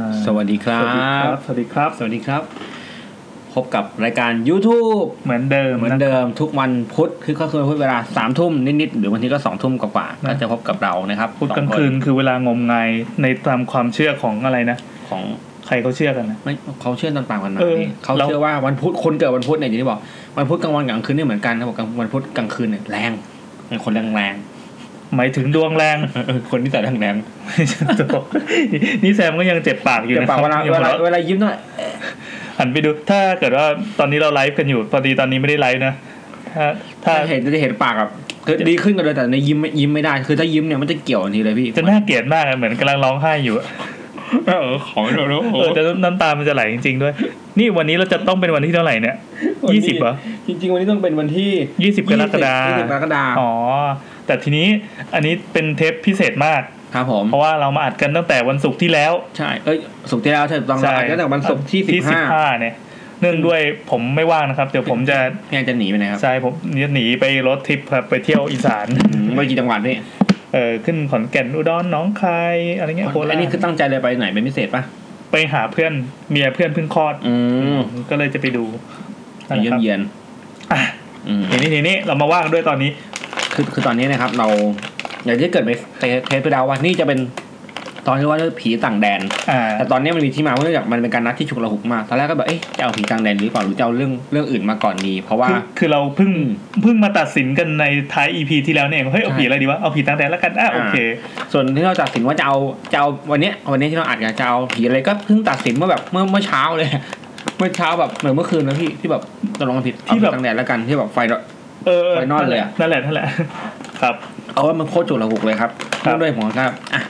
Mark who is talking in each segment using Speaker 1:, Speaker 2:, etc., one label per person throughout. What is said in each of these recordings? Speaker 1: ครั
Speaker 2: สวัสดีครับ บ สวัสดีครับ
Speaker 1: สวัสดีครับ พบกับรายการ YouTube
Speaker 2: เหมือนเดิม
Speaker 1: เหมือน
Speaker 2: นะ
Speaker 1: เดิมทุกวันพุธคือก็คือพุธเวลาสามทุ่มนิดๆหรือบางทีก็สองทุ่มกว่าๆ
Speaker 2: นะ
Speaker 1: ก็จะพบกับเรานะครับ
Speaker 2: พูดกลาง
Speaker 1: สอ
Speaker 2: คืนคือเวลางมงายในตามความเชื่อของอะไรนะ
Speaker 1: ของ
Speaker 2: ใครเขาเชื่อกันนะ
Speaker 1: ไม่เขาเชื่อต่างๆกันนะ
Speaker 2: เออ
Speaker 1: นี่เขา
Speaker 2: เรา
Speaker 1: เชื่อว่าวันพุธคนเกิดวันพุธเนี่ยอย่างที่บอกวันพุธกลางวันกับกลางคืนเนี่ยเหมือนกันนะบอกกลางวันพุธกลางคืนเนี่ยแรงเป็นคนแรงแรง
Speaker 2: หมายถึงดวงแรง
Speaker 1: ๆเออเออคนที่แต่แรงแรง
Speaker 2: นี่แซมก็ยังเจ็บปากอยู่
Speaker 1: แต่
Speaker 2: นะ
Speaker 1: ปากเวลา
Speaker 2: ยังหั
Speaker 1: เว
Speaker 2: ว
Speaker 1: ลา
Speaker 2: เราะ
Speaker 1: เวลายิ้มหน่อย
Speaker 2: หันไปดู ถ้าเกิดว่าตอนนี้เราไลฟ์กันอยู่พอดีตอนนี้ไม่ได้ไลฟ์นะ ถ้าถ้า
Speaker 1: ถ้าเห็นจะเห็นปากแบบคือดีขึ้นกันเลยแต่ในยิ้มไม่ยิ้มไม่ได้ คือถ้ายิ้มเนี่ยมันจะเกี่ยวทันทีเลยพี่
Speaker 2: จะน่าเกลียดมากอะเหมือนกำลังร้องไห้อยู่อะ
Speaker 1: เออของเราเนอะ
Speaker 2: เออแต่น้ำตามันจะไหลจริงๆด้วย นี่วันนี้เราจะต้องเป็นวันที่เท่าไหร่เนี่ย
Speaker 1: วันนี้
Speaker 2: ยี่สิบเหรอ
Speaker 1: จริงๆ วันนี้ต้องเป็นวันที่
Speaker 2: ยี่สิบกรกฎา
Speaker 1: ยี่สิบกรกฎา
Speaker 2: อ๋อ แต่ทีนี้อันนี้เป็นเทปพิเศษมาก
Speaker 1: ครับผม
Speaker 2: เพราะว่าเรามาอัดกันตั้งแต่วันศุกร์ที่แล้ว
Speaker 1: ใช่ เอ้ยศุกร์ที่แล้วใช่ถูกต้องแล้วอันนั้นแต่วันศุกร์ที่สิบห้า
Speaker 2: เนี่ย เนื่องด้วยผมไม่ว่างนะครับ เดี๋ยวผมจะ
Speaker 1: พี่แอนจะหนีไปไหนครับ
Speaker 2: ใช่ผมจะหนีไปรถทริปครับไปเที่ยวอีสาน
Speaker 1: อืมไปกี่จังหวัดพี่
Speaker 2: เออขึ้นขอนแก่นอุดรหนองคายอะไรเงี้ยโครา
Speaker 1: อันนี้
Speaker 2: ช
Speaker 1: คือตั้งใจเลยไปไหนเป็นพิเศษปะ
Speaker 2: ไปหาเพื่อนเมียเพื่อนเพิ่งคลอด
Speaker 1: อืม
Speaker 2: ก็เลยจะไปดู
Speaker 1: ไปเยี่ยมเยียน
Speaker 2: อ่ะ
Speaker 1: อืม
Speaker 2: ทีนี้ทีนี้เรามาว่างด้วยตอนนี้
Speaker 1: คือคือตอนนี้นะครับ เราอย่างที่เกิดไปเทสไปแล้วว่านี่จะเป็นตอนที่ว่าเรื่องผีต่างแดน
Speaker 2: อ่า
Speaker 1: แต่ตอนนี้มันมีที่มาเพราะเนื่องจากมันเป็นการนัดที่ฉุกระหุกมากตอนแรกก็แบบเอ๊ะจะเอาผีต่างแดนหรือเปล่าหรือจะเอาเรื่องเรื่องอื่นมาก่อนดี เพราะว่า
Speaker 2: คือคือเราเพิ่ง
Speaker 1: อืม
Speaker 2: เพิ่งมาตัดสินกันในท้าย EP ที่แล้วเนี่ยเองเฮ้ยเอา
Speaker 1: ใช่
Speaker 2: ผีอะไรดีวะเอาผีต่างแดนแล้วกันอ่ะ
Speaker 1: อ่า
Speaker 2: โอเค
Speaker 1: ส่วนที่เราตัดสินว่าจะเอาจะเอาวันเนี้ยวันนี้ที่เราอัดกันจะเอาผีอะไรก็เพิ่งตัดสินเมื่อแบบเมื่อเมื่อเช้าเลย เมื่อเช้าแบบเหมือนเมื่อคืนนะพี่ที่แบบตกลงกันผิด
Speaker 2: ที่แบบ
Speaker 1: เอาผีตั้งแดดแล้วกันที่แบบไฟระ
Speaker 2: เออ
Speaker 1: ไฟนอลเลยอะ
Speaker 2: นั่นแหละนั่นแหละ ครับ
Speaker 1: เอาว่ามันโคตรจุกระหุกเลยครับ
Speaker 2: ครับ
Speaker 1: เรื่องด้วยผมครับอ่ะ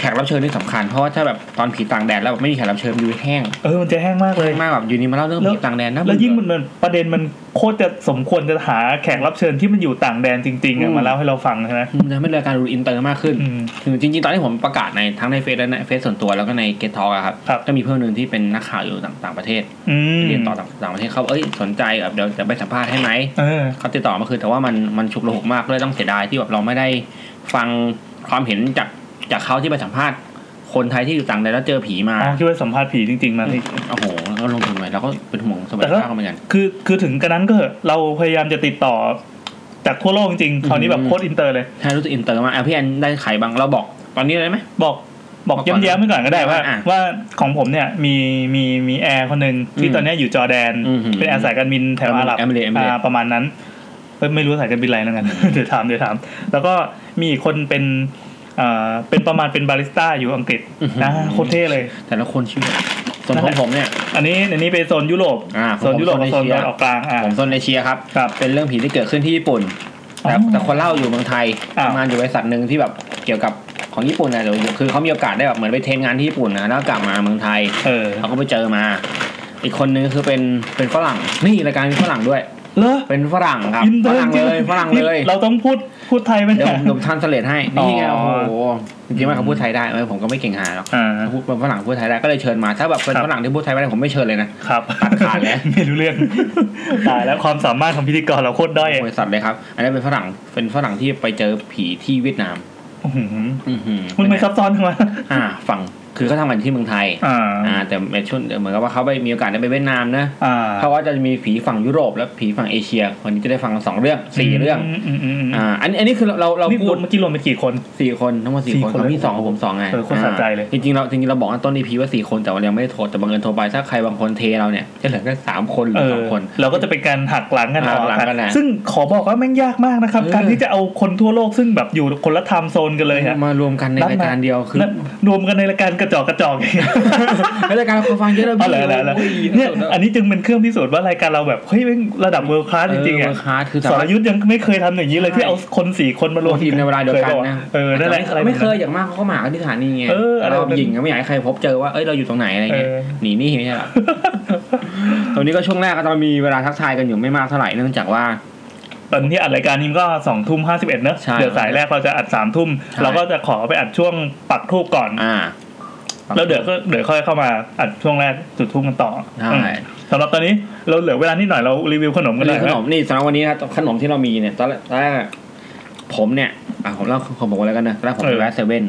Speaker 1: แขกรับเชิญนี่สำคัญเพราะว่าถ้าแบบตอนผีต่างแดดแล้วแบบไม่มีแขกรับเชิญอยู่แห้ง
Speaker 2: เออมันจะแห้งมากเลย
Speaker 1: มากแบบอยู่นี่มาเล่าเรื่อง
Speaker 2: แล้ว
Speaker 1: ผีต่างแดนนะ
Speaker 2: แล้วยิ่ง
Speaker 1: เบื่
Speaker 2: มั
Speaker 1: อ
Speaker 2: นมันประเด็นมันโคตรจะสมควรจะหาแขกรับเชิญที่มันอยู่ต่างแดนจริงๆ
Speaker 1: อื
Speaker 2: อะ
Speaker 1: ม
Speaker 2: มาเล่าให้เราฟังใช่ไหม
Speaker 1: มันทำให้รายการดูอินเตอร์มากขึ้น
Speaker 2: อืม
Speaker 1: คือจริงๆตอนที่ผมประกาศในทั้งในเฟซและในเฟซส่วนตัวแล้วก็ในเกททอกครับ
Speaker 2: ครับ
Speaker 1: ก็มีเพื่อนหนึ่งที่เป็นนักข่าวอยู่ต่างต่างประเทศ
Speaker 2: อืม
Speaker 1: เรียนต่อต่างต่างประเทศเขาเอ้ยสนใจแบบเดี๋ยวจะไปสัมภาษณ์ให้ไหม
Speaker 2: เออ
Speaker 1: เขาติดต่อมาคือแต่ว่ามันมันฉุกระหุกมากเลยต้องเสียดายที่แบบเราไม่ได้ฟังความเห็นจากจากเขาที่ไปสัมภาษณ์ คนไทยที่อยู่ต่างแดนแล้วเจอผีมา
Speaker 2: อ๋อคิดว่าสัมภาษณ์ผีจริงๆมาสิ
Speaker 1: โอ้โหแล้วก็ลงทุนไปแล้วก็เป็นห่วงสมั
Speaker 2: แต่
Speaker 1: ย
Speaker 2: ก็
Speaker 1: ข้าวเหมือนกัน
Speaker 2: คือคือถึงกระนั้นก็เถอะเราพยายามจะติดต่อจากทั่วโลกจริงๆคราวนี้แบบโคตรอินเตอร์เลย
Speaker 1: ใช่รู้สึกอินเตอร์มากอ่ะพี่แอนได้ใครบ้างเราบอกตอนนี้เลยไหม
Speaker 2: บอกบอก
Speaker 1: บอกก่อน
Speaker 2: ย้ำแย้มๆไว้ก่อนก็ได้ว่า
Speaker 1: อ่ะ
Speaker 2: ว่าของผมเนี่ยมีมีมีแอร์คนหนึ่งที่
Speaker 1: อืม
Speaker 2: ตอนเนี้ยอยู่จอร์แดน
Speaker 1: อืม
Speaker 2: เป็นแอร์สายการบินแถวอาหรับ
Speaker 1: เอมิเรตส์เอมิเรตส์
Speaker 2: อ่าประมาณนั้นเอ้ยไม่รู้สายการบินอะไรนั่นกัน เดี๋ยวถามเดี๋ยวถาม แล้วก็มีอีกคนเป็นเอ่อเป็นประมาณเป็นบาริสต้าอยู่อังกฤษนะโคตรเท่เลย
Speaker 1: แต่ละคนชื่อส่วน
Speaker 2: นั่นแห
Speaker 1: ของ
Speaker 2: ละ
Speaker 1: ผมเนี่ย
Speaker 2: อันนี้อันนี้เป็นโซนยุโรป
Speaker 1: อ่า
Speaker 2: โซนยุโรปกับ
Speaker 1: ผ
Speaker 2: โซน
Speaker 1: มโซนเอเชีย
Speaker 2: ตะวันออกกลางอ่า
Speaker 1: ผมโซนเอเชียครับ
Speaker 2: ครับ
Speaker 1: เป็นเรื่องผีที่เกิดขึ้นที่ญี่ปุ่น แต่
Speaker 2: อ๋อ
Speaker 1: แต่คนเล่าอยู่เมืองไทย
Speaker 2: อ้าว
Speaker 1: ทำงานอยู่บริษัทหนึ่งที่แบบเกี่ยวกับของญี่ปุ่นนะเดี๋ยวคือเขามีโอกาสได้แบบเหมือนไปเทรนงานที่ญี่ปุ่นนะแล้วกลับมาเมืองไทย
Speaker 2: เออ
Speaker 1: เขาก็ไปเจอมา อีกคนนึงคือเป็นเป็นฝรั่ง นี่รายการมีฝรั่งด้วย
Speaker 2: เลอ
Speaker 1: เป็นฝรั่งครับ
Speaker 2: อินเต
Speaker 1: ฝ
Speaker 2: อร์
Speaker 1: รั่ง
Speaker 2: จริง
Speaker 1: เลย ฝรั่งเลย
Speaker 2: เราต้องพูดพูดไทยไหม
Speaker 1: เดี๋ยว
Speaker 2: เนี่ย
Speaker 1: ผมผมทานสเลดให้ นี่ไง
Speaker 2: อ๋อ
Speaker 1: โอ้โหจริงๆว่าเขาพูดไทยได้ไหมผมก็ไม่เก่งหาหรอก
Speaker 2: อ่า
Speaker 1: เขาพูดเป็นฝรั่งพูดไทยได้ ก็เลยเชิญมา ถ้าแบบเป็น
Speaker 2: ครับ
Speaker 1: ฝรั่งที่พูดไทยไม่ได้ผมไม่เชิญเลยนะ
Speaker 2: ครับ
Speaker 1: ตัดขาดแล้ว
Speaker 2: ไม่รู้เรื่อง ตายแล้วความสามารถของพิธีกรเราโคตรด้อย
Speaker 1: บริษัทเลยครับ อันนี้นเป็นฝรั่ง เป็นฝรั่งที่ไปเจอผีที่เวียดนาม
Speaker 2: อื้อหือ
Speaker 1: อือหือ
Speaker 2: มันไม่ซับซ้อนทำไม
Speaker 1: อ่า ฝั่ง คือเขาทำกันที่เมืองไทย
Speaker 2: อ่า
Speaker 1: อ่า แต่ในช่วงเหมือนกับว่าเขาไปมีโอกาสได้ไปเวียดนามนะ
Speaker 2: อ่า
Speaker 1: เพราะว่าจะมีผีฝั่งยุโรปและผีฝั่งเอเชีย วันนี้จะได้ฟังกันสองเรื่องสี่เรื่อง
Speaker 2: มมอืมอืม
Speaker 1: อ่าอันนี้อันนี้คือเราเราเรา
Speaker 2: นี่
Speaker 1: พูด
Speaker 2: เมื่อกี้รวมเป็นกี่คน
Speaker 1: สี่คนทั้งหมดสี่
Speaker 2: สี่
Speaker 1: คน
Speaker 2: คน
Speaker 1: เขามี
Speaker 2: เลย
Speaker 1: สองของผมสองไง
Speaker 2: เออโคตรสะใจเลย
Speaker 1: อ่าจริงๆเราจริงๆเราบอกกันต้น EP ว่าสี่คนแต่ว่ายังไม่ได้โทรแต่บังเอิญโทรไปถ้าใครบางคนเทเราเนี่ยจะเหลือแค่สามคนหรือ
Speaker 2: เออ
Speaker 1: สองคน
Speaker 2: เราก็จะเป็นการหักหลังกัน
Speaker 1: หักหลัง
Speaker 2: เาะ
Speaker 1: กันนะ
Speaker 2: ซึ่งขอบอกว่าแม่งยากมากนะครับ
Speaker 1: เออ
Speaker 2: การที่จะเอาคนทั่วโลกซึ่งแบบอยู่คนละไทม์โซนกันเลยฮะ
Speaker 1: มารวมกันในรายการเดียวคือ
Speaker 2: นั่นรวมกันในรายการกระจอกกระจอกอย่างเงี้ย
Speaker 1: รายการคนฟังเยอะแล้ว
Speaker 2: เอา
Speaker 1: พี่
Speaker 2: เลยเอาเลยเอาเลย
Speaker 1: โอ้ย
Speaker 2: เนี่ยอันนี้จึงเป็นเครื่องพิสูจน์ว่ารายการเราแบบเฮ้ยแม่งระดับเวิร์คลาสจริงๆ
Speaker 1: เอ
Speaker 2: อ่ะ
Speaker 1: อคาร์ดคือ
Speaker 2: ส
Speaker 1: สาร ร
Speaker 2: ยุทธ์ยังไม่เคยทำอย่างนี้เลย
Speaker 1: ใช่
Speaker 2: ที่เอาคนสี่คนมาร
Speaker 1: ร
Speaker 2: ว
Speaker 1: ว
Speaker 2: ม
Speaker 1: มทีมในเวลาเดียวกัน
Speaker 2: คบอ
Speaker 1: นะ
Speaker 2: เออนั่นแหละ
Speaker 1: แต่ไม่ไม่เคย
Speaker 2: อะรแบบ
Speaker 1: อย่างมากเขาก็มาหาที่สถานีไง
Speaker 2: เอออะไร
Speaker 1: เรา
Speaker 2: แบบนั้น
Speaker 1: หญิงก็ไม่อยากให้ใครพบเจอว่าเอ้ยเราอยู่ตรงไหนอะไรเงี้ย
Speaker 2: เออ
Speaker 1: หนีหนี่ไม่ใช่หรอ ตอนนี้ก็ช่วงแรกก็จะมีเวลาทักทายกันอยู่ไม่มากเท่าไหร่เนื่องจากว่า
Speaker 2: ตอนที่อัดรายการนี้มันก็สองทุ่มห้าสิบเอ็ดเนอะ
Speaker 1: ใช่
Speaker 2: เดี๋ยวสายแรกเราจะอัดสามทุ่ม
Speaker 1: ใช่
Speaker 2: เราก็จะขอไปอัดช่วงปักทูบก่อน
Speaker 1: อ่า
Speaker 2: แล้วเดี๋ยวก็เดี๋ยวค่อยเข้ามาอัดช่วงแรกจุดทุ่มกันต่อ
Speaker 1: ใช่
Speaker 2: อืมสำหรับตอนนี้เราเหลือเวลานิดหน่อยเรารีวิวขนมกันหน่อ
Speaker 1: เรื่อย งขนมนี่สำหรับวันนี้นะครับขนมที่เรามีเนี่ยตอนแรกตอนแรกผมเนี่ยอ่ะผมเล่าผมบอกไว้แล้วกันนะตอนแรกผมไป
Speaker 2: เออ
Speaker 1: แวะเซเว่น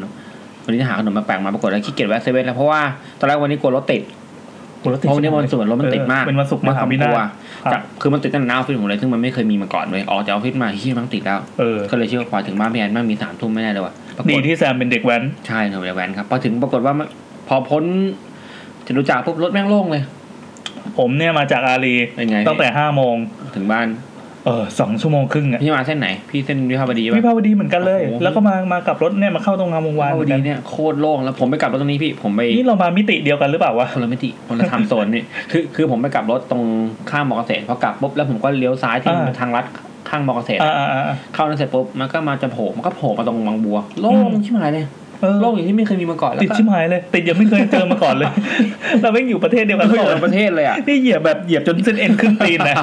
Speaker 1: วันนี้จะหาขนมมาแปลกมาปรากฏแล้วขี้เกียจแวะเซเว่นแล้วเพราะว่าตอนแรกวันนี้กลัวรถติด
Speaker 2: รถติด
Speaker 1: เพราะวันนี้วันศุกร์รถมันติดมาก
Speaker 2: เออเป็นวันศุกร์
Speaker 1: มั
Speaker 2: มาน หา
Speaker 1: สม
Speaker 2: วิ
Speaker 1: ก
Speaker 2: นา
Speaker 1: ลัว
Speaker 2: ศ ครับ
Speaker 1: จากคือมันติดตั้งแต่หน้าออฟฟิศผมเลยซึ่งมันไม่เคยมีมาก่อนเลยออกจากออฟฟิศมาเฮียมันติดแล้ว
Speaker 2: เออ
Speaker 1: ก็เลยเชื่อว่าพอถึงบ้านพี่แอนมันมีสามทุ่มไม่แน่เลยว่ะปราก
Speaker 2: ดี
Speaker 1: ฏ
Speaker 2: ที่แซมเป็นเด็กแว้น
Speaker 1: ใช่หนูแหวนครับพอถึงปรากฏว่ามันพอพ้นจะรู้จักรปุ๊บรถแม่งโล่งเลย
Speaker 2: ผมเนี่ยมาจากอารี
Speaker 1: เป็นไง
Speaker 2: ตั้งแต่ห้าโมง
Speaker 1: ถึงบ้าน
Speaker 2: เออสองชั่วโมงครึ่งอะ
Speaker 1: พี่มาเส้นไหน พี่เส้นวิภาวดี
Speaker 2: วิ
Speaker 1: ป่ะ
Speaker 2: ภาวดีเหมือนกันเลย
Speaker 1: โอ้โห
Speaker 2: แล้วก็มามากลับรถเนี่ยมาเข้าตรงงามวงวาน
Speaker 1: วิ
Speaker 2: เหมื
Speaker 1: ภาว
Speaker 2: อน
Speaker 1: ดี
Speaker 2: กัน
Speaker 1: เนี่ยโคตรโล่งแล้วผมไปกลับรถตรงนี้พี่ผมไป
Speaker 2: นี่เรามามิติเดียวกันหรือเปล่าวะ
Speaker 1: คนละมิติคนละไทำโซนนี่คือคือผมไปกลับรถตรงข้ามมอเกษตรพอกลับปุ๊บแล้วผมก็เลี้ยวซ้ายที่ทางลัดข้างมอเกษตร
Speaker 2: อ่าอ่าอ่า
Speaker 1: เข้านั้นเสร็จปุ๊บมันก็มาจะโผล่มันก็โผล่มาตรงบางบัว โล่ง
Speaker 2: อืม
Speaker 1: ชิบหายเลย
Speaker 2: เออ
Speaker 1: โล่งอย่างที่ไม่เคยมีมาก่อนแล้ว
Speaker 2: ติด
Speaker 1: ก็
Speaker 2: ชิมหายเลย ติดยังไม่เคยเจอมาก่อนเลย เราไม่งอยู่ประเทศเดียวกัน
Speaker 1: ไม่เคย
Speaker 2: เปล่า
Speaker 1: อยู่ในประเทศเลยอ่ะ
Speaker 2: นี่เหยียบแบบเหยียบจนเส้นเอ็นขึ้นตีนนะ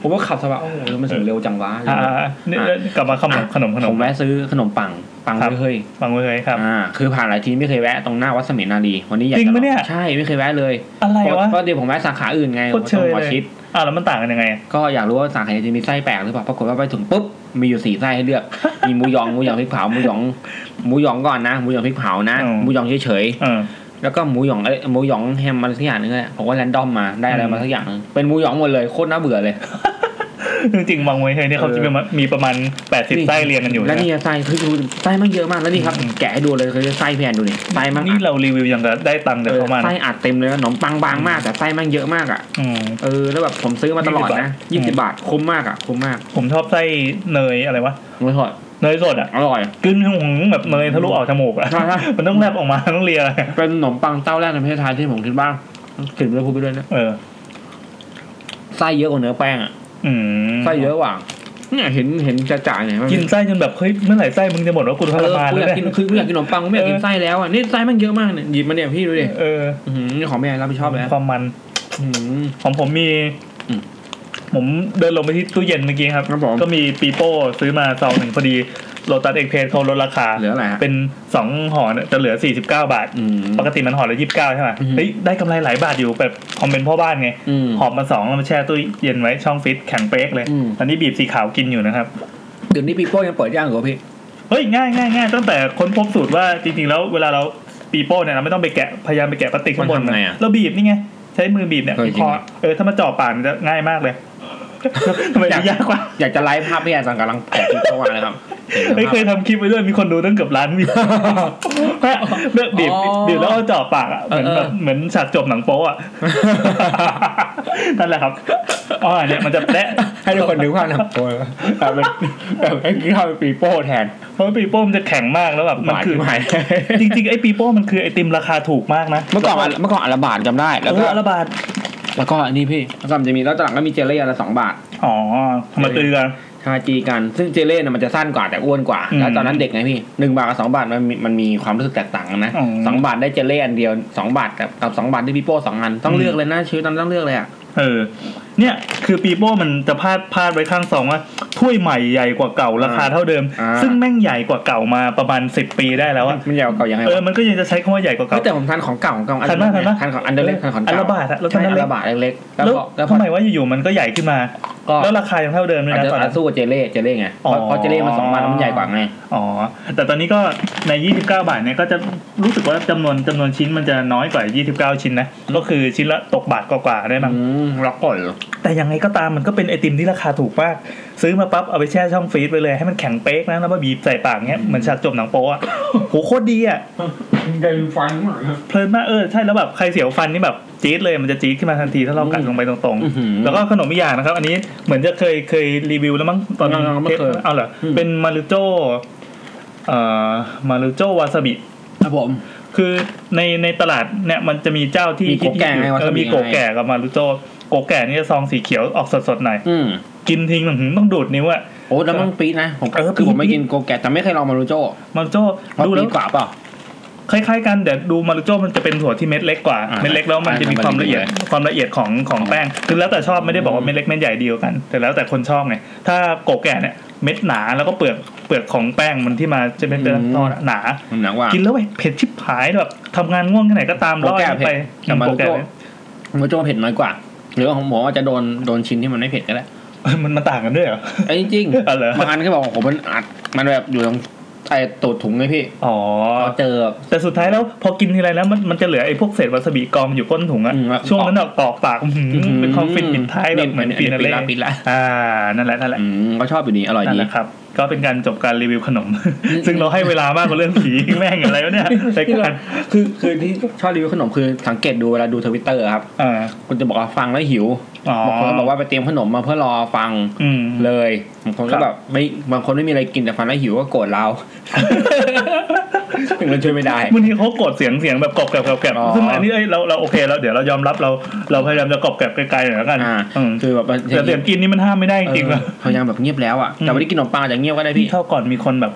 Speaker 1: ผมก็ขับสบายโอ้โหมันถึงเร็วจังวะ
Speaker 2: อ่าอ่าเนี่ยเนี่ยกลับมาขนมขนมขน
Speaker 1: ผม มแวะซื้อขนมปังปัง
Speaker 2: ครับ
Speaker 1: เฮ้ย
Speaker 2: ฟังไว้เลยครับ
Speaker 1: อ่าคือผ่านหลายทีไม่เคยแวะตรงหน้าวัดเสมีนารีวันนี้อยาก
Speaker 2: จริง
Speaker 1: จะ
Speaker 2: ปะเนี่ย
Speaker 1: ใช่ไม่เคยแวะเลย
Speaker 2: อะไร
Speaker 1: เพราะ
Speaker 2: วะ
Speaker 1: เพราะเดี๋ยวผมแวะสาขาอื่นไง
Speaker 2: โคตรเชยเลย
Speaker 1: หมอชิด
Speaker 2: อ่าแล้วมันต่างกันยังไง
Speaker 1: ก็อยากรู้ว่าสาขาไหนจะมีไส้แปลกหรือเปล่า ปรากฏว่าไปถึงปุ๊บ มีอยู่สี่ไส้ให้เลือก มีหมูหยองหมูหยองพริกเผาหมูหยองหมูหยองก่อนนะหมูหยองพริกเผานะ
Speaker 2: อืม
Speaker 1: หมูหยองเฉย
Speaker 2: เอ อ
Speaker 1: ๆแล้วก็หมูหยองเอ้ยหมูหยองแฮมมันสักอย่างนึงแหละผมว่าแรนดอมมาได้อะไร
Speaker 2: อืม
Speaker 1: มาสักอย่างนึงเป็นหมูหยองหมดเลยโคตรน่าเบื่อเลย
Speaker 2: จริงๆบางเวยเฮ้ยเนี่ยเขาจะมีมามีประมาณ 80ไส้เรียงกันอยู่
Speaker 1: แล้ว
Speaker 2: นะ
Speaker 1: นี่ไส้คือดูไส้มันเยอะมากแล้วนี่ครับ
Speaker 2: อืม
Speaker 1: แกะให้ดูเลยคือไส้แพนดูนี่ไส้มัน
Speaker 2: นี่เรารีวิวอย่างกับได้ตังค์แต่เขามา
Speaker 1: ไส้อัดเต็มเลยนะขนมปังบางมากแต่ไส้มันเยอะมากอ่ะ
Speaker 2: อืม
Speaker 1: เออแล้วแบบผมซื้อมาตลอดนะ
Speaker 2: ยี่
Speaker 1: ยี่
Speaker 2: สิ
Speaker 1: สิ
Speaker 2: บบ า
Speaker 1: บา
Speaker 2: ท
Speaker 1: ทคุ้มมากอ่ะคุ้มมาก
Speaker 2: ผมชอบไส้เนยอะไรวะ
Speaker 1: อร่อย
Speaker 2: เนยสดอ่ะ
Speaker 1: อร่อย
Speaker 2: กึ้นหงแบบเนยทะลุออกจมูกอ่ะ
Speaker 1: ใช่ใช่
Speaker 2: มันต้องแลบออกมา ต้องเลีย
Speaker 1: เป็นขนมปังเต้าแรกในประเทศไทยที่ผมคิดว่าถึงแล้วพูดไปด้วยนะ
Speaker 2: เออ
Speaker 1: ไส้เยอะกว่าเนื้อแป้งอ่ะ
Speaker 2: อืม
Speaker 1: ไส้เยอะกว่าเนี่ยเห็นเห็นจะจ่าเนี่ย
Speaker 2: กินไส้จนแบบเฮ้ยเมื่อไหร่ไส้มึงจะหมดวะกูท
Speaker 1: เอ
Speaker 2: ร
Speaker 1: อ
Speaker 2: มาน
Speaker 1: กู
Speaker 2: เล
Speaker 1: อย ยากกิน
Speaker 2: เนี่ย
Speaker 1: คือกูอยากกินขนมปังกูไม่อยากกินไส้แล้วอ่ะนี่ไส้มันเยอะมากเนี่ยหยิบมาเนี่ยพี่ดูดิ
Speaker 2: เออ
Speaker 1: อื้อหือนี่ของแม่รับผิดชอบแล้ว
Speaker 2: ความมัน ของผมมี
Speaker 1: อืม
Speaker 2: ผมเดินลงไปที่ตู้เย็นเมื่อกี้ครับ
Speaker 1: ครับผม
Speaker 2: ก็มีปีโป้ซื้อมาซองหนึ่งพอดีโลตัสเอ็กเพสเขาลดราคา
Speaker 1: เหลืออะไรฮะ
Speaker 2: เป็นสองห่อเนี่ยจะเหลือ 49 บาท
Speaker 1: อืม
Speaker 2: ปกติมันห่อละยี่สิบเก้าใช่ไหม
Speaker 1: อือฮึ
Speaker 2: เฮ้ยได้กำไรหลายบาทอยู่แบบคอมเมนต์พ่อบ้านไง
Speaker 1: อืม
Speaker 2: หอบมาสองแล้วมาแช่ตู้เย็นไว้ช่องฟิตแข็งเป๊กเลย
Speaker 1: อืม
Speaker 2: ตอนนี้บีบสีขาวกินอยู่นะครับ
Speaker 1: เดี๋ยวนี้ปีโป้ยังเปิดย่างเหรอพี่
Speaker 2: เฮ้ยง่ายง่ายง่ายตั้งแต่ค้นพบสูตรว่าจริงๆแล้วเวลาเราปีโป้เนี่ยเราไม่ต้องไปแกะพยายามไปแกะพลาสติกข้างบน
Speaker 1: มันทำไงอะ
Speaker 2: เราบีบนี่ไงใช้มือบีบเนี่ย
Speaker 1: เออจริง
Speaker 2: คอเออถ้ามาจ่อปากมันจะง่ายมาก เลยทำไม
Speaker 1: อยาก
Speaker 2: ยากกว่า
Speaker 1: อยากจะไลฟ์ภาพพี่แอนสังกำลังแปะปีโป้มาเลยครับ
Speaker 2: เฮ้ยเคยทำคลิปไปด้วยมีคนดูตั้งเกือบล้านวิวแม่เลือกบีบบีบแล้วเอาจ่อปากอ่ะเหมือนแบบเหมือนฉากจบหนังโป๊อ่ะ นั่นแหละครับอ๋อเนี่ยมันจะแตะ
Speaker 1: ให้ทุกคนนึกภาพนะโอ้ยแบบเป็นแบบให้กินข้าวเป็นปีโป้แทน
Speaker 2: เพราะว่าปีโป้มันจะแข็งมากแล้วแบบมันคือ
Speaker 1: หายไป
Speaker 2: จริงๆไอ้ปีโป้มันคือไอติมราคาถูกมากนะ
Speaker 1: เมื่อก่อนอันเมื่อก่อนอัลบาดจำได้
Speaker 2: แล้
Speaker 1: แล้ว
Speaker 2: ว
Speaker 1: ก็
Speaker 2: ก็ระบาด
Speaker 1: แล้วก็อันนี้พี่แล้วก็มันจะมีแล้วตอนหลังก็มีเจลเล่อันละสองบาท
Speaker 2: อ๋อทำไมาตือกัน
Speaker 1: ทาจีกัน ซึ่งเจลเล่เนี่ยมันจะสั้นกว่าแต่อ้วนกว่า
Speaker 2: อืม
Speaker 1: แล้วตอนนั้นเด็กไงพี่หนึ่งบาทกับสองบาทมันมีมันมีความรู้สึกแตกต่างกันนะ
Speaker 2: อ๋อ
Speaker 1: สองบาทได้เจลเล่อันเดียวสองบาทกับกับสองบาทได้พี่โป้สองอันต้อง
Speaker 2: อืม
Speaker 1: เลือกเลยนะชีวิตนั้นต้องเลือกเลยอ่ะ
Speaker 2: เออ เนี่ยคือปีโป้มันจะพาดพาดไว้ข้างสองว่าถ้วยใหม่ใหญ่กว่าเก่าราคาเท่าเดิม ซึ่งแม่งใหญ่กว่าเก่ามาประมาณสิบปีได้แล้วอะ
Speaker 1: มันยาวเก่ายังไง
Speaker 2: เออ
Speaker 1: วะ
Speaker 2: มันก็ยังจะใช้คำว่าใหญ่กว่า
Speaker 1: เฮ้
Speaker 2: เก่า
Speaker 1: ยแต่ผมทานของเก่าของเก่าอัน
Speaker 2: ทันปะทันปะ
Speaker 1: ทานของอันเดอร์เล็กทานของเก่า
Speaker 2: อันละบาทอะแล้วตอน
Speaker 1: ใช่
Speaker 2: นั้น
Speaker 1: อันละบาทเล็กๆแล้ว
Speaker 2: แล้ว
Speaker 1: ก็แล้วพ
Speaker 2: ทำ
Speaker 1: อ
Speaker 2: ไมว่าอยู่ๆมันก็ใหญ่ขึ้นมา
Speaker 1: ก็
Speaker 2: แล้วราคายังเท่าเดิมเลย
Speaker 1: อาจ
Speaker 2: นะ
Speaker 1: จะ
Speaker 2: ตอน
Speaker 1: อาจ
Speaker 2: นั้น
Speaker 1: จะสู้กับเจลเล่เจลเล่ไงเพราะ
Speaker 2: อ๋อ
Speaker 1: เพราะเจลเล่มันสองบาทแล้วมันใหญ่กว่าไง
Speaker 2: อ๋อแต่ตอนนี้ก็ใน 29 บาทเนี่ยก็จะรู้สึกว่าจำนวนจำนวนชิ้นมันจะน้อยกว่า 29 ชิ้นนะ
Speaker 1: อืม
Speaker 2: ก็คือชิ้นละตกบาทกว่าๆได้มั้ง
Speaker 1: อืมล็อกก่อนเหรอ
Speaker 2: แต่ยังไงก็ตามมันก็เป็นไอติมที่ราคาถูกมาก ซื้อมาปั๊บเอาไปแช่ช่องฟรีซไปเลยให้มันแข็งเป๊กนะแล้วมาบีบใส่ปากเงี้ยเหมือนฉากจบหนังโป๊อะ โหโคตรดีอะ
Speaker 1: ใจฟันหน่อย
Speaker 2: เพลินมากเออใช่แล้วแบบใครเสียวฟันนี่แบบจี๊ดเลยมันจะจี๊ดขึ้นมาทันทีถ้าเรากัดลงไปตรง
Speaker 1: อื้อหือ
Speaker 2: ๆ แล้วก็ขนมอีกอย่างนะครับ อันนี้เหมือนจะเคยเคยรีวิวแล้วมั้งตอน
Speaker 1: ยังยังไม่เคย
Speaker 2: ทปเอาเหรออ
Speaker 1: ม
Speaker 2: เป็นมารุโจเอ่อมารุโจวาซาบิ
Speaker 1: ครับผม
Speaker 2: คือในในตลาดเนี่ยมันจะมีเจ้าที่
Speaker 1: มีโกแก่ไงวาซาบิ
Speaker 2: เออมีโกแก่กับมารุโจโกแก่นี่จะซองสีเขียวออกสดๆหน่อย
Speaker 1: อืม
Speaker 2: กินทิ้งอื้อหือต้องดูดนิ้วอะ
Speaker 1: โอ้แล้วมันปี๊ดนะผม
Speaker 2: เออ
Speaker 1: คือผมไม่
Speaker 2: ปี๊ด
Speaker 1: กินโกแกะแต่ไม่เคยลองมารูโจ้
Speaker 2: มารุโจ
Speaker 1: เพราะ
Speaker 2: ดูแล้
Speaker 1: ปี๊
Speaker 2: ว
Speaker 1: ดกว่าเปล่า
Speaker 2: คล้ายๆกันแต่ดูมารุโจมันจะเป็นถั่วที่เม็ดเล็กกว่า
Speaker 1: อ่า
Speaker 2: เม็ดเล็กแล้วมันจะมีความละเอียด
Speaker 1: มันจะมี
Speaker 2: ความละเอียดของของแป้งคือแล้วแต่ชอบไม่ได้บอกว่าเม็ดเล็กเม็ดใหญ่เดียวกัน แต่แล้วแต่คนชอบไงถ้าโกแก่เนี่ยเม็ดหนาแล้วก็เปลือกเปลือกของแป้งมันที่มาจะเป็นเปลือก
Speaker 1: อืม
Speaker 2: ทอดอะหนา
Speaker 1: มันหนักว่า
Speaker 2: กินแล้วเว้ยเผ็ดชิบหายแบบทำงานง่วงแค่ไหนก็ตาม
Speaker 1: โก
Speaker 2: ร้อย
Speaker 1: แก่
Speaker 2: ไปโกแก่
Speaker 1: เผ็ดแต่มารุโจ้ มารูโจ้เผ็ดน้อยกว่า หรือว่าของหมออาจจะโดนโดนชิ้นที่มันไม่เผ็ดก็ได้
Speaker 2: เอ้ยมันมันต่างกันด้วยเหรอ
Speaker 1: ไอ้ยจริง
Speaker 2: อ๋อเหรอ
Speaker 1: บางอันก็บอกโอ้โหมันอัดมันแบบอยู่ตรง ไอ้ตูดถุงไงพี่
Speaker 2: อ๋อ
Speaker 1: พอเจอ
Speaker 2: แต่สุดท้ายแล้วพอกินทีไรแล้วมันมันจะเหลือไอ้พวกเศษวาซาบิกองอยู่ก้นถุงอะ
Speaker 1: อืม
Speaker 2: ช่วงนั้นอะกอกปากอื้อหือ
Speaker 1: อหือ
Speaker 2: เป็นความฟินปิดท้ายแบบเหมือน
Speaker 1: เนี่ย
Speaker 2: ฟินาเล่
Speaker 1: ปิดละปิดละ
Speaker 2: อ่านั่นแหละนั่นแหละ
Speaker 1: อืมก็ชอบอยู่ดีอร่อย
Speaker 2: นั่น
Speaker 1: ดี
Speaker 2: แหละครับ ก็เป็นการจบการรีวิวขนม
Speaker 1: อืม
Speaker 2: ซึ่งเราให้เวลามากกว่าเรื่องผี แม่งอะไร วะเนี่ยรายการ
Speaker 1: คือคือที่ชอบรีวิวขนมคือสังเกตดูเวลาดูทวิตเตอร์ครับ
Speaker 2: อ่า
Speaker 1: คุณจะบอกว่าฟังแล้วหิว
Speaker 2: อ๋อบ
Speaker 1: างคนก็บอกว่าไปเตรียมขนมมาเพื่อรอฟัง
Speaker 2: อืม
Speaker 1: เลยบางคน
Speaker 2: ครั
Speaker 1: ก็
Speaker 2: บ
Speaker 1: แบบไม่บางคนไม่มีอะไรกินแต่ฟังแล้วหิวก็โกรธเรา ถึงเราช่วยไม่ได้
Speaker 2: บางทีเขากดเสียงเสียงแบบกรอบแกรบกรอบแกรบ
Speaker 1: อ๋อ
Speaker 2: ซึ่งอันนี้เอ้ยเราเราโอเคแล้วเดี๋ยวเรายอมรับเราเราพยายามจะกรอบแกรบไกลๆหน่อยแล้วกัน
Speaker 1: อ่า
Speaker 2: อืม
Speaker 1: คือแบบบางที
Speaker 2: แต่เสียงกินนี่มันห้ามไม่ได้จริงๆ
Speaker 1: เอ
Speaker 2: ว่ะ
Speaker 1: อพยายามแบบเงียบแล้วอ่ะ
Speaker 2: อืม
Speaker 1: แต่วันนี้กินขนมปังอาจจะเงียบก็ได้
Speaker 2: พี่
Speaker 1: พี่
Speaker 2: เข้าก่อนมีคนแบบ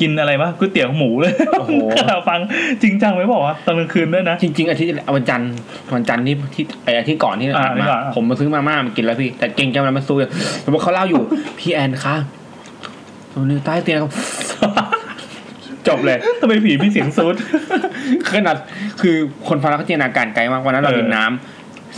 Speaker 2: กินอะไรวะก๋วยเตี๋ยวหมูเลย
Speaker 1: โอ้โห
Speaker 2: ฟังจริงจังไหมบอกว่าตอนกลางคืนด้วยนะ
Speaker 1: จริงๆอาทิตย์วันจันทร์วันจันทร์ที่ที่ไออาทิตย์ก่อนที่
Speaker 2: อ่า
Speaker 1: ผ่าน
Speaker 2: ไม่
Speaker 1: มา
Speaker 2: ก่อนอ่ะ
Speaker 1: ผมมาซื้อมาม่ามากินแล้วพี่ แต่เก่งใจมันมาซูผมว่าเขาเล่าอยู่ พี่แอนคะตรงนี้ใต้เตียงครับ จบเลย
Speaker 2: ทำไมผีพี่เสียงซูด
Speaker 1: ขนาดคือคนฟังแล้วก็จินตนาการไกลมากวันนั้นเรา
Speaker 2: เออ
Speaker 1: ดื่มน้ำ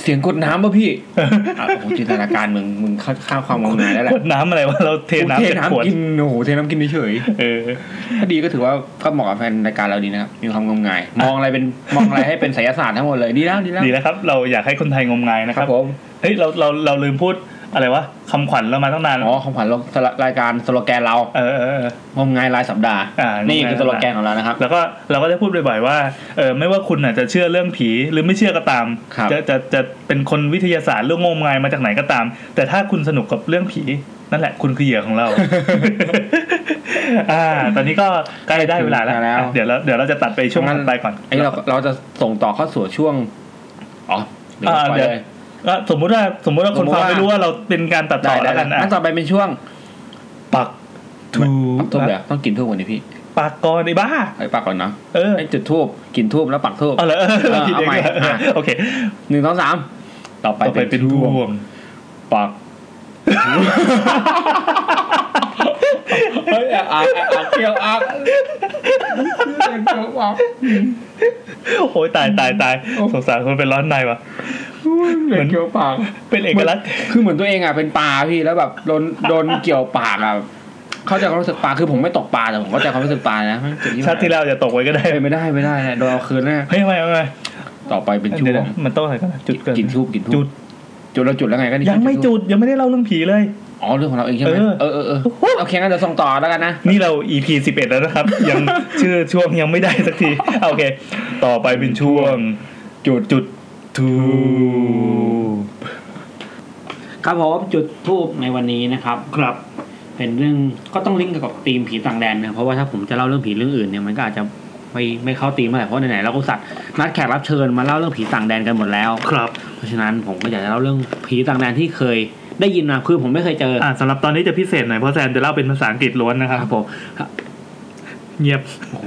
Speaker 1: เสียงกดน้ำป่ะพี่อ่ะโอ้โหจินตนาการมึงมึงเข้าข้ามความงมงายแล้วแห
Speaker 2: ข
Speaker 1: ละ
Speaker 2: วดน้ำอะไรวะเราเทน้ำ
Speaker 1: โอ้โหเท
Speaker 2: เป็นขวด
Speaker 1: น้ำกินโอ้โหเทน้ำกินเฉย
Speaker 2: เออ
Speaker 1: ๆถ้าดีก็ถือว่าก็เหมาะกับแฟนรายการเราดีนะครับมีความงมงาย มองอะไรเป็นมองอะไรให้เป็นไสยศาสตร์ทั้งหมดเลยดีแล้วดีแล้ว
Speaker 2: ดีแล้วครับ เราอยากให้คนไทยงมงายนะ
Speaker 1: ค
Speaker 2: ค
Speaker 1: รั
Speaker 2: รับบ
Speaker 1: ผม
Speaker 2: เฮ้ยเราเราเราลืมพูดอะไรวะคำขวัญเรามาตั้งนาน
Speaker 1: อ๋อของขวัญเราสละรายการสโลแกนเรา
Speaker 2: เออเออเออ
Speaker 1: งมงายรายสัปดาห์
Speaker 2: อ่านี่
Speaker 1: นี่คือสโลแกนของเรานะครับ
Speaker 2: แล้วก็เราก็ได้พูดบ่อยๆว่าเออไม่ว่าคุณอาจจะเชื่อเรื่องผีหรือไม่เชื่อก็ตาม
Speaker 1: ครับ
Speaker 2: จะจะจะเป็นคนวิทยาศาสตร์เรื่องงมงายมาจากไหนก็ตาม แต่ถ้าคุณสนุกกับเรื่องผี นั่นแหละคุณคือเหยื่อ ของเรา อ่า ตอนนี้ก็ใกล้ได้เวลาแล้วอ่ะเดี๋ยวเราเดี๋ยวเราจะตัดไปช่วงถัดไปก่อน
Speaker 1: ไอ้เราเราจะส่งต่อเข้าสู่ช่วง อ๋อเดี๋ยว
Speaker 2: อ่า
Speaker 1: ปล่อย
Speaker 2: เดี๋ยว
Speaker 1: เลย
Speaker 2: ก็สมมุติว่าสมมุติว่าคนฟัง
Speaker 1: สมมุติว่า
Speaker 2: ไม่รู้ว่าเราเป็นการตัดต่อ
Speaker 1: ได้ได้
Speaker 2: แล้วกันอ่ะ
Speaker 1: อันต่อไปเป็นช่วง
Speaker 2: ปักทูบ
Speaker 1: ทูบเดี๋ยวต้องกินทูบก่อนดิพี่
Speaker 2: ปักก่อนไอ้บ้า
Speaker 1: ไอ้ปากก่อนเนาะ
Speaker 2: เออ
Speaker 1: ไอ้จุดทูบกินทูบแล้วปักทูบ
Speaker 2: เอาเหรอ
Speaker 1: เออ
Speaker 2: ผิดเอง
Speaker 1: เอาใหม่อ่ะ
Speaker 2: โอเค
Speaker 1: หนึ่งสองสามต่อไป
Speaker 2: ต่อไป
Speaker 1: เป็
Speaker 2: เป็น
Speaker 1: น
Speaker 2: ทู
Speaker 1: ทูบบ ปั กเฮ้ยอ่ะอ่ะอ่ะเกี่ยวอ่ะ
Speaker 2: โอ้ยตายตายตายสงสารคนเป็นร้อนในว่ะ
Speaker 1: เหมือนเกี่ยวปาก
Speaker 2: เป็นเอกลักษณ์
Speaker 1: คือเหมือนตัวเองอ่ะเป็นปลาพี่แล้วแบบโดน โดนเกี่ยวปากอ่ะเข้าใจความรู้สึกปลาคือผมไม่ตกปลาแต่ผมเข้าใจความรู้สึกปลานะมันเจ็บยิ่ง
Speaker 2: ชาติที่แล้วจะตกไว้ก็ได้
Speaker 1: เอ้ยไม่ได้ไม่ได้นะโดนเอาคืนแน่
Speaker 2: เฮ้ยไม่ไม่ไม่
Speaker 1: ต่อไปเป็นช่
Speaker 2: เดี๋ยว
Speaker 1: วง
Speaker 2: นะมันต้องอะไรกันนะจุดเกิน
Speaker 1: กินทูบกินทูบ
Speaker 2: จุด
Speaker 1: จุดแล้วจุดแล้วไงก็นี่
Speaker 2: ยังไม่จุดยังไม่ได้เล่าเรื่องผีเลย
Speaker 1: อ๋อเรื่องของเราเองใช่ไหม
Speaker 2: เออ
Speaker 1: เออเออเออโอเคงั้นเดี๋ยวส่งต่อแล้วกันนะ
Speaker 2: นี่เรา EP สิบเอ็ดแล้วนะครับ ยัง ชื่อช่วงยังไม่ได้สักทีเอาโอเค ต่อไปเป็นช่วง จุดจุดทู
Speaker 3: ครับผมจุดทูบในวันนี้นะครับ
Speaker 2: ครับ
Speaker 3: เป็นเรื่องก็ต้องลิงก์กับธีมผีต่างแดนนะเพราะว่าถ้าผมจะเล่าเรื่องผีเรื่องอื่นเนี่ยมันก็อาจจะไม่ไม่เข้าธีมเท่าไหร่เพราะไหนๆเราก็สัตว์นัดแขกรับเชิญมาเล่าเรื่องผีต่างแดนกันหมดแล้ว
Speaker 2: ครับ
Speaker 3: เพราะฉะนั้นผมก็อยากจะเล่าเรื่องผีต่างแดนที่เคยได้ยินมาคือผมไม่เคยเจอ
Speaker 2: อ่าสำหรับตอนนี้จะพิเศษหน่อยเพราะแซนจะเล่าเป็นภาษาอังกฤษล้วนนะครับ
Speaker 3: ครับผม
Speaker 2: เงียบ
Speaker 3: โอ้โห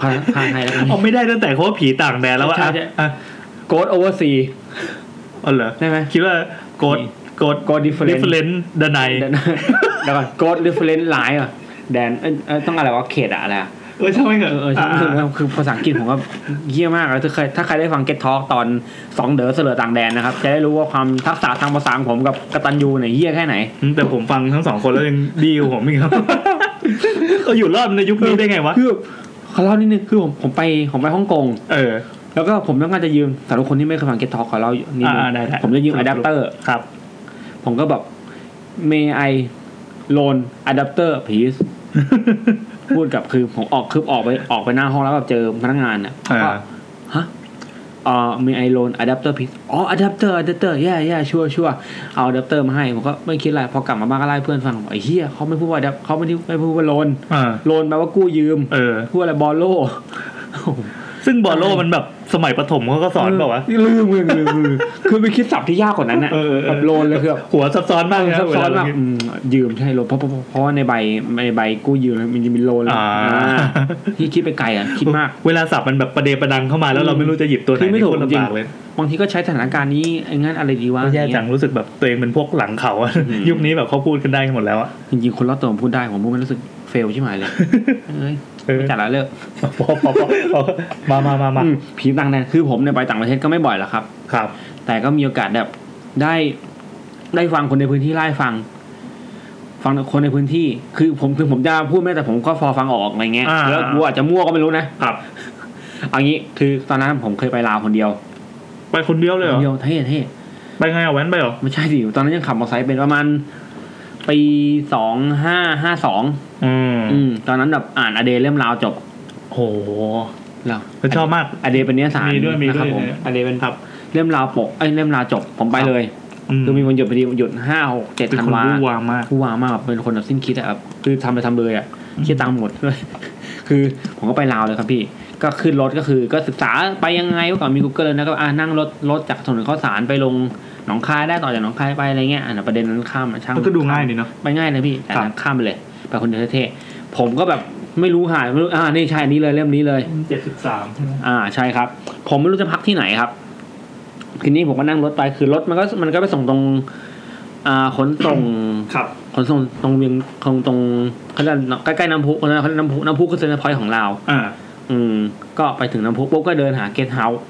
Speaker 3: พาพาไทยแล้วกัน
Speaker 2: เอาไม่ได้ตั้งแต่เขาว่าผีต่างแดนแล้วว่าอ่ะอ่ะ
Speaker 1: โกดโอเวอร์ซี
Speaker 2: อ๋อเหรอ
Speaker 1: ได้ไหม
Speaker 2: คิดว่าโกดโกด
Speaker 1: โกดดิฟเฟอ
Speaker 2: ดิ
Speaker 1: เรน
Speaker 2: ฟ
Speaker 1: ซ์
Speaker 2: เลนดนาย
Speaker 1: เดี๋ยวนะเดี๋ยวก่อนโกดดิฟเฟอเรนซ์หลายเหรอ่ะแดนเอ้ยเอ้ยต้องอะไรวะเขตอะอะไรอะ
Speaker 2: เออใช่ไหมเหร
Speaker 1: เออเออใช่
Speaker 2: อ่ะอ่ะ
Speaker 1: คือภาษาอังกฤษผมก็เยี่ยมากแล้วถ้าใครถ้าใครได้ฟัง Get Talk ตอนสองเดอเสลอต่างแดนนะครับ จะได้รู้ว่าความทักษะทางภาษาของผมกับกตันยูเนี่ยเยี่ยแค่ไหน
Speaker 2: อืมแต่ผมฟังทั้งสองคนแล้วยังดีกว่าผม อีกครับ เอออยู่รอดในยุคนี้ได้ไงวะ
Speaker 1: คือเขาเล่านิดนึงคือผมผมไปผมไปฮ่องกง
Speaker 2: เออ
Speaker 1: แล้วก็ผมต้องการจะยืมสำหรับคนที่ไม่เคยฟัง Get Talk ขอเล่านิดนึง
Speaker 2: อ่าได้ได้
Speaker 1: ผมจะยืมอะแดปเตอร์
Speaker 2: ครับ
Speaker 1: ผมก็แบบ May I loan adapter please พูดกับคือผมออกคือออกไปออกไปหน้าห้องแล้วแบบเจอพนักงานอ่ะ
Speaker 2: อ่า
Speaker 1: ก็ เอ่อมีไอโลนอะแดปเตอร์พิซอ๋ออะแดปเตอร์อะแดปเตอร์แย่แย่ชัวชัวเอาอะแดปเตอร์มาให้ ผมก็ไม่คิดอะไร พอกลับมาบ้านก็ไล่เพื่อนฟังบอกไอ้เหี้ยเขาไม่พูดว่า adapt เขาไม่ได้ไม่พูดว่าโลน
Speaker 2: อ่า
Speaker 1: โลนแปลว่ากู้ยืม
Speaker 2: เออ
Speaker 1: พูดอะไรบอลโล่
Speaker 2: ซึ่งบอลโลมันแบบสมัยประถมเขาก็สอนบอกว่าวะ
Speaker 1: ลืมลืมลืมลืมคือไปคิดศัพท์ที่ยากกว่านั้นน่ะ
Speaker 2: เออเออเออ
Speaker 1: แบบโลนเลยคือแบบ
Speaker 2: หัวซับซ้อนมากเลยะ
Speaker 1: ซับซ้อน
Speaker 2: เวล
Speaker 1: มาก
Speaker 2: เรคิด
Speaker 1: อืมยืมใช่โลนเพราะเพราะเพราะว่าในใบในใบกู้ยืมมันจะมีโลนแล้ว
Speaker 2: อ่า
Speaker 1: ที่คิดไปไกลอ่ะคิดมาก
Speaker 2: เวลาสับมันแบบประเดประดังเข้ามาแล้วเราไม่รู้จะหยิบตัวไหน
Speaker 1: คือไม่ถูก
Speaker 2: ที่คน
Speaker 1: จริง
Speaker 2: ลำบากเลย
Speaker 1: บางทีก็ใช้สถานการณ์นี้ไอ้งั้นอะไรดีวะ
Speaker 2: แย่จังรู้สึกแบบตัวเองเป็นพวกหลังเขาอะ
Speaker 1: อืม
Speaker 2: ยุคนี้แบบเขาพูดกันได้กันหมดแล้วอะ
Speaker 1: จริงๆ คนรอบตัวผมพูดได้ ผมพูดไม่รู้สึกเฟลใช่ไหม เลย เอ้ย
Speaker 2: เออ
Speaker 1: ไม่จัดละเลิก
Speaker 2: พอพอพอพอมามามามา
Speaker 1: อืมผีต่างแดนคือผมเนี่ยไปต่างประเทศก็ไม่บ่อยหรอกครับ
Speaker 2: ครับ
Speaker 1: แต่ก็มีโอกาสแบบได้ได้ฟังคนในพื้นที่ไล่าให้ฟัง ฟังคนในพื้นที่คือผมคือผมจะพูดไม่ได้แต่ผมก็พอฟังออกอะไรเงี้ย
Speaker 2: อ่า
Speaker 1: แล้วกูอาจจะมั่วก็ไม่รู้นะครับ เอางี้คือตอนนั้นผมเคยไปลาวคนเดียว
Speaker 2: ไปคนเดียวเลยเหร
Speaker 1: ค
Speaker 2: อน
Speaker 1: เดียวเท่เท่
Speaker 2: ไปไงอ่ะแว้นไปเหรอ
Speaker 1: ไม่ใช่สิตอนนั้นยังขับมอเตอร์ไซค์เป็นประมาณปีสองห้าห้าสอง
Speaker 2: อืม
Speaker 1: อืมตอนนั้นแบบอ่านอเดเล่มลาวจบ
Speaker 2: โอ้โห
Speaker 1: แล้ว
Speaker 2: แล้วชอบมาก
Speaker 1: อเดเป็นนิยสาร
Speaker 2: มีด้วยมี
Speaker 1: นะค
Speaker 2: ด้
Speaker 1: รั
Speaker 2: วย
Speaker 1: ผม
Speaker 2: นะ
Speaker 1: อเดเป็นเล่มลาวปกไอ้ยเล่มลาวจบผมไป
Speaker 2: ครับ
Speaker 1: เลย คือมีวันหยุดพอดีวันหยุดห้าหกเจ็ด
Speaker 2: เป็น
Speaker 1: ธัน
Speaker 2: คน
Speaker 1: วา
Speaker 2: รู้วามาก
Speaker 1: ผู้วามากแบบเป็นคนแบบสิ้นคิดอะแบบคือทำไปทำเลยอะ
Speaker 2: อืม
Speaker 1: คิดตังค์หมดเลย คือผมก็ไปลาวเลยครับพี่ ก็ขึ้นรถก็คือก็ศึกษาไปยังไงเมื่อก่อนมี Google แล้วก็อ่านั่งรถรถจากถนนข้าวสารไปลงหนองคายได้ต่อจากหนองคายไปอะไรเงี้ยอ่ะประเด็นนั้นข้ามอะช่าง
Speaker 2: มันก็ดูง่ายดีเนาะ
Speaker 1: ไปง่ายเลยพี่แต่
Speaker 2: ครับ
Speaker 1: นั้นข้ามไปเลยไปคนเดียวเท่ๆผมก็แบบไม่รู้หายไม่รู้อ่านี่ใช่อันนี้เลยเล่มนี้เลย
Speaker 2: เจ็ดสิบสามใช่ไหม
Speaker 1: อ่าใช่ครับ ผมไม่รู้จะพักที่ไหนครับ ทีนี้ผมก็นั่งรถไปคือรถมันก็มันก็ไปส่งตรง อ่าขนส่ง
Speaker 2: ครับ
Speaker 1: ขนส่งตรงเวียงตรงตรงเขาเรียกใกล้ๆน้ำพุเขาเรียกน้ำพุน้ำพุคือเซ็นทรัลพอยต์ของเราว
Speaker 2: อ่า
Speaker 1: อืม ก็ไปถึงน้ำพุปุ๊บก็เดินหาเกสเฮาส์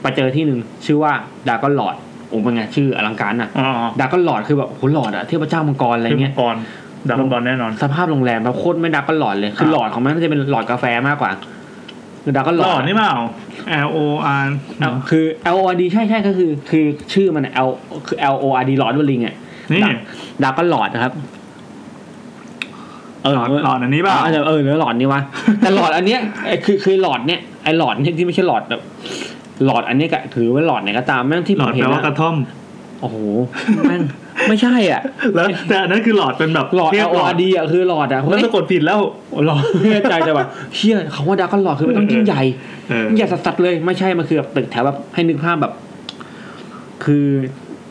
Speaker 1: ไปเจอที่หนึ่งชื่อว่าดากอนหลอดโอ้เป็นไงชื่ออลังการอ่ะ
Speaker 2: อ๋อ
Speaker 1: ดากอนหลอดคือแบบโอ้โหหลอดอะเทพเจ้ามังกรอะไร
Speaker 2: ขึ้น
Speaker 1: เงี้ย
Speaker 2: บอลดาบอลแน่นอน
Speaker 1: สภาพโรงแรมแบบโคตรไม่ดากอนหลอดเลยคือ
Speaker 2: ครับ
Speaker 1: หลอดของมันน่าจะเป็นหลอดกาแฟมากกว่าคือดากอนหล
Speaker 2: หล่
Speaker 1: อ
Speaker 2: อ
Speaker 1: ด
Speaker 2: นี่เปล่า L O R
Speaker 1: เอาคือ L O R D ใช่ใช่ก็คือ คือชื่อมันอะ L คือ L O R D หลอดวลิงอ่ะ
Speaker 2: นี่
Speaker 1: ดักดักก็หลอดนะครับ เออ
Speaker 2: หลอดหลอดอันนี้เปล่า
Speaker 1: เอาเออเนื้อหลอดนี่วะ แต่หลอดอันเนี้ยไอ้คือคือหลอดเนี้ยไอหลอดเนี้ยที่ไม่ใช่หลอดแบบหลอดอันเนี้ยก็ถือว่าหลอดไหนก็ตามแม่งที่
Speaker 2: ห
Speaker 1: ผ
Speaker 2: ลอ
Speaker 1: ม
Speaker 2: ด
Speaker 1: เห็
Speaker 2: แปล
Speaker 1: น
Speaker 2: ว่าก
Speaker 1: อะ
Speaker 2: ระท่อม
Speaker 1: โอ้โหแม่งไม่ใช่อ่ะ
Speaker 2: แล้วแต่อันนั้นคือหลอดเป็นแบบ
Speaker 1: หลอด
Speaker 2: เทพ
Speaker 1: L
Speaker 2: ห
Speaker 1: O
Speaker 2: ลอด
Speaker 1: R D อ่ะคือหลอดอ่ะ
Speaker 2: มัน
Speaker 1: เฮ้ย
Speaker 2: สะกดผิดแล้ว
Speaker 1: หลอดเพื่อใจจะแบบเฮียคำว่าดักก็หลอดคือมันต้องยิ่งใหญ่
Speaker 2: เออ
Speaker 1: อย่าสัดๆเลยไม่ใช่มันคือแบบตึกแถวแบบให้นึกภาพแบบ คือ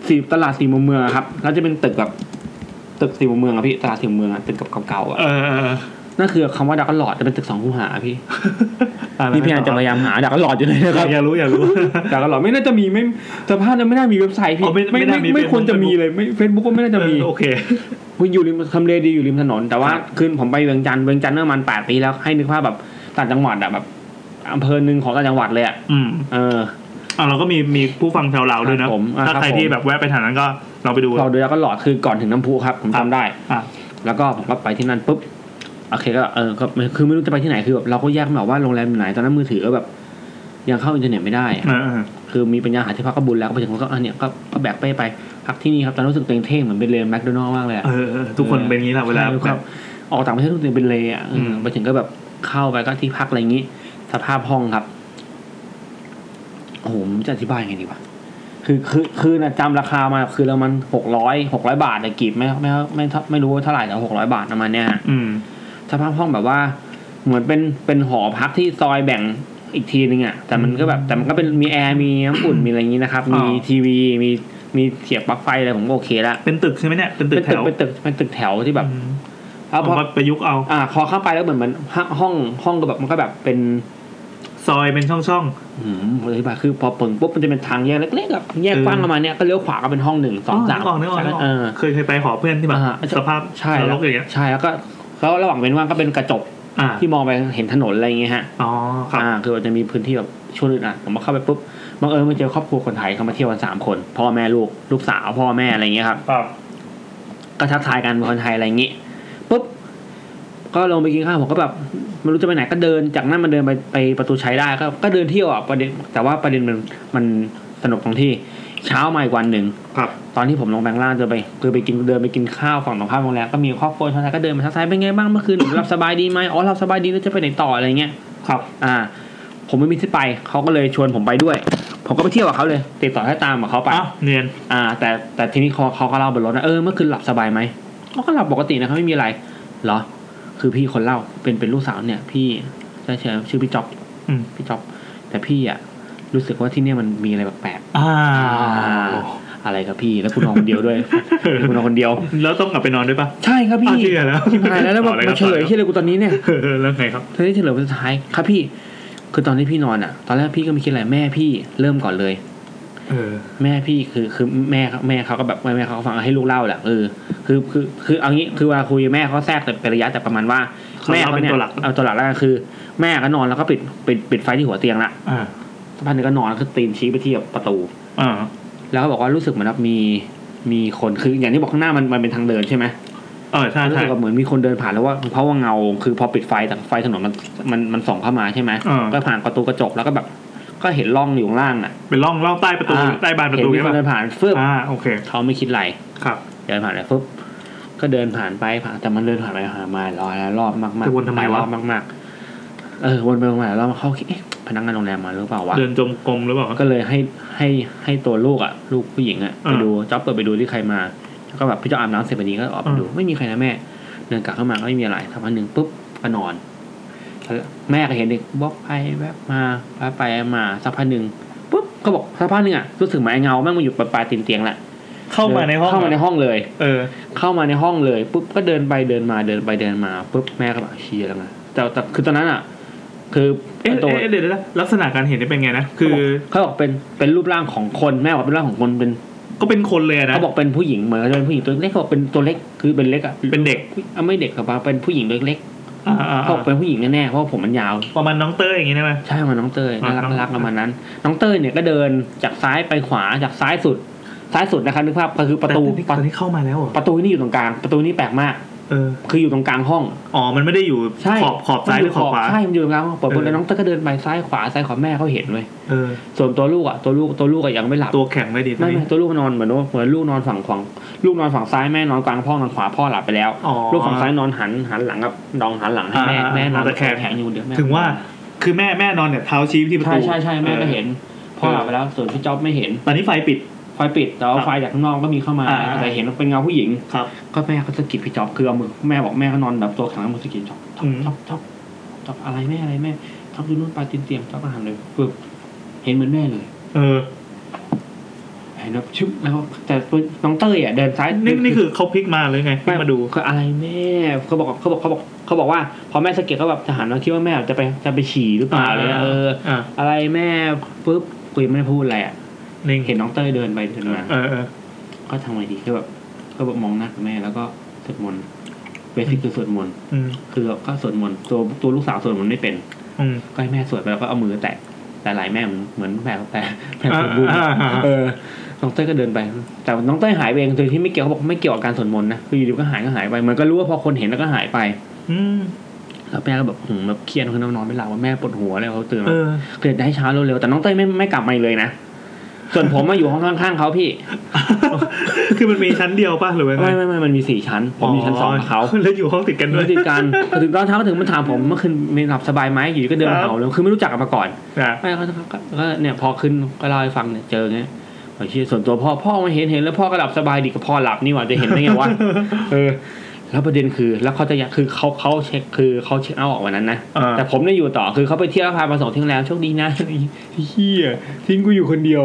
Speaker 1: สี่ตลาดสี่มุมเมืองอะครับ แล้วจะเป็นตึกแบบตึกสี่มุมเมืองอะพี่ตลาดสี่มุมเมืองอะตึกเก่าๆอะ
Speaker 2: เออเออ
Speaker 1: นั่นคือคำว่าดักหลอดจะเป็นตึกสองคูหาอะพี่
Speaker 2: อ่แล้ว
Speaker 1: นี่พี่อันจะพยายามหาดักหลอดอยู่เลยนะครับ
Speaker 2: อยากรู้อยากรู้
Speaker 1: ดักหลอดไม่น่าจะมีไม่สภาพจะไม่น่ามีเว็บไซต์พี่
Speaker 2: อ๋อไม่ไม่น่ามี
Speaker 1: ไม่
Speaker 2: Facebook
Speaker 1: ควรจะมีเลยไม่เฟซบุ๊กก็ไม่น่าจะมี
Speaker 2: เออโอเค
Speaker 1: คุณอยู่ริมทำเลดีอยู่ริมถนน แต่ว่า
Speaker 2: ครับ
Speaker 1: คืนผมไปเวียงจันทร์เวียงจันทร์เมื่อประมาณแปดปีแล้วให้นึกภาพแบบต่างจังหวัดอะแบบอำเภอหนึ่งของต่างจังหวัดเลยอะ
Speaker 2: อืม
Speaker 1: เออ
Speaker 2: อ่าเราก็มีมีผู้ฟังชาวลาวด้วยนะ
Speaker 1: ครับผมอ่ะ
Speaker 2: ถ้าใคร
Speaker 1: ครับผม
Speaker 2: ที่แบบแวะไปทางนั้นก็ลองไปดู
Speaker 1: เราดูแล้วก็หลอดคือก่อนถึงน้ำพุครับผม
Speaker 2: ครับ
Speaker 1: จำได้
Speaker 2: อ่ะ
Speaker 1: แล้วก็ผมก็ไปที่นั่นปุ๊บโอเคก็เออก็ไม่คือไม่รู้จะไปที่ไหนคือแบบเราก็แยกไม่ออกว่าโรงแรมอยู่ไหนตอนนั้นมือถือก็แบบ ยังเข้าอินเทอร์เน็ตไม่ได้อะ
Speaker 2: เออเออ
Speaker 1: คือมีปัญญาหาที่พักก็บุญแล้วก็ไปถึงก็เออเนี่ยก็ก็แบกไปไปพักที่นี่ครับตอนนั้นรู้สึกตัวเองเท่เหมือนเป็นเลนแมคโดนัลล์มากเลยอะ
Speaker 2: เออเออ ทุกคนเป็นอย่างนี้แหละเวลา
Speaker 1: ใช่
Speaker 2: แบ
Speaker 1: ครับ บออกต่างประเทศรู้สึกเป็นเลนอะเออ
Speaker 2: ม
Speaker 1: ไปถึงก็แบบเข้าไปก็ที่พักอะไรอย่างงี้สภาพห้องครับโอ้โหผมจะอธิบายยังไงดีวะคือคือคือนะจำราคามาคือละมันหกร้อยหกร้อยบาทแต่กีบไม่ไม่ไม่เท่าไม่รู้ว่าเท่าไหร่แต่หกร้อยบาทประมาณเนี้ยฮะ
Speaker 2: อืม
Speaker 1: สภาพห้องแบบว่า เหมือนเป็นเป็นหอพักที่ซอยแบ่งอีกทีนึงอะ่ะแต่มันก็แบบแต่มันก็เป็นมีแอร์มีน้ำอุ่น มีอะไรอย่างนี้นะครับ
Speaker 2: อ๋
Speaker 1: มี
Speaker 2: อ
Speaker 1: ทีวีมีมีเสียบปลั๊กไฟอะไรผมก็โอเคละ
Speaker 2: เป็นตึกใช่ไหมเนี่ย เป็นตึ
Speaker 1: เป็
Speaker 2: ก
Speaker 1: น
Speaker 2: แถ
Speaker 1: ตึก
Speaker 2: ว
Speaker 1: เป็นตึกเป็นตึกแถวที่แบบ
Speaker 2: อืม
Speaker 1: แล้ว
Speaker 2: ผ
Speaker 1: พ
Speaker 2: ม
Speaker 1: อ
Speaker 2: ก็ประยุกต์เอา
Speaker 1: อ่าพอเข้าไปแล้วเหมือนมันห้องห้องก็แบบมันก็แบบเป็น
Speaker 2: ซอยเป็นช่องช่อง
Speaker 1: อืมผมอธิบายคือพอเปิงปุ๊บมันจะเป็นทางแยกเล็กๆแบบแยกกว้าง
Speaker 2: เออ
Speaker 1: ประมาณเนี้ยก็เลี้ยวขวาก็เป็นห้องหนึ่งสองสาม
Speaker 2: นึกออกนึกออกนึกออก
Speaker 1: เออ
Speaker 2: เคยเคยไปหอเพื่อนที่แบบ
Speaker 1: อ่า
Speaker 2: สภาพ
Speaker 1: ใช่
Speaker 2: นร
Speaker 1: แล้ว
Speaker 2: กอย่างเงี้ย
Speaker 1: ใช่แล้วก็แล้วระหว่างเว้นว่างก็เป็นกระจก
Speaker 2: อ่า
Speaker 1: ที่มองไปเห็นถนนอะไรอย่างเงี้ยฮะ
Speaker 2: อ๋อครับ
Speaker 1: อ่าคือมันจะมีพื้นที่แบบช่วงนึงอ่ะผมมาเข้าไปปุ๊บบังเอิญมาเจอครอบครัวคนไทยเขามาเที่ยวกันสามคน พ่อแม่ลูกลูกสาวพ่อแม่อะไรอย่างเงี้ยครับ
Speaker 2: ครับ
Speaker 1: ก็ทักทายกันเป็นคนไทยอะไรอย่างงี้ปุ๊บก็ลงไปกินข้าวผมก็แบบไม่รู้จะไปไหนก็เดินจากนั้นมันเดินไปไปประตูชัยได้ก็ก็เดินเที่ยวอ่ะประเด็นแต่ว่าประเด็นมันมันสนุกตรงที่เช้ามาอีกวันหนึ่ง
Speaker 2: ครับ
Speaker 1: ตอนที่ผมลงแบงค์ล่างจะไปคือไปกินเดินไปกินข้าวฝั่งตรงข้ามโรงแรมก็มีครอบครัวชาวไทยก็เดินมาทักทายเป็นไงบ้างเมื่อคืน หลับสบายดีไหมอ๋อหลับสบายดีแล้วจะไปไหนต่ออะไรเงี้ย
Speaker 2: ครับ
Speaker 1: อ่า ผมไม่มีที่ไปเขาก็เลยชวนผมไปด้วย ผมก็ไปเที่ยวกับเขาเลย ติดต่อให้ตามกับเขาไป
Speaker 2: อ้าวเนียน
Speaker 1: อ่า แต่แต่ทีนี้เขาเขาก็เล่าบนรถนะเออเมื่อคืนหลับสบายไหมเขาก็หลับปกตินะครับไม่มีอะไรเหรอ คือพี่คนเล่าเป็นเป็นลูกสาวเนี่ย พี่ได้ชื่อชื่อพี่จ๊อบ
Speaker 2: อืม
Speaker 1: พี่จ๊อบแต่พี่อ่ะรู้สึกว่าที่เนี่ยมันมีอะไรแปลก
Speaker 2: อ่า
Speaker 1: ๆอะไรครับพี่แล้วคุณนอนคนเดียว ด้วย คุณนอนคนเดียว
Speaker 2: แล้วต้องกลับไปนอนด้วยปะ
Speaker 1: ใช่ครับพี่
Speaker 2: อ้าวเชื่อแล้ว
Speaker 1: ชิบหายแล้วแล้ว
Speaker 2: ต่
Speaker 1: มา
Speaker 2: อเลยครับ
Speaker 1: มาเฉลยที่อะไรกูตอนนี้เนี่ย
Speaker 2: เออแล้วไงครับ
Speaker 1: เธอได้เฉลยวันสุดท้ายครับพี่ คือตอนที่พี่นอนอ่ะ ตอนแรกพี่ก็ไม่คิดอะไรแม่พี่เริ่มก่อนเลย
Speaker 2: เออ
Speaker 1: แม่พี่คือคือแม่เขาแม่เขาก็แบบแม่แม่เขาก็ฟังให้ลูกเล่าแหละเออคือคือคือเอางี้คือเวลาคุยแม่เขาแทรกแต่เป็นระยะแต่ประมาณว่า
Speaker 2: เขา
Speaker 1: แม่
Speaker 2: เล่าเป็นตัวหลัก
Speaker 1: เอาตัวหลักแล้วก็คือ แม่ก็นอนแล้วก็ปิดปิดปิดไฟที่หัวเตียงละ
Speaker 2: อ่า
Speaker 1: สักพักหนึงก็นอนแล้วคือตีนชี้ไปที่ประตู
Speaker 2: อ่า
Speaker 1: แล้วก็บอกว่ารู้สึกเหมือนแบบมีมีคนคืออย่างที่บอกข้างหน้ามันมันเป็นทางเดินใช่ไหม
Speaker 2: เออใช่
Speaker 1: รู้
Speaker 2: ใช่
Speaker 1: สึกว่าเหมือนมีคนเดินผ่านแล้วว่าเพราะว่าเงาคือพอปิดไฟแต่ไฟถนนมันมันมันส่องเข้ามาใช่ไหม
Speaker 2: เออ
Speaker 1: ก็ผ่านประตูกระจกแล้วก็แบบ ก็เห็นร่องอยู่ข้างล่างน่ะ
Speaker 2: เป็นร่องร่องใต้ประตู
Speaker 1: อ่
Speaker 2: ใต้บานประตู
Speaker 1: เห็นมี
Speaker 2: ใช่
Speaker 1: ค
Speaker 2: ปะ
Speaker 1: นเดินผ่านฟึบ
Speaker 2: อ่าโอเค
Speaker 1: เขาไม่คิดอะไร
Speaker 2: ครับ
Speaker 1: เดินผ่านไปฟึบก็เดินผ่านไปผ่านแต่มันเดินผ่านไปผ่านมารอยแล้วรอบมากๆ
Speaker 2: จะวนทำ
Speaker 1: หลายว
Speaker 2: ไมะ
Speaker 1: รอบมากๆเออวนไปวนมาหลายรอบเขาคิดเอ๊ะพนักงานโรงแรมมาหรือเปล่าวะ
Speaker 2: เดินจมกลมหรือเปล่า
Speaker 1: ก็เลยให้ให้ให้ตัวลูกอ่ะ ลูกผู้หญิงอ่ะ
Speaker 2: อ่า
Speaker 1: ไปดูจ๊อบเปิดไปดูที่ใครมาแล้วก็แบบพี่จ๊อบอาบน้ำเสร็จพอดีก็ออกไป
Speaker 2: อ่า
Speaker 1: ดูไม่มีใครนะแม่ เดินกลับเข้ามาก็ไม่มีอะไรทำอันหนึ่งปุ๊บก็นอนแล้วแม่ก็เห็นเด็กบ๊อบไปแวบมาไปไปมาสักพักหนึ่งปุ๊บก็บอกสักพักหนึ่งอ่ะรู้สึกเหมือนไอ้เงาแม่งมาอยู่ปลายปลายตีนเตียงแหละ
Speaker 2: เข้ามาในห้อง
Speaker 1: เข้ามาในห้องเลย
Speaker 2: เออ
Speaker 1: เข้ามาในห้องเลยปุ๊บก็เดินไปเดินมาเดินไปเดินมาปุ๊บแม่ก็แบบเชียแล้วไงแต่แต่คือตอนนั้นอ่ะ คือ
Speaker 2: เอ๊ะ
Speaker 1: ไอ้ตัว
Speaker 2: เอ๊ะเอ๊ะเดี๋ยวนะลักษณะการเห็นนี่เป็นไงนะ คือ
Speaker 1: เขาบอกเป็นเป็นรูปร่างของคนแม่บอกเป็นรูปร่างของคนเป็น
Speaker 2: ก็เป็นคนเลยอะนะ
Speaker 1: เขาบอกเป็นผู้หญิงเหมือนจะเป็นผู้หญิงตัวเล็กเขาบอกเป็นตัวเล็กคือเป็นเล็กอ่ะ
Speaker 2: เป็นเด็ก
Speaker 1: อ่ะไม่เด็กครับเป็นผู้หญิงเล็ก
Speaker 2: อ่าอ่า
Speaker 1: ๆเขาบ
Speaker 2: อ่า
Speaker 1: อกเป็นผู้หญิงแน่ๆเพราะว่าผมมันยาว
Speaker 2: ประมาณน้องเต้ยอย่างงี้ได้ไหม
Speaker 1: ใช่มันน้องเตย
Speaker 2: อ่า
Speaker 1: น่ารัก
Speaker 2: น้อง
Speaker 1: น่ารักประมาณนั้น น้องเตยเนี่ยก็เดินจากซ้ายไปขวาจากซ้ายสุด ซ้ายสุดนะครับนึกภาพก็คือประตู
Speaker 2: แต่ตอนนี้เข้ามาแล้วเหรอ
Speaker 1: ประตูนี่อยู่ตรงกลาง ประตูนี่แปลกมาก
Speaker 2: เออ
Speaker 1: คืออยู่ตรงกลางห้อง
Speaker 2: อ๋อ มันไม่ได้อยู่
Speaker 1: ใช่
Speaker 2: ขอบขอบซ้ายหรือขอบขวา
Speaker 1: ใช่มันอยู่ตรงกลางห้องเปิดปุ๊บ
Speaker 2: เออ
Speaker 1: แล้วน้องเตยก็เดินไปซ้ายขวาซ้ายขวาแม่เขาเห็นเลย
Speaker 2: เออ
Speaker 1: ส่วนตัวลูกอ่ะตัวลูกตัวลูกอ่ะยังไม่หลับ
Speaker 2: ตัวแข็งไม่ดีตัว
Speaker 1: ไม่
Speaker 2: นี้
Speaker 1: ไม่ตัวลูกนอนเหมือนว่าเหมือนลูกนอนฝั่งขวางลูกนอนฝั่งซ้ายแม่นอนกลางพ่อนอนขวาพ่อหลับไปแล้ว
Speaker 2: อ๋อ
Speaker 1: ลูกฝั่งซ้ายนอนหันหันหลังกับดองหันหลังให้แม่
Speaker 2: อ่าอ่า
Speaker 1: แม่นอน
Speaker 2: ตะแคง
Speaker 1: แข็งอยู่เดี๋ยวแม่
Speaker 2: ถึงว่า คือแม่แม่นอนเนี่ยเท้าชี้ไปที่ประ
Speaker 1: ใช่
Speaker 2: ตู
Speaker 1: ใช่ใช่แม่ก็เห็นพ่อหลับไปแล้วส่วนพี่จ๊อบไม่เห็น
Speaker 2: ตอนนี้ไฟปิด
Speaker 1: ไฟปิดแต่ว่าไฟจากข้างนอกก็มีเข้ามา
Speaker 2: อ่าอ่า
Speaker 1: แต่เห็นเป็นเงาผู้หญิง
Speaker 2: ครับ
Speaker 1: ก็แม่ก็สะกิดพี่จ๊อบคือเอามือแม่บอกแม่ก็นอนแบบตัวแข็งแล้วมือสะกิดจ๊อบ
Speaker 2: อืม
Speaker 1: จ๊อบจ๊อบจ๊อบอะไรแม่อะไรแม่จ๊อบอยู่นู่นปลายตีนเตียงจ๊อบก็หันเลยปึ๊บเห็นเหมือนแม่เลย
Speaker 2: เออ
Speaker 1: เห็นแบบชึบแล้วก็แต่ตัวน้องเต้ยอ่ะเดินซ้าย
Speaker 2: นี่นี่คือเขาพลิกมาเลยไงพลิกมาดู
Speaker 1: ก็อะไรแม่เขาบอกเขาบอกเขาบอกเขาบอกว่า พอแม่สะเก็ดก็แบบทหารมาคิดว่าแม่จะไปจะไปฉี่หรือเปล่าอะไรเลยเออ
Speaker 2: อ่า
Speaker 1: อะไรแม่ปุ๊บคุยไม่ได้พูดอะไรอ่ะ
Speaker 2: นิ่ง
Speaker 1: เห็นน้องเต้ยเดินไปเดินมา
Speaker 2: เออเออ
Speaker 1: ก็ทำไงดีก็แบบก็แบบมองหน้ากับแม่แล้วก็สวดมนต์เบสิกคือสวดมนต์
Speaker 2: อืม
Speaker 1: คือก็สวดมนต์ตัวตัวลูกสาวสวดมนต์ไม่เป็น
Speaker 2: อืม
Speaker 1: ก็ให้แม่สวดไปแล้วก็เอามือแตะแต่หลายแม่เหมือนเหมือนแม่แต่แม่
Speaker 2: อ่า
Speaker 1: สวดบุญ
Speaker 2: อ่าอ่า
Speaker 1: เออน้องเต้ยก็เดินไป แต่น้องเต้ยหายไปเองโดยที่ไม่เกี่ยวเขาบอกไม่เกี่ยวกับการสวดมนต์นะคืออยู่ดีก็หายก็หายไปเหมือนก็รู้ว่าพอคนเห็นแล้วก็หายไป
Speaker 2: อืม
Speaker 1: แล้วแม่ก็แบบหืมแบบเครียดคือนอนไม่หลับว่าแม่ปวดหัวเลยเขาตื่นมา
Speaker 2: เอ อ
Speaker 1: เกิดได้เช้าเร็วๆแต่น้องเต้ยไม่ไม่กลับมาอีกเลยนะ ส่วนผมมาอยู่ห้องข้างๆเขาพี่
Speaker 2: คือมันมีชั้นเดียวป่ะหรือว่า
Speaker 1: ไม่ไม่ไม่มันมีสี่ชั้น ผมอยู่ชั้นสองกับเขา
Speaker 2: แล้วอยู่ห้องติดกันด้
Speaker 1: เมื่
Speaker 2: ว
Speaker 1: อย ติดกันพอถึงตอนเช้าก็ถึงมาถามผมเมื่อคืนมีหลับสบายไหมอยู่ดีก็เดินมาเห่าเลยคือไม่รู้จักกันมาก่อน
Speaker 2: อ่ะ
Speaker 1: ไม่เขาก็ก็เนี่ยพอขึ้นก็เล่าให้ฟังเนี่ยเจอเงี้ยไอ้เชี่ยส่วนตัวพ่อพ่อมาเห็นเห็นแล้วพ่อก็หลับสบายดีกับพ่อหลับนี่หว่าจะเห็นได้ไง วะเออ แล้วประเด็นคือแล้วเขาจะยังคือเขาเขาเช็คคือเขาเช็คเอาท์ออกวันนั้นนะ
Speaker 2: อ่า
Speaker 1: แต่ผมได้อยู่ต่อคือเขาไปเที่ยวแล้วพามาส่งที่โรงแรมโชคดีนะ เฮียทิ้งกูอยู่คนเดียว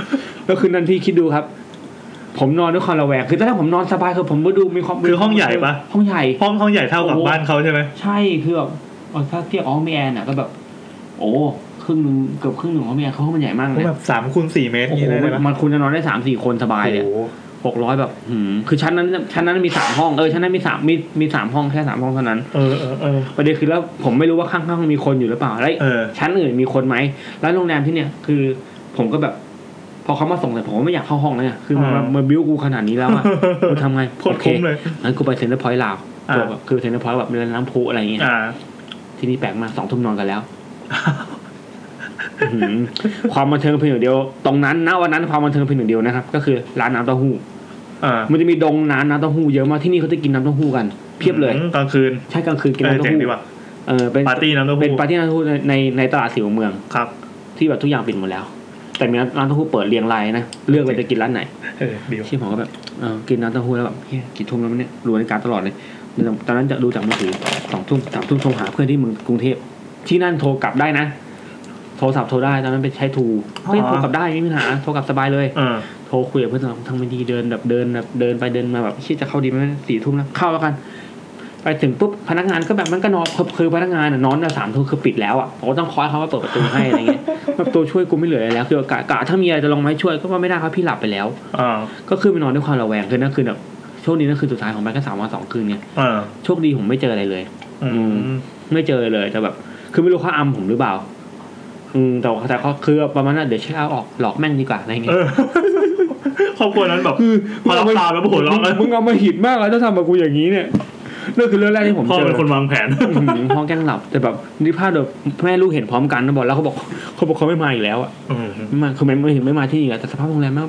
Speaker 1: แล้วคืนนั้นพี่คิดดูครับ ผมนอนด้วยความระแวงคือถ้าผมนอนสบายคือผมก็ดูมีความ
Speaker 2: คือห้องใหญ่ปะ
Speaker 1: ห้องใหญ่
Speaker 2: ห้องห้องใหญ่เท่ากับ
Speaker 1: โอ้โห
Speaker 2: บ้านเขาใช่ไหม
Speaker 1: ใช่คือแบบเอาถ้าเทียบกับห้องพี่แอนน่ะก็แบบ โอ้ครึ่งหนึงเกือบครึ่งหนึ่งของพี่แอนเขาห้องมันใหญ่มากเลย
Speaker 2: แบบสามคูณสี่เมตรอ
Speaker 1: โอ้
Speaker 2: ย่าง
Speaker 1: โห
Speaker 2: งี้ได้ไหม
Speaker 1: มันคุณจะนอนได้สามสี่คนสบายเลย
Speaker 2: โอ้โห
Speaker 1: หกร้อยแบบหืมคือชั้นนั้นชั้นนั้นมีสามห้องเออชั้นนั้นมีสามมีมีสามห้องแค่สามห้องเท่านั้น
Speaker 2: เออเออเออ
Speaker 1: ประเด็นคือแล้วผมไม่รู้ว่าข้างๆมีคนอยู่หรือเปล่าแล้ว
Speaker 2: เออ
Speaker 1: ชั้นอื่นมีคนไหม แล้วโรงแรมที่เนี่ยคือผมก็แบบ พอเขามาส่งแต่ผมก็ไม่อยากเข้าห้องแล้วเนี่ยคือมัน
Speaker 2: อ่ามั
Speaker 1: มันบิ้วกูขนาดนี้ แล้วอะกูทำไง
Speaker 2: โคตรคุ้มเลย
Speaker 1: งั้นกูไปเซ็นเตอร์พอยต์ลาว
Speaker 2: อ่า
Speaker 1: ตัวแบบคือเซ็นเตอร์พอยต์แบบเรือน้ำพุอะไรอย่างเงี้ย
Speaker 2: อ่า
Speaker 1: ที่นี่แปลกมากสองทุ่มนอนกันแล้วอื้อหือความบันเทิงเพียงหนึ่งเดียว ตรงนั้นนะวันนั้นความบันเทิงเพียงหนึ่งเดียวนะครับ ก็คือร้านน้ำเต้าหู้
Speaker 2: อ่า
Speaker 1: มันจะมีดงน้ำน้ำเต้าหู้เยอะมากที่นี่เขาจะกินน้ำเต้าหู้กันเพียบเลย
Speaker 2: อืมกลางคืน
Speaker 1: ใช่กลางคืนกิน
Speaker 2: เออ
Speaker 1: น้ำเต้า
Speaker 2: เจ๋ง
Speaker 1: หู้
Speaker 2: ดีว่ะ
Speaker 1: เออเป็น
Speaker 2: ปาร์ตี้น้ำเต้า
Speaker 1: เป็น
Speaker 2: หู้
Speaker 1: ปาร์ตี้น้ำเต้าหู้ในในในตลาดสี่หัวเมือง
Speaker 2: ครับ
Speaker 1: ที่แบบทุกอย่างปิดหมดแล้ว แต่มีร้านเต้าหู้เปิดเรียงรายนะ เลือกเลยจะกินร้านไหน
Speaker 2: เออดีว่ะ
Speaker 1: เชี่ยผมก็แบบเออกินร้านเต้าหู้แล้วแบบเฮียกี่ทุ่มแล้ววะเนี่ยดูนาฬิกาตลอดเลยตอนนั้นจะดูจากมือถือสองทุ่มสามทุ่มโทรหาเพื่อนที่เมืองกรุงเทพที่นั่นโทรกลับได้นะ โทรศัพท์โทรได้ตอนนั้นเป็นใช้ทู
Speaker 2: อ๋อ
Speaker 1: ก็ยังโทรกลับได้ไม่มีปัญหาโทรกลับสบายเลย
Speaker 2: เออ
Speaker 1: โทรคุยกับเพื่อนทางบันดีเดินแบบเดินแบบเดินไปเดินมาแบบเชี่ยจะเข้าดีไหมสี่ทุ่มแล้วเข้าแล้วกัน ไปถึงปุ๊บพนักงานก็แบบมันก็นอนคือคือพนักงานน่ะนอนแต่สามทุ่มคือปิดแล้วอ่ะผมก็ต้องคอยเขามาเปิดประตูให้อะไรเงี้ยแบบตัวช่วยกูไม่เหลืออะไรแล้วคือกะกะถ้ามีอะไรจะลงมาให้ช่วยก็ว่าไม่ได้ครับพี่หลับไปแล้ว
Speaker 2: อ่า
Speaker 1: ก็ขึ้นไปนอนด้วยความระแวงคือนั่นคือแบบโชคดีนั่นคือสุดท้ายของแบงค์ก็สามวันสองคืนเนี่ย
Speaker 2: เออ
Speaker 1: โชคดีผมไม่เจออะไรเลย
Speaker 2: อืม
Speaker 1: ไม่เจอเลยแต่แบบ คือไม่รู้เขาอำผมหรือเปล่า อืมแต่แต่เขาคือประมาณนั้นเดี๋ยวเช็คเอาท์ออกหลอกแม่งดีกว่าอะไรเงี้ย
Speaker 2: เออ ครอบครัวนั้นแบบ
Speaker 1: คือ
Speaker 2: พอรับตามแล้วโมโหร้องแล้ว
Speaker 1: มึงเอามาหิดมากแล้วถ้าทำกับกูอย่างนี้เนี่ยนั่นคือเรื่องแรกที่ผม
Speaker 2: พ่อ
Speaker 1: เจ
Speaker 2: เป็
Speaker 1: อน
Speaker 2: คนวางแผน
Speaker 1: อืมพ่อแกล้งหลับ แต่แบบนี่ภาพแบบแม่ลูกเห็นพร้อมกันนะบอกแล้วเขาบอกเขาบอกเขาไม่มาอีกแล้วอ่ะ
Speaker 2: อืม
Speaker 1: ไม่มาคือไม่ไม่ไม่มาที่นี่แล้วแต่สภาพโรงแรมนะ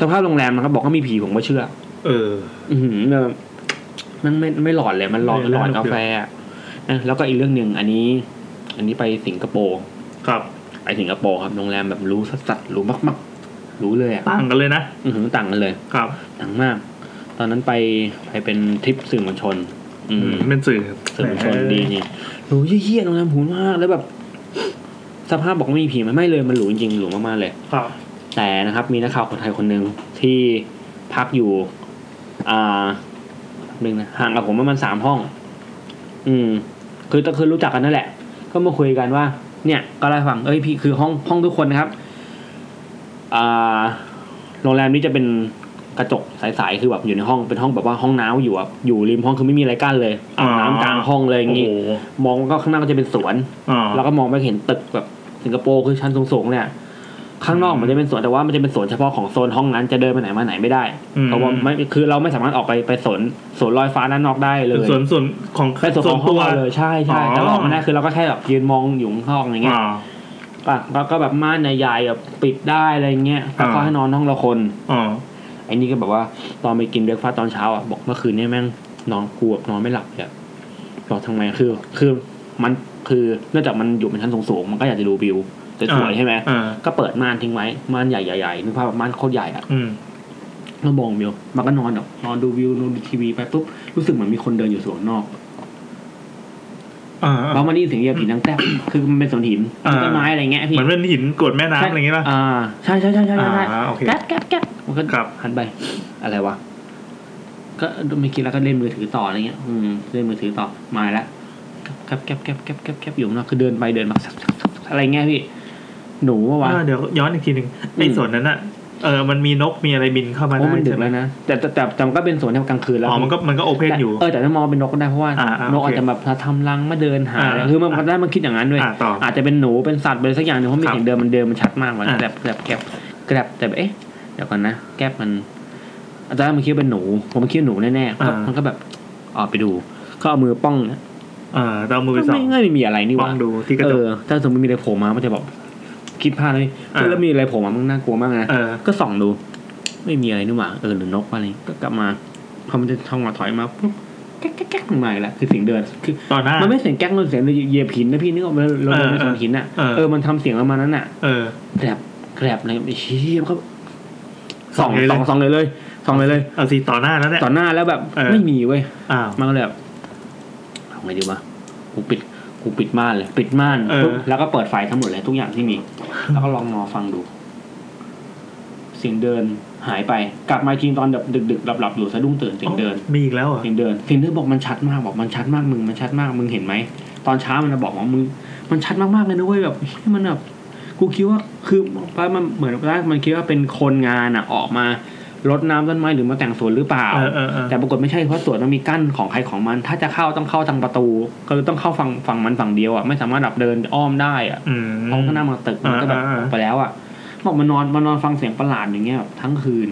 Speaker 1: สภาพโรงแรมนะครับบอกว่ามีผีผมก็เชื่อ
Speaker 2: เออ
Speaker 1: อืมแบบมันไม่ไม่หลอดเลยมันหลอด
Speaker 2: เออ
Speaker 1: หลอด
Speaker 2: น่าดู
Speaker 1: กาแฟอะนะแล้วก็อีกเรื่องหนึ่งอันนี้ อันนี้ไปสิงคโปร์
Speaker 2: ครับ
Speaker 1: ไปสิงคโปร์ครับโรงแรมแบบรู้สัสๆรู้มากๆ รู้เลยอ่ะ
Speaker 2: ต่างกันเลยนะ
Speaker 1: อื้อหือต่างกันเลย
Speaker 2: ครับ
Speaker 1: หนังมาก ตอนนั้นไปไปเป็นทริปสื่อมวลชน อืม
Speaker 2: เป็นสื่อ
Speaker 1: สื่อมวลชนดีนี่หรูเยี่ยๆโรงแรมหรูมาก แล้วแบบ สภาพบอกว่ามีผีไหมันไม่เลย มันหรูจริงๆหรูมากๆเลย
Speaker 2: ครับ
Speaker 1: แต่นะครับ มีนักข่าวคนไทยคนหนึ่งที่พักอยู่ อ่าหนึ่งนะห่างกับผมประมาณสามห้อง อืม คือก็คือรู้จักกันนั่นแหละ ก็มาคุยกันว่า เนี่ย ก็เล่าให้ฟังเอ้ยพี่คือห้องห้องทุกคนนะครับ อ่า โรงแรมนี้จะเป็นกระจกใสๆคือแบบอยู่ในห้องเป็นห้องแบบว่าห้องน้ำอยู่แบบอยู่ริมห้องคือไม่มีอะไรกั้นเลย
Speaker 2: อ๋อ
Speaker 1: อาบน้ำกลางห้องเลยอย่างงี้
Speaker 2: โอ้โห
Speaker 1: มองก็ข้างหน้าก็จะเป็นสวน
Speaker 2: อ่า
Speaker 1: เราก็มองไปเห็นตึกแบบสิงคโปร์คือชั้นสูงๆเนี่ย ข้างนอก
Speaker 2: อืม
Speaker 1: มันจะเป็นสวนแต่ว่ามันจะเป็นสวนเฉพาะของโซนห้องนั้นจะเดินไปไหนมาไหนไม่ได้
Speaker 2: อืม
Speaker 1: เพราะว่าไม่คือเราไม่สามารถออกไปไปสวนสวนลอยฟ้าด้านนอกได้เล
Speaker 2: เป็น
Speaker 1: ย
Speaker 2: ส่วนส่วนของ
Speaker 1: เป็นสวนของห้องเราเลยใช่ใช่แต่ว่าออกมาได้คือเราก็แค่แบบยืนมองอยู่ข้างนอกอย่างเงี้ย
Speaker 2: อ่า
Speaker 1: อ่ะแล้วก็แบบม่านใหญ่ๆแบบปิดได้อะไรเงี้ยแล้วก็
Speaker 2: อ่า
Speaker 1: ให้นอนห้องละคน
Speaker 2: อ่า
Speaker 1: ไอ้นี่ก็แบบว่าตอนไปกินเบรกฟาสตอนเช้าอ่ะบอกเมื่อคืนเนี่ยแม่งนอนกูแบบนอนไม่หลับเลยอะบอกทำไมคือคือมันคือเนื่องจากมันอยู่เป็นชั้นสูงๆมันก็อยากจะดูวิวสวยๆใช่ไหม
Speaker 2: อ่า
Speaker 1: ก็เปิดม่านทิ้งไว้ม่านใหญ่ๆๆนึกภาพแบบม่านโคตรใหญ่อะ
Speaker 2: อืม
Speaker 1: แล้วมองวิวมันก็นอนแบบนอนดูวิวนอนดูทีวีไปปุ๊บรู้สึกเหมือนมีคนเดินอยู่สวนนอก
Speaker 2: อ่า
Speaker 1: แล้วมันได้ยินเสียงเรียกผีนางแต้ว คือมันเป็นสวนหิน
Speaker 2: อ่า
Speaker 1: ต้นไม้อะไรเงี้ยพี่
Speaker 2: เหมือนเป็นหินกรวดแม่น้ำอะไรอย่างงี้ป่ะ
Speaker 1: อ่าใช่ใช่ใช่ใช่
Speaker 2: อ่า
Speaker 1: ใช่ใช่
Speaker 2: โอเค
Speaker 1: แก๊บแก๊บแก๊บมันก็
Speaker 2: ครับ
Speaker 1: หันไป อะไรวะก็ไม่คิดแล้วก็เล่นมือถือต่ออะไรเงี้ย อืมเล่นมือถือต่อมาแล้วแก๊บแก๊บแก๊บแก๊บแก๊บแก๊บอยู่ข้างนอกคือเดินไปเดินมาอะไรเงี้ยพี่ หนูว่าวะ
Speaker 2: อ่าเดี๋ยวย้อนอีกทีหนึ่งไอ้
Speaker 1: อืม
Speaker 2: ส่วนนั้นอ่ะเออมันมีนกมีอะไรบินเข้ามา
Speaker 1: เพราะมัน
Speaker 2: ได้
Speaker 1: ดึ
Speaker 2: ใช่
Speaker 1: ก
Speaker 2: ไหม
Speaker 1: แล้วนะแต่แต่แต่แต่มันก็เป็นสวนในกลางคืนแล้ว
Speaker 2: อ๋อมันก็มันก็โอเพนอยู่
Speaker 1: เออแต่ถ้ามองเป็นนกก็ได้เพราะว่า
Speaker 2: อ่าอ่าน น
Speaker 1: กอาจจะแบบทำรังมาเดินหา
Speaker 2: อ่า
Speaker 1: อะไรคือมันก็ได้มันคิดอย่างนั้นด้วย
Speaker 2: อ่าต่ออ
Speaker 1: จจะเป็นหนูเป็นสัตว์เป็นสักอย่างหนึงเพราะไม่
Speaker 2: ครับ
Speaker 1: เห็นเดินมันเดินมันชัดมากกว่า
Speaker 2: อ่า
Speaker 1: แกลบแกลบแกลบแกลบแต่แบบเอ๊ะเดี๋ยวก่อนนะแกลบมันอาจารย์มันคิดว่าเป็นหนู ผมคิดว่าหนูแน่ๆก็มันก็แบบออกไปดูก็เอามือป้องนะ
Speaker 2: อ่าเราเอามือไป
Speaker 1: ก็
Speaker 2: ส่อ
Speaker 1: ไม่
Speaker 2: ง
Speaker 1: ไม่มีอะไรนี่ห
Speaker 2: ป้อ
Speaker 1: ว่าง
Speaker 2: ดูที่กระ
Speaker 1: เอ
Speaker 2: จก
Speaker 1: อถ้าสมมติมีอะไรโผล่มามันจะแบบคิดพลาดเลย
Speaker 2: อ่า
Speaker 1: แล้วมีอะไรโผล่มามันน่ากลัวมากนะ
Speaker 2: เออ
Speaker 1: ก็ส่องดู ไม่มีอะไรนี่หว่าเออหรือนกอะไรก็กลับมาพอมันจะทองมาถอยมาปุ๊บแก๊กแก๊กแก๊กมันมาอีกแล้วคือเสียงเดินคือ
Speaker 2: ตอนหน้า
Speaker 1: มันไม่เสียงแก๊กมันเสียงเหยียบหินนะพี่นึกออกไหมเราเดินใน
Speaker 2: เออ
Speaker 1: โซนหินอ่ะ
Speaker 2: เออ
Speaker 1: เออมันทำเสียงประมาณนั้นอ่ะ
Speaker 2: เออ
Speaker 1: แกรบแกรบอะไรไอ้เชี่ยมันก็ส่อง
Speaker 2: ส่องเลยเลย
Speaker 1: ส่องส่องเลยเลยส่องเลยเลย
Speaker 2: เอาสิต่อหน้าแล้วเนี่ย
Speaker 1: ต่อหน้าแล้วแบบ
Speaker 2: เออ
Speaker 1: ไม่มีเว้ย
Speaker 2: อ้าว
Speaker 1: มันก็เลยแบบทำไงดีวะกูปิดกูปิดม่านเลย ปิดม่าน
Speaker 2: เออ
Speaker 1: ปุ๊บแล้วก็เปิดไฟทั้งหมดเลยทุกอย่างที่มี แล้วก็ลองงอฟังดู เสียงเดินหายไป กลับมาอีกทีตอนแบบดึกๆหลับๆอยู่สะดุ้งตื่นเสียงเดิน
Speaker 2: มีอีกแล้วเหรอ่ะ
Speaker 1: เสียงเดินเสียงเดินบอกมันชัดมากบอกมันชัดมากมึงมันชัดมากมึงเห็นไหมตอนเช้ามันน่ะบอกว่ามึงมันชัดมากๆเลยนะเว้ยแบบเฮ้ยมันแบบกูคิดว่าคือมันเหมือนว่ามันคิดว่าเป็นคนงานอ่ะออกมารดน้ำต้นไม้หรือมาแต่งสวนหรือเปล่า
Speaker 2: เออเออเออ
Speaker 1: แต่ปรากฏไม่ใช่เพราะสวนมันมีกั้นของใครของมัน ถ้าจะเข้าต้องเข้าทางประตู ก็คือต้องเข้าฝั่งฝั่งมันฝั่งเดียวอ่ะไม่สามารถแบบเดินอ้อมได้อ่ะ
Speaker 2: อืม
Speaker 1: ห้องข้างหน้ามันตึกมันก็แบบ
Speaker 2: อ่าอ่าอ่า
Speaker 1: ออกไปแล้วอ่ะบอกมานอนมานอนฟังเสียงประหลาดอย่างเงี้ยแบบทั้งคืน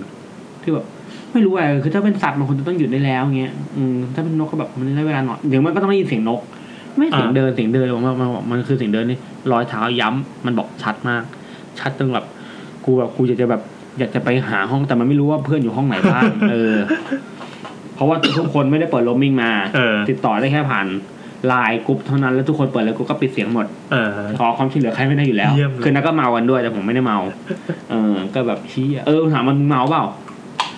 Speaker 1: ที่แบบไม่รู้อะไรคือถ้าเป็นสัตว์มันคงจะต้องหยุดได้แล้วเงี้ยอืมถ้าเป็นนกก็แบบมันได้เวลานอนเดี๋ยวมันก็ต้องได้ยินเสียงนก ไม่เสียงเดินเสียงเดินผมว่ามันบอกมันคือเสียงเดินนี่รอยเท้าย้ำมันบอกชัดมาก ชัดจนแบบกูแบบกูอยากจะแบบ อยากจะไปหาห้องแต่มันไม่รู้ว่าเพื่อนอยู่ห้องไหนบ้าง เออ เพราะว่าทุกคนไม่ได้เปิดโรมมิ่งมา
Speaker 2: เออ
Speaker 1: ติดต่อได้แค่ผ่านไลน์กรุ๊ปเท่านั้นแล้วทุกคนเปิดแล้วกูก็ปิดเสียงหมด
Speaker 2: เออ
Speaker 1: ขอความช่วยเหลือใครไม่ได้อยู่แล้ว
Speaker 2: เยี่ยมเลย
Speaker 1: คือนักก็เมากันด้วยแต่ผมไม่ได้ เมา เออ ก็แบบเชี้ยเออถามมันมึงเมาเปล่า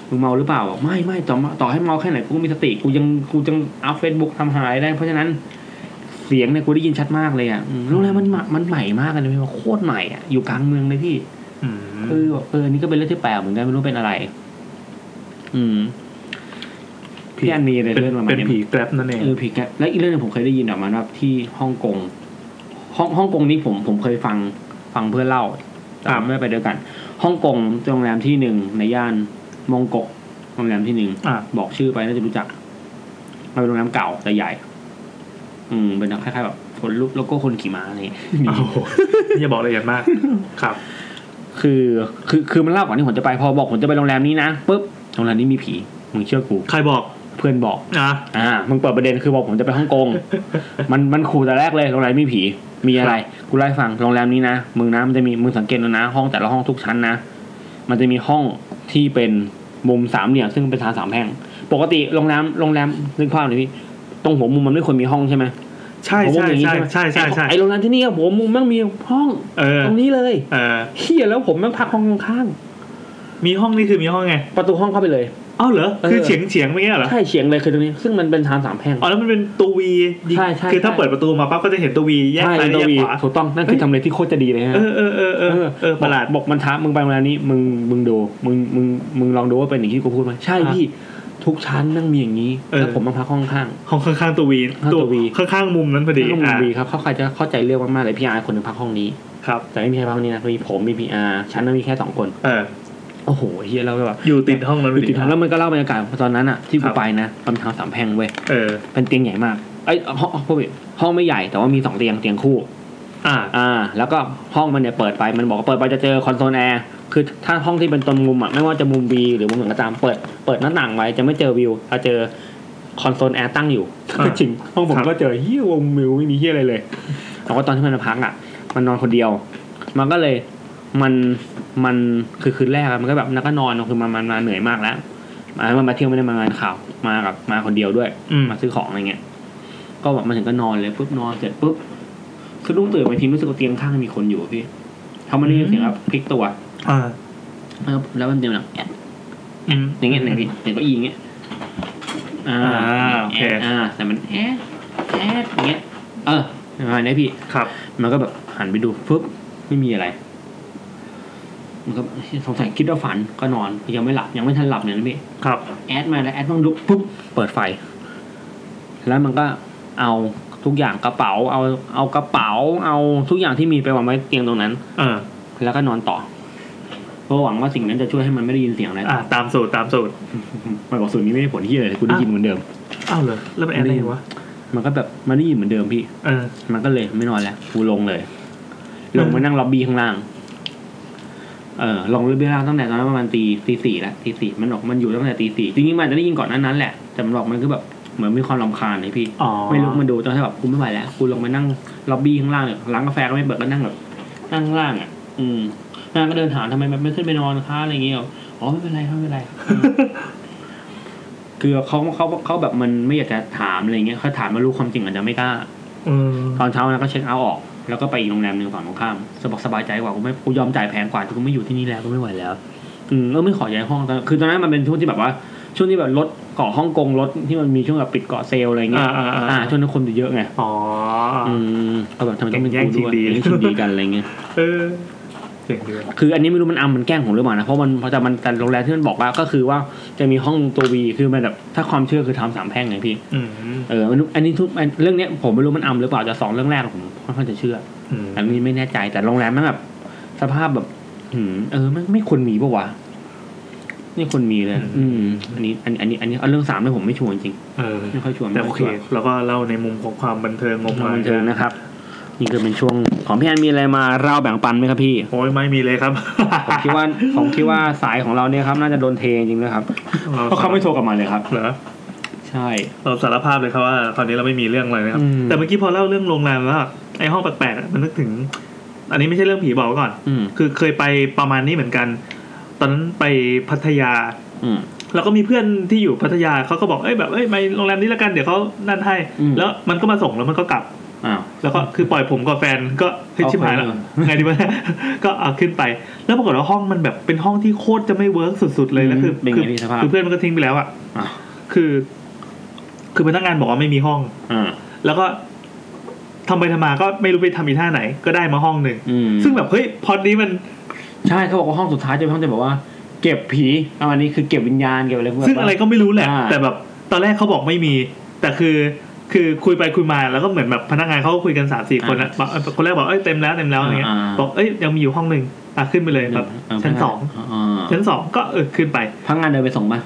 Speaker 1: มึงเมาหรือเปล่าบอกไม่ไม่ต่อมาต่อให้เมาแค่ไหนกูก็มีสติ กูยังกูจังอัพเฟซบุ๊กทำหายได้ เพราะฉะนั้นเสียงเนี่ยกูได้ยินชัดมากเลยอ่ะอืมโรงแรมมันมามันใหม่มากเลยพี่ว่าโคตรใหม่อ่ะ อยู่กลางเมืองเลยพี่
Speaker 2: อืม
Speaker 1: เออแบบเออ นี่ก็เป็นเรื่องที่แปลกเหมือนกันไม่รู้เป็นอะไร อืม พี่อันมีอะไร
Speaker 2: เป็น
Speaker 1: เรื่องประมาณ
Speaker 2: เป็น
Speaker 1: นี้ไหม
Speaker 2: ผีแกร็บนั่นเอง
Speaker 1: เออผีแกะและอีกเรื่องหนึงผมเคยได้ยินออกมาว่าที่ฮ่องกงฮ่องฮ่องกงนี้ผมผมเคยฟังฟังเพื่อนเล่า
Speaker 2: ครั
Speaker 1: ตาม
Speaker 2: บ
Speaker 1: ไม่ได้ไปด้วยกันฮ่องกงโรงแรมที่หนึ่งในย่านมงกกโรงแรมที่หนึ่ง
Speaker 2: อ่ะ
Speaker 1: บอกชื่อไปน่าจะรู้จักมันเป็นโรงแรมเก่าแต่ใหญ่ อืมเป็นคล้ายๆแบบคนลุกแล้วก็คนขี่ม้าอะไรอย่างเงี้ย
Speaker 2: โอ้โหอย่าบอกละเอียดมาก ครับ
Speaker 1: คือคือคือมันเล่าก่อนที่ผมจะไปพอบอกผมจะไปโรงแรมนี้นะปุ๊บโรงแรมนี้มีผีมึงเชื่อกู
Speaker 2: ใครบอก
Speaker 1: เพื่อนบอก
Speaker 2: อ่ะ
Speaker 1: อ่ามึงเปิดประเด็นคือบอกผมจะไปฮ่องกง มันมันขู่แต่แรกเลยโรงแรมมีผี มีอะไร กูไล่าให้ฟังโรงแรมนี้นะ มึงนะมันจะมีมึงสังเกตดูนะ ห้องแต่ละห้องทุกชั้นนะ มันจะมีห้องที่เป็นมุมสามเหลี่ยมซึ่งเป็นทางสามแพร่ง ปกติโรงแรมโรงแรมนึกภาพหน่อยพี่ ตรงหัวมุมมันไม่ควรมีห้องใช่ไหม
Speaker 2: ใช่
Speaker 1: หัว
Speaker 2: ใช่
Speaker 1: มุมอย่างนี้
Speaker 2: ใช่
Speaker 1: ไหม
Speaker 2: ใช่ใช่ใช่
Speaker 1: ไอโรงแรมที่นี่อะหัวมุมแม่งมีห้อง
Speaker 2: เออ
Speaker 1: ตรงนี้เลย
Speaker 2: เออ
Speaker 1: เฮียแล้วผมแม่งพักห้องข้าง
Speaker 2: มีห้องนี่คือมีห้องไง
Speaker 1: ๆประตูห้องเข้าไปเลย
Speaker 2: เอ้าเหรอ
Speaker 1: เออ
Speaker 2: คือเฉียงเฉียงไม่เงี้ยเหรอ
Speaker 1: ใช่เฉียงเลยคือตรงนี้ ซึ่งมันเป็นทางสามแพร่ง
Speaker 2: อ๋อแล้วมันเป็นตัววี
Speaker 1: ใช่ใช่
Speaker 2: คือถ้า
Speaker 1: ใช่
Speaker 2: เปิดประตูมาปั๊บก็จะเห็นตัววีแยก
Speaker 1: ใช่
Speaker 2: ซ้าย
Speaker 1: ต
Speaker 2: แยก
Speaker 1: วี
Speaker 2: ขวา
Speaker 1: ถูกต้องนั่นคือทำเลที่โคตรจะดีเลยฮะ
Speaker 2: เออเออเออเออเออประหลาด
Speaker 1: บอกมันท้ามึงไปโรงแรมนี้มึงมึงดูมึงมึงมึงลองดูว่าเป็นอย่างที่กูพูดไหมใช่พี่ทุกชั้นนั่งมีอย่างนี้แล้วผมมาพักห้องข้าง
Speaker 2: ห้องข้างๆตัววี
Speaker 1: ข้างตัว V
Speaker 2: ข้างๆมุมนั้นพอดี
Speaker 1: ห้องมึง
Speaker 2: อ่ะ
Speaker 1: ดีครับเขาใครจะเข้าใจเรื่องมากๆเลยพี่อาร์คนหนึ่งพักห้องนี้
Speaker 2: ครับ
Speaker 1: แต่ไม่มีใครพักห้องนี้นะมีผมมีพีอาร์ชั้นนั้นมีแค่สองคน
Speaker 2: เออ
Speaker 1: โอ้โหเฮียเราแบบ
Speaker 2: อยู่ติดห้องนั้นพอ
Speaker 1: ติดทางแล้วมันก็เล่าบรรยากาศตอนนั้นอ่ะที่
Speaker 2: ค
Speaker 1: กู
Speaker 2: รับ
Speaker 1: ไปนะตอนทางสามแพร่งเว้ย
Speaker 2: เออ
Speaker 1: เป็นเตียงใหญ่มากไอ้ยห้องห้องห้องไม่ใหญ่แต่ว่ามีสองเตียงเตียงคู่
Speaker 2: อ่า
Speaker 1: อ่าแล้วก็ห้องมันเนี่ยเปิดไปมันบอกว่าเปิดไปจะเจอคอนโซลแอร์คือถ้าห้องที่เป็นตรงมุมอ่ะไม่ว่าจะมุมวีหรือมุมหนึ่งก็ตามเปิดเปิดหน้าต่างไว้จะไม่เจอวิวจะเจอคอนโซลแอร์ตั้งอยู่
Speaker 2: อ่า
Speaker 1: จริงห้องผมก็เจอเฮียวงวิวไม่มีเฮียอะไรเลยแต่ว่าตอนที่มันมาพักอ่ะ มันนอนคนเดียว มันก็เลยมันมันคือคืนแรกอะมันก็แบบนักก็นอนคือมันมันมาเหนื่อยมากแล้วมามันมาเที่ยวไม่ได้มางานข่าวมากับมาคนเดียวด้วย
Speaker 2: อืม
Speaker 1: มาซื้อของอะไรเงี้ย ก็แบบมาถึงก็นอนเลยปุ๊บนอนเสร็จปุ๊บสะดุ้งตื่นไปทีรู้สึกว่าเตียงข้างมีคนอยู่อะพี่เขาไม่ได้ยินเสียงแบบพลิกตัว
Speaker 2: อ่า
Speaker 1: แล้วแล้วมันเตียงหนังแอะ
Speaker 2: อืม
Speaker 1: อย่างเงี้ยหนึ่งพี่เสียงเก็อีอย่างเงี้ยอ่า
Speaker 2: อ่าโอเค
Speaker 1: แะอ่า แต่มันแอะแอะอย่างเงี้ย เออประมาณนี้พี่
Speaker 2: ครับ
Speaker 1: มันก็แบบหันไปดูปุ๊บไม่มีอะไร มันก็สงสัยคิดว่าฝันก็นอนยังไม่หลับยังไม่ทันหลับเนี่ยนะพี่
Speaker 2: ครับ
Speaker 1: แอดมาแล้วแอดต้องลุกปุ๊บเปิดไฟ แล้วมันก็เอาทุกอย่างกระเป๋า เอาเอากระเป๋า เอาทุกอย่างที่มีไปวางไว้เตียงตรงนั้น
Speaker 2: เออ
Speaker 1: แล้วก็นอนต่อเพราะหวังว่าสิ่งนั้นจะช่วยให้มันไม่ได้ยินเสียงอะไร
Speaker 2: อ่า ตามสูตรตามสูตร
Speaker 1: มันบอกสูตรนี้ไม่ได้ผลที่เลยกูได้ยินเหมือนเดิม
Speaker 2: อ้าวเหรอแล้วมันแอนได้ไงวะ
Speaker 1: มันก็แบบมันได้ยินเหมือนเดิมพี่
Speaker 2: เออ
Speaker 1: มันก็เลยไม่นอนแล้วกูลงเลย ลงมานั่งล็อบบี้ข้างล่าง เออลงล็อบบี้ข้างล่างตั้งแต่ตอนนั้นประมาณตีตีสี่แล้วตีสี่มันออกมันอยู่ตั้งแต่ตีสี่จริงๆมันอาจจะได้ยินก่อนหนั้นนั้นแหละแต่มันบอกมันคือแบบเหมือนมีความรำคาญเลยพี่
Speaker 2: อ๋อ
Speaker 1: ไม่ลุกมาดูจนที่แบบกูไม่ไหวแล้วกูลงมานั่งล็อบบี้ข้างล่างเนี่ยร้านกาแฟก็ไม่เปิดก็นั่งแบบนั่งข้างล่างอ่ะ อืมนางก็เดินถามทำไมมันไม่ขึ้นไปนอนคะอะไรอย่างเงี้ยบอกอ๋อไม่เป็นไรครับไม่เป็นไร อืมคือเขาเขาเขาแบบมันไม่อยากจะถามอะไรอย่างเงี้ยเขาถามมารู้ความจริงอาจจะไม่กล้า
Speaker 2: เออ
Speaker 1: ตอนเช้านะก็เช็คเอาท์ออก แล้วก็ไปอีกโรงแรมหนึ่งฝั่งตรงข้ามสบายสบายใจกว่ากูไม่กูยอมจ่ายแพงกว่ากูไม่อยู่ที่นี่แล้วกูไม่ไหวแล้ว อืมเออไม่ขอย้ายห้องตอนคือตอนนั้นมันเป็นช่วงที่แบบว่า ช่วงที่แบบรถเกาะฮ่องกงรถที่มันมีช่วงแบบปิดเกาะเซลล์อะไรเงี้
Speaker 2: อ่าย อ่า
Speaker 1: อ่า
Speaker 2: อ่า
Speaker 1: ช่วงนั้นคนจะเยอะไง
Speaker 2: อ๋อ
Speaker 1: อืมก็แบบทำไมต้องเป็น
Speaker 2: แย่ง
Speaker 1: กู
Speaker 2: ชิ
Speaker 1: ด้วย
Speaker 2: งดี
Speaker 1: แย่งชิงดีกันอะไรเงี้ย
Speaker 2: เออเจ๋งดีว่ะ
Speaker 1: คืออันนี้ไม่รู้มันอัมมันแกล้งผมหรือเปล่านะเพราะมันเพราะแต่มันแต่โรงแรมที่มันบอกว่าก็คือว่าจะมีห้องตัววีคือมันแบบถ้าความเชื่อคือทำสามแพร่งไงพี่
Speaker 2: อืม
Speaker 1: เออมันอันนี้ทุกอันเรื่องเนี้ยผมไม่รู้มันอัมหรือเปล่าแต่สองเรื่องแรกผมค่อนข้างจะเชื่อ
Speaker 2: อืม
Speaker 1: อันนี้ไม่แน่ใจแต่โรงแรมมันแบบ สภาพแบบ อืม เออมันไม่ควรมีปะวะไม่ควรมีเลย อืม อันนี้อันอันนี้ อันนี้เอาเรื่องสามเลยผมไม่ชวนจริง
Speaker 2: เออ
Speaker 1: ไม่ค่อยชวน
Speaker 2: แต่
Speaker 1: ไม่
Speaker 2: โอ
Speaker 1: ค่อย
Speaker 2: เค
Speaker 1: ชวน
Speaker 2: เราก็เล่าในมุมของความบันเทิงงม
Speaker 1: น้อง
Speaker 2: งาย
Speaker 1: บันเทิงนะครับ นี่คือเป็นช่วงของพี่แอนมีอะไรมาเล่าแบ่งปันไหมครับพี่
Speaker 2: โอ้ยไม่มีเลยครับ
Speaker 1: ผมคิดว่าผมคิดว่าสายของเราเนี่ยครับน่าจะโดนเทจริงๆนะครับ
Speaker 2: เรา
Speaker 1: เพราะเขาไม่โทรกลับมาเลยครับ
Speaker 2: เหรอ
Speaker 1: ใช่
Speaker 2: เราสารภาพเลยครับว่าคราวนี้เราไม่มีเรื่องอะไรนะครับ
Speaker 1: อืม
Speaker 2: แต่เมื่อกี้พอเล่าเรื่องโรงแรมแล้วอะไอห้องแปลกๆอะมันนึกถึง อันนี้ไม่ใช่เรื่องผีบอกไว้ก่อน
Speaker 1: อืม
Speaker 2: คือเคยไปประมาณนี้เหมือนกัน ตอนนั้นไปพัทยา
Speaker 1: อืม
Speaker 2: แล้วก็มีเพื่อนที่อยู่พัทยาเขาก็บอกเอ้ยแบบเอ้ยไปโรงแรมนี้แล้วกันเดี๋ยวเขานั่นให้
Speaker 1: อืม
Speaker 2: แล้วมันก็มาส่งแล้วมันก็กลับ
Speaker 1: อ้าว
Speaker 2: แล้วก็คือปล่อยผมกับแฟนก็เฮ้ย
Speaker 1: เอา
Speaker 2: ชิบหายแล้ว
Speaker 1: ไป
Speaker 2: ไงดีวะ ก็เอาขึ้นไป แล้วปรากฏว่าห้องมันแบบเป็นห้องที่โคตรจะไม่เวิร์กสุดๆเลยแล้วคือ
Speaker 1: เป็น
Speaker 2: คื
Speaker 1: ไง
Speaker 2: อ
Speaker 1: พี่สภาพ
Speaker 2: คือเพื่อนมันก็ทิ้งไปแล้วอ่ะ
Speaker 1: อ่ะ
Speaker 2: คือ คือพนักงานบอกว่าไม่มีห้อง
Speaker 1: อ่า
Speaker 2: แล้วก็ทำไปทำมาก็ไม่รู้ไปทำอีท่าไหน ก็ได้มาห้องหนึ่ง
Speaker 1: อืม
Speaker 2: ซึ่งแบบเฮ้ยพอดนี้มัน
Speaker 1: ใช่เขาบอกว่าห้องสุดท้ายจะเป็นห้องที่บอกว่า เก็บผีประมาณนี้คือเก็บวิญญาณเก็บอะไรพวกนี้
Speaker 2: ซึ่งอะไรก็ไม่รู้แหละ
Speaker 1: อ่า
Speaker 2: แต่แบบตอนแรกเขาบอกไม่มี แต่คือคือคุยไปคุยมาแล้วก็เหมือนแบบพนักงานเขาก็คุยกันสามสี่คนนะบอกคนแรกบอกเอ้ยเต็มแล้วเต็มแล้วอะไรเงี้ยบอกเอ้ยยังมีอยู่ห้องหนึ่งอ่ะขึ้นไปเลยแบบชั้นสอง
Speaker 1: อ่า
Speaker 2: ชั้นสองก็เออขึ้นไป
Speaker 1: พักงานเดินไปส่งป่ะ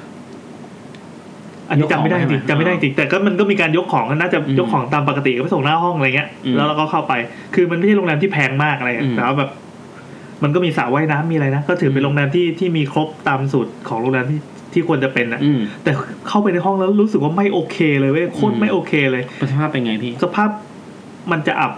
Speaker 2: อันนี้จำไม่ได้จริงจำไม่ได้จริงแต่ก็มันก็มีการยกของน่าจะ
Speaker 1: อืม
Speaker 2: ยกของตามปกติก็ไปส่งหน้าห้องอะไรเงี้ย
Speaker 1: อืม
Speaker 2: แล้วเราก็เข้าไป คือมันไม่ใช่โรงแรมที่แพงมากอะไรเงี้
Speaker 1: อื
Speaker 2: ย
Speaker 1: ม
Speaker 2: แต่ว่าแบบ มันก็มีสระว่ายน้ำมีอะไรนะก็ถือเป็นโรงแรมที่ที่มีครบตามสูตรของโรงแรมที่ที่ควรจะเป็นนะ
Speaker 1: อืม
Speaker 2: แต่เข้าไปในห้องแล้วรู้สึกว่าไม่โอเคเลยเว้ยโคตรไม่โอเคเลย
Speaker 1: สภาพเป็นไงพี่
Speaker 2: สภาพมันจะอับ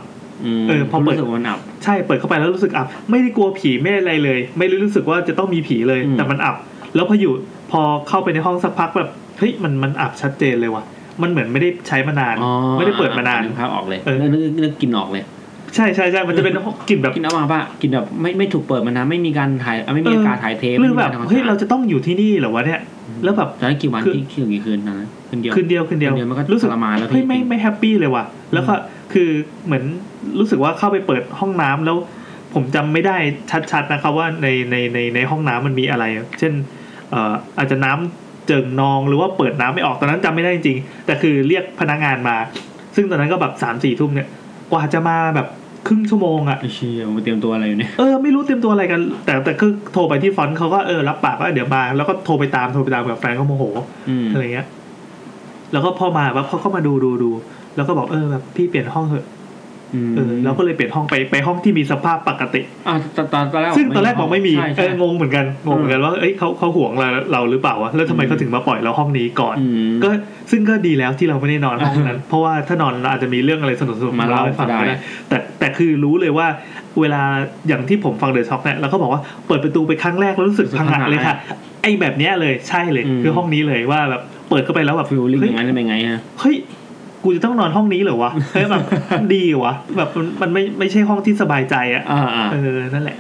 Speaker 1: ม
Speaker 2: เออพอเปิด
Speaker 1: รู้สึกว่ามันอับ
Speaker 2: ใช่เปิดเข้าไปแล้วรู้สึกอับ ไม่ได้กลัวผีไม่ได้อะไรเลย ไม่ได้รู้สึกว่าจะต้องมีผีเลย
Speaker 1: อืม
Speaker 2: แต่มันอับ แล้วพออยู่พอเข้าไปในห้องสักพักแบบเฮ้ยมันมันอับชัดเจนเลยว่ะ มันเหมือนไม่ได้ใช้มานาน
Speaker 1: อ๋อ
Speaker 2: ไม่ได้เปิดมานาน
Speaker 1: กภาพออกเลย
Speaker 2: เออ
Speaker 1: นึกนึกนึกกลินออกเลย
Speaker 2: ใช่ใช่ใช่มันจะเป็นกลิ่นแบบ
Speaker 1: กินเอามาป่ะกินแบบไม่ไม่ถูกเปิดมานานไม่มีการถ่ายเอ่อไม่มี
Speaker 2: เออ
Speaker 1: การถ่ายเทป
Speaker 2: เรื่
Speaker 1: ไม่
Speaker 2: อง
Speaker 1: มี
Speaker 2: แบ
Speaker 1: กา
Speaker 2: บ
Speaker 1: รทำควม
Speaker 2: เฮ้ย
Speaker 1: สะ
Speaker 2: เรา
Speaker 1: อาด
Speaker 2: จะต้องอยู่ที่นี่เหรอวะเนี่ย แล้วแบบ
Speaker 1: ตอนนั้นกี่วัน
Speaker 2: คือ
Speaker 1: ที่คือกี่คืนตอนนั้นคืนเดียว
Speaker 2: คืนเดียวคืนเดียว
Speaker 1: คืนเดียวมันก็
Speaker 2: รู้สึก
Speaker 1: ทรมานแล้วพี่
Speaker 2: เฮ้ยไม่ไม่แฮปปี้เลยว่ะ แล้วก็คือเหมือนรู้สึกว่าเข้าไปเปิดห้องน้ำแล้ว ผมจำไม่ได้ชัดๆนะครับว่าในในในในห้องน้ำมันมีอะไร เช่นเอ่ออาจจะน้ำเจิ่งนองหรือว่าเปิดน้ำไม่ออกตอนนั้นจำไม่ได้จริงๆแต่คือเรียกพนักงานมา ซึ่งตอนนั้นก็แบบสามสี่ทุ่มเนี่ยกว่าจะมาแบบครึ่งชั่วโมงอ่ะ
Speaker 1: ไอ้เชี่ยมาเตรียมตัวอะไรอยู่เนี่ย
Speaker 2: เออไม่รู้เตรียมตัวอะไรกัน แต่แต่คือโทรไปที่ฟอนต์เขาก็เออรับปากว่าเดี๋ยวมาแล้วก็โทรไปตามโทรไปตามแบบแฟนเขาโมโห
Speaker 1: อืม
Speaker 2: อะไรเงี้ย แล้วก็พอมาแบบเขาก็มาดูดูดู แล้วก็บอกเออแบบพี่เปลี่ยนห้องเถอะ เออเราก็เลยเปลี่ยนห้องไปไปห้องที่มีสภาพปกติ
Speaker 1: อ่ะตอนตอนตอนแรก
Speaker 2: ซึ่งตอนแรกบอกไม่มี
Speaker 1: ใช่
Speaker 2: เอ
Speaker 1: ใช่
Speaker 2: องงเหมือนกัน งงเหมือนกันว่า เอ้ยเขาเขาห่วงเราเราหรือเปล่าวะ แล้วทำไม
Speaker 1: อืม
Speaker 2: เขาถึงมาปล่อยเราห้องนี้ก่อน
Speaker 1: อืม
Speaker 2: ก็ซึ่งก็ดีแล้วที่เราไม่ได้ นอนห้องนั้น เพราะว่าถ้านอนเราอาจจะมีเรื่องอะไรสนุกๆมา
Speaker 1: มา
Speaker 2: เล่า
Speaker 1: เล่า
Speaker 2: ให้ฟังก็
Speaker 1: ได้
Speaker 2: ได้แต่แต่คือรู้เลยว่าเวลาอย่างที่ผมฟังเดอะช็อกเนี่ยเราก็บอกว่าเปิดประตูไปครั้งแรกแล้วรู้สึกพังงะเลยค่ะไอ้แบบเนี้ยเลยใช่เลยคือห้องนี้เลยว่าแบบเปิดเข้าไปแล้วแบบ
Speaker 1: ฟิลลิ่งอ
Speaker 2: เฮ้ย
Speaker 1: ย่างนั้นเป็นไงฮะ
Speaker 2: เฮ้ย กูจะต้องนอนห้องนี้เหรอวะ เฮ้ยแบบ ดีวะ แบบมันมันไม่ไม่ใช่ห้องที่สบายใจอะ
Speaker 1: อ่าอ่า
Speaker 2: เออ นั่นแหละ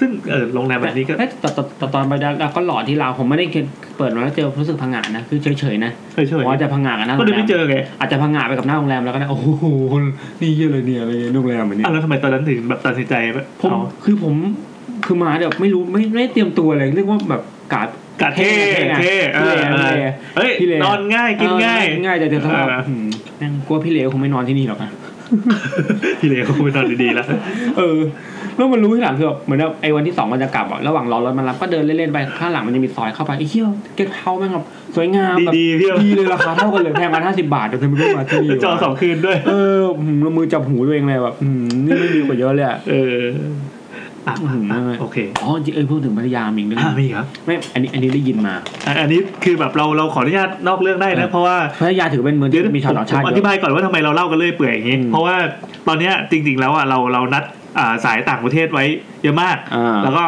Speaker 2: ซึ่งเออโรงแรมแบบนี้ก็
Speaker 1: แต่แต่แต่แต่ตอนไปดาวดาวก็หลอดที่เราวผมไม่ได้เปิดมาแล้วเจอรู้สึกพังงะนะคือเฉยๆนะ
Speaker 2: เฉยเฉย
Speaker 1: เพราะจะพังงะกันหน้าโร
Speaker 2: ก็
Speaker 1: ง
Speaker 2: เลย
Speaker 1: แร
Speaker 2: ไม่
Speaker 1: ม
Speaker 2: เจอไง
Speaker 1: อาจจะพังงะไปกับหน้าโรงแรมแล้วก็ได้โอ้โหนี่เยอะเลยเนี่ยอะไรเงี้ยโรงแรมแบบเนี้ย
Speaker 2: อ่ะแล้วทำไมตอนนั้นถึงแบบตัดสินใจแบบ
Speaker 1: ผม
Speaker 2: เอา
Speaker 1: คือผมคือมาแบบไม่รู้ไม่ไม่ได้เตรียมตัวเลยเรียกว่าแบบกาด
Speaker 2: กาเท่เท่เออเออ
Speaker 1: พี่เล
Speaker 2: เฮ้ย
Speaker 1: พี่เล
Speaker 2: นอนง่ายกินง่าย
Speaker 1: เออง่ายแต่เดี๋ยวถ้าแบบ
Speaker 2: เออ
Speaker 1: หืมนั่งกลัวพี่เลคงไม่นอนที่นี่หรอกนะ
Speaker 2: พี่เลเขาคงไปนอนดีๆแล้ว
Speaker 1: เออแล้วมันรู้ที่หลังคือแบบเหมือนแบบไอ้วันที่สองมันจะกลับอะระหว่างรอรถมันรับก็เดินเล่นๆไปข้างหลังมันจะมีซอยเข้าไปไอ้เหี้ยเก็ตเฮาแม่งแบบสวยงามแบบ
Speaker 2: ดีๆเพี่ยว
Speaker 1: ดีเลยราคาเท่ากันเลยแพงมาห้าสิบบาทแต่ทำไมไม่มาที่นี่วะ
Speaker 2: จอสองคืนด้วย
Speaker 1: เออหืมแล้วมือจับหูตัวเองเลยแบบหืมนี่ไม่ดีกว่าเยอะเลยอะ
Speaker 2: เอออ่ะ
Speaker 1: อื้อหือ
Speaker 2: อ่ะโอเค
Speaker 1: อ๋อจริงเออพูดถึงพัทยามีอีกเรื่องห
Speaker 2: อ่ะ
Speaker 1: นึ่ง
Speaker 2: มีครับ
Speaker 1: ไม่อันนี้อันนี้ได้ยินมา
Speaker 2: อ่ะอันนี้คือแบบเราเราขออนุญาตนอกเรื่องได้นะเพราะว่า
Speaker 1: พัทยาถือเป็นเมือง
Speaker 2: เดี๋ยว
Speaker 1: ที่มีชาวต่างชาติ
Speaker 2: ผม
Speaker 1: เย
Speaker 2: อ
Speaker 1: อะ
Speaker 2: ธิบายก่อนว่าทำไมเราเล่ากันเรื่อยเปื่อยอย่างนี้
Speaker 1: อืม
Speaker 2: เพราะว่าตอนเนี้ยจริง ๆ แล้วอ่ะเราเรานัดอ่าสายต่างประเทศไว้เยอะมาก
Speaker 1: อ่า
Speaker 2: แล้วก็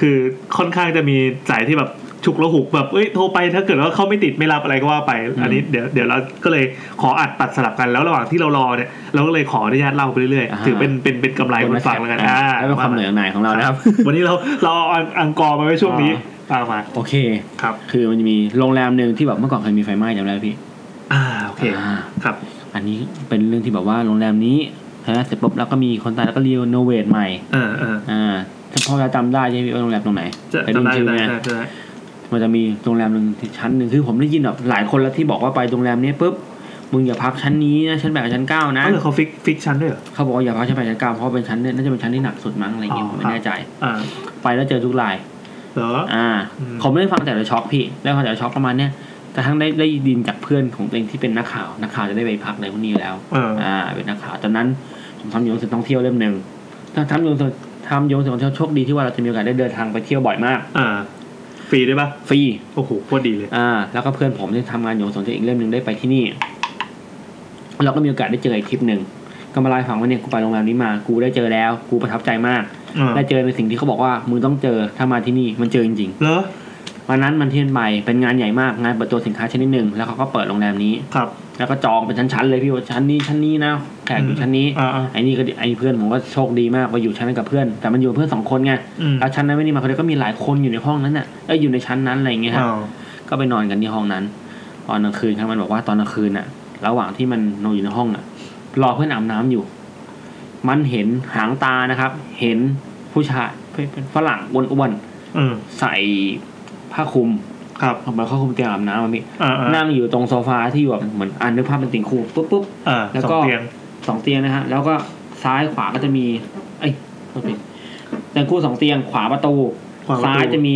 Speaker 2: คือค่อนข้างจะมีสายที่แบบฉุกละหุกแบบเอ้ยโทรไปถ้าเกิดว่าเขาไม่ติดไม่รับอะไรก็ว่าไป อันนี้เดี๋ยวเดี๋ยวเราก็เลยขออัดตัดสลับกันแล้วระหว่างที่เรารอเนี่ยเราก็เลยขออนุญาตเล่าไปเรื่อยๆถือเป็นเป็นเป็นกำไรคนฟังแล้วกันอ่า
Speaker 1: ให้เป็นความเหนือหน่ายของเรานะครับ
Speaker 2: วันนี้เราเราเอาอังกอร์มาไว้ช่วงนี้ตามมา
Speaker 1: โอเค
Speaker 2: ครับ
Speaker 1: คือมันจะมีโรงแรมหนึ่งที่แบบเมื่อก่อนเคยมีไฟไหม้จำได้ไหมพี่
Speaker 2: อ่าโอเค
Speaker 1: อ่า
Speaker 2: ครับ
Speaker 1: อันนี้เป็นเรื่องที่แบบว่าโรงแรมนี้นะเสร็จปุ๊บแล้วก็มีคนตายแล้วก็รีโนเวทใหม่
Speaker 2: เออเออ
Speaker 1: อ่าถ้าพอจะจำได้ใช่ไหมว่าโรงแรมตรงไหน
Speaker 2: จะ
Speaker 1: เคยได้
Speaker 2: จำได้
Speaker 1: ยินชื่อไหม
Speaker 2: ได้ได้ได้
Speaker 1: มันจะมีโรงแรมหนึ่งที่ชั้นหนึ่งคือผมได้ยินแบบหลายคนแล้วที่บอกว่าไปโรงแรมนี้ปุ๊บมึงอย่าพักชั้นนี้นะชั้นแปดกับชั้นเก้านะ
Speaker 2: เออเขาฟิกฟิกชั้นด้วยเหรอ
Speaker 1: เขาบอกว่าอย่าพักชั้นแปดชั้นเก้าเพราะเป็นชั้นเนี่ยน่าจะเป็นชั้นที่หนักสุดมั้งอะไรอย่างเงี้ย
Speaker 2: อ๋
Speaker 1: ผ
Speaker 2: อ
Speaker 1: ม
Speaker 2: ครั
Speaker 1: ไม่
Speaker 2: บ
Speaker 1: แน่ใจ
Speaker 2: อ่า
Speaker 1: ไปแล้วเจอทุกราย
Speaker 2: เหรอ
Speaker 1: อ่า
Speaker 2: อืม
Speaker 1: ผมไม่ได้ฟังแต่ละช็อกพี่ได้ฟังแต่ละช็อกประมาณเนี้ยกระทั่งได้ได้ยินจากเพื่อนของตัวเองที่เป็นนักข่าวนักข่าวจะได้ไปพักในพวกนี้อยู่แล้ว
Speaker 2: เออ
Speaker 1: อ่าเป็นนักข่าวตอนนั้นผมทำอยู่หนังสือท่องเที่ยวเล่มหนึ่งตอนทำอยู่หนังสือทำอยู่หนังสือท่องเที่ยวโชคดีที่ว่าเราจะมีโอกาสได้เดินทางไปเที่ยวบ่อยมาก
Speaker 2: อ่าฟรีด้วยปะ
Speaker 1: ฟรี
Speaker 2: โอ้โหโคตรดีเลย
Speaker 1: อ่าแล้วก็เพื่อนผมที่ทำงานอยู่หนังสือท่องเที่ยวอีกเล่มหนึ่งได้ไปที่นี่เราก็มีโอกาสได้เจออีกทริปหนึ่งก็มาเล่าให้ฟังว่าเนี่ยกูไปโรงแรมนี้มากูได้เจอแล้ว กูประทับใจมาก
Speaker 2: อ่า
Speaker 1: ได้เจอในสิ่งที่เขาบอกว่ามึงต้องเจอถ้ามาที่นี่มันเจอจริงๆ
Speaker 2: เหรอ
Speaker 1: วันนั้นมันเทียนใบเป็นงานใหญ่มากงานเปิดตัวสินค้าชนิดหนึ่งแล้วเขาก็เปิดโรงแรมนี้
Speaker 2: ครับ
Speaker 1: แล้วก็จองเป็นชั้นๆเลยพี่ว่าชั้นนี้ชั้นนี้นะแขกอยู่ชั้นนี้
Speaker 2: อ่าอ่า
Speaker 1: ไอ้นี่ก็ดิไอ้เพื่อนผมก็โชคดีมากไปอยู่ชั้นนั้นกับเพื่อน แต่มันอยู่กับเพื่อนสองคนไง
Speaker 2: อืม
Speaker 1: แล้วชั้นนั้นไม่ได้มาคนเดียวก็มีหลายคนอยู่ในห้องนั้นน่ะเอยอยู่ในชั้นนั้นอะไรอย่างเงี้ยครับ
Speaker 2: อ้าว
Speaker 1: ก็ไปนอนกันที่ห้องนั้นตอนกลางคืนครับมันบอกว่าตอนกลางคืนน่ะ ระหว่างที่มันนอนอยู่ในห้องน่ะ รอเพื่อนอาบน้ำอยู่ มันเห็นหางตานะครับ เห็นผู้ชายเป็นฝรั่งอ้วน
Speaker 2: อืม
Speaker 1: ๆใส่ผ้าคลุม
Speaker 2: ครับ
Speaker 1: ผมไปเข้าคุมเตียงอาบน้ำมาพี่
Speaker 2: อ่าอ่า
Speaker 1: นั่งอยู่ตรงโซฟาที่อยู่แบบเหมือนอันนึกภาพเป็นติ่งคูปุ๊บปุ๊บ
Speaker 2: อ่า
Speaker 1: แล้ว
Speaker 2: สอ
Speaker 1: ก็
Speaker 2: งเตียง
Speaker 1: สองเตียงนะฮะ แล้วก็ซ้ายขวาก็จะมีเอ้ยโทษทีติ่งคู่สองเตียงขวาประตู
Speaker 2: ขวาประตู
Speaker 1: ซ้ายจะมี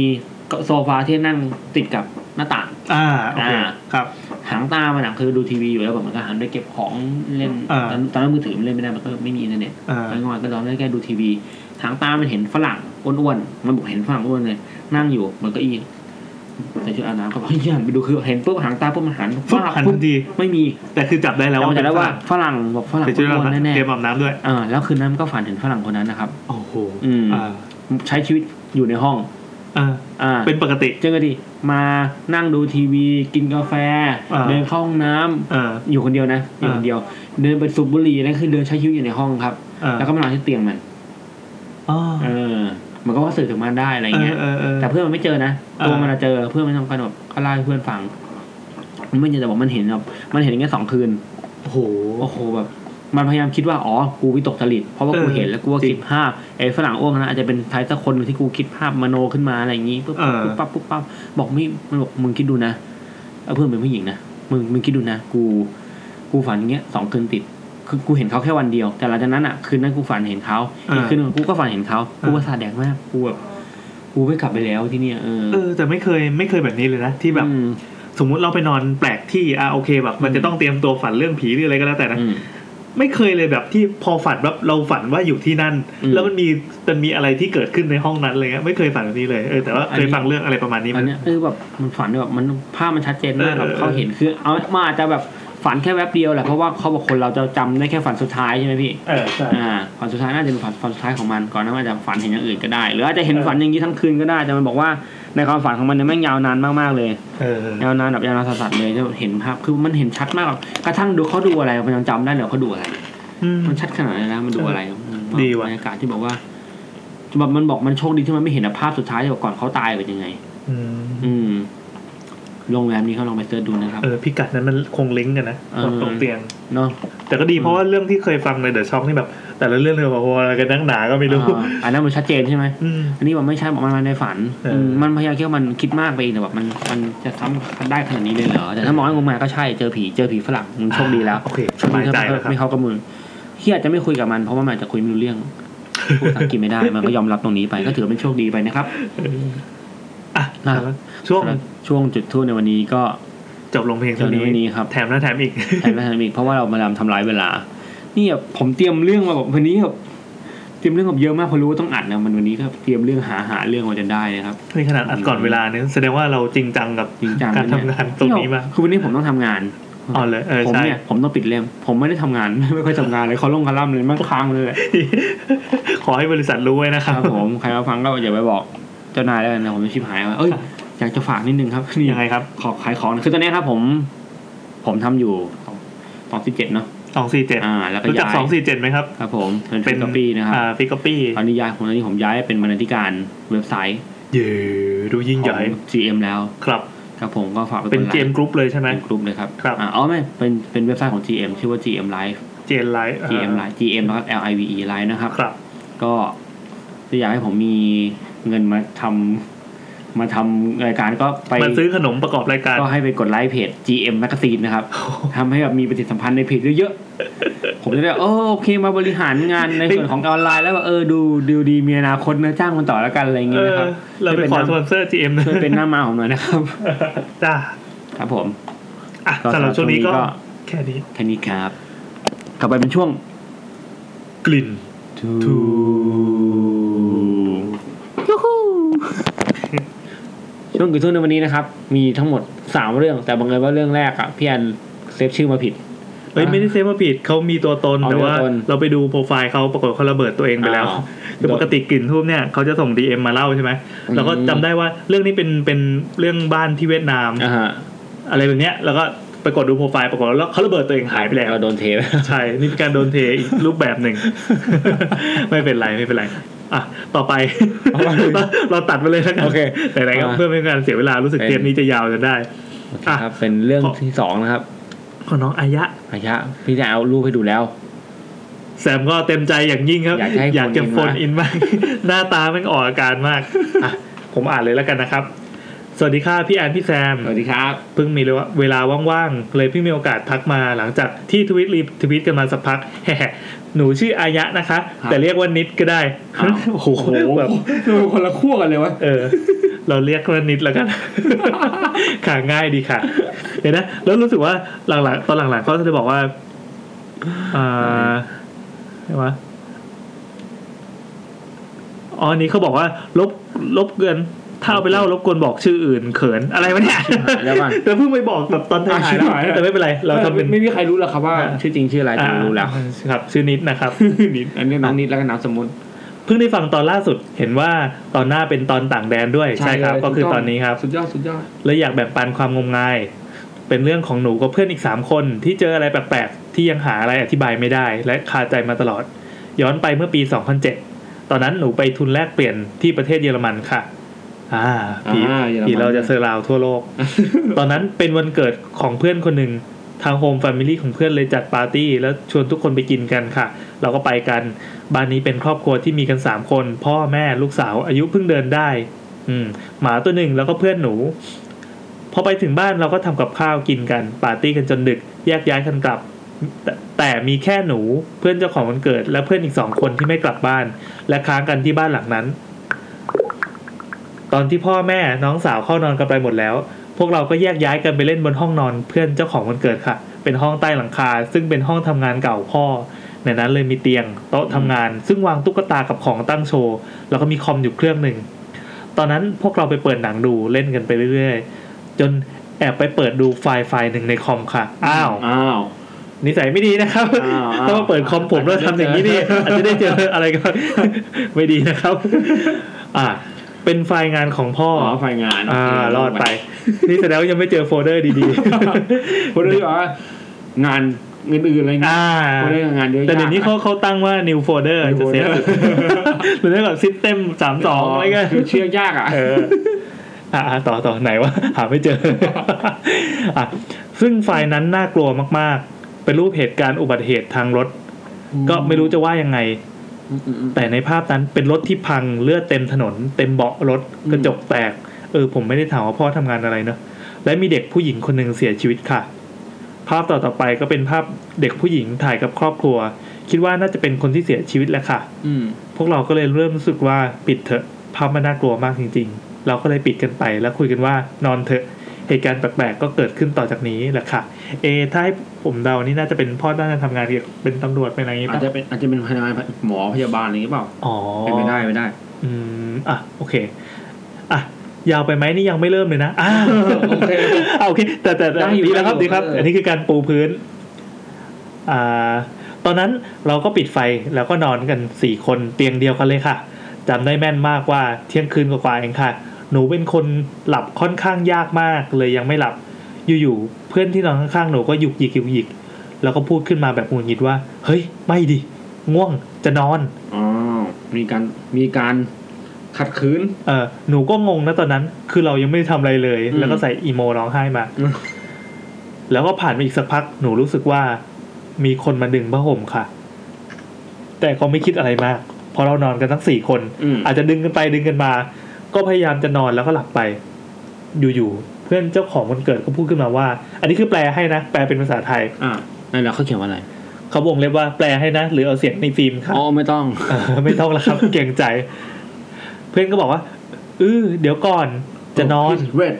Speaker 1: โซฟาที่นั่งติดกับหน้าต่าง
Speaker 2: อ่าโอเค
Speaker 1: อ่า
Speaker 2: ครับ
Speaker 1: หางตามันหนังคือดูทีวีอยู่แล้วแบบมันก็หันไปเก็บของเล่น
Speaker 2: อ่า
Speaker 1: ตอนตอนนั้นมือถือมันเล่นไม่ได้มันก็ไม่มีอินเทอร์เน็ต
Speaker 2: อ่า
Speaker 1: แล้วงอนก็ลองเล่นแค่ดูทีวี หางตามันเห็นฝรั่ง อ้วนๆ มันบอกเห็นฝรั่งอ้วนเลยนั่งอยู่บนเก้าอี้ใส่ชุดอาบน้ำก็บอกเฮ้ย หันไปดูคือเห็นปุ๊บหางตาปุ๊บมันหัน
Speaker 2: ฟึบหันทันที
Speaker 1: ไม่มี
Speaker 2: แต่คือจับได้แล้ว
Speaker 1: แต่มันจะได้ว่า
Speaker 2: เป็น
Speaker 1: ฝรั่งบอกฝ
Speaker 2: ฝ
Speaker 1: รั่
Speaker 2: รั่ง
Speaker 1: ง
Speaker 2: แต่ช่วยเรา
Speaker 1: อ้วนๆแน่
Speaker 2: เตรียมอาบน้ำด้วย
Speaker 1: ๆอ่าแล้วคืนนั้นมันก็ฝันถึงฝรั่งคนนั้นนะครับ
Speaker 2: โอ้โห
Speaker 1: อืม
Speaker 2: อ่า
Speaker 1: ใช้ชีวิตอยู่ในห้อง
Speaker 2: อ่า
Speaker 1: อ่า
Speaker 2: เป็นปกติ
Speaker 1: เจอกันดีมานั่งดูทีวีกินกาแฟ
Speaker 2: อ่า
Speaker 1: เดินเข้าห้องน้ำ
Speaker 2: อ่า
Speaker 1: อยู่คนเดียวนะอยู่คนเดียว เดินไปสูบบุหรี่นั่นคือเดินใช้ชีวิตอยู่ในห้องครับ
Speaker 2: อ่า
Speaker 1: แล้วก็มานอนที่เตียงมัน
Speaker 2: อ๋อ
Speaker 1: เออ มันก็ว่าสื่อถึงมันได้อะไรเงี้ย
Speaker 2: เออเออเออ
Speaker 1: แต่เพื่อนมันไม่เจอนะ
Speaker 2: เออ
Speaker 1: ตัวมันอะเจอเพื่อนมันทำขนมก็เล่าให้เพื่อนฟัง มันไม่เจอแต่บอกมันเห็นแบบมันเห็นอย่างเงี้ยสองคืน
Speaker 2: โอ้โห
Speaker 1: โอ้โหแบบ มันพยายามคิดว่าอ๋อกูวิตกจริตเพราะว่ากู
Speaker 2: เออ
Speaker 1: เห็นแล้วกูก็
Speaker 2: จริง
Speaker 1: คิดภาพไอ้ฝรั่งอ้วกนะอาจจะเป็นใครสักคนหนึ่งที่กูคิดภาพมโนขึ้นมาอะไรอย่างงี้ปุ๊บ
Speaker 2: เออ
Speaker 1: ปุ๊บปั๊บปุ๊บปั๊บบอกไม่มันบอกมึงคิดดูนะเออเพื่อนเป็นผู้หญิงนะมึงมึงคิดดูนะกู กูฝันอย่างเงี้ยสองคืนติด คือกูเห็นเขาแค่วันเดียว แต่หลังจากนั้นอ่ะคืนนั้นกูฝันเห็นเขาอีกคืนหนึงกูก็ฝันเห็นเขากูประสาทแดกมากกูแบบกูไม่กลับไปแล้วที่เนี่ยเออ
Speaker 2: เออ แต่ไม่เคยไม่เคยแบบนี้เลยนะ ที่แบบ
Speaker 1: อืม
Speaker 2: สมมุติเราไปนอนแปลกที่อ่ะโอเคแบบ มันจะต้องเตรียมตัวฝันเรื่องผีหรืออะไรก็แล้วแต่นะ
Speaker 1: อืม
Speaker 2: ไม่เคยเลยแบบที่พอฝันแบบเราฝันว่าอยู่ที่นั่น
Speaker 1: อืม
Speaker 2: แล้วมันมีมันมีอะไรที่เกิดขึ้นในห้องนั้นอะไรเงี้ยไม่เคยฝันแบบนี้เลยเออแต่ว่าเคยฟังเรื่องอะไรประมาณนี้
Speaker 1: อั
Speaker 2: มัน น
Speaker 1: เนี้ยเออแบบมันฝันแบบมันภาพมันชัดเจนมากแบ
Speaker 2: เออ
Speaker 1: บ
Speaker 2: เออ
Speaker 1: เขาเห็นคือเอามาอาจจะแบบฝันแค่แวบเดียวแหละเพราะว่าเขาบอกคนเราจะจำได้แค่ฝันสุดท้ายใช่ไหมพี่
Speaker 2: เออใช่
Speaker 1: อ่าฝันสุดท้ายน่าจะเป็นฝันฝันสุดท้ายของมันก่อนหนั้านอาจจะฝันเห็นอย่างอื่นก็ได้ หรืออาจจะเห็น
Speaker 2: เออ
Speaker 1: ฝันอย่างนี้ทั้งคืนก็ได้แต่มันบอกว่าในความฝันของมันเนี่ยแม่งยาวนานมากๆเลย
Speaker 2: เออเออย
Speaker 1: าวนานแบบยาวนานสัสๆเลยจะเห็นภาพคือมันเห็นชัดมากกระทั่งดูเขาดูอะไรมันยังจำได้เหรอเขาดูอะไร
Speaker 2: อืม
Speaker 1: มันชัดขนาดนั้นนะมันดูอะไร
Speaker 2: ดีว่ะ
Speaker 1: บรรยากาศที่บอกว่าแบบมันบอกมันโชคดีที่มันไม่เห็นภาพสุดท้ายที่บอกก่อนเขาตายเป็นยังไง
Speaker 2: อืม
Speaker 1: อืมโรงแรมนี้เขาลองไปเสิร์ชดูนะครับ
Speaker 2: เออพิกัดนั้นมันคงลิงก์กันนะ
Speaker 1: เออ
Speaker 2: ตรงเตียง
Speaker 1: เนาะ
Speaker 2: แต่ก็ดีเพราะว่าเรื่องที่เคยฟังในเดอะช็อคนี่แบบ แต่ละเรื่องเลยบอกว่าอะไรกันนักหนาก็ไม่รู้
Speaker 1: อ่าอันนั้นมันชัดเจนใช่ไหม
Speaker 2: อืม
Speaker 1: อันนี้มันไม่ใช่บอกมันมาในฝัน
Speaker 2: เอออื
Speaker 1: มมันพยายามคิดว่ามันคิดมากไปเองแต่แบบมันมันจะทำได้ขนาดนี้เลยเหรอแต่ถ้ามองให้งมงายก็ใช่เจอผีเจอผีฝรั่งมึงโชคดีแล้ว
Speaker 2: โอเค
Speaker 1: โช
Speaker 2: ส
Speaker 1: คดี
Speaker 2: บายใจ
Speaker 1: ที่
Speaker 2: แล้วครับ
Speaker 1: ไม่เขากระมือที่อาจจะไม่คุยกับมันเพราะว่ามันอาจจะคุยไม่รู้เรื่อง พูดภาษาอังกฤษไม่ได้มันก็ยอมรับตรงนี้ไปก็ถือว่าเป็นโชคดีไปนะครับ
Speaker 2: อ่ะ
Speaker 1: นะ
Speaker 2: ช่วง
Speaker 1: ช่วงจุดทูตในวันนี้ก็
Speaker 2: จบลงเพลง
Speaker 1: จบ
Speaker 2: เท่านี้
Speaker 1: ในวันนี้ครับ
Speaker 2: แถมแล้วแถมอีก
Speaker 1: แทนไม่ทันอีกเพราะว่าเรามาทำทำร้ายเวลา นี่แบบผมเตรียมเรื่องมาแบบวันนี้แบบเตรียมเรื่องแบบเยอะมากเพราะรู้ว่าต้องอัดนะมันวันนี้ก็เตรียมเรื่องหาหาเรื่องมาจนได้นะครับ
Speaker 2: นี่ขนาดอัดก่อนเวลาเนี่ยแสดงว่าเราจริงจังกับ
Speaker 1: จริงจัง
Speaker 2: การทำงานตรงนี้มาก
Speaker 1: คือวันนี้ผมต้องทำงาน
Speaker 2: อ๋อเลยเออ
Speaker 1: ผม
Speaker 2: ใช่
Speaker 1: เนี่ยผมต้องปิดเล่มผมไม่ได้ทำงาน ไม่ค่อยทำงานเลยเขาลงคาล่ำเลยมั่งค้างเลยแหละ
Speaker 2: ขอให้บริษัทรู้ไว้นะค
Speaker 1: ค
Speaker 2: รั
Speaker 1: รั
Speaker 2: บบ
Speaker 1: ผมใครมาฟังก็อย่าไปบอกเจ้านายแล้วกันนะผมจะชิบหายว่าเอ้ยอยากจะฝากนิดนึงครับนี่
Speaker 2: ยังไงครับ
Speaker 1: ขอขายของนะคือตอนนี้ครับผม ผมทำอยู่สองสิบเจ็ดเนาะ
Speaker 2: สองสี่เจ็ด
Speaker 1: อ่า แล้วก็
Speaker 2: รู้จัก
Speaker 1: ย้าย
Speaker 2: สองสี่เจ็ดไหมครับ
Speaker 1: ครับ ผมเป็นฟิกกปีนะครับ
Speaker 2: อ่าฟิกกปี้
Speaker 1: ตอนนี้ย้ายผมตอนนี้ผมย้ายเป็นบรรณาธิการเว็บไซต์
Speaker 2: เย่ดูยิ่ง
Speaker 1: ข
Speaker 2: ให
Speaker 1: อ
Speaker 2: ญ่
Speaker 1: ง GM แล้ว
Speaker 2: ครับ เป็น
Speaker 1: ครับผมก็ฝากไว้
Speaker 2: เป็น
Speaker 1: ไล
Speaker 2: เจมกรุ๊ปเลยใช่ไหม
Speaker 1: เป็นกลุ่มเลยครับ
Speaker 2: ครับ
Speaker 1: อ่าอ๋อไม่เป็นเป็นเว็บไซต์ของ GM ชื่อว่า GM Live
Speaker 2: เจนไลท์อ่า
Speaker 1: GM Live GM แล้วก็ L I V E Live นะครับ
Speaker 2: ครับ
Speaker 1: ก็ถ้าอยากให้ผมมีเงินมาทำมาทำรายการก็ไป
Speaker 2: มันซื้อขนมประกอบรายการ
Speaker 1: ก็ให้ไปกดไลค์เพจ GM Magazine นะครับ ทำให้แบบมีปฏิสัมพันธ์ในเพจเยอะๆ ผมจะได้แบบเออโอเคมาบริหารงานในส่วนของออนไลน์แล้วแบบเออดูดูดีมีอนาคตนะจ้างมันต่อแล้วกันอะไรอย่าง
Speaker 2: เอ
Speaker 1: เงี้ย
Speaker 2: อ
Speaker 1: นะครับ
Speaker 2: เราไปขอสปอนเซอร์ GM นะ
Speaker 1: ช่วยเป็นหน้ามาของหน่อยนะครับ
Speaker 2: จ้า
Speaker 1: ครับผม
Speaker 2: อ่ะ
Speaker 1: ก็สำ
Speaker 2: สำ
Speaker 1: ห
Speaker 2: ห
Speaker 1: รั
Speaker 2: รั
Speaker 1: บบ ช่
Speaker 2: ช่ว
Speaker 1: วง
Speaker 2: ง
Speaker 1: นี้
Speaker 2: นี้
Speaker 1: ก็
Speaker 2: ก็แค่นี้
Speaker 1: แค่นี้ครับกลับไปเป็นช่วง
Speaker 2: กลิ่น
Speaker 1: ทู ช่วงกี่ทุ่มในวันนี้นะครับ มีทั้งหมดสามเรื่อง แต่บังเอิญว่าเรื่องแรกอะพี่แอนเซฟชื่อมาผิด
Speaker 2: เอ้ยไม่ได้เซฟว่าผิดเขามีตัวตน
Speaker 1: อ๋อ
Speaker 2: แต่ว่า
Speaker 1: มีตัวตน
Speaker 2: เราไปดูโปรไฟล์เขาปรากฏเขาระเบิดตัวเองไปแล้ว
Speaker 1: อ้าว
Speaker 2: คือปกติกลิ่นทูบเนี่ยเขาจะส่ง DM มาเล่าใช่ไหม
Speaker 1: อืม
Speaker 2: เราก็จำได้ว่าเรื่องนี้เป็นเป็นเรื่องบ้านที่เวียดนาม
Speaker 1: อ่าฮะ
Speaker 2: อะไรแบบเนี้ยแล้วก็ไปกดดูโปรไฟล์ปรากฏแล้วเขาระเบิดตัวเองหายไปแล้ว
Speaker 1: เราโดนเทไป
Speaker 2: ใช่นี่เป็นการโดนเทอีกรูปแบบหนึ่ง ไม่เป็นไรไม่เป็นไรอ่ะต่อไป
Speaker 1: ต่อไป
Speaker 2: เราเราตัดไปเลยแล้วกัน
Speaker 1: โอเค
Speaker 2: ไหนๆก็
Speaker 1: อ่า
Speaker 2: เพื่อไม่ให้การเสียเวลารู้สึก
Speaker 1: เป็น
Speaker 2: เทปนี้จะยาวจะได้ อ่ะ
Speaker 1: ครับเป็นเรื่องที่สองนะครับ
Speaker 2: ของน้องอายะ
Speaker 1: อาชะพี่จะเอารูปให้ดูแล้ว
Speaker 2: แซมก็เต็มใจอย่างยิ่งครับ
Speaker 1: อยากจะให้
Speaker 2: อยากจะโฟ
Speaker 1: โฟน
Speaker 2: น
Speaker 1: อิ
Speaker 2: อิ
Speaker 1: นมาม
Speaker 2: นาก ก หน้าตาแม่งออกอาการ มากอ่ะผมอ่านเลยแล้วกันนะครับ สวัสดีค่ะพี่แอนพี่แซม
Speaker 1: สวัสดีครับ
Speaker 2: เพิ่งมีเวลาว่างๆ เลยเพิ่งมีโอกาสทักมาหลังจากที่ทวิตรีทวิตกันมาสักพัก แฮ่หนูชื่ออายะนะคะ
Speaker 1: ครับ
Speaker 2: แต่เรียกว่านิดก็ได้
Speaker 1: อ้าว
Speaker 2: โอ้โหแบบ
Speaker 1: ดูคนละขั้วกันเลยวะ
Speaker 2: เออ เราเรียกว่านิดแล้วกัน ค่ะง่ายดีค่ะเดี๋ยวนะแล้วรู้สึกว่าหลังๆตอนหลังๆเขาจะบอกว่าเอ่อใช่ไหมอ๋อ อ๋ออันนี้เขาบอกว่าลบลบเกินถ้าเอาไปเล่าลบกวนบอกชื่ออื่นเขินอะไรวะเนี่ย
Speaker 1: เดี๋ยวก่อน
Speaker 2: แต่เพิ่งไปบอกแบบตอน
Speaker 1: อ่ะ
Speaker 2: ท้า
Speaker 1: ชิ
Speaker 2: ยๆนะ
Speaker 1: บหายแล้ว
Speaker 2: แต่ไม่เป็นไร เราทำเป็น
Speaker 1: ไม่มีใครรู้หรอกครับว่า ชื่อจริงชื่ออะไรแต่รู้แล้ว
Speaker 2: อ่าครับชื่อนิดนะครับ
Speaker 1: นิดอันนี้น้องนิดแล้วก็น้องสมมุติ
Speaker 2: เพิ่งได้ฟังตอนล่าสุดเห็นว่าตอนหน้าเป็นตอนต่างแดนด้วย
Speaker 1: ใช่
Speaker 2: ใช่ครับ
Speaker 1: เลย
Speaker 2: ก็คือ
Speaker 1: ถูกต้อง
Speaker 2: ตอนนี้ครับ
Speaker 1: สุดยอดสุดยอด
Speaker 2: และอยากแบ่งปันความงมงาย เป็นเรื่องของหนูกับเพื่อนอีกสามคน ที่เจออะไรแปลกๆ ที่ยังหาอะไรอธิบายไม่ได้ และคาใจมาตลอด ย้อนไปเมื่อปี 2007 ตอนนั้นหนูไปทุนแลกเปลี่ยนที่ประเทศเยอรมันค่ะ อ่าผี
Speaker 1: อ่าเยอรมัน
Speaker 2: ผีเราจะเซอร์ราวทั่วโลก ตอนนั้นเป็นวันเกิดของเพื่อนคนหนึ่งทางโฮมแฟมิลี่ของเพื่อนเลยจัดปาร์ตี้ แล้วชวนทุกคนไปกินกันค่ะ เราก็ไปกัน บ้านนี้เป็นครอบครัวที่มีกันสามคน พ่อแม่ลูกสาวอายุเพิ่งเดินได้ อืมหมาตัวหนึ่งแล้วก็เพื่อนหนู พอไปถึงบ้านเราก็ทำกับข้าวกินกัน ปาร์ตี้กันจนดึกแยกย้ายกันกลับแตแต่มีแค่หนูเพื่อนเจ้าของวันเกิด และเพื่อนอีกสองคนที่ไม่กลับบ้าน และค้างกันที่บ้านหลังนั้น ตอนที่พ่อแม่น้องสาวเข้านอนกันไปหมดแล้ว พวกเราก็แยกย้ายกันไปเล่นบนห้องนอนเพื่อนเจ้าของวันเกิดค่ะ เป็นห้องใต้หลังคา ซึ่งเป็นห้องทำงานเก่าพ่อ ในนั้นเลยมีเตียง โต๊ะทำงาน ซึ่งวางตุ๊กตากับของตั้งโชว์ แล้วก็มีคอมอยู่เครื่องหนึ่ง ตอนนั้นพวกเราไปเปิดหนังดูเล่นกันไปเรื่อยๆ จนแอบไปเปิดดูไฟล์ไฟล์หนึ่งในคอมค่ะ อ้าว
Speaker 1: อ้าว
Speaker 2: นิสัยไม่ดีนะครับ
Speaker 1: อ้าวอ้าว
Speaker 2: ถ้ามาเปิดคอมผมแล้ว
Speaker 1: อาจจะ
Speaker 2: ทำอย่างนี้นี่
Speaker 1: ได้เจอ
Speaker 2: อาจจะได้เจออะไรก็ ไม่ดีนะครับ อ่า เป็นไฟล์งานของพ่อ
Speaker 1: อ๋อ
Speaker 2: อ
Speaker 1: ไฟงาน
Speaker 2: อ่ารอดไป นี่แสดงว่ายังไม่เจอโฟลเดอร์ดี
Speaker 1: พูดได้ว่างานอื่นๆอะ
Speaker 2: ๆ
Speaker 1: ไรเงี้ย
Speaker 2: อ่า
Speaker 1: พูดได้ว่างานเยอะ
Speaker 2: แต่เดี๋ยวนี้
Speaker 1: ก
Speaker 2: เขาเขาตั้งว่า new folder
Speaker 1: New
Speaker 2: จะเซฟ
Speaker 1: folder
Speaker 2: หรือได้แบบ system สามสองอะไรเงี้ย
Speaker 1: คือเชื่อยากอ่ะ
Speaker 2: เอออ่ะอ่ะต่อต่อไหนวะ หาไม่ เจอ อ่ะซึ่งไฟล์นั้นน่ากลัวมากๆ เป็นรูปเหตุการณ์อุบัติเหตุทางรถ ก็ไม่รู้จะว่ายังไง แต่ในภาพนั้นเป็นรถที่พังเลือดเต็มถนน เต็มเบาะรถ
Speaker 1: อืม
Speaker 2: กระจกแตก เออ ผมไม่ได้ถามว่าพ่อทำงานอะไรเนอะและมีเด็กผู้หญิงคนหนึ่งเสียชีวิตค่ะ ภาพต่อต่อไปก็เป็นภาพเด็กผู้หญิงถ่ายกับครอบครัว คิดว่าน่าจะเป็นคนที่เสียชีวิตแหละค่ะ
Speaker 1: อืม
Speaker 2: พวกเราก็เลยเริ่มรู้สึกว่าปิดเถอะภาพมันน่ากลัวมากจริง ๆ เราก็เลยปิดกันไปแล้วคุยกันว่านอนเถอะเหตุการณ์แปลกๆก็เกิดขึ้นต่อจากนี้แหละค่ะ เอถ้าให้ผมเดานี่น่าจะเป็นพ่อน่าจะทำงานเกี่ยวกับเป็นตำรวจเป็นอะไรอย่างงี้
Speaker 1: อาจ
Speaker 2: ปะ
Speaker 1: จะเป็นอาจจะเป็นพยาบาลหมอพยาบาลอะไรอย่างเงี้ยเปล่า
Speaker 2: อ๋อ
Speaker 1: เป็นไปได้ไม่ได้
Speaker 2: อืม อ่ะ โอเค อ่ะ ยาวไปไหมนี่ยังไม่เริ่มเลยนะ อ่า
Speaker 1: โอเค
Speaker 2: อ่ะโอเค แต่แต่แต่
Speaker 1: ได้อยู่
Speaker 2: ดีแล้วครับ
Speaker 1: ได้อยู่
Speaker 2: ดีครับ
Speaker 1: เอออั
Speaker 2: อันนี้คือการปูพื้น อ่า ตอนนั้นเราก็ปิดไฟแล้วก็นอนกันสี่คนเตียงเดียวกันเลยค่ะจำได้แม่นมากว่าเที่ยงคืนกว่าๆเองค่ะ หนูเป็นคนหลับค่อนข้างยากมากเลยยังไม่หลับ อยู่ๆเพื่อนที่นอนข้างๆหนูก็หยุกหยิกหยุกหยิกแล้วก็พูดขึ้นมาแบบหงุดหงิดว่า เฮ้ย ไม่ดิง่วงจะนอน
Speaker 1: อ๋อมีการมีการขัดขืน
Speaker 2: เออหนูก็งงนะตอนนั้น คือเรายังไม่ได้ทำอะไรเลย
Speaker 1: อืม
Speaker 2: แล้วก็ใส่อีโมร้องไห้มา
Speaker 1: อืม
Speaker 2: แล้วก็ผ่านไปอีกสักพัก หนูรู้สึกว่า มีคนมาดึงผ้าห่มค่ะ แต่ก็ไม่คิดอะไรมากเพราะเรานอนกันทั้งสี่คน
Speaker 1: อืม
Speaker 2: อาจจะดึงกันไปดึงกันมา ก็พยายามจะนอนแล้วก็หลับไป อยู่ๆ เพื่อนเจ้าของวันเกิดก็พูดขึ้นมาว่า อันนี้คือแปลให้นะ แปลเป็นภาษาไทย
Speaker 1: อ่านั่นแหละเขาเขียนว่าอะไร
Speaker 2: เขาวงเล็บว่าแปลให้นะ หรือเอาเสียงในฟิล์มค่ะ
Speaker 1: อ๋อไม่ต้อง
Speaker 2: เออไม่ต้องแล้วครับ เกรงใจ เพื่อนก็บอกว่าเออเดี๋ยวก่อนจะนอน
Speaker 1: เวท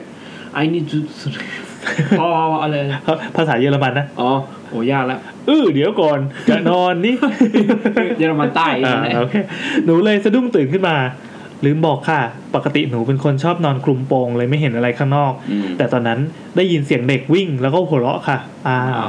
Speaker 1: I need to พออะไร
Speaker 2: ภาษาเยอรมันนะ
Speaker 1: อ๋อโอ้ยากแล้ว
Speaker 2: เออเดี๋ยวก่อนจะนอน นี่
Speaker 1: เยอรมันใต้
Speaker 2: อ่าโอเคหนูเลยสะดุ้งตื่นขึ้นมา ลืมบอกค่ะ ปกติหนูเป็นคนชอบนอนคลุมโปงเลยไม่เห็นอะไรข้างนอก
Speaker 1: อืม
Speaker 2: แต่ตอนนั้นได้ยินเสียงเด็กวิ่งแล้วก็หัวเราะค่ะ อ่า
Speaker 1: อ่า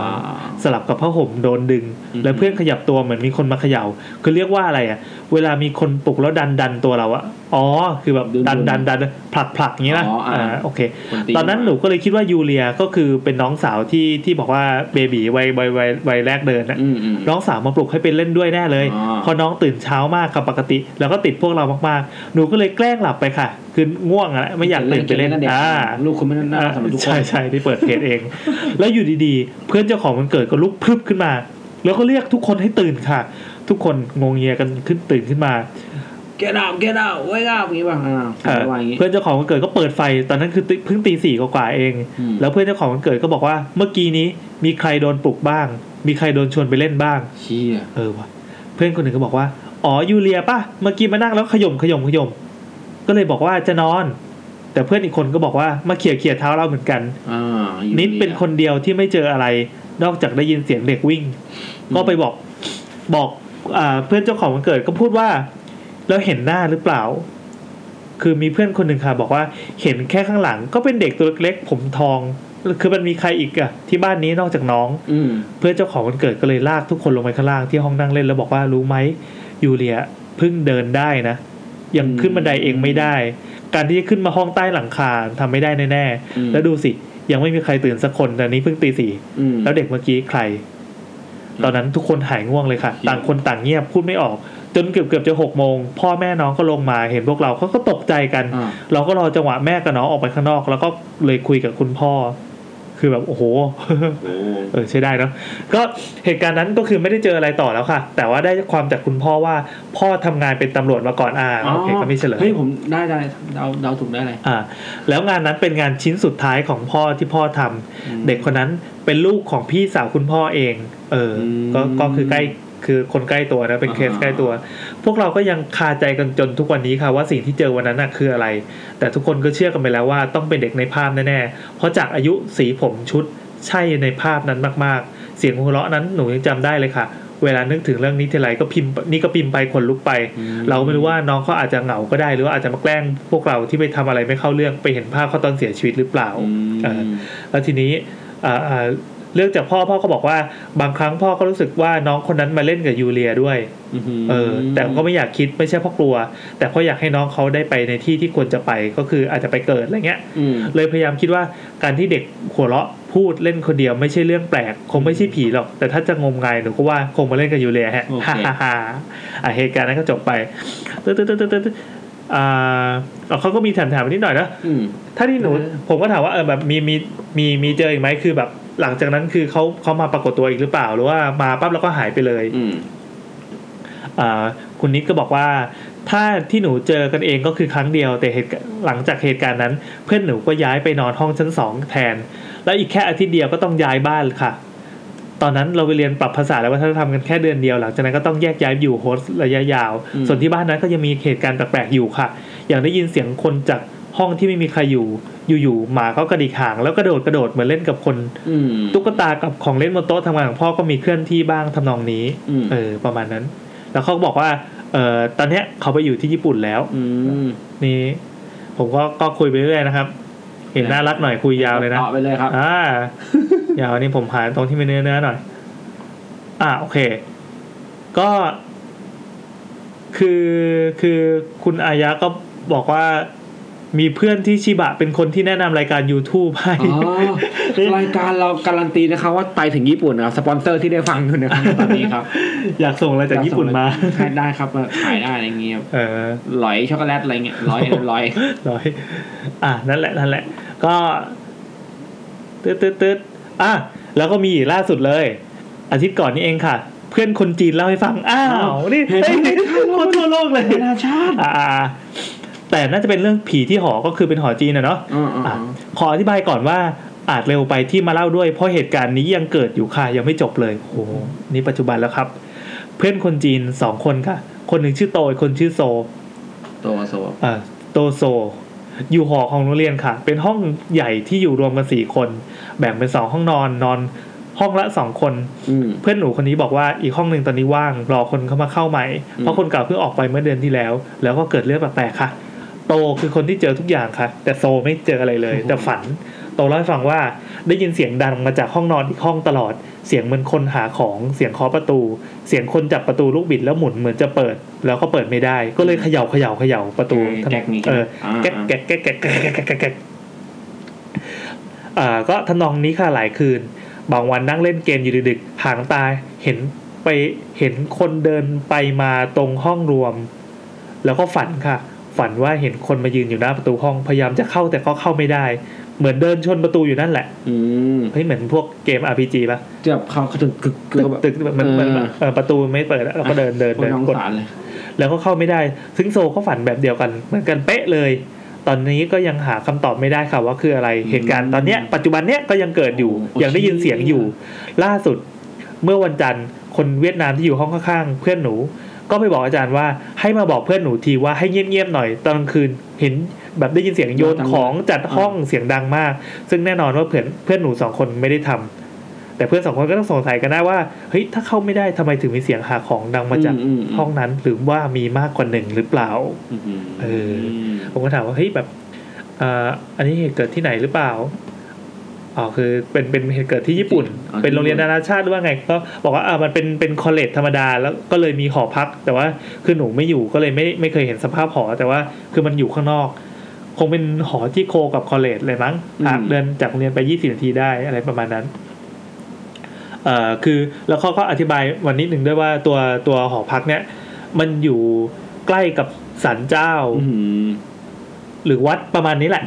Speaker 2: สลับกับผ้าห่มโดนดึง
Speaker 1: อือฮึ
Speaker 2: แล้วเพื่อนขยับตัวเหมือนมีคนมาเขยา่า คือเรียกว่าอะไรอะ่ะ เวลามีคนปลุกแล้วดันดันตัวเราอะอ๋อ คือแบบดันดันดันผลักผลักอย่างนี้นะ
Speaker 1: อ๋ออ่า
Speaker 2: โอเค
Speaker 1: ค
Speaker 2: ตอนนั้นหนูก็เลยคิดว่ายูเลียก็คือเป็นน้องสาวที่ที่บอกว่าเบบีวัยวัยวัยวัยแรกเดินนะ
Speaker 1: อืมอืม
Speaker 2: น้องสาวมาปลุกให้ไปเล่นด้วยแน่เลย
Speaker 1: อ๋อ
Speaker 2: พอน้องตื่นเช้ามากกับปกติ แล้วก็ติดพวกเรามากๆ หนูก็เลยแกล้งหลับไปค่ะ คือง่วงอะละไม่อยากตื่นไปเล่น
Speaker 1: เด็ก
Speaker 2: อ่า
Speaker 1: ลูกคุณไม่น่ารักสำหรับทุกคน
Speaker 2: ใช่ใช่ที่เปิดเพจเอง แล้วอยู่ดีๆ เพื่อนเจ้าของมันเกิดก็ลุกพรึบขึ้นมา แล้วก็เรียกทุกคนให้ตื่นค่ะ ทุกคนงงเงียกันขึ้นตื่นขึ้นมา
Speaker 1: แกดาวแกดาวไว้กาวอย่างงี้ป่ะอ่า
Speaker 2: เอ่อ
Speaker 1: วางอย่างงี้
Speaker 2: เพื่อนเจ้าของมันเกิดก็เปิดไฟตอนนั้นคือเพิ่งตีสี่กว่าๆเอง
Speaker 1: อืม
Speaker 2: แล้วเพื่อนเจ้าของมันเกิดก็บอกว่าเมื่อกี้นี้มีใครโดนปลุกบ้าง มีใครโดนชวนไปเล่นบ้าง
Speaker 1: เชี่ย
Speaker 2: เออวะเพื่อนคนหนึ่งก็บอกว่า อ๋อยูเลียป่ะ เมื่อกี้มานั่งแล้วขย่มขย่มขย่มก็เลยบอกว่าจะนอน แต่เพื่อนอีกคนก็บอกว่ามาเขี่ยเขี่ยเท้าเราเหมือนกัน
Speaker 1: อ่า
Speaker 2: นิดเป็นคนเดียวที่ไม่เจออะไร นอกจากได้ยินเสียงเด็กวิ่ง ก็ไปบอกบอกอาเพื่อนเจ้าของวันเกิดก็พูดว่า แล้วเห็นหน้าหรือเปล่า คือมีเพื่อนคนหนึ่งค่ะ บอกว่าเห็นแค่ข้างหลังก็เป็นเด็กตัวเล็กๆผมทอง คือมันมีใครอีกอะที่บ้านนี้นอกจากน้อง
Speaker 1: อืม
Speaker 2: เพื่อนเจ้าของวันเกิดก็เลยลากทุกคนลงไปข้างล่างที่ห้องนั่งเล่นแล้วบอกว่ารู้ไหมยูเลียเพิ่งเดินได้นะ ยัง
Speaker 1: อืม
Speaker 2: ขึ้นบันไดเองไม่ได้ การที่จะขึ้นมาห้องใต้หลังคาทำไม่ได้แน่
Speaker 1: อืม
Speaker 2: ๆแล้วดูสิ ยังไม่มีใครตื่นสักคนแต่นี้เพิ่งตีสี่
Speaker 1: อืม
Speaker 2: แล้วเด็กเมื่อกี้ใคร ตอนนั้นทุกคนหายง่วงเลยค่ะ ต่างคนต่างเงียบพูดไม่ออก จนเกือบเกือบๆจะหกโมงพ่อแม่น้องก็ลงมาเห็นพวกเราเขาก็ตกใจกัน
Speaker 1: อ่า
Speaker 2: เราก็รอจังหวะแม่กับน้องออกไปข้างนอก แล้วก็เลยคุยกับคุณพ่อ คือแบบโอ้โห
Speaker 1: โอ้
Speaker 2: เออใช่ได้เนอะก็เหตุการณ์นั้นก็คือไม่ได้เจออะไรต่อแล้วค่ะ แต่ว่าได้ความจากคุณพ่อว่าพ่อทำงานเป็นตำรวจมาก่อนอ่าโอเคก็ไม่เฉลย
Speaker 1: เฮ้ยผมได้ได้เดาเดาถูกได้เลย
Speaker 2: อ่า แล้วงานนั้นเป็นงานชิ้นสุดท้ายของพ่อที่พ่อทำ
Speaker 1: อืม
Speaker 2: เด็กคนนั้นเป็นลูกของพี่สาวคุณพ่อเอง เอออ
Speaker 1: ม
Speaker 2: ก็ก็คือใกล้คือคนใกล้ตัวนะเป็นเคส
Speaker 1: อ่า
Speaker 2: ใกล้ตัว พวกเราก็ยังคาใจกันจนทุกวันนี้ค่ะ ว่าสิ่งที่เจอวันนั้นน่ะคืออะไร แต่ทุกคนก็เชื่อกันไปแล้วว่าต้องเป็นเด็กในภาพแน่ๆ เพราะจากอายุสีผมชุดใช่ในภาพนั้นมากๆ เสียงหัวเราะนั้นหนูยังจำได้เลยค่ะ เวลานึกถึงเรื่องนี้ทีไรก็พิมพ์นี่ก็พิมพ์ไปขนลุกไป
Speaker 1: อืม
Speaker 2: เราไม่รู้ว่าน้องเขาอาจจะเหงาก็ได้หรือว่าอาจจะมาแกล้งพวกเราที่ไปทำอะไรไม่เข้าเรื่องไปเห็นภาพเขาตอนเสียชีวิตหรือเปล่า เออ แล้วทีนี้อ่าอ่าเรื่องจากพ่อพ่อก็บอกว่าบางครั้งพ่อก็รู้สึกว่าน้องคนนั้นมาเล่นกับยูเลียด้วย เออแต่ก็ไม่อยากคิดไม่ใช่เพราะกลัว แต่เพราะอยากให้น้องเขาได้ไปในที่ที่ควรจะไปก็คืออาจจะไปเกิดอะไรเงี้ย
Speaker 1: อืม
Speaker 2: เลยพยายามคิดว่าการที่เด็กหัวเราะพูดเล่นคนเดียวไม่ใช่เรื่องแปลก คงไม่ใช่ผีหรอก แต่ถ้าจะงมงายหนูก็ว่าคงมาเล่นกับยูเลียฮะ
Speaker 1: โอเค
Speaker 2: ฮ่าฮ่าฮ่า อ่ะเหตุการณ์นั้นก็จบไปตึ๊ดตึ๊ดตึ๊ดตึ๊ดตึ๊ดอ่าเอาเขาก็มีถามๆนิดหน่อยนะ
Speaker 1: อืม
Speaker 2: ถ้าที่หนู
Speaker 1: เออ
Speaker 2: ผมก็ถามว่าเออแบบมีมีมีมีเจออีกไหมคือแบบ หลังจากนั้นคือเขาเขามาปรากฏตัวอีกหรือเปล่า หรือว่ามาปั๊บแล้วก็หายไปเลย
Speaker 1: อืม
Speaker 2: อ่าคุณนิดก็บอกว่า ถ้าที่หนูเจอกันเองก็คือครั้งเดียวแต่เหตุหลังจากเหตุการณ์นั้น เพื่อนหนูก็ย้ายไปนอนห้องชั้นสองแทน แล้วอีกแค่อาทิตย์เดียวก็ต้องย้ายบ้านค่ะ ตอนนั้นเราไปเรียนปรับภาษาและวัฒนธรรมกันแค่เดือนเดียวหลังจากนั้นก็ต้องแยกย้ายอยู่โฮสต์ระยะยาว
Speaker 1: อืม
Speaker 2: ส่วนที่บ้านนั้นก็ยังมีเหตุการณ์แปลกๆอยู่ค่ะ อย่างได้ยินเสียงคนจากห้องที่ไม่มีใครอยู่อยู่ๆหมาก็กระดิกหางแล้วกระโดดกระโดดเหมือนเล่นกับคน
Speaker 1: อืม
Speaker 2: ตุ๊กตากับของเล่นบนโต๊ะทำงานของพ่อก็มีเคลื่อนที่บ้างทำนองนี้
Speaker 1: อืม
Speaker 2: เออ ประมาณนั้น แล้วเขาก็บอกว่า เออตอนเนี้ยเขาไปอยู่ที่ญี่ปุ่นแล้ว
Speaker 1: อืม
Speaker 2: นี่ ผมก็ก็คุยไปเรื่อยๆนะครับ เห็นน่ารักหน่อยคุยยาวเลยนะ
Speaker 1: ต่อไปเลยครับ
Speaker 2: อ่า เดี๋ยวอันนี้ผมหาตรงที่เป็นเนื้อเนื้อหน่อย อ่าโอเค ก็ คือคือคุณอายะก็บอกว่ามีเพื่อนที่ชิบะเป็นคนที่แนะนำรายการ YouTube ให้
Speaker 1: อ๋ อ รายการเราการันตีนะครับว่าไปถึงญี่ปุ่นนะครับสปอนเซอร์ที่ได้ฟังอยู่นะครับตอนนี้ครับ
Speaker 2: อยากส่งอะไรจากญี่ปุ่นมา
Speaker 1: ขายได้ครับมาขายได้อะไรเงี้ยครับ
Speaker 2: เออ
Speaker 1: หลอยช็อกโกแลตอะไรเงี้ย หลอยหลอย
Speaker 2: ร้อยอ่ะนั่นแหละนั่นแหละ ก็ตืดตืดตืดอ่ะแล้วก็มีอีกล่าสุดเลย อาทิตย์ก่อนนี้เองค่ะ เพื่อนคนจีนเล่าให้ฟัง อ้า
Speaker 1: อ้าว
Speaker 2: วนี่
Speaker 1: เห็นไหม
Speaker 2: เฮ้ยนี่คนทั่วโลกเลย
Speaker 1: นาชาติ
Speaker 2: อ่าอ่าอ่าแต่น่าจะเป็นเรื่องผีที่หอก็คือเป็นหอจีนนะเนาะ
Speaker 1: อ๋ออ๋ออ๋
Speaker 2: อ่ะ
Speaker 1: อ
Speaker 2: ขออธิบายก่อนว่าอาจเร็วไปที่มาเล่าด้วยเพราะเหตุการณ์นี้ยังเกิดอยู่ค่ะ ยังไม่จบเลยโอ้โหนี่ปัจจุบันแล้วครับ เพื่อนคนจีนสองคนค่ะ คนหนึ่งชื่อโตอีกคนชื่อโซ
Speaker 1: ตัวโซ
Speaker 2: เอ่อโตโซ อยู่หอของโรงเรียนค่ะ เป็นห้องใหญ่ที่อยู่รวมกันสี่คน แบ่งเป็นสองห้องนอนนอนห้องละสองคน
Speaker 1: อืม
Speaker 2: เพื่อนหนูคนนี้บอกว่าอีกห้องหนึ่งตอนนี้ว่าง รอคนเข้ามาเข้าใหม่
Speaker 1: อืม
Speaker 2: เพราะคนเก่าเพิ่งออกไปเมื่อเดือนที่แล้ว แล้วก็เกิดเรื่องแปลกๆค่ะ โตคือคนที่เจอทุกอย่างค่ะ แต่โซไม่เจออะไรเลย แต่ฝัน โตเล่าให้ฟังว่าได้ยินเสียงดังมาจากห้องนอนอีกห้องตลอด เสียงเหมือนคนหาของเสียงเคาะประตู เสียงคนจับประตูลูกบิดแล้วหมุนเหมือนจะเปิด แล้วก็เปิดไม่ได้ ก็เลยเขย่าเขย่าเขย่าประตู
Speaker 1: แก๊กนี้
Speaker 2: เออ
Speaker 1: อ่า
Speaker 2: แก๊ก
Speaker 1: อ่า
Speaker 2: แก๊กแก๊กแก๊กแก๊กแก๊กแก๊กแก๊กแก๊กอ่าก็ทำนองนี้ค่ะหลายคืน บางวันนั่งเล่นเกมอยู่ดึกๆหางตาเห็นไปเห็นคนเดินไปมาตรงห้องรวม แล้วก็ฝันค่ะ ฝันว่าเห็นคนมายืนอยู่หน้าประตูห้องพยายามจะเข้าแต่ก็เข้าไม่ได้ เหมือนเดินชนประตูอยู่นั่นแหละ
Speaker 1: อืม
Speaker 2: เฮ้ยเหมือนพวกเกม RPG ปะ
Speaker 1: เกือบเขาเขาถึงกึกเกื
Speaker 2: ตึ
Speaker 1: อก บ
Speaker 2: ตึกมันมันมัน
Speaker 1: เออ
Speaker 2: เออประตูไม่เปิดแล้วก็เดินเดิน
Speaker 1: คน
Speaker 2: เดิน
Speaker 1: ท้อง
Speaker 2: กด
Speaker 1: สารเลย
Speaker 2: แล้วก็เข้าไม่ได้ ซึ่งโซก็ฝันแบบเดียวกันเหมือนกันเป๊ะเลย ตอนนี้ก็ยังหาคำตอบไม่ได้ค่ะว่าคืออะไร เหตุการณ์ตอนเนี้ยปัจจุบันเนี้ยก็ยังเกิดอยู่
Speaker 1: โอ้โห
Speaker 2: ยังได้ยินเสียงอยู่ ล่าสุด เมื่อวันจันทร์ คนเวียดนามที่อยู่ห้องข้างๆ เพื่อนหนู ก็ไปบอกอาจารย์ว่าให้มาบอกเพื่อนหนูทีว่าให้เงียบๆหน่อยตอนกลางคืน เห็นแบบได้ยินเสียงโยนของจัดห้องเสียงดังมาก ซึ่งแน่นอนว่าเพื่อนเพื่อนหนูสองคนไม่ได้ทำ แต่เพื่อนสองคนก็ต้องสงสัยกันได้ว่าเฮ้ยถ้าเข้าไม่ได้ทำไมถึงมีเสียงหาของดังมาจาก
Speaker 1: อืมอืมอืม
Speaker 2: ห้องนั้นหรือว่ามีมากกว่าหนึ่งหรือเปล่า เออ ผมก็ถามว่าเฮ้ยแบบเอ่ออันนี้เหตุเกิดที่ไหนหรือเปล่าอ๋อคือเป็นเป็นเหตุเกิดที่ญี่ปุ่น
Speaker 3: อ๋อ
Speaker 2: เป็นโรงเรียนนานาชาติหรือว่าไง ก็บอกว่าอ่ามันเป็นเป็นคอลเลจธรรมดาแล้วก็เลยมีหอพัก แต่ว่าคือหนูไม่อยู่ก็เลยไม่ไม่เคยเห็นสภาพหอ แต่ว่าคือมันอยู่ข้างนอก คงเป็นหอที่โคกับคอลเลจเลยมั้งอ่ะ
Speaker 1: อืม
Speaker 2: เดินจากโรงเรียนไปยี่สิบนาทีได้อะไรประมาณนั้น เอ่อคือแล้วเขาก็อธิบายวันนิดหนึ่งด้วยว่าตัวตัวหอพักเนี่ย มันอยู่ใกล้กับศาลเจ้า หรือวัดประมาณนี้แหละ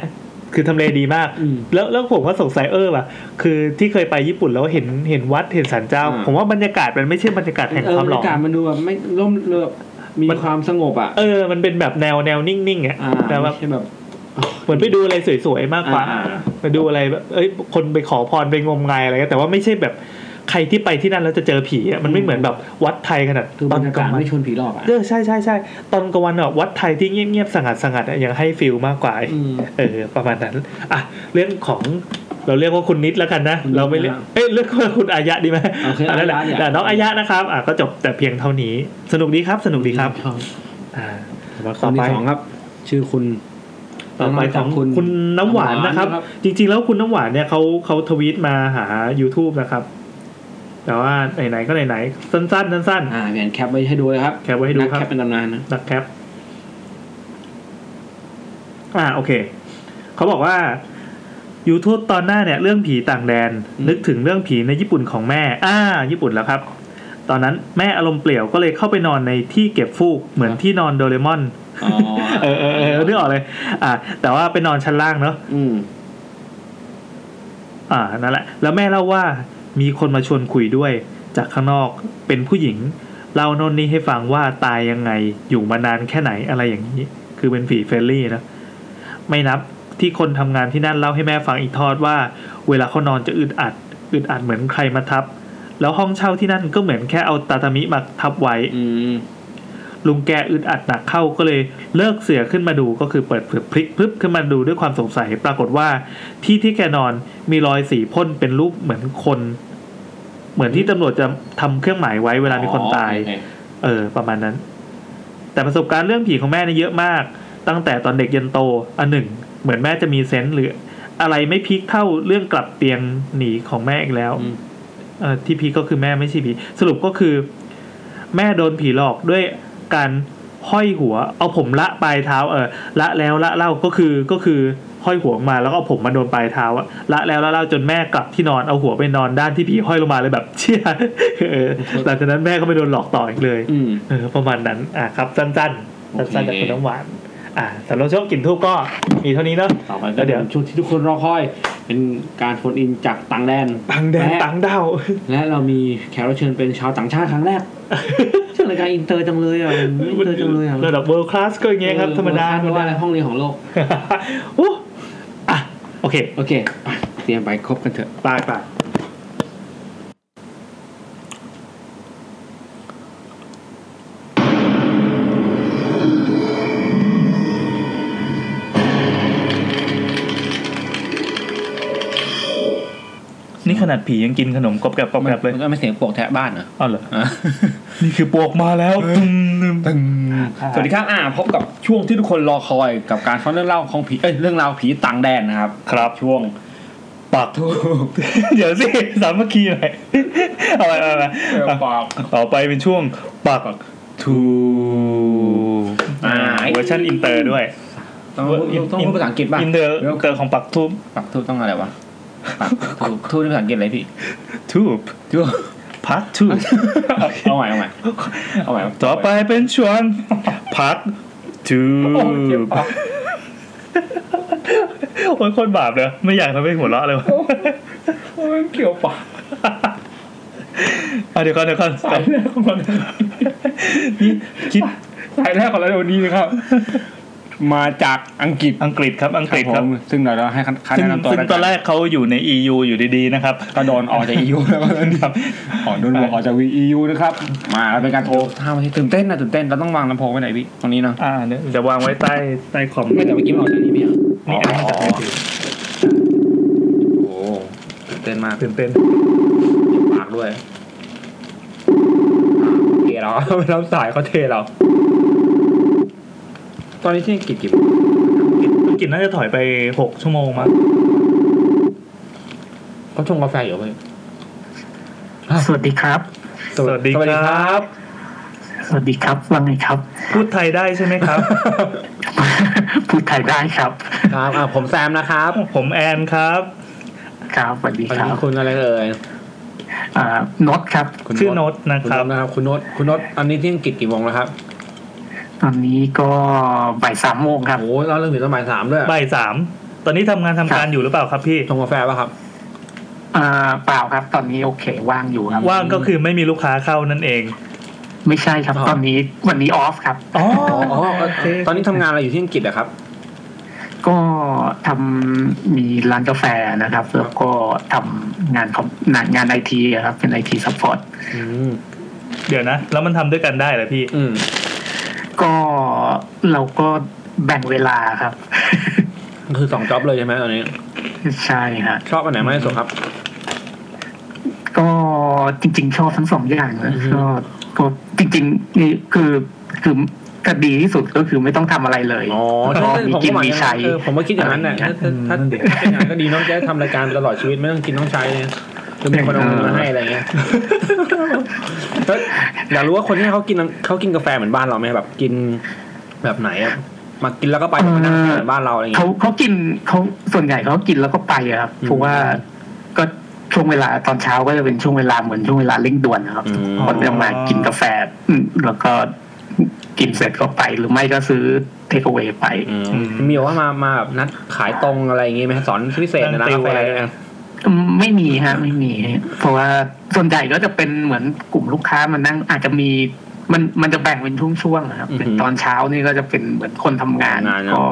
Speaker 2: คือทำเลดีมาก
Speaker 1: อืม
Speaker 2: แล้วแล้วผมก็สงสัยเออว่ะคือที่เคยไปญี่ปุ่นแล้วเห็นเห็นวัดเห็นศาลเจ้า
Speaker 3: อ่า
Speaker 2: ผมว่าบรรยากาศมันไม่ใช่บรรยากาศแห่ง
Speaker 1: เอ
Speaker 2: ค
Speaker 1: อ
Speaker 2: วาม
Speaker 1: บร
Speaker 2: ห
Speaker 1: ร
Speaker 2: ลอน
Speaker 1: ยากาศมันดูแบบไม่ร่มเรือมี
Speaker 2: มัน
Speaker 1: ความสงบอ่ะ
Speaker 2: เออ มันเป็นแบบแนวแนวนิ่งๆอ่ะ
Speaker 1: อ่า
Speaker 2: แต่ว่า
Speaker 1: ไม่ใช่แบบ
Speaker 2: เหมือนไปดูอะไรสวยๆมากกว่า
Speaker 1: อ่า
Speaker 2: ไปดูอะไรแบบเอ้ยคนไปขอพรไปงมงายอะไรก็แต่ว่าไม่ใช่แบบใครที่ไปที่นั่นแล้วจะเจอผีอะมันไม่เหมือนแบบวัดไทยขนาด
Speaker 1: คือบรรยากาศ
Speaker 2: วั
Speaker 1: ไม่ชวนผีหลอกอ่ะ
Speaker 2: เออใช่ใช่ใช่ตอนกลางวันอะวัดไทยที่เงียบๆสงัดสงัดๆอะยังให้ฟิลมากกว่า
Speaker 1: อืม
Speaker 2: เออประมาณนั้นอ่ะเรื่องของเราเรียกว่าคุณนิดแล้วกันนะ
Speaker 1: คุณนิด
Speaker 2: เราไม่เรียกเอ้ยเรื่องว่าคุณอายะดีไหม
Speaker 1: โอเค
Speaker 2: ะนั่นแหละ
Speaker 1: อายะเนี่ย
Speaker 2: แต่น้องอายะนะครับอ่ะก็จบแต่เพียงเท่านี้ สนุกดีครับ สนุกดีครับอ่า
Speaker 1: ค
Speaker 2: ต่อนไป
Speaker 1: ที่สองครับ ชื่อคุณ
Speaker 2: ต่อไปของ
Speaker 1: คุณ
Speaker 2: คุณน้ำหวานนะครับ
Speaker 1: น้ำหวานครับ
Speaker 2: จริง ๆ แล้วคุณน้ำหวานเนี่ยเขาเขาทวีตมาหา YouTube นะครับ แต่ว่าไหนๆก็ไหนๆสั้นๆสั้น
Speaker 1: อ่าเปลี่ยนแคปไว้ให้ดูเลยครับ
Speaker 2: ๆแคปไว้ให้ดูค
Speaker 1: นัก
Speaker 2: รับ
Speaker 1: แคปเป็นตำนานนะ
Speaker 2: นักแคป อ่าโอเค เขาบอกว่า YouTube ตอนหน้าเนี่ย เรื่องผีต่างแดน
Speaker 1: อืม
Speaker 2: นึกถึงเรื่องผีในญี่ปุ่นของแม่ อ่า ญี่ปุ่นแล้วครับ ตอนนั้นแม่อารมณ์เปลี่ยวก็เลยเข้าไปนอนในที่เก็บฟูก เหมือนที่นอนโดเรมอน
Speaker 3: อ๋อ
Speaker 2: เออเออเออนึกออกเลย อ่า แต่ว่าไปนอนชั้นล่างเนาะ
Speaker 1: อืม
Speaker 2: อ่านั่นแหละ แล้วแม่เล่าว่ามีคนมาชวนคุยด้วยจากข้างนอกเป็นผู้หญิงเล่าโนนนี่ให้ฟังว่าตายยังไงอยู่มานานแค่ไหนอะไรอย่างนี้ คือเป็นผีเฟรนลี่นะไม่นับที่คนทำงานที่นั่นเล่าให้แม่ฟังอีกทอดว่า เวลาเขานอนจะอึดอัดอึดอัดเหมือนใครมาทับ แล้วห้องเช่าที่นั่นก็เหมือนแค่เอาตาตามิมาทับไว้
Speaker 1: อืม
Speaker 2: ลุงแกอึดอัดหนักเข้าก็เลยเลิกเสือขึ้นมาดูก็คือเปิดเผือกพลิกพึบขึ้นมาดูด้วยความสงสัย ปรากฏว่าที่ที่แกนอนมีรอยสีพ่นเป็นรูปเหมือนคน เหมือนที่ตำรวจจะทำเครื่องหมายไว้เวลามีคนตาย
Speaker 3: โอเค
Speaker 2: เออ ประมาณนั้น แต่ประสบการณ์เรื่องผีของแม่เนี่ยเยอะมาก ตั้งแต่ตอนเด็กยันโต อันหนึ่ง เหมือนแม่จะมีเซนส์หรือ อะไรไม่พีคเท่าเรื่องกลับเตียงหนีของแม่อีกแล้ว
Speaker 1: อืม
Speaker 2: เออที่พีคก็คือแม่ไม่ใช่ผีสรุปก็คือ แม่โดนผีหลอกด้วยการห้อยหัว เอาผมละปลายเท้า เออละแล้วละเล่าก็คือก็คือห้อยหัวมาแล้วก็เอาผมมาโดนปลายเท้าอะละแล้วละเล่าจนแม่กลับที่นอนเอาหัวไปนอนด้านที่ผีห้อยลงมาเลยแบบ เชี่ยเออหลังจากนั้นแม่ก็ไม่โดนหลอกต่ออีกเลย
Speaker 1: อืม
Speaker 2: เออประมาณนั้น อ่ะครับ สั้นๆ สั้นๆจากคุณน้ำหวาน อ่ะสำหรับช่วงกลิ่นทูบก็มีเท่านี้เนอะ
Speaker 1: ต่อไป
Speaker 2: แล้
Speaker 1: ก็
Speaker 2: วเดี๋
Speaker 1: เดี๋
Speaker 2: ย
Speaker 1: ยว วช่วงที่ทุกคนรอคอย เป็นการโฟนอินจากต่างแดน
Speaker 2: ตังแดง
Speaker 1: แม่
Speaker 2: ตังดาว
Speaker 1: และเรามีแขกรับเชิญเป็นชาวต่างชาติครั้งแรกชื่อรายการอินเตอร์จังเลยอ่ะอินเตอร์จังเลยอ่ะ
Speaker 2: ระดับเวิลด์คลาสก็อย่างเงี้ยครับ ธรรมดา
Speaker 1: เพราะว่าอะไรห้องเรียนของโลก
Speaker 2: โอ้ อ่ะ โอเค
Speaker 1: โอเคไปเตรียมไปครบกันเถอะ
Speaker 2: ไปไปนี่ขนาดผียังกินขนมกรอบแกรบกรอบแกรบเลย
Speaker 1: มันก็ไม่เสียงโปกแทะบ้านเห รอ
Speaker 2: อ๋อเหรอ
Speaker 1: อ่ะ
Speaker 2: นี่คือปวกมาแล้วตึมตึมตึม
Speaker 1: ครับ
Speaker 3: สวัสดีครับอ่าพบกับช่วงที่ทุกคนรอคอยกับการฟังเรื่องเล่าของผีเอ้ยเรื่องราวผีต่างแดนนะครับ
Speaker 2: ครับ
Speaker 3: ช่วง
Speaker 2: ปากทูบ เดี๋ยวสิ สามัคคีหน่อย เอาไปเอาไปเอาไป
Speaker 3: ปาก
Speaker 2: ต่อไปเป็นช่วงปักทูบอ่าเวอร์ชันอินเตอร์ด้วย
Speaker 1: ต้องพูดต้องพูดภาษาอังกฤษบ้าง
Speaker 2: อินเตอร์อินเตอร์ของปักทูบ
Speaker 3: ปากทูบต้องอะไรวะปากทูบทูบนี่ภาษาอังกฤษอะไรพี่
Speaker 2: ทูบ
Speaker 3: ทูบ
Speaker 2: พักทูบ
Speaker 3: เอาใหม่เอาใหม่เอาใหม่
Speaker 2: ต่อไปเป็นช่วงพักทู
Speaker 3: โอ้เจ็บบ ปาก
Speaker 2: โอ้ยโคนบาปเลยไม่อยากทำให้หัวเราะเลยวะ
Speaker 3: โอ้ยเกี่ยวปาก
Speaker 2: เอาเดี๋ยวก่อนเดี๋ยวก่อน
Speaker 3: สายแรกของเรา
Speaker 2: นี่คิด
Speaker 3: สายแรกของเราในวันนี้นะครับ มาจากอังกฤษ
Speaker 2: อังกฤษครับอังกฤษครับ
Speaker 3: ผมซึ่งเดี๋ยวเราให้คัน
Speaker 2: ซึ่ง
Speaker 3: แนะนำตัว
Speaker 2: ซึ่ง
Speaker 3: ล้ว
Speaker 2: ตอนแรกเขาอยู่ใน EU อยู่ดีๆนะครับ
Speaker 3: ก็โดนออกจาก EU แล้วก็เดินครับออกโดนบอกออกจาก EU นะครับ มาแล้วเป็นการโทรท่ามาที่ตื่นเต้นนะตื่นเต้นเราต้องวางลำโพงไว้ไหนพี่ตรงนี้เนาะ
Speaker 2: อ่าเดี๋ยวจะวางไว้ใต้ใต้คอมนี่
Speaker 1: ไม่แต่เมื่อกี้มันออกจากนี้พี่อ่ะ
Speaker 2: อันนี้มาจากมือถือ
Speaker 3: โอ้โหตื่นเต้นมาก
Speaker 2: ตื่นเต้น
Speaker 1: ด้วยเทเรา ไม่รับสายเขาเทเรา ตอนนี้ที่อังกฤษกี่โมง
Speaker 2: อังกฤษน่าจะถอยไปหกชั่วโมงมั้ง
Speaker 1: เขาชงกาแฟอยู่ไหม
Speaker 4: สวัสดีครับ
Speaker 1: สวัสดีครับ
Speaker 4: สวัสดีครับ ว่าไงครับ
Speaker 2: พูดไทยได้ใช่ไหมครับ
Speaker 4: พูดไทยได้ครับ
Speaker 1: ครับอ่ะผมแซมนะครับ
Speaker 2: ผมแอนครับ
Speaker 4: ครับสวัสดี
Speaker 1: วัน
Speaker 4: ครั
Speaker 1: นี้
Speaker 4: บ
Speaker 1: คุณอะไรเอ่ย
Speaker 4: อ่าน็อตครับ
Speaker 1: คุณ
Speaker 2: ชื่อ
Speaker 1: โน้
Speaker 2: โน้
Speaker 1: ต
Speaker 2: ตนะ
Speaker 1: คุณ
Speaker 2: ค
Speaker 1: โน้
Speaker 2: รับ
Speaker 1: ตนะครับ คุณโน้ตคุณโน้ตตอนนี้ที่อังกฤษกี่โมงแล้วครับ
Speaker 4: ตอนนี้ก็บ่ายสามโมงครับ
Speaker 1: โอ้ยเราเรื่องถึงสมัยสามด้วย
Speaker 2: บ่ายสามตอนนี้ทำงานทำการอยู่หรือเปล่าครับพี่
Speaker 1: ชงกาแฟป่ะครับ
Speaker 4: อ่าเปล่าครับ ตอนนี้โอเค ว่างอยู่ครับ
Speaker 2: ว่างก็คือไม่มีลูกค้าเข้านั่นเอง
Speaker 4: ไม่ใช่ครับ
Speaker 1: อ๋อ
Speaker 4: ตอนนี้วันนี้ออฟครับ
Speaker 1: อ๋ออ๋อ
Speaker 2: โอเค
Speaker 1: ตอนนี้ทำงานอะไรอยู่ที่อังกฤษอะครับ
Speaker 4: ก็ทำมีร้านกาแฟนะครับ แล้วก็ทำงานคอมงานไอทีครับ เป็นไอทีซัพพอร์ต
Speaker 1: อืม
Speaker 2: เดี๋ยวนะ แล้วมันทำด้วยกันได้เหรอพี่
Speaker 1: อืม
Speaker 4: ก็เราก็แบ่งเวลาครับ
Speaker 1: คือสองจ็อบเลยใช่ไหมตอนนี้
Speaker 4: ใช่ฮะ
Speaker 1: ชอบอันไหนมากที่สุดครับ
Speaker 4: ก็จริง ๆ ชอบทั้งสองอย่างนะ
Speaker 1: อือฮึ
Speaker 4: ก็ก็จริงๆนี่คือคือก็ดีที่สุดก็คือไม่ต้องทำอะไรเลย
Speaker 1: อ๋อ
Speaker 4: พ
Speaker 1: ใช่
Speaker 4: อ
Speaker 1: ใช่
Speaker 4: มี
Speaker 1: ผม
Speaker 4: กิน
Speaker 1: ก็หมาย
Speaker 4: มี
Speaker 1: อย่าง
Speaker 4: ใช้
Speaker 1: นั้นเออผมก็คิดอย่างนั้นแหละถ้าถ้าถ้า
Speaker 4: อืม
Speaker 1: ถ้าเป็นอย่างนั้นก็ดีเน้องจะได้ทำรายการไปตลอดชีวิตไม่ต้องกินต้องใช้เลยคือมีคนเอาเงินมาให้อะไรเงี้ยเฮ้ยอยากรู้ว่าคนที่เขากินเขากินกาแฟเหมือนบ้านเราไหมแบบกินแบบไหนอะมากินแล้วก็ไปแต่มานั่งกินเหมือนบ้านเราอะไรเงี้
Speaker 4: เขา
Speaker 1: ย
Speaker 4: เขากินเขาส่วนใหญ่เขากินแล้วก็ไปอะครับ
Speaker 1: อืม
Speaker 4: เพราะว่าก็ช่วงเวลาตอนเช้าก็จะเป็นช่วงเวลาเหมือนช่วงเวลาเร่งด่วนนะครับ
Speaker 1: อืม
Speaker 4: คนจะมากินกาแฟอืมแล้วก็กินเสร็จก็ไป หรือไม่ก็ซื้อเทคเอาไว้ไป
Speaker 1: อืมมีบอกว่ามามาแบบนัดขายตรงอะไรอย่างงี้ไหมสอนพิเศษในร้านกาแฟด้วยนะ
Speaker 4: อืมไม่มีฮะไม่มีฮะเพราะว่าส่วนใหญ่ก็จะเป็นเหมือนกลุ่มลูกค้ามันนั่งอาจจะมีมันมันจะแบ่งเป็นช่วงๆนะครับเป็นตอนเช้านี่ก็จะเป็นเหมือนคนทำงานก็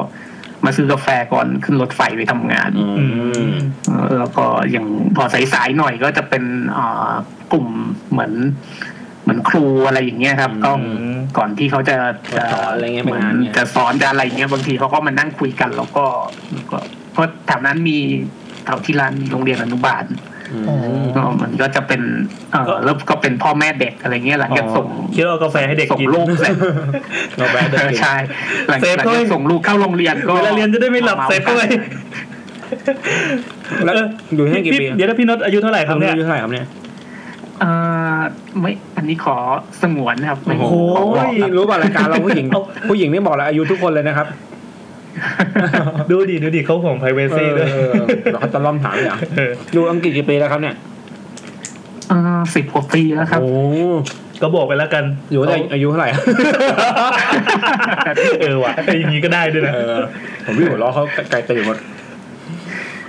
Speaker 4: มาซื้อกาแฟก่อนขึ้นรถไฟไปทำงาน
Speaker 1: อืม
Speaker 4: เออแล้วก็อย่างพอสายๆหน่อยก็จะเป็นอ่ากลุ่มเหมือน เหมือนครูอะไรอย่างเงี้ยครับ ก็
Speaker 1: อืม
Speaker 4: ก่อนที่เขาจะจะ
Speaker 1: สอนอะไรเงี้ยเป็นงานเนี่ย
Speaker 4: จะสอนจะอะไรเงี้ยบางทีเขาก็มานั่งคุยกันแล้วก็ก็เพราะแถวนั้นมีแถวที่ร้านมีโรงเรียนอนุบาล
Speaker 1: อืม
Speaker 4: ก็มันก็จะเป็นเออแล้วก็เป็นพ่อแม่เด็กอะไรเงี้ยหลังจากส่ง
Speaker 2: คิดว่าเอากาแฟให้เด็ก
Speaker 4: ส่ง
Speaker 2: กิน
Speaker 4: ลูกเสร็จ
Speaker 1: กาแฟ เด็กกิน
Speaker 4: ใช่หลัง
Speaker 2: เซ
Speaker 4: จากห
Speaker 2: ฟ
Speaker 4: ลัง
Speaker 2: ด้ว
Speaker 4: จาย กส่งลูกเข้าโรงเรียนก็
Speaker 2: เวลาเรียนจะได้ไม่หลับ
Speaker 4: าา
Speaker 2: เซฟด้วย
Speaker 1: แล้ว
Speaker 2: เอออ
Speaker 1: อยู่ที่นั่นกี่ปี
Speaker 2: พี่เดี๋ยวนะพี่โน็อตอายุเท่าไหร่ครับเนี่ย
Speaker 1: อายุเท่าไหร่ครับเนี่ย
Speaker 4: เอ่อไม่อันนี้ขอสงวนนะครับไม่
Speaker 1: โอ้
Speaker 4: ข
Speaker 1: โห
Speaker 4: อบอกครับ
Speaker 1: รู้ป่ะรายการเราผู้หญิง
Speaker 2: เอา
Speaker 1: ผู้หญิงนี่บอกแล้วอายุทุกคนเลยนะครับ
Speaker 2: ดูดิดูดิเขาห่วง privacy ด้วย
Speaker 1: เออเราก็จะล้อมถามอย่าง
Speaker 2: เออ
Speaker 1: อยู่อังกฤษกี่ปีแล้วครับเนี่ย
Speaker 4: เออสิบกว่าปีแล้วครับ
Speaker 1: โอ้
Speaker 2: ก็บอกไปแล้วกัน
Speaker 1: อยู่ได้อายุเท่าไหร่
Speaker 2: เออว่ะไอ้อย่างงี้ก็ได้ด้วยนะ
Speaker 1: เออผมวิ่งหัวล้อเขาไกลๆอยู่หมด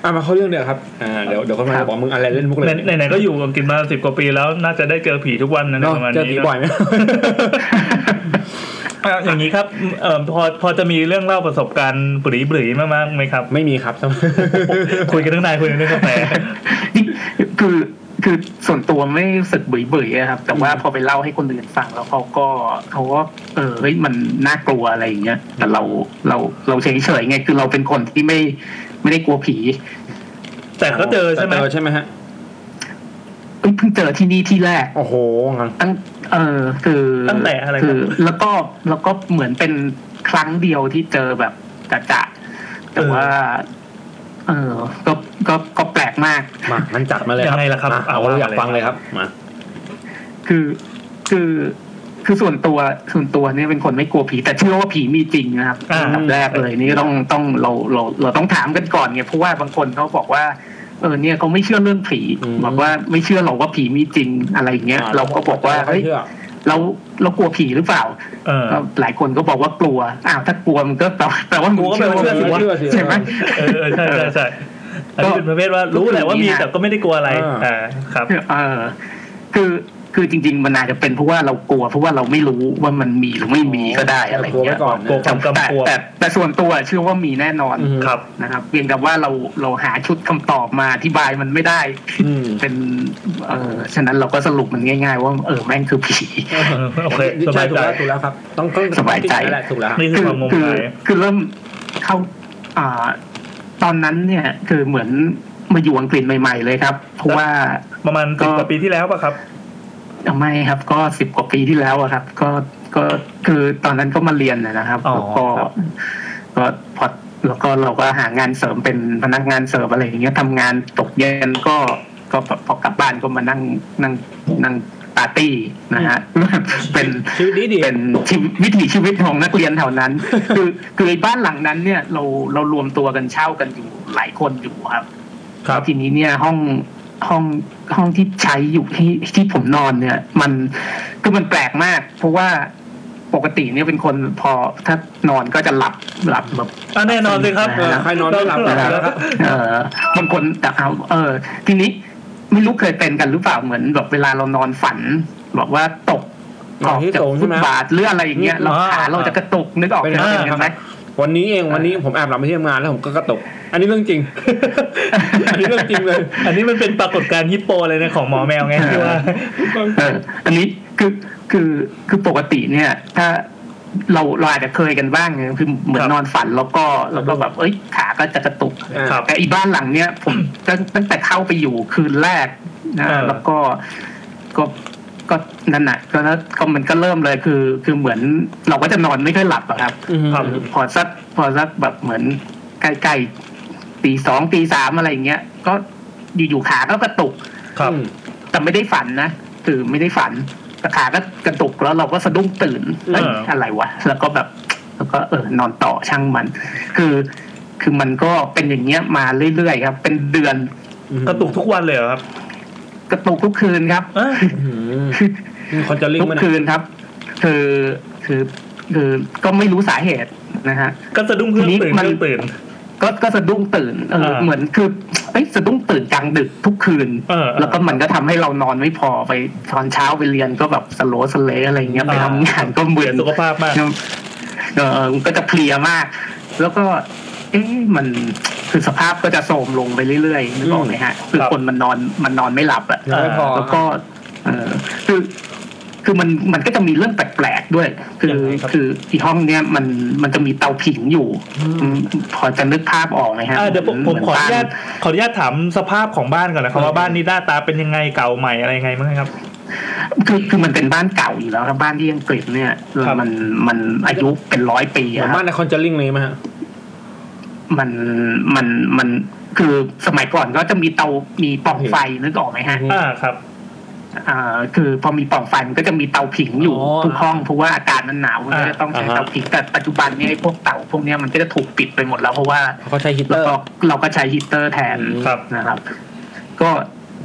Speaker 1: อ่ะมาเข้าเรื่องเนี่ยครับอ่าเดี๋ยวเดี๋ยวคนมา
Speaker 4: ครับ
Speaker 1: บอกมึงอะไรเล่นมุกเลย
Speaker 2: ไหนไหนๆก็อยู่อังกฤษมาสิบกว่าปีแล้วน่าจะได้เจอผีทุกวันนะ
Speaker 1: เนาะ
Speaker 2: ประมาณ
Speaker 1: เจอผี
Speaker 2: นี้
Speaker 1: บ่อยไหม
Speaker 2: เอาอย่างนี้ครับเอ่อพอพอจะมีเรื่องเล่าประสบการณ์บุรีบุรีมากๆไหมครับ
Speaker 1: ไม่มีครับ
Speaker 2: คุยกันตั้งนานคุยกันเรื่องกาแฟ
Speaker 4: นี่ คือคือส่วนตัวไม่รู้สึกเบื่อๆอะครับ แต่ว่าพอไปเล่าให้คนอื่นฟังแล้วเขาก็เขาก็เออเฮ้ยมันน่ากลัวอะไรอย่างเงี้ยแต่เราเราเราเฉยๆไงคือเราเป็นคนที่ไม่ไม่ได้กลัวผี
Speaker 2: แต่ก็เจอใช่ไหม
Speaker 1: เจอใช่ไหมฮะ
Speaker 4: เอ้ยเพิ่งเจอที่นี่ที่แรก
Speaker 1: โอ้โหงั้น
Speaker 4: ตั้งเออคือ
Speaker 2: ตั้งแต่อะไรครับ
Speaker 4: คือแล้วก็แล้วก็เหมือนเป็นครั้งเดียวที่เจอแบบจะจะๆแต่ว่า เออก็ก็ก็แปลกมาก
Speaker 1: มางั้นจัดมาเลยครับ
Speaker 2: ยังไงล่ะครับ
Speaker 1: มาเอา
Speaker 2: เอาว่า
Speaker 1: อยาก
Speaker 2: มาเลย
Speaker 1: ฟังเลยครับมา
Speaker 4: คือคือคือส่วนตัวส่วนตัวเนี่ยเป็นคนไม่กลัวผี แต่เชื่อว่าผีมีจริงนะครับ
Speaker 2: อ่า
Speaker 4: อันดับแรกเลยนี่ต้องต้องเราเราเราต้องถามกันก่อนไงเพราะว่าบางคนเขาบอกว่า เออเนี่ยเขาไม่เชื่อเรื่องผี
Speaker 1: อืม
Speaker 4: บอกว่าไม่เชื่อหรอกว่าผีมีจริงอะไรอย่างเงี้ย เราก็บอกว่าเฮ้ย
Speaker 1: เชื่อ
Speaker 4: เราเรากลัวผีหรือเปล่า
Speaker 2: เออ
Speaker 4: ก็หลายคนก็บอกว่ากลัวอ้าวถ้ากลัวมันก็แปลว่าแปลว่ามึงเชื่อ
Speaker 1: เชื่อสิ
Speaker 4: วะ
Speaker 1: เชื่อสิ
Speaker 4: ใช่ไหม
Speaker 2: เออเออใช่ใช่ใช่อันนี้เป็นประเภทว่ารู้แหละว่ามีแต่ก็ไม่ได้กลัวอะไร
Speaker 1: อ่า
Speaker 2: อ่าครับ
Speaker 4: เออคือคือจริง ๆ มันอาจจะเป็นเพราะว่าเรากลัว เพราะว่าเราไม่รู้ว่ามันมีหรือไม่มีก็ได้อะไร
Speaker 1: กลัว
Speaker 4: เงี้
Speaker 1: ไว้
Speaker 4: ย
Speaker 1: ก่อน
Speaker 2: กลัว
Speaker 1: นะ
Speaker 2: ความกำกวม
Speaker 4: แต่แต่ส่วนตัวเชื่อว่ามีแน่นอน
Speaker 1: อืม
Speaker 2: ครับ
Speaker 4: นะครับเพียงแต่ว่าเราเราหาชุดคำตอบมาอธิบายมันไม่ได้
Speaker 1: อืม
Speaker 4: เป็นเออฉะนั้นเราก็สรุปมันง่าย ๆ ว่าเออแม่งคือผี
Speaker 2: โอเคส
Speaker 1: ใช่
Speaker 2: บาย
Speaker 1: ถูก
Speaker 2: ใจ
Speaker 1: แล้วถูกแล้วครับ ต้องต้อง
Speaker 4: สบายใจ
Speaker 1: แหละถูกแล้ว
Speaker 2: นี่คือความงม
Speaker 4: คือง
Speaker 2: าย
Speaker 4: คือเริ่มเข้าอ่าตอนนั้นเนี่ยคือเหมือน มาอยู่อังกฤษใหม่ ๆ เลยครับ เพราะว่า
Speaker 2: ประมาณ
Speaker 4: ก็
Speaker 2: สิบกว่าปีที่แล้วป่ะครับ
Speaker 4: ไม่ครับ ก็สิบกว่าปีที่แล้วอะครับ ก็ก็คือตอนนั้นก็มาเรียนนะนะครับ
Speaker 2: อ๋อ
Speaker 4: แล้วก็
Speaker 2: ครับ
Speaker 4: ก็พอแล้วก็เราก็หางานเสริมเป็นพนักงานเสริมอะไรอย่างเงี้ยทำงานตกเย็นก็ก็พอพอกลับบ้านก็มานั่งนั่งนั่งปาร์ตี้นะ ฮะเป็น
Speaker 5: ชีวิตดีดี
Speaker 4: เป็นชีวิตวิถีชีวิตของนักเรียนแถวนั้น คือคือไอ้บ้านหลังนั้นเนี่ยเราเรารวมตัวกันเช่ากันอยู่หลายคนอยู่ครับ
Speaker 5: ครับ
Speaker 4: ทีนี้เนี่ยห้องห้องห้องที่ใช้อยู่ที่ที่ผมนอนเนี่ย มันคือมันแปลกมาก เพราะว่าปกติเนี่ยเป็นคนพอถ้านอนก็จะหลับหลับแบบ
Speaker 2: อ่ะแน่นอนเลยครับ
Speaker 4: เออ
Speaker 5: ใครนอนไม่หลับ
Speaker 2: เรา
Speaker 5: แล้วครับ
Speaker 4: เออบางคนแต่เอาเออ ทีนี้ไม่รู้เคยเป็นกันหรือเปล่าเหมือนแบบเวลาเรานอนฝันบอกว่าตก
Speaker 5: นอนที่
Speaker 4: จาก
Speaker 5: สูงใช่
Speaker 4: ฟุ
Speaker 5: ไห
Speaker 4: ต
Speaker 5: ม
Speaker 4: บาทหรืออะไรอย่างเงี้ย
Speaker 5: อืม
Speaker 4: เรา
Speaker 5: อ่า
Speaker 4: ขาเราจะกระตุกนึกออก
Speaker 5: เป็น
Speaker 4: ไหมเป็น
Speaker 5: ครั
Speaker 4: กั
Speaker 5: บ
Speaker 4: นไหม
Speaker 5: วันนี้เองวันนี้ผมแอบหลับไปที่ทำงานแล้วผมก็กระตก อันนี้เรื่องจริง อันนี้เรื่องจริงเลย
Speaker 2: อันนี้มันเป็นปรากฏการณ์ฮิปโปเลยนะของหมอแมวไงที่ว่า
Speaker 4: เอออันนี้คือคือคือปกติเนี่ย ถ้าเราเราอาจจะเคยกันบ้างไงคือเหมือ
Speaker 2: คนรับ
Speaker 4: นอนฝันแล้วก็แล้วก็แบบเอ้ยขาก็จะกระตุก
Speaker 2: ครับ
Speaker 4: แต่อีบ้านหลังเนี้ยผมตั้งตั้งแต่เข้าไปอยู่คืนแรกนะ
Speaker 2: เออ
Speaker 4: แล้วก็ก็ก็นั่นน่ะก็แล้วก็มันก็เริ่มเลยคือ คือเหมือนเราก็จะนอนไม่ค่อยหลับอะครับ
Speaker 2: ครับ
Speaker 4: พอสักพอสักแบบเหมือนใกล้ๆตีสองตีสามอะไรอย่างเงี้ยก็อยู่ๆขาก็กระตุก
Speaker 2: ครับ
Speaker 4: แต่ไม่ได้ฝันนะตื่นไม่ได้ฝันแต่ขาก็กระตุกแล้วเราก็สะดุ้งตื่นเอ้ย
Speaker 2: เอออ
Speaker 4: อะไรวะแล้วก็แบบแล้วก็เออนอนต่อช่างมัน คือ คือมันก็เป็นอย่างเงี้ยมาเรื่อยๆครับ เป็นเดือน
Speaker 2: กระตุกทุกวันเลยเหรอครับ
Speaker 4: กระตุกทุกคืน ครับ
Speaker 2: เอ้ย
Speaker 5: คนจะลิง
Speaker 4: ทุก
Speaker 5: ก์มันย
Speaker 4: คืนครับ คือคือคือก็ไม่รู้สาเหตุนะฮะ
Speaker 2: ก็สะดุ้งเพื่อน
Speaker 4: ทีนี้
Speaker 2: ตื่น
Speaker 4: มัน
Speaker 2: เพื่อนตื่น
Speaker 4: ก็ก็สะดุ้งตื่นเออ
Speaker 2: อ่า
Speaker 4: เหมือนคือเอ้ยสะดุ้งตื่นกลางดึกทุกคืน
Speaker 2: เออเออ
Speaker 4: แล้วก็มันก็ทำให้เรานอนไม่พอไปตอนเช้าไปเรียนก็แบบสโลว์สเลย์อะไรเงี้ยไป
Speaker 2: อ่า
Speaker 4: ทำงานก็มึ
Speaker 2: เสีย
Speaker 4: น
Speaker 2: สุขภาพมาก
Speaker 4: เออมันก็จะเพลียมาก แล้วก็ เอ๊ะมันคือสภาพก็จะโทรมลงไปเรื่อยๆนึกออกไหมฮะ คือ
Speaker 2: ครับ
Speaker 4: คนมันนอนมันนอนไม่หลับอะ
Speaker 5: ังไม่พอ
Speaker 4: แล้วก็เออคือ คือมันมันก็จะมีเรื่องแปลกๆด้วย คื
Speaker 2: ยั
Speaker 4: อง
Speaker 2: ไงครับ
Speaker 4: คืออีห้องเนี้ยมันมันจะมีเตาผิงอยู่อืมพอจะนึกภาพออกไหมฮะ
Speaker 2: อ่ะเดี๋ยวผมผม
Speaker 4: ห
Speaker 2: ขออนุญาต
Speaker 4: บ้
Speaker 2: ขออนุญาตถามสภาพของบ้านก่อนนะครับว่าบ้านนี้หน้าตาเป็นยังไงเก่าใหม่อะไรยังไงมั้างครับ
Speaker 4: คือคือมันเป็นบ้านเก่าอยู่แล้วครับบ้านที่อังกฤษเนี่ยคือ
Speaker 2: ครับ
Speaker 4: มันมันอายุเป็นร้อยปี
Speaker 5: เหมือน
Speaker 4: อะครับ
Speaker 5: บ้านในคอนเจลลิ่งเลยไหมฮะ
Speaker 4: มันมันมันคือสมัยก่อนก็จะมีเตามีปล่องไฟนึกออกไหมฮะ
Speaker 2: อ่าครับ
Speaker 4: อ่าคือพอมีปล่องไฟมันก็จะมีเตาผิงอยู่
Speaker 5: อ๋อ
Speaker 4: ทุกห้องเพราะว่าอากาศมันหนาวมันก็
Speaker 2: อ่า
Speaker 4: จะต้องใช้เตาผิงแต่ปัจจุบันเนี้พวกเตาพวกเนี้ยมันก็จะถูกปิดไปหมดแล้วเพราะว่า
Speaker 5: เขาใช้ฮิตเต
Speaker 4: แล้
Speaker 5: อ
Speaker 4: ว
Speaker 5: ร์
Speaker 4: ก็เราก็ใช้ฮีตเตอร์แทน
Speaker 2: ครับ
Speaker 4: นะครับ ก็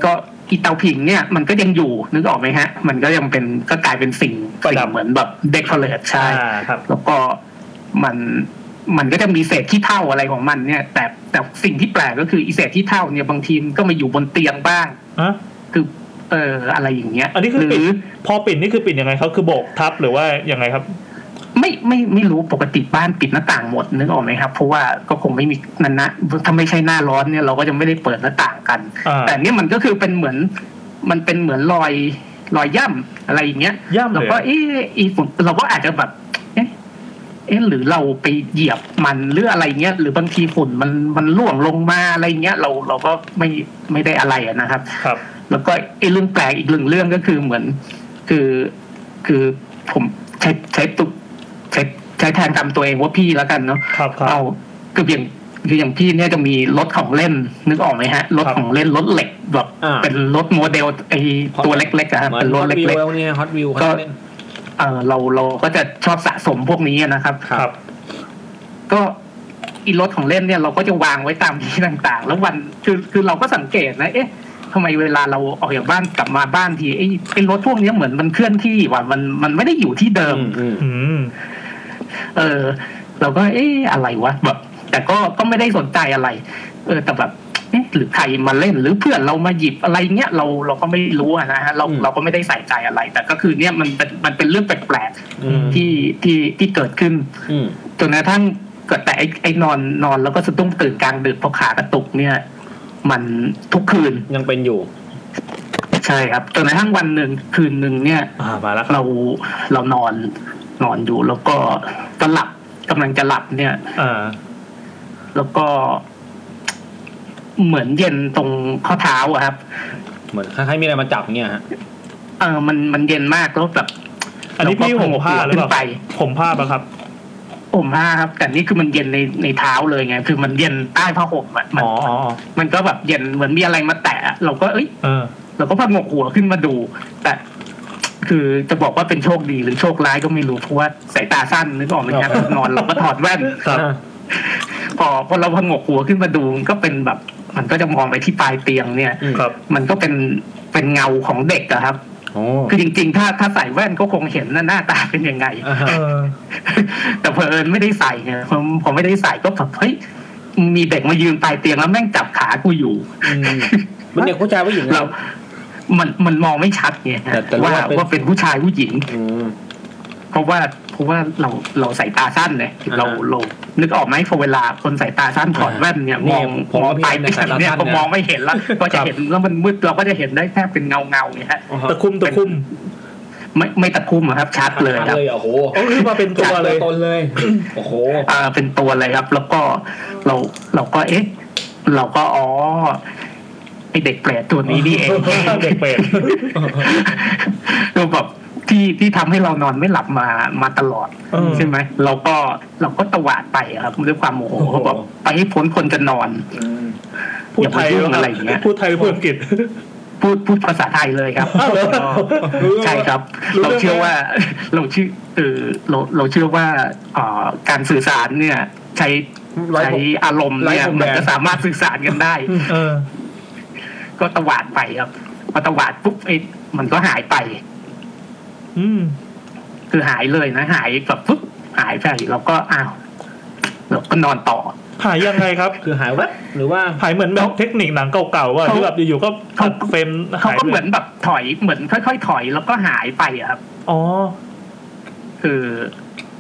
Speaker 4: ก็อีเตาผิงเนี่ยมันก็ยังอยู่นึกออกไหมฮะ มันก็ยังเป็นก็กลายเป็นสิ่ง
Speaker 2: ประดับ
Speaker 4: สิ่งเหมือนแบบเดคอเรทใช่
Speaker 2: อ่าครับ
Speaker 4: แล้วก็มันมันก็จะมีเศษขี้เท่าอะไรของมันเนี่ย แต่แต่สิ่งที่แปลกก็คืออีเศษขี้เท่าเนี่ยบางทีมันก็มาอยู่บนเตียงบ้าง
Speaker 2: อ่ะ
Speaker 4: คือเอออะไรอย่างเงี้ย
Speaker 2: อันนี้คือ
Speaker 4: ห
Speaker 2: ปิ
Speaker 4: รือ
Speaker 2: ดพอปิดนี่คือปิดยังไงครับคือโบกทับหรือว่ายังไงครับ
Speaker 4: ไม่ไม่ไม่รู้ปกติบ้านปิดหน้าต่างหมดนึกออกไหมครับ เพราะว่าก็คงไม่มีนันนะถ้าไม่ใช่หน้าร้อนเนี่ยเราก็จะไม่ได้เปิดหน้าต่างกัน
Speaker 2: อ่า
Speaker 4: แต่เนี่ยมันก็คือเป็นเหมือน มันเป็นเหมือนรอยรอยย่ำอะไรอย่างเงี้ย
Speaker 2: ย่ำ
Speaker 4: เรา
Speaker 2: เลย
Speaker 4: ก็เอ๊ะอีฝุ่นเราก็อาจจะแบบเอ๊ะเอ๊ะหรือเราไปเหยียบมันหรืออะไรเงี้ยหรือบางทีฝุ่นมันมันล่วงลงมาอะไรเงี้ยเราเราก็ไม่ไม่ได้อะไรอะนะครับ
Speaker 2: ครับ
Speaker 4: แล้วก็ไอ้เรื่องแปลกอีกหนึ่งเรื่องก็คือเหมือน คือคือผมใช้ใช้ตุกใช้ใช้แทนจำตัวเองว่าพี่แล้วกันเนาะ
Speaker 2: ครับครับ
Speaker 4: เอาคืออย่างคืออย่างพี่เนี่ยจะมีรถของเล่นนึกออกไหมฮะรถ
Speaker 2: ครับ
Speaker 4: ของเล่นรถเหล็กแบบ
Speaker 5: อ่า
Speaker 4: เป็นรถโมเดลไอ้ตัวเล็กๆอะฮะ
Speaker 5: เหมือน
Speaker 4: เป็นร
Speaker 5: ฮอ
Speaker 4: ถ
Speaker 5: ต
Speaker 4: เล็
Speaker 5: วิว
Speaker 4: ก
Speaker 5: แล้วเนี่ยฮอตวิว
Speaker 4: ก็ ๆเออเราเราก็จะชอบสะสมพวกนี้นะครับ
Speaker 2: ครับ
Speaker 4: ก็อีรถของเล่นเนี่ยเราก็จะวางไว้ตามที่ต่างๆ แล้ววันคือคือเราก็สังเกตนะเอ๊ะทำไมเวลาเราออกจากบ้านกลับมาบ้านทีไอ้ไอ้รถพวกเนี้ยเหมือนมันเคลื่อนที่ว่ะมันมันไม่ได้อยู่ที่เดิม
Speaker 5: อืม
Speaker 2: อืม
Speaker 4: เออ เราก็เอ๊ะอะไรวะแบบ แต่ก็ก็ไม่ได้สนใจอะไร เออแต่แบบเอ๊ะหรือใครมาเล่นหรือเพื่อนเรามาหยิบอะไรเงี้ยเราเราก็ไม่รู้อะนะฮะเรา
Speaker 5: อืม
Speaker 4: เราก็ไม่ได้ใส่ใจอะไร แต่ก็คือเนี่ยมันเป็นมันเป็นเรื่องแปลก
Speaker 5: อืม
Speaker 4: ๆที่ที่ที่เกิดขึ้น
Speaker 5: อืม
Speaker 4: จนกระทั่งเกิดแต่ไอ้ไอ้นอนนอนแล้วก็สะดุ้งตื่นกลางดึกเพราะขากระตุกเนี่ย มันทุกคืน
Speaker 5: ยังเป็นอยู่
Speaker 4: ใช่ครับจนกระทั่งวันหนึ่งคืนหนึ่งเนี่ย
Speaker 2: อ่ามาแล้วครับ
Speaker 4: เราเรานอนนอนอยู่แล้วก็ก็หลับกำลังจะหลับเนี่ย
Speaker 2: อ่า
Speaker 4: แล้วก็ เหมือนเย็นตรงข้อเท้าอะครับ
Speaker 5: เหมือนคล้ายๆมีอะไรมาจับเงี้ยฮะ
Speaker 4: เออมันมันเย็นมากแล้วแบบ
Speaker 2: อันนี้พี่ห่มผ้าหรือเปล่า
Speaker 4: ขึ้นไป
Speaker 2: ผมผ้าปะครับ
Speaker 4: ห่มผ้าครับ แต่นี่คือมันเย็นในในเท้าเลยไง คือมันเย็นใต้ผ้าห่มอะมัน
Speaker 2: อ๋ออ๋ออ๋อ
Speaker 4: มันก็แบบเย็นเหมือนมีอะไรมาแตะเราก็เอ้ย
Speaker 2: เออ
Speaker 4: เราก็พังกหัวขึ้นมาดู แต่ คือจะบอกว่าเป็นโชคดีหรือโชคร้ายก็ไม่รู้เพราะว่าสายตาสั้นนึกออกไหมครับนอนเราก็ถอดแว่น
Speaker 2: ครับ
Speaker 4: พอพอเราพังกหัวขึ้นมาดูมันก็เป็นแบบ มันก็จะมองไปที่ปลายเตียงเนี่ย
Speaker 2: ครับ
Speaker 4: มันก็เป็นเป็นเงาของเด็กอะครับ
Speaker 5: โอ้
Speaker 4: คือจริง ๆ ถ้าถ้าใส่แว่นก็คงเห็นนะหน้าตาเป็นยัง ไง
Speaker 5: อ่าฮะ
Speaker 2: เออ
Speaker 4: แต่เพอเอิญไม่ได้ใส่ไงผมผมไม่ได้ใส่ก็แบบเฮ้ยมีเด็กมายืนปลายเตียงแล้วแม่งจับขากูอยู่
Speaker 5: อืมมันเด็กผู้ชายผู้หญิง
Speaker 4: เรา
Speaker 5: อะ
Speaker 4: มันมันมองไม่ชัดไงฮะ
Speaker 5: แต่แต่รู้
Speaker 4: ว่า
Speaker 5: ว่าเป็น
Speaker 4: ว่าเป็นผู้ชายผู้หญิง
Speaker 5: อืม
Speaker 4: เพราะว่าเพราะว่าเราเราสายตาสั้นเลย
Speaker 5: อ่าฮะ
Speaker 4: เราเรานึกออกไหมพอเวลาคนสายตาสั้นถอดแว่นเนี่ย
Speaker 5: นี่
Speaker 4: มอง
Speaker 5: ผม
Speaker 4: มอง
Speaker 5: ว่าพี่
Speaker 4: ไป
Speaker 5: เป็นสายตาสั้น
Speaker 4: เนี่ย
Speaker 5: นะ
Speaker 4: ก็มองไม่เห็น แล้วก็จะเห็นแล้วมันมืดเราก็จะเห็นได้แค่เป็นเงาเงาๆเนี่ยฮะ
Speaker 5: อ่าฮะ
Speaker 2: ตะคุ่มตะคุ่ม
Speaker 4: ไม่ไม่ตะคุ่มอะครับ ชัดเลยครับ
Speaker 5: เลยอ่ะโอ้โห
Speaker 2: โอ้ยมาเป็นตัวเลย
Speaker 5: ตนเลย โอ้โห
Speaker 4: อ่าเป็นตัวเลยครับ แล้วก็เราเราก็เอ๊ะ เราก็อ๋อไอเด็กแปลกตัวนี้ นี่เอง
Speaker 2: เด็กเป็ด
Speaker 4: ดูแบบที่ที่ทำให้เรานอนไม่หลับมามาตลอด
Speaker 2: เออ
Speaker 4: ใช่ไหมเราก็เราก็ตวาดไปอะครับด้วยความโมโห
Speaker 5: โอ้โห
Speaker 4: แบบไปให้พ้นคนจะนอน
Speaker 2: พูดไทย
Speaker 4: อย่ามายุ่ง
Speaker 2: คบ
Speaker 4: อะไรอย่างเงี้ย
Speaker 2: พูดไทยหรือพูดอังกฤษ
Speaker 4: พูดพูดภาษาไทยเลยครับ
Speaker 2: อ้าวเหรอ
Speaker 4: ใช่ครับ
Speaker 2: รู้
Speaker 4: เรา
Speaker 2: เรื่อง
Speaker 4: เชื่อว่า เราเชื่อเออเราเราเชื่อว่าอ่าการสื่อสารเนี่ย ใช้
Speaker 5: ไร้ผม
Speaker 4: ใช้อารมณ์เนี่ย
Speaker 5: ไร้ผมแดง
Speaker 4: มันก็สามารถสื่อสารกันได้
Speaker 2: เออ
Speaker 4: ก็ตวาดไปครับพอตวาดปุ๊บไอ้มันก็หายไป
Speaker 2: อืม
Speaker 4: คือหายเลยนะ หายแบบปุ๊บหายไปเราก็อ้าวเราก็นอนต่อ
Speaker 2: หายยังไงครับ
Speaker 5: คือหายแวบหรือว่า
Speaker 2: หายเหมือนแบบเทคนิคหนังเก่าๆว่า
Speaker 4: เขา
Speaker 2: ที่แบบอยู่ๆก็
Speaker 4: เขา
Speaker 2: ตัดเฟรม
Speaker 4: เขา
Speaker 2: หาย
Speaker 4: ก็
Speaker 2: ไป
Speaker 4: เหมือนแบบถอยเหมือนค่อยๆถอยแล้วก็หายไปอะครับ
Speaker 2: อ๋อ
Speaker 4: คือ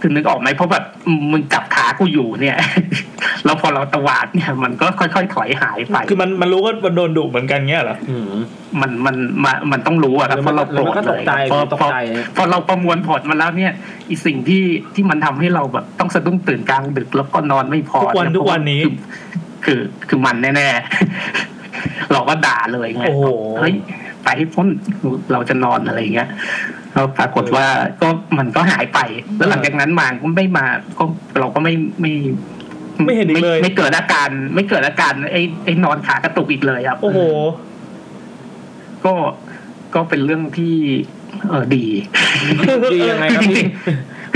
Speaker 4: คือนึกออกไหมเพราะแบบมึงจับขากูอยู่เนี่ย แล้วพอเราตวาดเนี่ย มันก็ค่อยๆถอยหายไป
Speaker 2: คือมันมันรู้ว่ามันโดนดุเหมือนกันเงี้ยเหรอ
Speaker 5: อืม
Speaker 4: มันมันมามันต้องรู้อะครับเพราะเราโกรธ
Speaker 5: ก็
Speaker 4: เล
Speaker 5: ตก
Speaker 4: ย
Speaker 5: ใจ
Speaker 4: พอ
Speaker 5: ตก
Speaker 4: พอ
Speaker 5: ใจนะ
Speaker 4: พอเราประมวลผลมาแล้วเนี่ยอีสิ่งที่ที่มันทำให้เราแบบต้องสะดุ้งตื่นกลางดึกแล้วก็นอนไม่พอ
Speaker 2: ทุกวัน
Speaker 4: เย
Speaker 2: ทุกวันนี้
Speaker 4: คือคือคือมันแน่ๆ เราก็ด่าเลยไง
Speaker 2: โอ้โห
Speaker 4: เฮ้ยไปให้พ้นเราจะนอนอะไรอย่างเงี้ยแล้วปรากฏว่าก็มันก็หายไป แล้วหลังจากนั้นมาก็ไม่มาก็เราก็ไม่ไม่
Speaker 2: ไม่เห็นอีกเลย
Speaker 4: ไม่เกิดอาการ ไม่เกิดอาการไอ้ไอ้นอนขากระตุกอีกเลยครับ
Speaker 2: โอ้โห
Speaker 4: ก็ก็เป็นเรื่องที่ เออ ดี
Speaker 5: ดียังไง
Speaker 4: คือ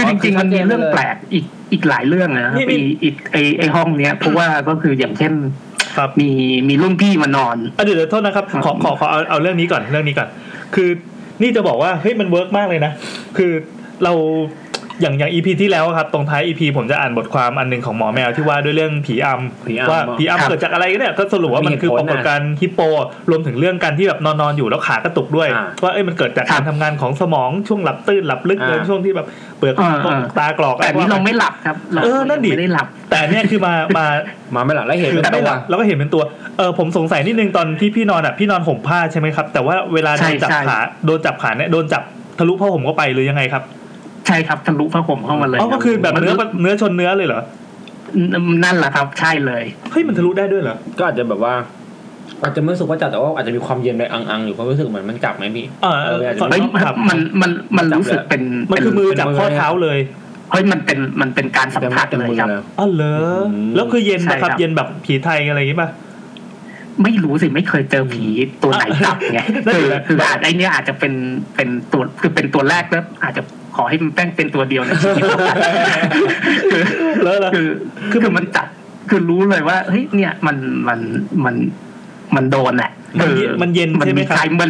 Speaker 5: ครับ
Speaker 4: จ
Speaker 5: พี่
Speaker 4: ริงๆ คือจริง ๆ มันมีเรื่องแปลกอีกอีกหลายเรื่องนะครับ
Speaker 2: นี่นี่
Speaker 4: ไอ้อีกไอ้ไอ้ห้องเนี้ยเพราะว่าก็คืออย่างเช่น
Speaker 2: ครับ
Speaker 4: มีมีรุ่นพี่มานอน
Speaker 2: อ่ะเดี๋ยวเดี๋ยวโทษนะครับ ขอขอขอเอาเอาเรื่องนี้ก่อนเรื่องนี้ก่อน คือนี่จะบอกว่าเฮ้ยมันเวิร์กมากเลยนะ คือเราอย่างอย่างอีพีที่แล้วครับ ตรงท้าย EP ผมจะอ่านบทความอันหนึ่งของหมอแมวที่ว่าด้วยเรื่องผีอ
Speaker 5: ผีอำ
Speaker 2: ำว่าผี
Speaker 4: ครั
Speaker 2: อำ
Speaker 4: บ
Speaker 2: เกิดจากอะไรกันเนี่ยก็สรุปว่ามัน
Speaker 5: มีเหตุ
Speaker 2: คือ
Speaker 5: ผล
Speaker 2: ปรากฏการณ์ฮิปโป รวมถึงเรื่องการที่แบบนอนนอนๆอยู่แล้วขากระตุกด้วย
Speaker 5: อ่า
Speaker 2: ว่าเอ้ยมันเกิดจากการทำงานของสมองช่วงหลับตื่นหลับลึก
Speaker 5: อ่า
Speaker 2: เลยช่วงที่แบบเปลือกตกตากรอกอะ
Speaker 4: แต่
Speaker 2: ว่
Speaker 4: นี่เรา
Speaker 2: น
Speaker 4: ไม่หลับครับ เรา
Speaker 2: เออนั่นดิ
Speaker 4: ไม่ได้หลับ
Speaker 2: แต่เนี่ยคือมามา
Speaker 5: มาไม่หลับแล้วเห็น
Speaker 2: คือ
Speaker 5: เป็น
Speaker 2: ไม่
Speaker 5: ตัว
Speaker 2: หลับแล้วก็เห็นเป็นตัว เออผมสงสัยนิดนึงตอนที่พี่นอนอ่ะพี่นอนห่มผ้าใช่ไหมครับ แต่ว่าเวลาโด
Speaker 4: ใช่
Speaker 2: นจับ
Speaker 4: ใช่
Speaker 2: ขาโดนจับขาเนี่ยโดนจับทะลุผ้าห่มเข้าไปหรือยังไงครับ
Speaker 4: ใช่ครับทะลุผ้าห่มเข้ามาเลย
Speaker 2: อ๋อก็คือแบบเนื้อ
Speaker 4: มั
Speaker 2: เนื้อชนเนื้อเลยเหรอ
Speaker 4: นั่นแหละครับ ใช่เลย
Speaker 2: เฮ้ยมันทะลุได้ด้วยเหรอ
Speaker 5: ก็อาจจะแบบว่า อาจจะไม่รู้สึกว่าจัดแต่ว่าอาจจะมีความเย็นในอังๆอยู่เพราะรู้สึกเหมือนมันจับไหมพี่
Speaker 2: เออเออ
Speaker 5: เออ
Speaker 2: ขอ
Speaker 4: เฮ้ย
Speaker 2: โทษครับ
Speaker 4: มันมันมันรู้สึกเป็น
Speaker 2: มันคือมือจับ
Speaker 5: เป็นมือ
Speaker 2: ข้อเท้าเลย
Speaker 4: เฮ้ยมันเป็นมันเป็นการสัมผัสเลยครับ
Speaker 5: เย
Speaker 2: อ๋อเหรออ
Speaker 5: ม
Speaker 2: แล้วคือเย็น
Speaker 4: ใช่
Speaker 2: นะครับ
Speaker 4: ครับ
Speaker 2: เย็นแบบผีไทยอะไรอย่างงี้ป่ะ
Speaker 4: ไม่รู้สิไม่เคยเจอผีตัวไหนจับไง
Speaker 2: นั่น
Speaker 4: คือ
Speaker 2: แหละ
Speaker 4: คืออาจไอเนี้ยอาจจะเป็นเป็นตัวคือเป็นตัวแรกแล้วอาจจะขอให้มันแป้งเป็นตัวเดียวใน ชีวิตคือ
Speaker 2: แล้วเหรอ
Speaker 4: คือคือมันจับคือรู้เลยว่าเฮ้ยเนี่ยมันมันมันมันโดนแหละ
Speaker 2: มันเย็นมันเย็น
Speaker 4: มัน
Speaker 2: ใช่ไหม
Speaker 4: มี
Speaker 2: ครับ
Speaker 4: ใครมัน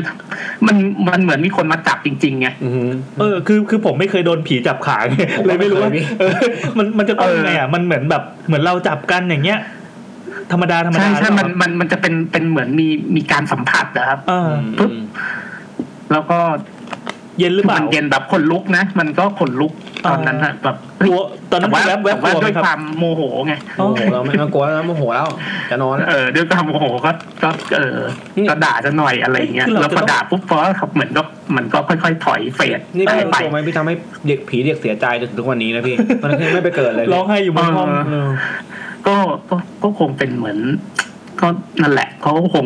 Speaker 4: มันมันเหมือนมีคนมาจับจริงๆไง
Speaker 5: อือหือ
Speaker 2: เออคือคือผมไม่เคยโดนผีจับขาไง
Speaker 5: ผมก็
Speaker 2: เลยไม่รู้ว่า
Speaker 5: ไม่เคยพี่
Speaker 2: เออมันมันจะต้อง
Speaker 4: เออ
Speaker 2: ยังไงอ่ะมันเหมือนแบบเหมือนเราจับกันอย่างเงี้ย ธรรมดาธรรมดา
Speaker 4: ใช่ใช่
Speaker 2: หรอ
Speaker 4: มันมันมันจะเป็นเป็นเหมือนมีมีการสัมผัสนะครับ
Speaker 2: เออ
Speaker 5: อืม
Speaker 4: แล้วก็
Speaker 2: เย็นหรือเปล่า
Speaker 4: มันเย็นแบบขนลุกนะ มันก็ขนลุกตอนนั้นนะแบบ
Speaker 2: กลัวตอนนั้น
Speaker 4: ว่า
Speaker 2: แวบแวบก
Speaker 4: ว่า
Speaker 2: ลัวไห
Speaker 4: ด้
Speaker 2: ม
Speaker 4: วย
Speaker 2: ครับ
Speaker 4: ความโมโหไง
Speaker 5: โอ้โหเราไม่ต้องกลัวแล้วโมโหแล้วจะนอนแล้ว
Speaker 4: เออด้วยความโมโหก็ก็เออ
Speaker 5: นี่
Speaker 4: ก็ด่าจะหน่อยอะไรอย่างเงี้ย
Speaker 2: คือเรา
Speaker 4: แล้วพ
Speaker 2: จะต้
Speaker 4: อ
Speaker 2: อง
Speaker 4: ด่าปุ๊บพอเหมือนก็มันก็ค่อยๆ ถอยเฟด
Speaker 5: นี่
Speaker 4: ไป
Speaker 5: พี่รู้
Speaker 4: ไป
Speaker 5: ตัวไหมพี่ทำให้เด็กผีเด็กเสียใจจนถึงทุกวันนี้นะพี่ตอนนั้นคือไม่ไปเกิดเลย
Speaker 2: ร้องไห้อยู่บนห้อง
Speaker 4: เออ ก็ก็ก็คงเป็นเหมือน ก็นั่นแหละเขาก็คง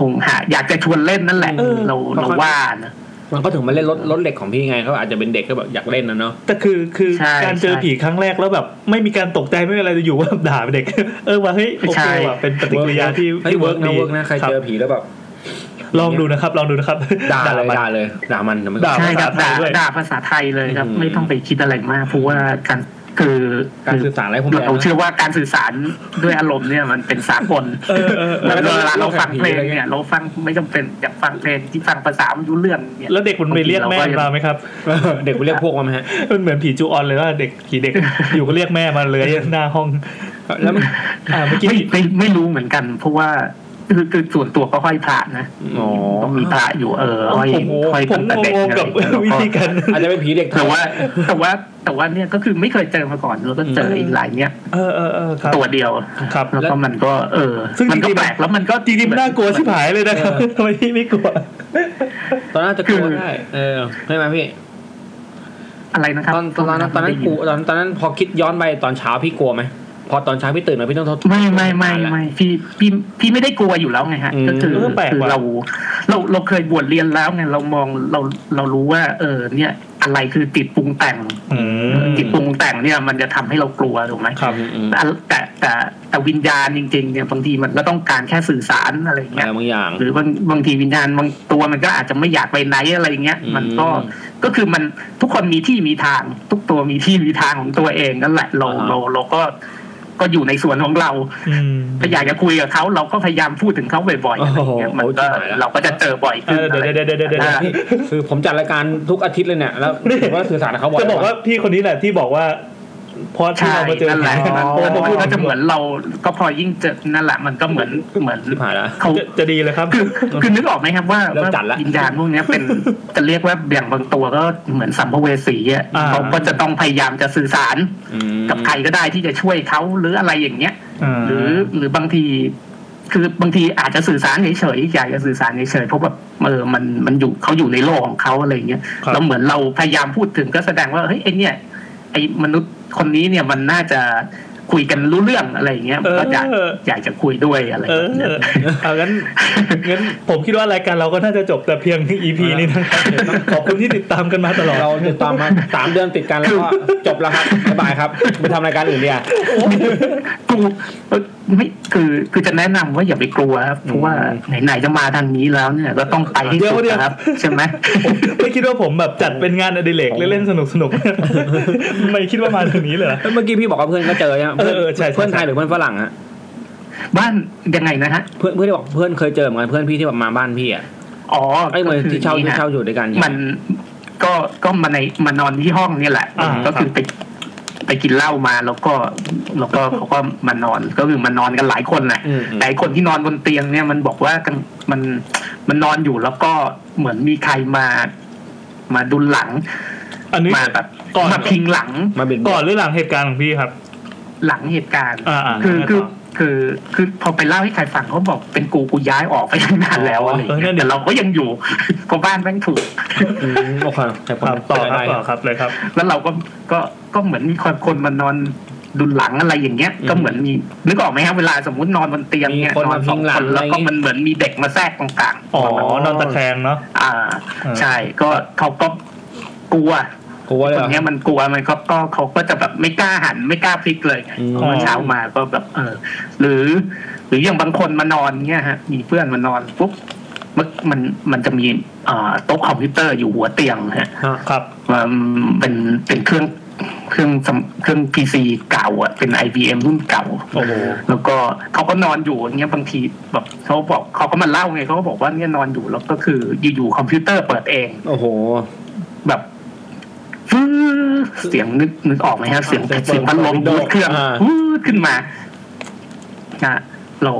Speaker 4: คงหาอยากจะชวนเล่นนั่นแหละ
Speaker 5: เออ
Speaker 4: เรา
Speaker 5: เพราะ
Speaker 4: เรา
Speaker 5: เขา
Speaker 4: ว่านะ
Speaker 5: มันก็ถึงมาเล่นรถรถเหล็กของพี่ไงเขาอาจจะเป็นเด็กก็แบบอยากเล่นนะเนาะ
Speaker 2: แต่คือคือ
Speaker 4: ใช่
Speaker 2: การเจอ
Speaker 4: ใช่
Speaker 2: ผีครั้งแรกแล้วแบบ ไม่มีการตกใจไม่มีอะไรอยู่ว่า ด่าเด็ก เออว่าเฮ้ยโอ
Speaker 4: ใช่
Speaker 2: เคว่ะเป็นปฏิกิริยาที่
Speaker 5: เฮ้ย
Speaker 2: ที่
Speaker 5: เวิ
Speaker 2: เวิ
Speaker 5: ร์ก
Speaker 2: ร์ก
Speaker 5: นะ
Speaker 2: ดี
Speaker 5: เวิร์กนะใครเจอผีแล้วแบบ
Speaker 2: ลองดูนะครับ ลองดูนะครับ
Speaker 5: ด่าเลย
Speaker 2: มัน
Speaker 5: ด่าเลยด่ามันแต่ไม่
Speaker 2: ด่า
Speaker 5: ด่า
Speaker 4: ใช่ครับ
Speaker 2: ภาษา
Speaker 4: ด่า
Speaker 2: ไทย
Speaker 4: ด่าภาษาไทย
Speaker 2: ด้วย
Speaker 4: เลยครับ
Speaker 5: อืม
Speaker 4: ไม่ต้องไปคิดอะไรมากเพราะว่าการคือ
Speaker 5: การสื่อสารอะไรพวกนี้
Speaker 4: เรา
Speaker 5: นะ
Speaker 4: เชื่อว่าการสื่อสารด้วยอารมณ์เนี่ยมันเป็นสากล
Speaker 2: เออเออเออ
Speaker 4: แล้วเวลาเราฟังเพลง
Speaker 5: เราก็
Speaker 4: เนี่ยเราฟังไม่จำเป็นอยากฟังเพลงที่ฟังภาษาไม่รู้เรื่องเนี่ย
Speaker 2: แล้วเด็กมันไปเรียกแม่มาไหมครับ
Speaker 5: เด็กไปเรียกพวกมาไหมฮะ
Speaker 2: มันเหมือนผีจูออนเลยว่าเด็กผีเด็ก อยู่ก็เรียกแม่มาเลยหน้าห้อง
Speaker 5: แล้วมัน
Speaker 2: อ่าเมื่อกี้
Speaker 4: ไม่ไม่ไม่รู้เหมือนกัน เพราะว่าคือคือส่วนตัวก็ห้อยพระนะ
Speaker 5: อ๋อ
Speaker 4: ต้องมีพระอยู่เออห้อย
Speaker 2: ผม
Speaker 4: ห้อย
Speaker 2: ผ
Speaker 4: ตั้
Speaker 2: ม
Speaker 4: งแต่เด็ก
Speaker 2: งง
Speaker 4: อะไร
Speaker 2: ๆกับ
Speaker 4: อย่าง
Speaker 2: วิ
Speaker 4: เงี้ยแล้วก็
Speaker 2: ธีการ
Speaker 5: อาจจะเป็นผีเด็กไทย
Speaker 4: แต่ว่าแต่ว่าแต่ว่าเนี่ยก็คือไม่เคยเจอมาก่อนแล้วก็เจออีกหลายเนี่ย
Speaker 2: เออเออเออครับ
Speaker 4: ตัวเดียว
Speaker 2: ครับ
Speaker 4: แล้วก็มันก็เออ
Speaker 2: ซึ่ง
Speaker 4: มันก็
Speaker 2: จริงๆ
Speaker 4: แปลกแล้วมันก็
Speaker 2: จริงๆมันน่ากลัวชิบหายเลยนะครับ
Speaker 5: เออ
Speaker 2: ทำไมพี่ไม่กลัว
Speaker 5: ตอนนั้นอาจจะกลัวได้เออใช่ไหมพี่
Speaker 4: อะไรนะครับ
Speaker 5: ตอนตอนนั้นตอนนั้นกูตอนตอนนั้นพอคิดย้อนไปตอนเช้าพี่กลัวไหมพอตอนเช้าพี่ตื่นมาพี่ต้องทด
Speaker 4: ไม่ไม่ไม่ไม่พี่พี่พี่ไม่ได้กลัวอยู่แล้วไงฮะ
Speaker 5: อืม
Speaker 4: ก็คือ
Speaker 2: เออแปลก
Speaker 4: คือ
Speaker 2: ว่ะ
Speaker 4: เราเราเราเคยบวชเรียนแล้วไงเรามองเราเรารู้ว่า เออ เนี่ย อะไรคือจิตปรุงแต่ง
Speaker 2: อืม
Speaker 4: จิตปรุงแต่งเนี่ยมันจะทำให้เรากลัวถูกไหม
Speaker 2: ครับ
Speaker 4: แต่แต่แต่แต่วิญญาณจริงๆเนี่ยบางทีมันก็ต้องการแค่สื่อสารอะไรอย่าง
Speaker 5: อะ
Speaker 4: เงี้
Speaker 5: ไร
Speaker 4: ย
Speaker 5: บางอย่าง
Speaker 4: หรือบางบางทีวิญญาณบางตัวมันก็อาจจะไม่อยากไปไหนอะไรอย่างเงี้ย
Speaker 5: อืม
Speaker 4: มันก็ก็คือมันทุกคนมีที่มีทาง ทุกตัวมีที่มีทางของตัวเองนั่นแหละเราเราเราก็ก็อยู่ในส่วนของเรา
Speaker 2: อืม
Speaker 4: ถ้าอยากจะคุยกับเขาเราก็พยายามพูดถึงเขาบ่อยๆอะไรอย่างเงี้ย
Speaker 5: โอ้โห
Speaker 4: มันก็
Speaker 5: ชิบหายแล้ว
Speaker 4: เราก็จะเจอบ่อย
Speaker 2: เอ
Speaker 4: ขึ้น
Speaker 2: อเดี๋ยวเดี๋ยวเดี๋ยวเดี๋ยวเดี๋ยว
Speaker 4: นะ
Speaker 5: พี่คือผมจัดรายการทุกอาทิตย์เลยเนี่ยแล้วผมก็สื่อสารกับเขาบ่อย
Speaker 2: จะบอกว่าพี่คนนี้แหละที่บอกว่าพอที่
Speaker 4: ใช่
Speaker 2: เรามาเจอ
Speaker 4: นั่นแหละ
Speaker 2: ผี
Speaker 4: มัน
Speaker 2: โอ้โห
Speaker 4: ก็จะเหมือนเราก็พอยิ่งเจอนั่นแหละมันก็เหมือนเหมือน
Speaker 5: ชิบหายแล้ว
Speaker 4: เขา
Speaker 2: จะจะดีเลยครับ
Speaker 4: คือคือนึกออกไหมครับว่า
Speaker 5: เริ่มจัดละ
Speaker 4: วิญญาณพวกเนี้ยเป็น จะเรียกว่าเบี่ยงบางตัวก็เหมือนสัมภเวสีอ่ะ
Speaker 2: อ่า
Speaker 4: เขาก็จะต้องพยายามจะสื่อสารกับใครก็ได้ที่จะช่วยเขาหรืออะไรอย่างเงี้ย หรือหรือบางที คือบางทีอาจจะสื่อสารเฉยๆอยากจะสื่อสารเฉยๆเพราะแบบเออมันมันอยู่เขาอยู่ในโลกของเขาอะไรอย่างเงี้ย
Speaker 2: ครับ
Speaker 4: แล้วเหมือนเราพยายามพูดถึงก็แสดงว่าเฮ้ยไอเนี่ย ไอมนุษย์คนนี้เนี่ยมันน่าจะคุยกันรู้เรื่องอะไรอย่างเงี้ย
Speaker 2: เออ
Speaker 4: ก็อยากอยากจะคุยด้วยอะไรอ
Speaker 2: เอย่าง อ
Speaker 4: เงี้ย
Speaker 2: เอางั้นงั้นผมคิดว่ารายการเราก็น่าจะจบแต่เพียง EP นี้นะครับขอบคุณที่ติดตามกันมาตลอด
Speaker 5: เราติดตามมาสามเดือนติดกันแล้วก็จบแล้วครับบ๊ายบายครับไปทำรายการอื่นดีกว่า
Speaker 4: กูเอ้ยไม่คือคือจะแนะนำว่าอย่าไปกลัวครับเพราะว่าไหนๆจะมาทางนี้แล้วเนี่ยก็ต้องไปให้
Speaker 2: เดี๋ยว
Speaker 4: สุด
Speaker 2: เดี๋ยว
Speaker 4: นะครับใช่ไหม
Speaker 2: ผมไม่คิดว่าผมแบบจัดเป็นงานอดิเรกเล่นๆสนุกสนุกๆไม่คิดว่ามาถึงนี้เลยเหรอ
Speaker 5: เมื่อกี้พี่บอกว่าเพื่อนก็เจอใช่ไหม
Speaker 2: เออเออใช่ใช่
Speaker 5: เพื่อนไทยหรือเพื่อนฝรั่งฮะ
Speaker 4: บ้านยังไงนะฮะ
Speaker 5: เพื่อนเพื่อนที่บอกเพื่อนเคยเจอเหมือนกันเพื่อนพี่ที่แบบมาบ้านพี่อ่ะ
Speaker 4: อ๋อ
Speaker 5: ไอ้เหมือน
Speaker 4: ก็คื
Speaker 5: ที่เช่าที่
Speaker 4: ฮะ
Speaker 5: เช่าอยู่ด้วยกัน
Speaker 4: มันก็ก็มาในมานอนที่ห้องเนี่ยแหละ
Speaker 2: อ่า
Speaker 4: ก็คือไปไปกินเหล้ามาแล้วก็แล้วก็เขาก็มานอนก็คือมานอนกันหลายคนแหละ
Speaker 5: อืม
Speaker 4: แต่ไอ้คนที่นอนบนเตียงเนี่ยมันบอกว่ากันมันมันนอนอยู่แล้วก็เหมือนมีใครมา มาดุลหลัง
Speaker 2: อันนี้
Speaker 4: มาแบบ
Speaker 2: ก่อน
Speaker 4: มาพิงหลัง
Speaker 5: มาเบียด
Speaker 2: ก่อนหรือหลังเหตุการณ์ของพี่ครับ
Speaker 4: หลังเหตุการณ์
Speaker 2: อ่าอ่า
Speaker 4: คือ
Speaker 2: แล้วไงต่อ
Speaker 4: คือคือคือพอไปเล่าให้ใครฟังเขาบอกเป็นกูกูย้ายออกไปตั้งนานแล้วอะไรอย่าง
Speaker 2: เออนั่
Speaker 4: เงี้
Speaker 2: น
Speaker 4: ย
Speaker 2: ดิ
Speaker 4: แต่เราก็ยังอยู่ เพราะบ้านแม่งถูก
Speaker 5: อืมโอเคแต่ผม
Speaker 2: ครับต่อครับต่อครับเลยครับ
Speaker 4: แล้วเราก็ก็ก็เหมือนมีคนคนมานอนดุลหลังอะไรอย่างเงี้ย ก็เหมือนมีนึกออกไหมครับเวลาสมมตินอนบนเตียงเนี่ยนอนสองคนแล้วก็มันเหมือนมีเด็กมาแทรกตรงกลาง
Speaker 2: อ๋อนอนตะแคงเนาะ
Speaker 4: อ่า
Speaker 2: อ่า
Speaker 4: ใช่ก็เขาก็กลัว
Speaker 5: กลัวเลย
Speaker 4: ค
Speaker 5: เหร
Speaker 4: น
Speaker 5: อ
Speaker 4: เนี้ยมันกลัวมันก็ก็เขาก็จะแบบไม่กล้าหันไม่กล้าพลิกเลยไง
Speaker 5: อืม
Speaker 4: เพราะว่าเช้ามาก็แบบเออ หรือ หรืออย่างบางคนมานอนเงี้ยฮะ มีเพื่อนมานอนปุ๊บมันมันมันจะมีเอ่อโต๊ะคอมพิวเตอร์อยู่หัวเตียงฮะ
Speaker 2: ครับ
Speaker 4: มันเป็นเป็นเครื่องเครื่องสำเครื่องพีซีเก่าอ่ะเป็น IBM รุ่นเก่า
Speaker 2: โอ้โห
Speaker 4: แล้วก็เขาก็นอนอยู่อย่างเงี้ยบางทีแบบเขาบอกเขาก็มาเล่าไงเขาก็บอกว่าเนี่ยนอนอยู่แล้วก็คืออยู่ๆคอมพิวเตอร์เปิดเอง
Speaker 5: โอ้โห
Speaker 4: แบบฟื้อเสียงนึกนึกออกไหมฮะเสียง
Speaker 5: เสียงเปิด
Speaker 4: เสียงพัดลม
Speaker 5: window
Speaker 4: บูดเครื่อง
Speaker 5: อ่า
Speaker 4: วูดขึ้นมานะเรา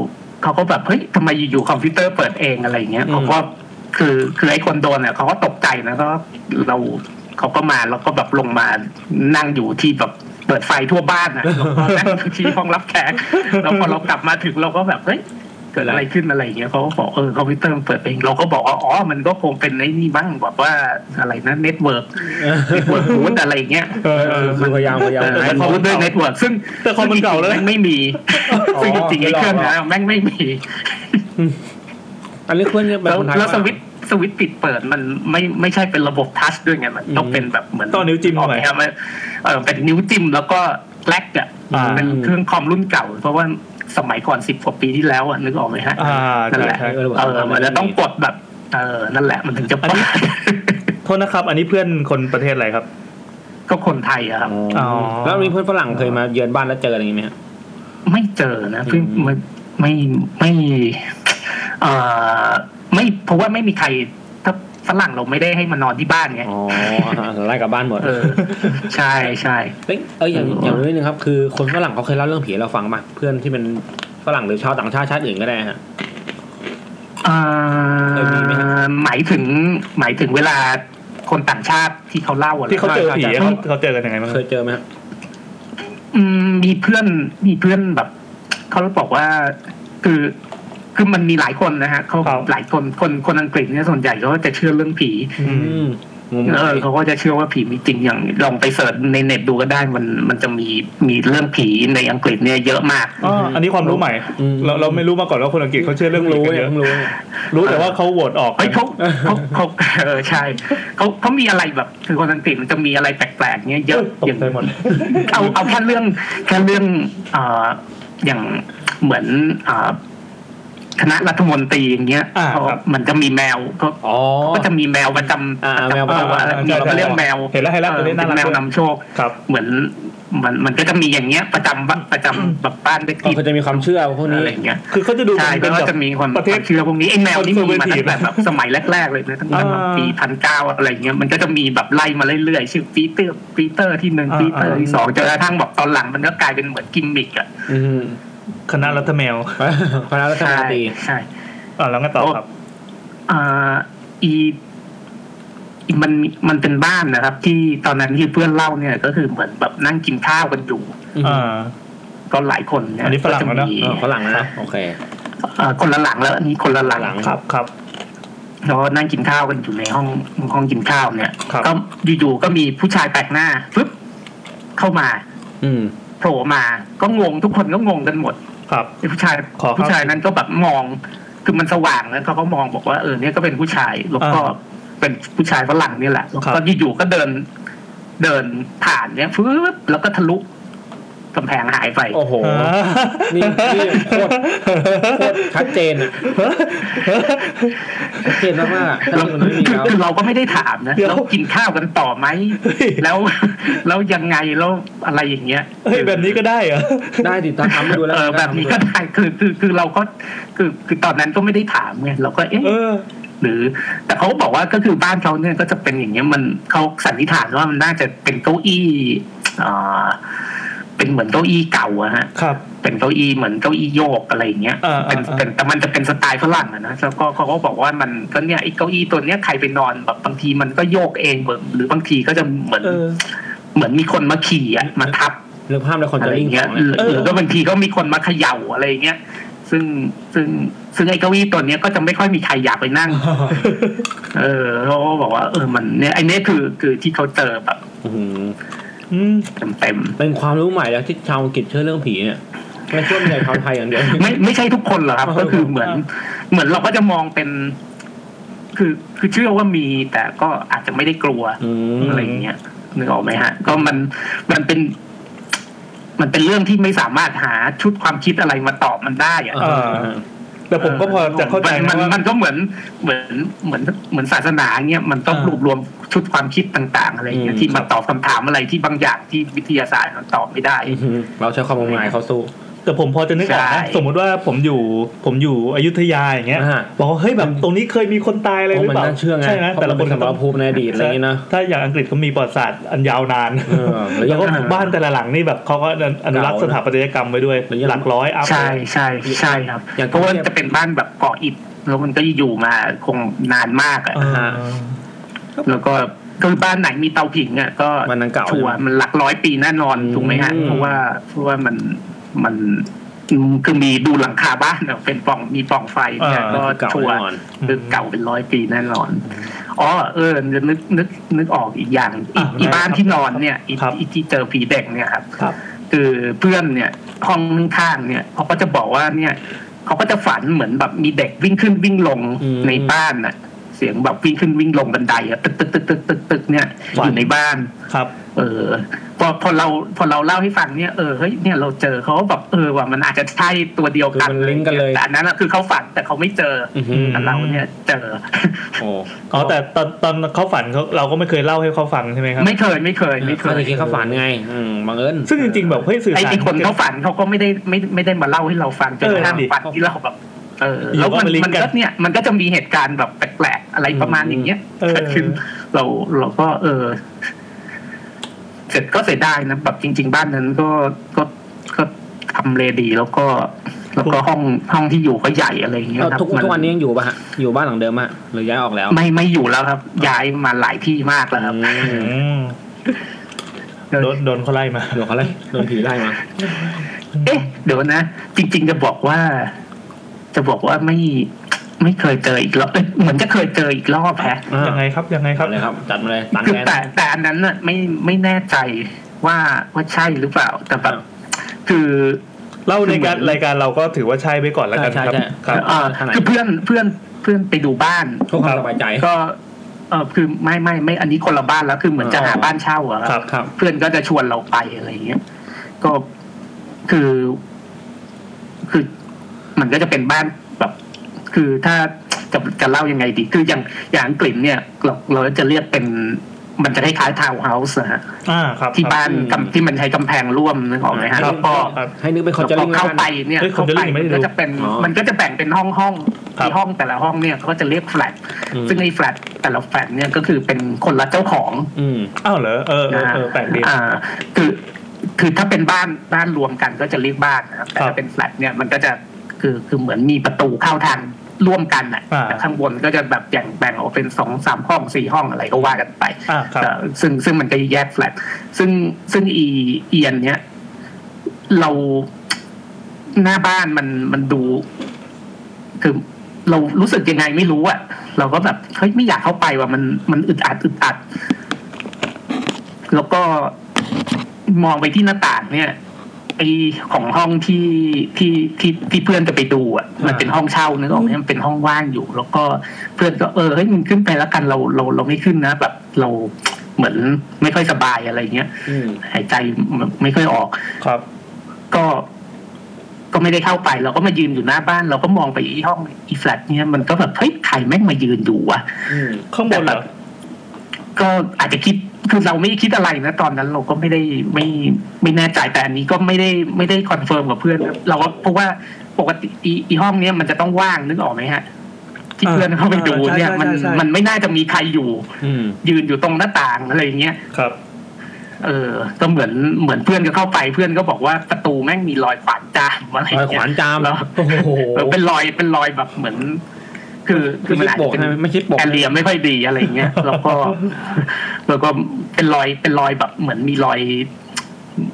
Speaker 4: เขาก็แบบเฮ้ยทำไมอยู่ๆคอมพิวเตอร์เปิดเองอะไรอย่างเงี้ยเขาก็คือคือไอ้คนโดนเนี่ยเขาก็ตกใจนะก็เราเขาก็มาแล้วก็แบบลงมานั่งอยู่ที่แบบเปิดไฟทั่วบ้านนะแล้วก็นั่งอยู่ที่ห้องรับแขกแล้วพอเรากลับมาถึงเราก็แบบเฮ้ย เกิดอะไรขึ้นอะไรอย่างเงี้ยเขาก็บอกเออคอมพิวเตอร์มันเปิดเองเราก็บอกว่าอ๋อมันก็คงเป็นไอ้นี่บ้างแบบว่าอะไรนะเน็ตเวิร์ก เน็ตเวิร์กรูทอะไรอย่างเงี้ย
Speaker 5: เออเออคือพยายามพยายาม
Speaker 4: เออ
Speaker 5: หา
Speaker 4: ไอ้รูทด้วยเน็ตเวิร์กซึ่ง
Speaker 2: แต่คอมมันเก่าแล้ว
Speaker 4: ซึ่งจริงๆแงไม่มี
Speaker 5: อ๋อ
Speaker 4: ซึ่งจริงๆไอ้เครื่องนั้นแม่งไม่มี
Speaker 5: อันนี้เพื่อนเนี่ยแบบ
Speaker 4: แล้ว
Speaker 5: คนไทย
Speaker 4: แล้วส
Speaker 5: ปะ
Speaker 4: วิตช์สวิตช์ปิดเปิดมันไม่ไม่ใช่เป็นระบบทัชด้วยไงมันต้องเป็นแบบเหมือน
Speaker 2: ต้องเอานิ้วจิ้ม
Speaker 4: อ
Speaker 2: เข้า
Speaker 4: อก
Speaker 2: ไป
Speaker 4: ไหมครับเออเป็นนิ้วจิ้มแล้วก็แลกอ่ะ
Speaker 2: อ่า
Speaker 4: เป็นเครื่องคอมรุ่นเก่า เพราะว่าสมัยก่อนสิบกว่าปีที่แล้วอ่ะนึกออกไหมฮะ
Speaker 2: อ่า
Speaker 4: นั่น
Speaker 2: ใช่
Speaker 4: แหละ
Speaker 2: ใช่
Speaker 4: เออมันจะต้องกดแบบเออนั่นแหละมันถึงจะเปิด
Speaker 2: โทษนะครับ อันนี้เพื่อนคนประเทศอะไรครับ
Speaker 4: ก็คนไทยอะครับ
Speaker 2: อ๋อ
Speaker 5: แล้วมีเพื่อนฝรั่งเคยมาเยือนบ้านแล้วเจออะไรอย่างงี้ไหมฮะ
Speaker 4: ไม่เจอนะเพิ่ง
Speaker 5: อืม
Speaker 4: ไม่ไม่ไม่เออไม่เพราะว่าไม่มีใครถ้าฝรั่งเราไม่ได้ให้มานอนที่บ้านไง
Speaker 5: อ๋อไล่กลับบ้านหมด
Speaker 4: เอ อ ใช่ใช่
Speaker 5: เอ้ยเอ้ยอย่างอย่างนี้นึงครับคือคนฝรั่งเขาเคยเล่าเรื่องผีให้เราฟังป่ะเพื่อนที่เป็นฝรั่งหรือชาวต่างชาติชาติอื่นก็ได้ฮะ
Speaker 4: เอ่
Speaker 5: เคยมีไหมฮะ
Speaker 4: อหมายถึงหมายถึงเวลาคนต่างชาติที่เขาเล่าอะไร
Speaker 2: ที่เขาเจอผี
Speaker 5: ใช่ใช่
Speaker 2: อะเขาเขาเจอกันยังไงบ้าง
Speaker 5: เคยเจอไหมฮะ
Speaker 4: อืมมีเพื่อนมีเพื่อนแบบเขาบอกว่าคือคือมันมีหลายคนนะฮะเขาหลายคนคนคนอังกฤษเนี่ยส่วนใหญ่เขาก็จะเชื่อเรื่องผี
Speaker 2: อืม
Speaker 5: อืมงม
Speaker 4: เออเขาก็จะเชื่อว่าผีมีจริงอย่างลองไปเสิร์ชในเน็ตดูก็ได้มันมันจะมีมีเรื่องผีในอังกฤษเนี่ยเยอะมาก
Speaker 2: อ๋ออันนี้ความรู้ใหม่ เราเราไม่รู้มาก่อนว่าคนอังกฤษเขาเชื่อเรื่องรู้
Speaker 5: รู้
Speaker 2: เย
Speaker 5: เนี่ย
Speaker 2: อะ
Speaker 5: เพิ่งรู้เนี่ย
Speaker 2: รู้แต่ว่าเขาโหวตออก
Speaker 4: เฮ้ยเขาเขาเขาเออใช่เขาเขามีอะไรแบบคือคนอังกฤษมันจะมีอะไรแปลกๆเนี้ยเยอะ
Speaker 2: ตก
Speaker 4: อย่าง
Speaker 2: ใจหมด
Speaker 4: เอาเอาแค่เรื่องแค่เรื่องเอ่ออย่างเหมือนเอ่อคณะรัฐมนตรีอย่างเงี้ย
Speaker 2: อ่า
Speaker 4: เขา
Speaker 2: ครับ
Speaker 4: มันจะมีแมวก็
Speaker 5: อ๋อ
Speaker 4: ก็จะมีแมวประจำ
Speaker 5: อ่า
Speaker 4: ประจำ
Speaker 5: แมวประจำ
Speaker 4: ตัว
Speaker 5: อ่า
Speaker 4: มีเขาเรียกแมว
Speaker 2: เห็นแล้วเห็นแล้ว
Speaker 4: เอ
Speaker 2: เห็
Speaker 4: อน
Speaker 2: แล้ว
Speaker 4: เป็
Speaker 2: น่าน รัก
Speaker 4: แมว
Speaker 2: ด้วย
Speaker 4: นำโชค
Speaker 2: ครับ
Speaker 4: เหมือนมันมันก็จะมีอย่างเงี้ย ประจำบ้านประจำแบบบ้านเล็ก
Speaker 5: เขาก็จะมีความเชื่อพวกนี้
Speaker 4: อะไรอย่างเงี้ย
Speaker 2: คือเขาจะดู
Speaker 4: ใช่
Speaker 2: เป็น
Speaker 4: ก็
Speaker 2: แบบ
Speaker 4: จะมีความ
Speaker 2: ประเทศ
Speaker 4: เชื่อพวกนี้ไอ้แมวนี่มีมา
Speaker 2: conservative
Speaker 4: ตั้งแต่แบบสมัยแรก ๆ เลยนะตั้งแต่แบบ
Speaker 2: อ่า
Speaker 4: ปีพันเก้าอะไรอย่างเงี้ยมันก็จะมีแบบไล่มาเรื่อยๆชื่อปีเตอร์ปีเตอร์ที่หนึ่งปีเตอร์ที่สองจนกระทั่งแบบตอนหลังมันก็กลายเป็นเหมือนกิมมิกอะ
Speaker 5: อืม
Speaker 2: คณะรัฐแมว
Speaker 5: คณะรัฐมนตรี
Speaker 4: ใช่
Speaker 2: อ่าแล้วก็ต่อครับ
Speaker 4: อ่าอีอีมันมันเป็นบ้านนะครับ ที่ตอนนั้นที่เพื่อนเล่าเนี่ย ก็คือเหมือนแบบนั่งกินข้าวกันอยู่
Speaker 5: อืม
Speaker 2: อ่า
Speaker 4: ก็หลายคนเย
Speaker 2: อันนี้ฝรั่งแล้วนะ
Speaker 4: ก็จมี
Speaker 5: อ๋อฝรั่งนะโอเค
Speaker 4: เอ่อคนละหลังแล้วอันนี้คนละหลัง
Speaker 5: หลัง
Speaker 2: ครับครับ
Speaker 4: แล้วก็นั่งกินข้าวกันอยู่ในห้องห้องกินข้าวเนี่ย
Speaker 2: ครับ
Speaker 4: ก็อยู่ๆก็มีผู้ชายแปลกหน้าปึ๊บเข้ามา
Speaker 5: อืม
Speaker 4: โผล่มาก็งงทุกคนก็งงกันหมด
Speaker 2: ครับ
Speaker 4: ผู้ชาย
Speaker 2: ขอครับ
Speaker 4: ผู้ชายนั้นก็แบบมองคือมันสว่างแล้วเขาก็มองบอกว่าเออเนี่ยก็เป็นผู้ชายแล้วก็
Speaker 2: อ่า
Speaker 4: เป็นผู้ชายฝรั่งนี่แหละแล้ว
Speaker 2: ครับ
Speaker 4: ก็อยู่ๆก็เดิน เดินผ่านเนี่ยฟื้บแล้วก็ทะลุกำแพงหายไป
Speaker 5: โอ้โห
Speaker 2: อ่า
Speaker 5: นี่นี่โคตร โคตรชัดเจนอะชัดเจนมากๆอะถ้า
Speaker 4: แล้ว
Speaker 5: มันไม่มี
Speaker 4: คือ
Speaker 5: แล้ว
Speaker 4: คือเราก็ไม่ได้ถามนะ
Speaker 2: เดี๋ยว
Speaker 4: แล้วกินข้าวกันต่อไหมแล้วแล้วยังไงแล้วอะไรอย่างเงี้ย
Speaker 2: เฮ้ยแบบนี้ก็ได้เหรอ
Speaker 5: ได้ติดตามดูแล้ว
Speaker 4: เออแบบนี้ก็ ได้คือคือคือเราก็คือคือตอนนั้นก็ไม่ได้ถามไงเราก็เอ๊ะ
Speaker 2: เออ
Speaker 4: หรือแต่เขาบอกว่าก็คือบ้านเขาเนี่ยก็จะเป็นอย่างเงี้ยมันเขาสันนิษฐานว่ามันน่าจะเป็นเก้าอี้อ่าเป็นเหมือนเก้าอี้เก่าอะฮะ
Speaker 2: ครับ
Speaker 4: เป็นเก้าอี้เหมือนเก้าอี้โยกอะไรอย่างเงี้ย
Speaker 2: อ่า
Speaker 4: เป็น
Speaker 2: อ่า
Speaker 4: เป็นแต่มันจะเป็นสไตล์ฝรั่งอะนะแล้วก็เขาก็บอกว่ามันก็เนี่ยไอ้เก้าอี้ตัวเนี้ยใครไปนอนแบบบางทีมันก็โยกเองเหมือนหรือบางทีก็จะเหมือน
Speaker 2: เออ
Speaker 4: เหมือนมีคนมาขี่อะมาทับ
Speaker 5: เรื่องภาพในคอน
Speaker 4: อะ
Speaker 5: เท
Speaker 4: ไร
Speaker 5: นต์
Speaker 4: อย่าง
Speaker 5: ข
Speaker 4: เงี้ย
Speaker 5: อง
Speaker 4: ห
Speaker 5: เนี่ย
Speaker 4: รือหรือก็บางทีก็มีคนมาเขย่าอะไรอย่างเงี้ย ซึ่งซึ่งซึ่งไอ้เก้าอี้ตัวเนี้ยก็จะไม่ค่อยมีใครอยากไปนั่ง เออเขาก็บอกว่าเออมันเนี่ยไอ้เนี่ยคือคือที่เขาเจอแบบ
Speaker 5: อื้อหือ
Speaker 2: อืม
Speaker 4: เต็ม
Speaker 5: เป็นความรู้ใหม่แล้วที่ชาวอังกฤษเชื่อเรื่องผีเนี่ยไม่เชื่อในชาวไทยอย่างเดียว
Speaker 4: ๆไม่ไม่ใช่ทุกคนหรอกครับ ก็คือเหมือน เหมือนเราก็จะมองเป็น คือคือเชื่อว่ามีแต่ก็อาจจะไม่ได้กลัว
Speaker 5: อืม
Speaker 4: อะไรอย่างเงี้ยนึกออกไหมฮะ ก็มันมันเป็น มันเป็นเรื่องที่ไม่สามารถหาชุดความคิดอะไรมาตอบมันได้อะ
Speaker 5: เออ
Speaker 2: แต่ผมก็พอจะเข้าใจ
Speaker 4: มันมัน
Speaker 2: นะว่า
Speaker 4: มันก็เหมือนเหมือนเหมือนเหมือนศาสนาเงี้ยมันต้อง
Speaker 2: อ่าร ร
Speaker 4: วบรวมชุดความคิดต่าง ๆ อะไรเงี้ย
Speaker 5: อืม
Speaker 4: ที่มาตอบคำถามอะไรที่บางอย่างที่วิทยาศาสตร์มันตอบไม่ได้
Speaker 5: อื้อหือเราใช้ความงมงายเข้าสู้
Speaker 2: แต่ผมพอจะนึกออก
Speaker 4: ใช่
Speaker 2: นะสมมติว่าผมอยู่ผมอยู่อยุธยาอย่างเงี้ย
Speaker 5: อ่า
Speaker 2: บอกว่าเฮ้ยแบบตรงนี้เคยมีคนตายอะไร
Speaker 5: เพราะ
Speaker 2: หรือ
Speaker 5: มัน
Speaker 2: เปล่า
Speaker 5: น่าเชื่อไง
Speaker 2: ใช่นะ
Speaker 5: เพราะ
Speaker 2: แต่
Speaker 5: มัน
Speaker 2: ละค
Speaker 5: เป็น นสมรภูมิในอดีตอะไรอย่างนี้นะ
Speaker 2: ถ้าอย่างอังกฤษเขามีประวัติศาสตร์อันยาวนาน
Speaker 5: เออแล้วยั
Speaker 2: แล้
Speaker 5: ง
Speaker 2: วก็บ้านแต่ละหลังนี่แบบเขาก็อนุรักษ์สถาปัตยกรรมไว้ด้วย
Speaker 5: แล้วยัง
Speaker 2: หลักร้อยอัพ
Speaker 4: ใช่ใช่ใช่ครับ
Speaker 5: อย่าง
Speaker 4: เพราะว่า
Speaker 5: ที่
Speaker 4: จะเป็นบ้านแบบก่ออิฐแล้วมันก็อยู่มาคงนานมากอ่ะ
Speaker 2: อ่า
Speaker 4: แล้วก็คือบ้านไหนมีเตาผิงอ่ะก็
Speaker 5: มันอันเก่า
Speaker 4: ชัวร์มันหลักร้อยปีแน่นอน
Speaker 5: อืม
Speaker 4: ถูกไหมฮะเพราะว่าเพราะว่ามันมัน อืมคือมีดูหลังคาบ้านอะเป็นปล่องมีปล่องไฟเนี่ย
Speaker 5: เออ
Speaker 4: ก็
Speaker 5: คือเก่า
Speaker 4: ชัวร์
Speaker 5: แน่นอน
Speaker 4: คือเก่าเป็นร้อยปีแน่นอนอ๋อเออจะนึกนึกนึกออกอีกอย่างอีก
Speaker 2: อ่ะ
Speaker 4: อี
Speaker 2: ได้
Speaker 4: บ้าน
Speaker 2: ครับ
Speaker 4: ที่นอนเนี่ยอี
Speaker 2: ครับ
Speaker 4: อีที่เจอผีเด็กเนี่ยครับ
Speaker 2: ครับ
Speaker 4: คือเพื่อนเนี่ยห้องข้างๆเนี่ยเขาก็จะบอกว่าเนี่ยเขาก็จะฝันเหมือนแบบมีเด็กวิ่งขึ้นวิ่งลง
Speaker 5: อืม
Speaker 4: ในบ้านน่ะ เสียงแบบวิ่งขึ้นวิ่งลงบันไดอะตึกตึกตึกตึกตึกตึกเนี่ยอยู่ในบ้าน
Speaker 2: ครับ
Speaker 4: เออพอพอเราพอเราเล่าให้ฟังเนี่ยเออเฮ้ยเนี่ยเราเจอเขาแบบเออว่ามันอาจจะใช่ตัวเดียวกัน
Speaker 5: คือมันลิงก์กันเลย
Speaker 4: แต่อันนั้นอะคือเขาฝันแต่เขาไม่เจออ
Speaker 5: อืม
Speaker 4: แต่เราเนี่ยเจอ
Speaker 5: โอ้
Speaker 2: อ๋อแต่ตอนตอนเขาฝันเขาเราก็ไม่เคยเล่าให้เขาฟังใช่ไหมครับ
Speaker 4: ไม่เคยไม่เคยไม่เค
Speaker 5: เขา
Speaker 4: ย
Speaker 5: จะคิดเขาฝันไงอืมบังเอิญ
Speaker 2: ซึ่งจริงๆแบบเฮ้ยสื่อ
Speaker 4: ไอ้
Speaker 2: สาร
Speaker 4: ที่คนเขาฝันเขาก็ไม่ได้ไม่ไม่ได้มาเล่าให้เราฟังจน
Speaker 2: เออก
Speaker 4: ระทั่ง
Speaker 2: ดิ
Speaker 4: ฝันที่เราแบบเออ
Speaker 2: หรื
Speaker 4: แล้ว
Speaker 2: อว่า
Speaker 4: มัน
Speaker 2: มันลิงก์
Speaker 4: มัน
Speaker 2: กัน
Speaker 4: ก็เนี่ยมันก็จะมีเหตุการณ์แบบแปลกๆอะไรประมาณอย่างเงี้ย
Speaker 2: เออ
Speaker 4: เกิดขึ้นเราเราก็ เออ เสร็จก็เสียดายนะแบบจริง ๆ บ้านนั้นก็ก็ก็ทำเลดีแล้วก็ แล้วก็ห้องห้องที่อยู่ก็ใหญ่อะไรอย่างเงี้ย
Speaker 5: แล้ว
Speaker 4: ครับ
Speaker 5: ทุก
Speaker 4: มั
Speaker 5: ทุกวันนี้ยังอยู่ป่ะฮะ อยู่บ้านหลังเดิมฮะ หรือย้ายออกแล้ว
Speaker 4: ไม่ไม่อยู่แล้วครับ ย้ายมาหลายที่มากแล้วครับ
Speaker 5: อื
Speaker 2: อื
Speaker 5: ม
Speaker 2: มโดนโดนเขาไล่มา
Speaker 5: หลวงเขาเลยโดนผีไล่มา
Speaker 4: เอ๊ะเดี๋ยวนะ จริง ๆ จะบอกว่า จะบอกว่าไม่ไม่เคยเจออีกรอบเอ้ยเหมือนจะเคยเจออีกรอบแฮะ
Speaker 5: อ่า
Speaker 2: ยังไงครับยังไงค
Speaker 5: จั
Speaker 2: รั
Speaker 5: ด
Speaker 2: บ
Speaker 5: เลยครับ จัดมาเลยตังค์
Speaker 4: คือ
Speaker 5: แกน
Speaker 4: แต่แต่อันนั้นน่ะไม่ไม่แน่ใจว่าว่าใช่หรือเปล่า แต่แบบ
Speaker 5: ครับ
Speaker 4: คือ
Speaker 2: เล่าในการรายการเราก็ถือว่าใช่ไปก่อนแล้วกันครับ
Speaker 5: ใช่ใช่
Speaker 2: ครับ
Speaker 4: เอ่อ
Speaker 5: ทางไหน
Speaker 4: คือเพื่อนเพื่อนเพื่อนไปดูบ้าน
Speaker 5: เพื่อความสบายใจ
Speaker 4: ก็เออคือไม่ไม่ไม่อันนี้คนละบ้านแล้วคือเหมือนจะหาบ้านเช่าอะค
Speaker 2: ครั
Speaker 4: รับ
Speaker 2: บ
Speaker 5: ครับ
Speaker 4: เพื่อนก็จะชวนเราไปอะไรอย่างเงี้ย ก็คือ คือ มันก็จะเป็นบ้านแบบ คือถ้าจะจะเล่ายังไงดี คืออย่างอย่างอังกฤษเนี่ยเราเราจะเรียกเป็น มันจะคล้ายๆทาวน์เฮาส์นะฮะ
Speaker 2: อ่าครับ
Speaker 4: ที่บ้าน
Speaker 5: อืม
Speaker 4: กำที่มันใช้กำแพงร่วมนึกออกไหมฮะ
Speaker 2: ครับ
Speaker 4: แล้วก็
Speaker 2: ครับ
Speaker 5: ให้นึกเป็นค
Speaker 4: แล้
Speaker 5: น
Speaker 4: ว
Speaker 5: จะ
Speaker 4: พอ
Speaker 5: เล่น
Speaker 4: เข้าไปเนี่ย
Speaker 2: เอ้ย
Speaker 4: เข้าไป
Speaker 2: Conjuring ไม่ได้
Speaker 4: มัน
Speaker 2: ดู
Speaker 4: ก็จะเป็น
Speaker 5: อ๋อ
Speaker 4: มันก็จะแบ่งเป็นห้องห้องๆ
Speaker 2: ครับ
Speaker 4: ที่ห้องแต่ละห้องเนี่ยเขาก็จะเรียกแฟลต
Speaker 5: อืม
Speaker 4: ซึ่งไอ้แฟลตแต่ละแฟลตเนี่ยก็คือเป็นคนละเจ้าของ
Speaker 5: อืม
Speaker 2: อ้าวเหรอเออเออเออแปลกดี
Speaker 4: อ่าคือคือถ้าเป็นบ้านบ้านรวมกันก็จะเรียกบ้านนะครับแต่
Speaker 2: ครับ
Speaker 4: ถ้าเป็นแฟลตเนี่ยมันก็จะคือคือเหมือนมีประตูเข้าทางร่วมกันอ่ะ
Speaker 2: อ่า
Speaker 4: แต่ข้างบนก็จะแบบแบ่งแบ่งออกเป็นสองสามห้องสี่ห้องอะไรก็ว่ากันไป
Speaker 2: อ่าครับ
Speaker 4: แต่ซึ่งซึ่งมันก็แยกแฟลตซึ่งซึ่งอีเอียนเนี้ยเราหน้าบ้านมันมันดู คือเรารู้สึกยังไงไม่รู้อะเราก็แบบเฮ้ยไม่อยากเข้าไปว่ะมันมันอึดอัดอึดอัด แล้วก็มองไปที่หน้าต่างเนี่ยไอของห้องที่ที่ที่ที่เพื่อนจะไปดูอ่ะ มันเป็นห้องเช่านึกออกไหมมันเป็นห้องว่างอยู่ แล้วก็เพื่อนก็เออเฮ้ยมึงขึ้นไปแล้วกันเราเราเราไม่ขึ้นนะแบบเราเหมือนไม่ค่อยสบายอะไรเงี้ย
Speaker 5: อืม
Speaker 4: หายใจไม่ค่อยออก
Speaker 2: ครับ
Speaker 4: ก็ก็ไม่ได้เข้าไป เราก็มายืนอยู่หน้าบ้าน เราก็มองไปอีห้องอีแฟลตเนี่ยมันก็แบบเฮ้ยใครแม่งมายืนอยู่วะ
Speaker 5: อืม
Speaker 2: ข้างบนเหรอ
Speaker 4: ก็อาจจะคิดคือเราไม่ได้คิดอะไรนะตอนนั้นเราก็ไม่ได้ไม่ไม่แน่ใจแต่อันนี้ก็ไม่ได้ไม่ได้คอนเฟิร์มกับเพื่อนนะเราก็เพราะว่าปกติอีอีห้องเนี้ยมันจะต้องว่างนึกออกไหมฮะ ที่
Speaker 2: อ่า
Speaker 4: เพื่อนเข้าไปดูเนี่ย
Speaker 2: ใช่ใช่
Speaker 4: มัน
Speaker 2: ใช่
Speaker 4: มันไม่น่าจะมีใครอยู่
Speaker 5: อืม
Speaker 4: ยืนอยู่ตรงหน้าต่างอะไรอย่างเงี้ย
Speaker 2: ครับ
Speaker 4: เออ ก็เหมือนเหมือนเพื่อนก็เข้าไปเพื่อนก็บอกว่าประตูแม่งมีรอยขวานจามอะไร
Speaker 5: รอย
Speaker 4: เงี้
Speaker 5: ข
Speaker 4: ย
Speaker 5: วานจาม
Speaker 4: แล้ว
Speaker 5: โอ้โห
Speaker 4: เออเป็นรอยเป็นรอยแบบเหมือน คือคื
Speaker 5: คือ อ
Speaker 4: มัน
Speaker 5: คิด
Speaker 4: อาจ
Speaker 5: บก
Speaker 4: จะเป็น
Speaker 5: ใช่ไหมไม่คิดบก
Speaker 4: แอนเรียไม่ค่อยดีอะไร เงี้ย แล้วก็ แล้วก็เป็นรอยเป็นรอยแบบเหมือนมีรอย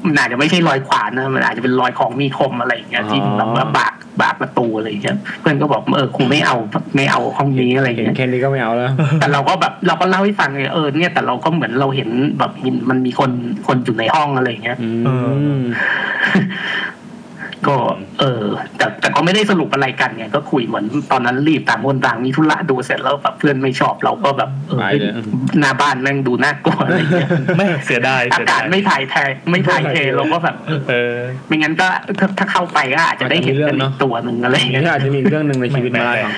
Speaker 4: มันอาจจะไม่ใช่รอยขวานนะมันอาจจะเป็นรอยของมีคมอะไรอย่างเงี้ยที่แบบว่าบากบากประตูอะไรอย่างเงี้ยเพื่อนก็บอกเออคงไม่เอาไม่เอาห้องนี้อะไรอย่าง
Speaker 5: เห็น
Speaker 4: เงี้ย
Speaker 5: แค่นี้ก็ไม่เอาแล้ว
Speaker 4: แต่เราก็แบบเราก็เล่าให้ฟังเลยเออเนี่ยแต่เราก็เหมือนเราเห็นแบบมันมันมีคนคนอยู่ในห้องอะไรอย่างเงี้ย
Speaker 5: อืม
Speaker 4: ก็ เออ แต่แต่ก็ไม่ได้สรุปอะไรกันไงก็คุยเหมือนตอนนั้นรีบต่างคนต่างมีธุระดูเสร็จแล้วแบบเพื่อนไม่ชอบเราก็แบบเออ
Speaker 5: ไปเลย
Speaker 4: หน้าบ้านแม่งดูน่ากลัวอะไร เงี้ย
Speaker 2: ไม่เสียดาย
Speaker 4: อา
Speaker 2: เสียดาก
Speaker 4: าศ
Speaker 2: ย
Speaker 4: ไม่ถ่ายแทไม่ถ่ายเทเราก็แบบ
Speaker 2: เออ
Speaker 4: ไม่งั้นก็ถ้าถ้าเข้าไปก็อาจจะได้เห็นกันอีกตัวหนึ่งอะไร
Speaker 5: อย่าง
Speaker 4: เงี้
Speaker 5: นี้
Speaker 4: ย
Speaker 5: ก็อาจจะมีอีกเรื่องหนึ่งในชีวิตมาได้ครับ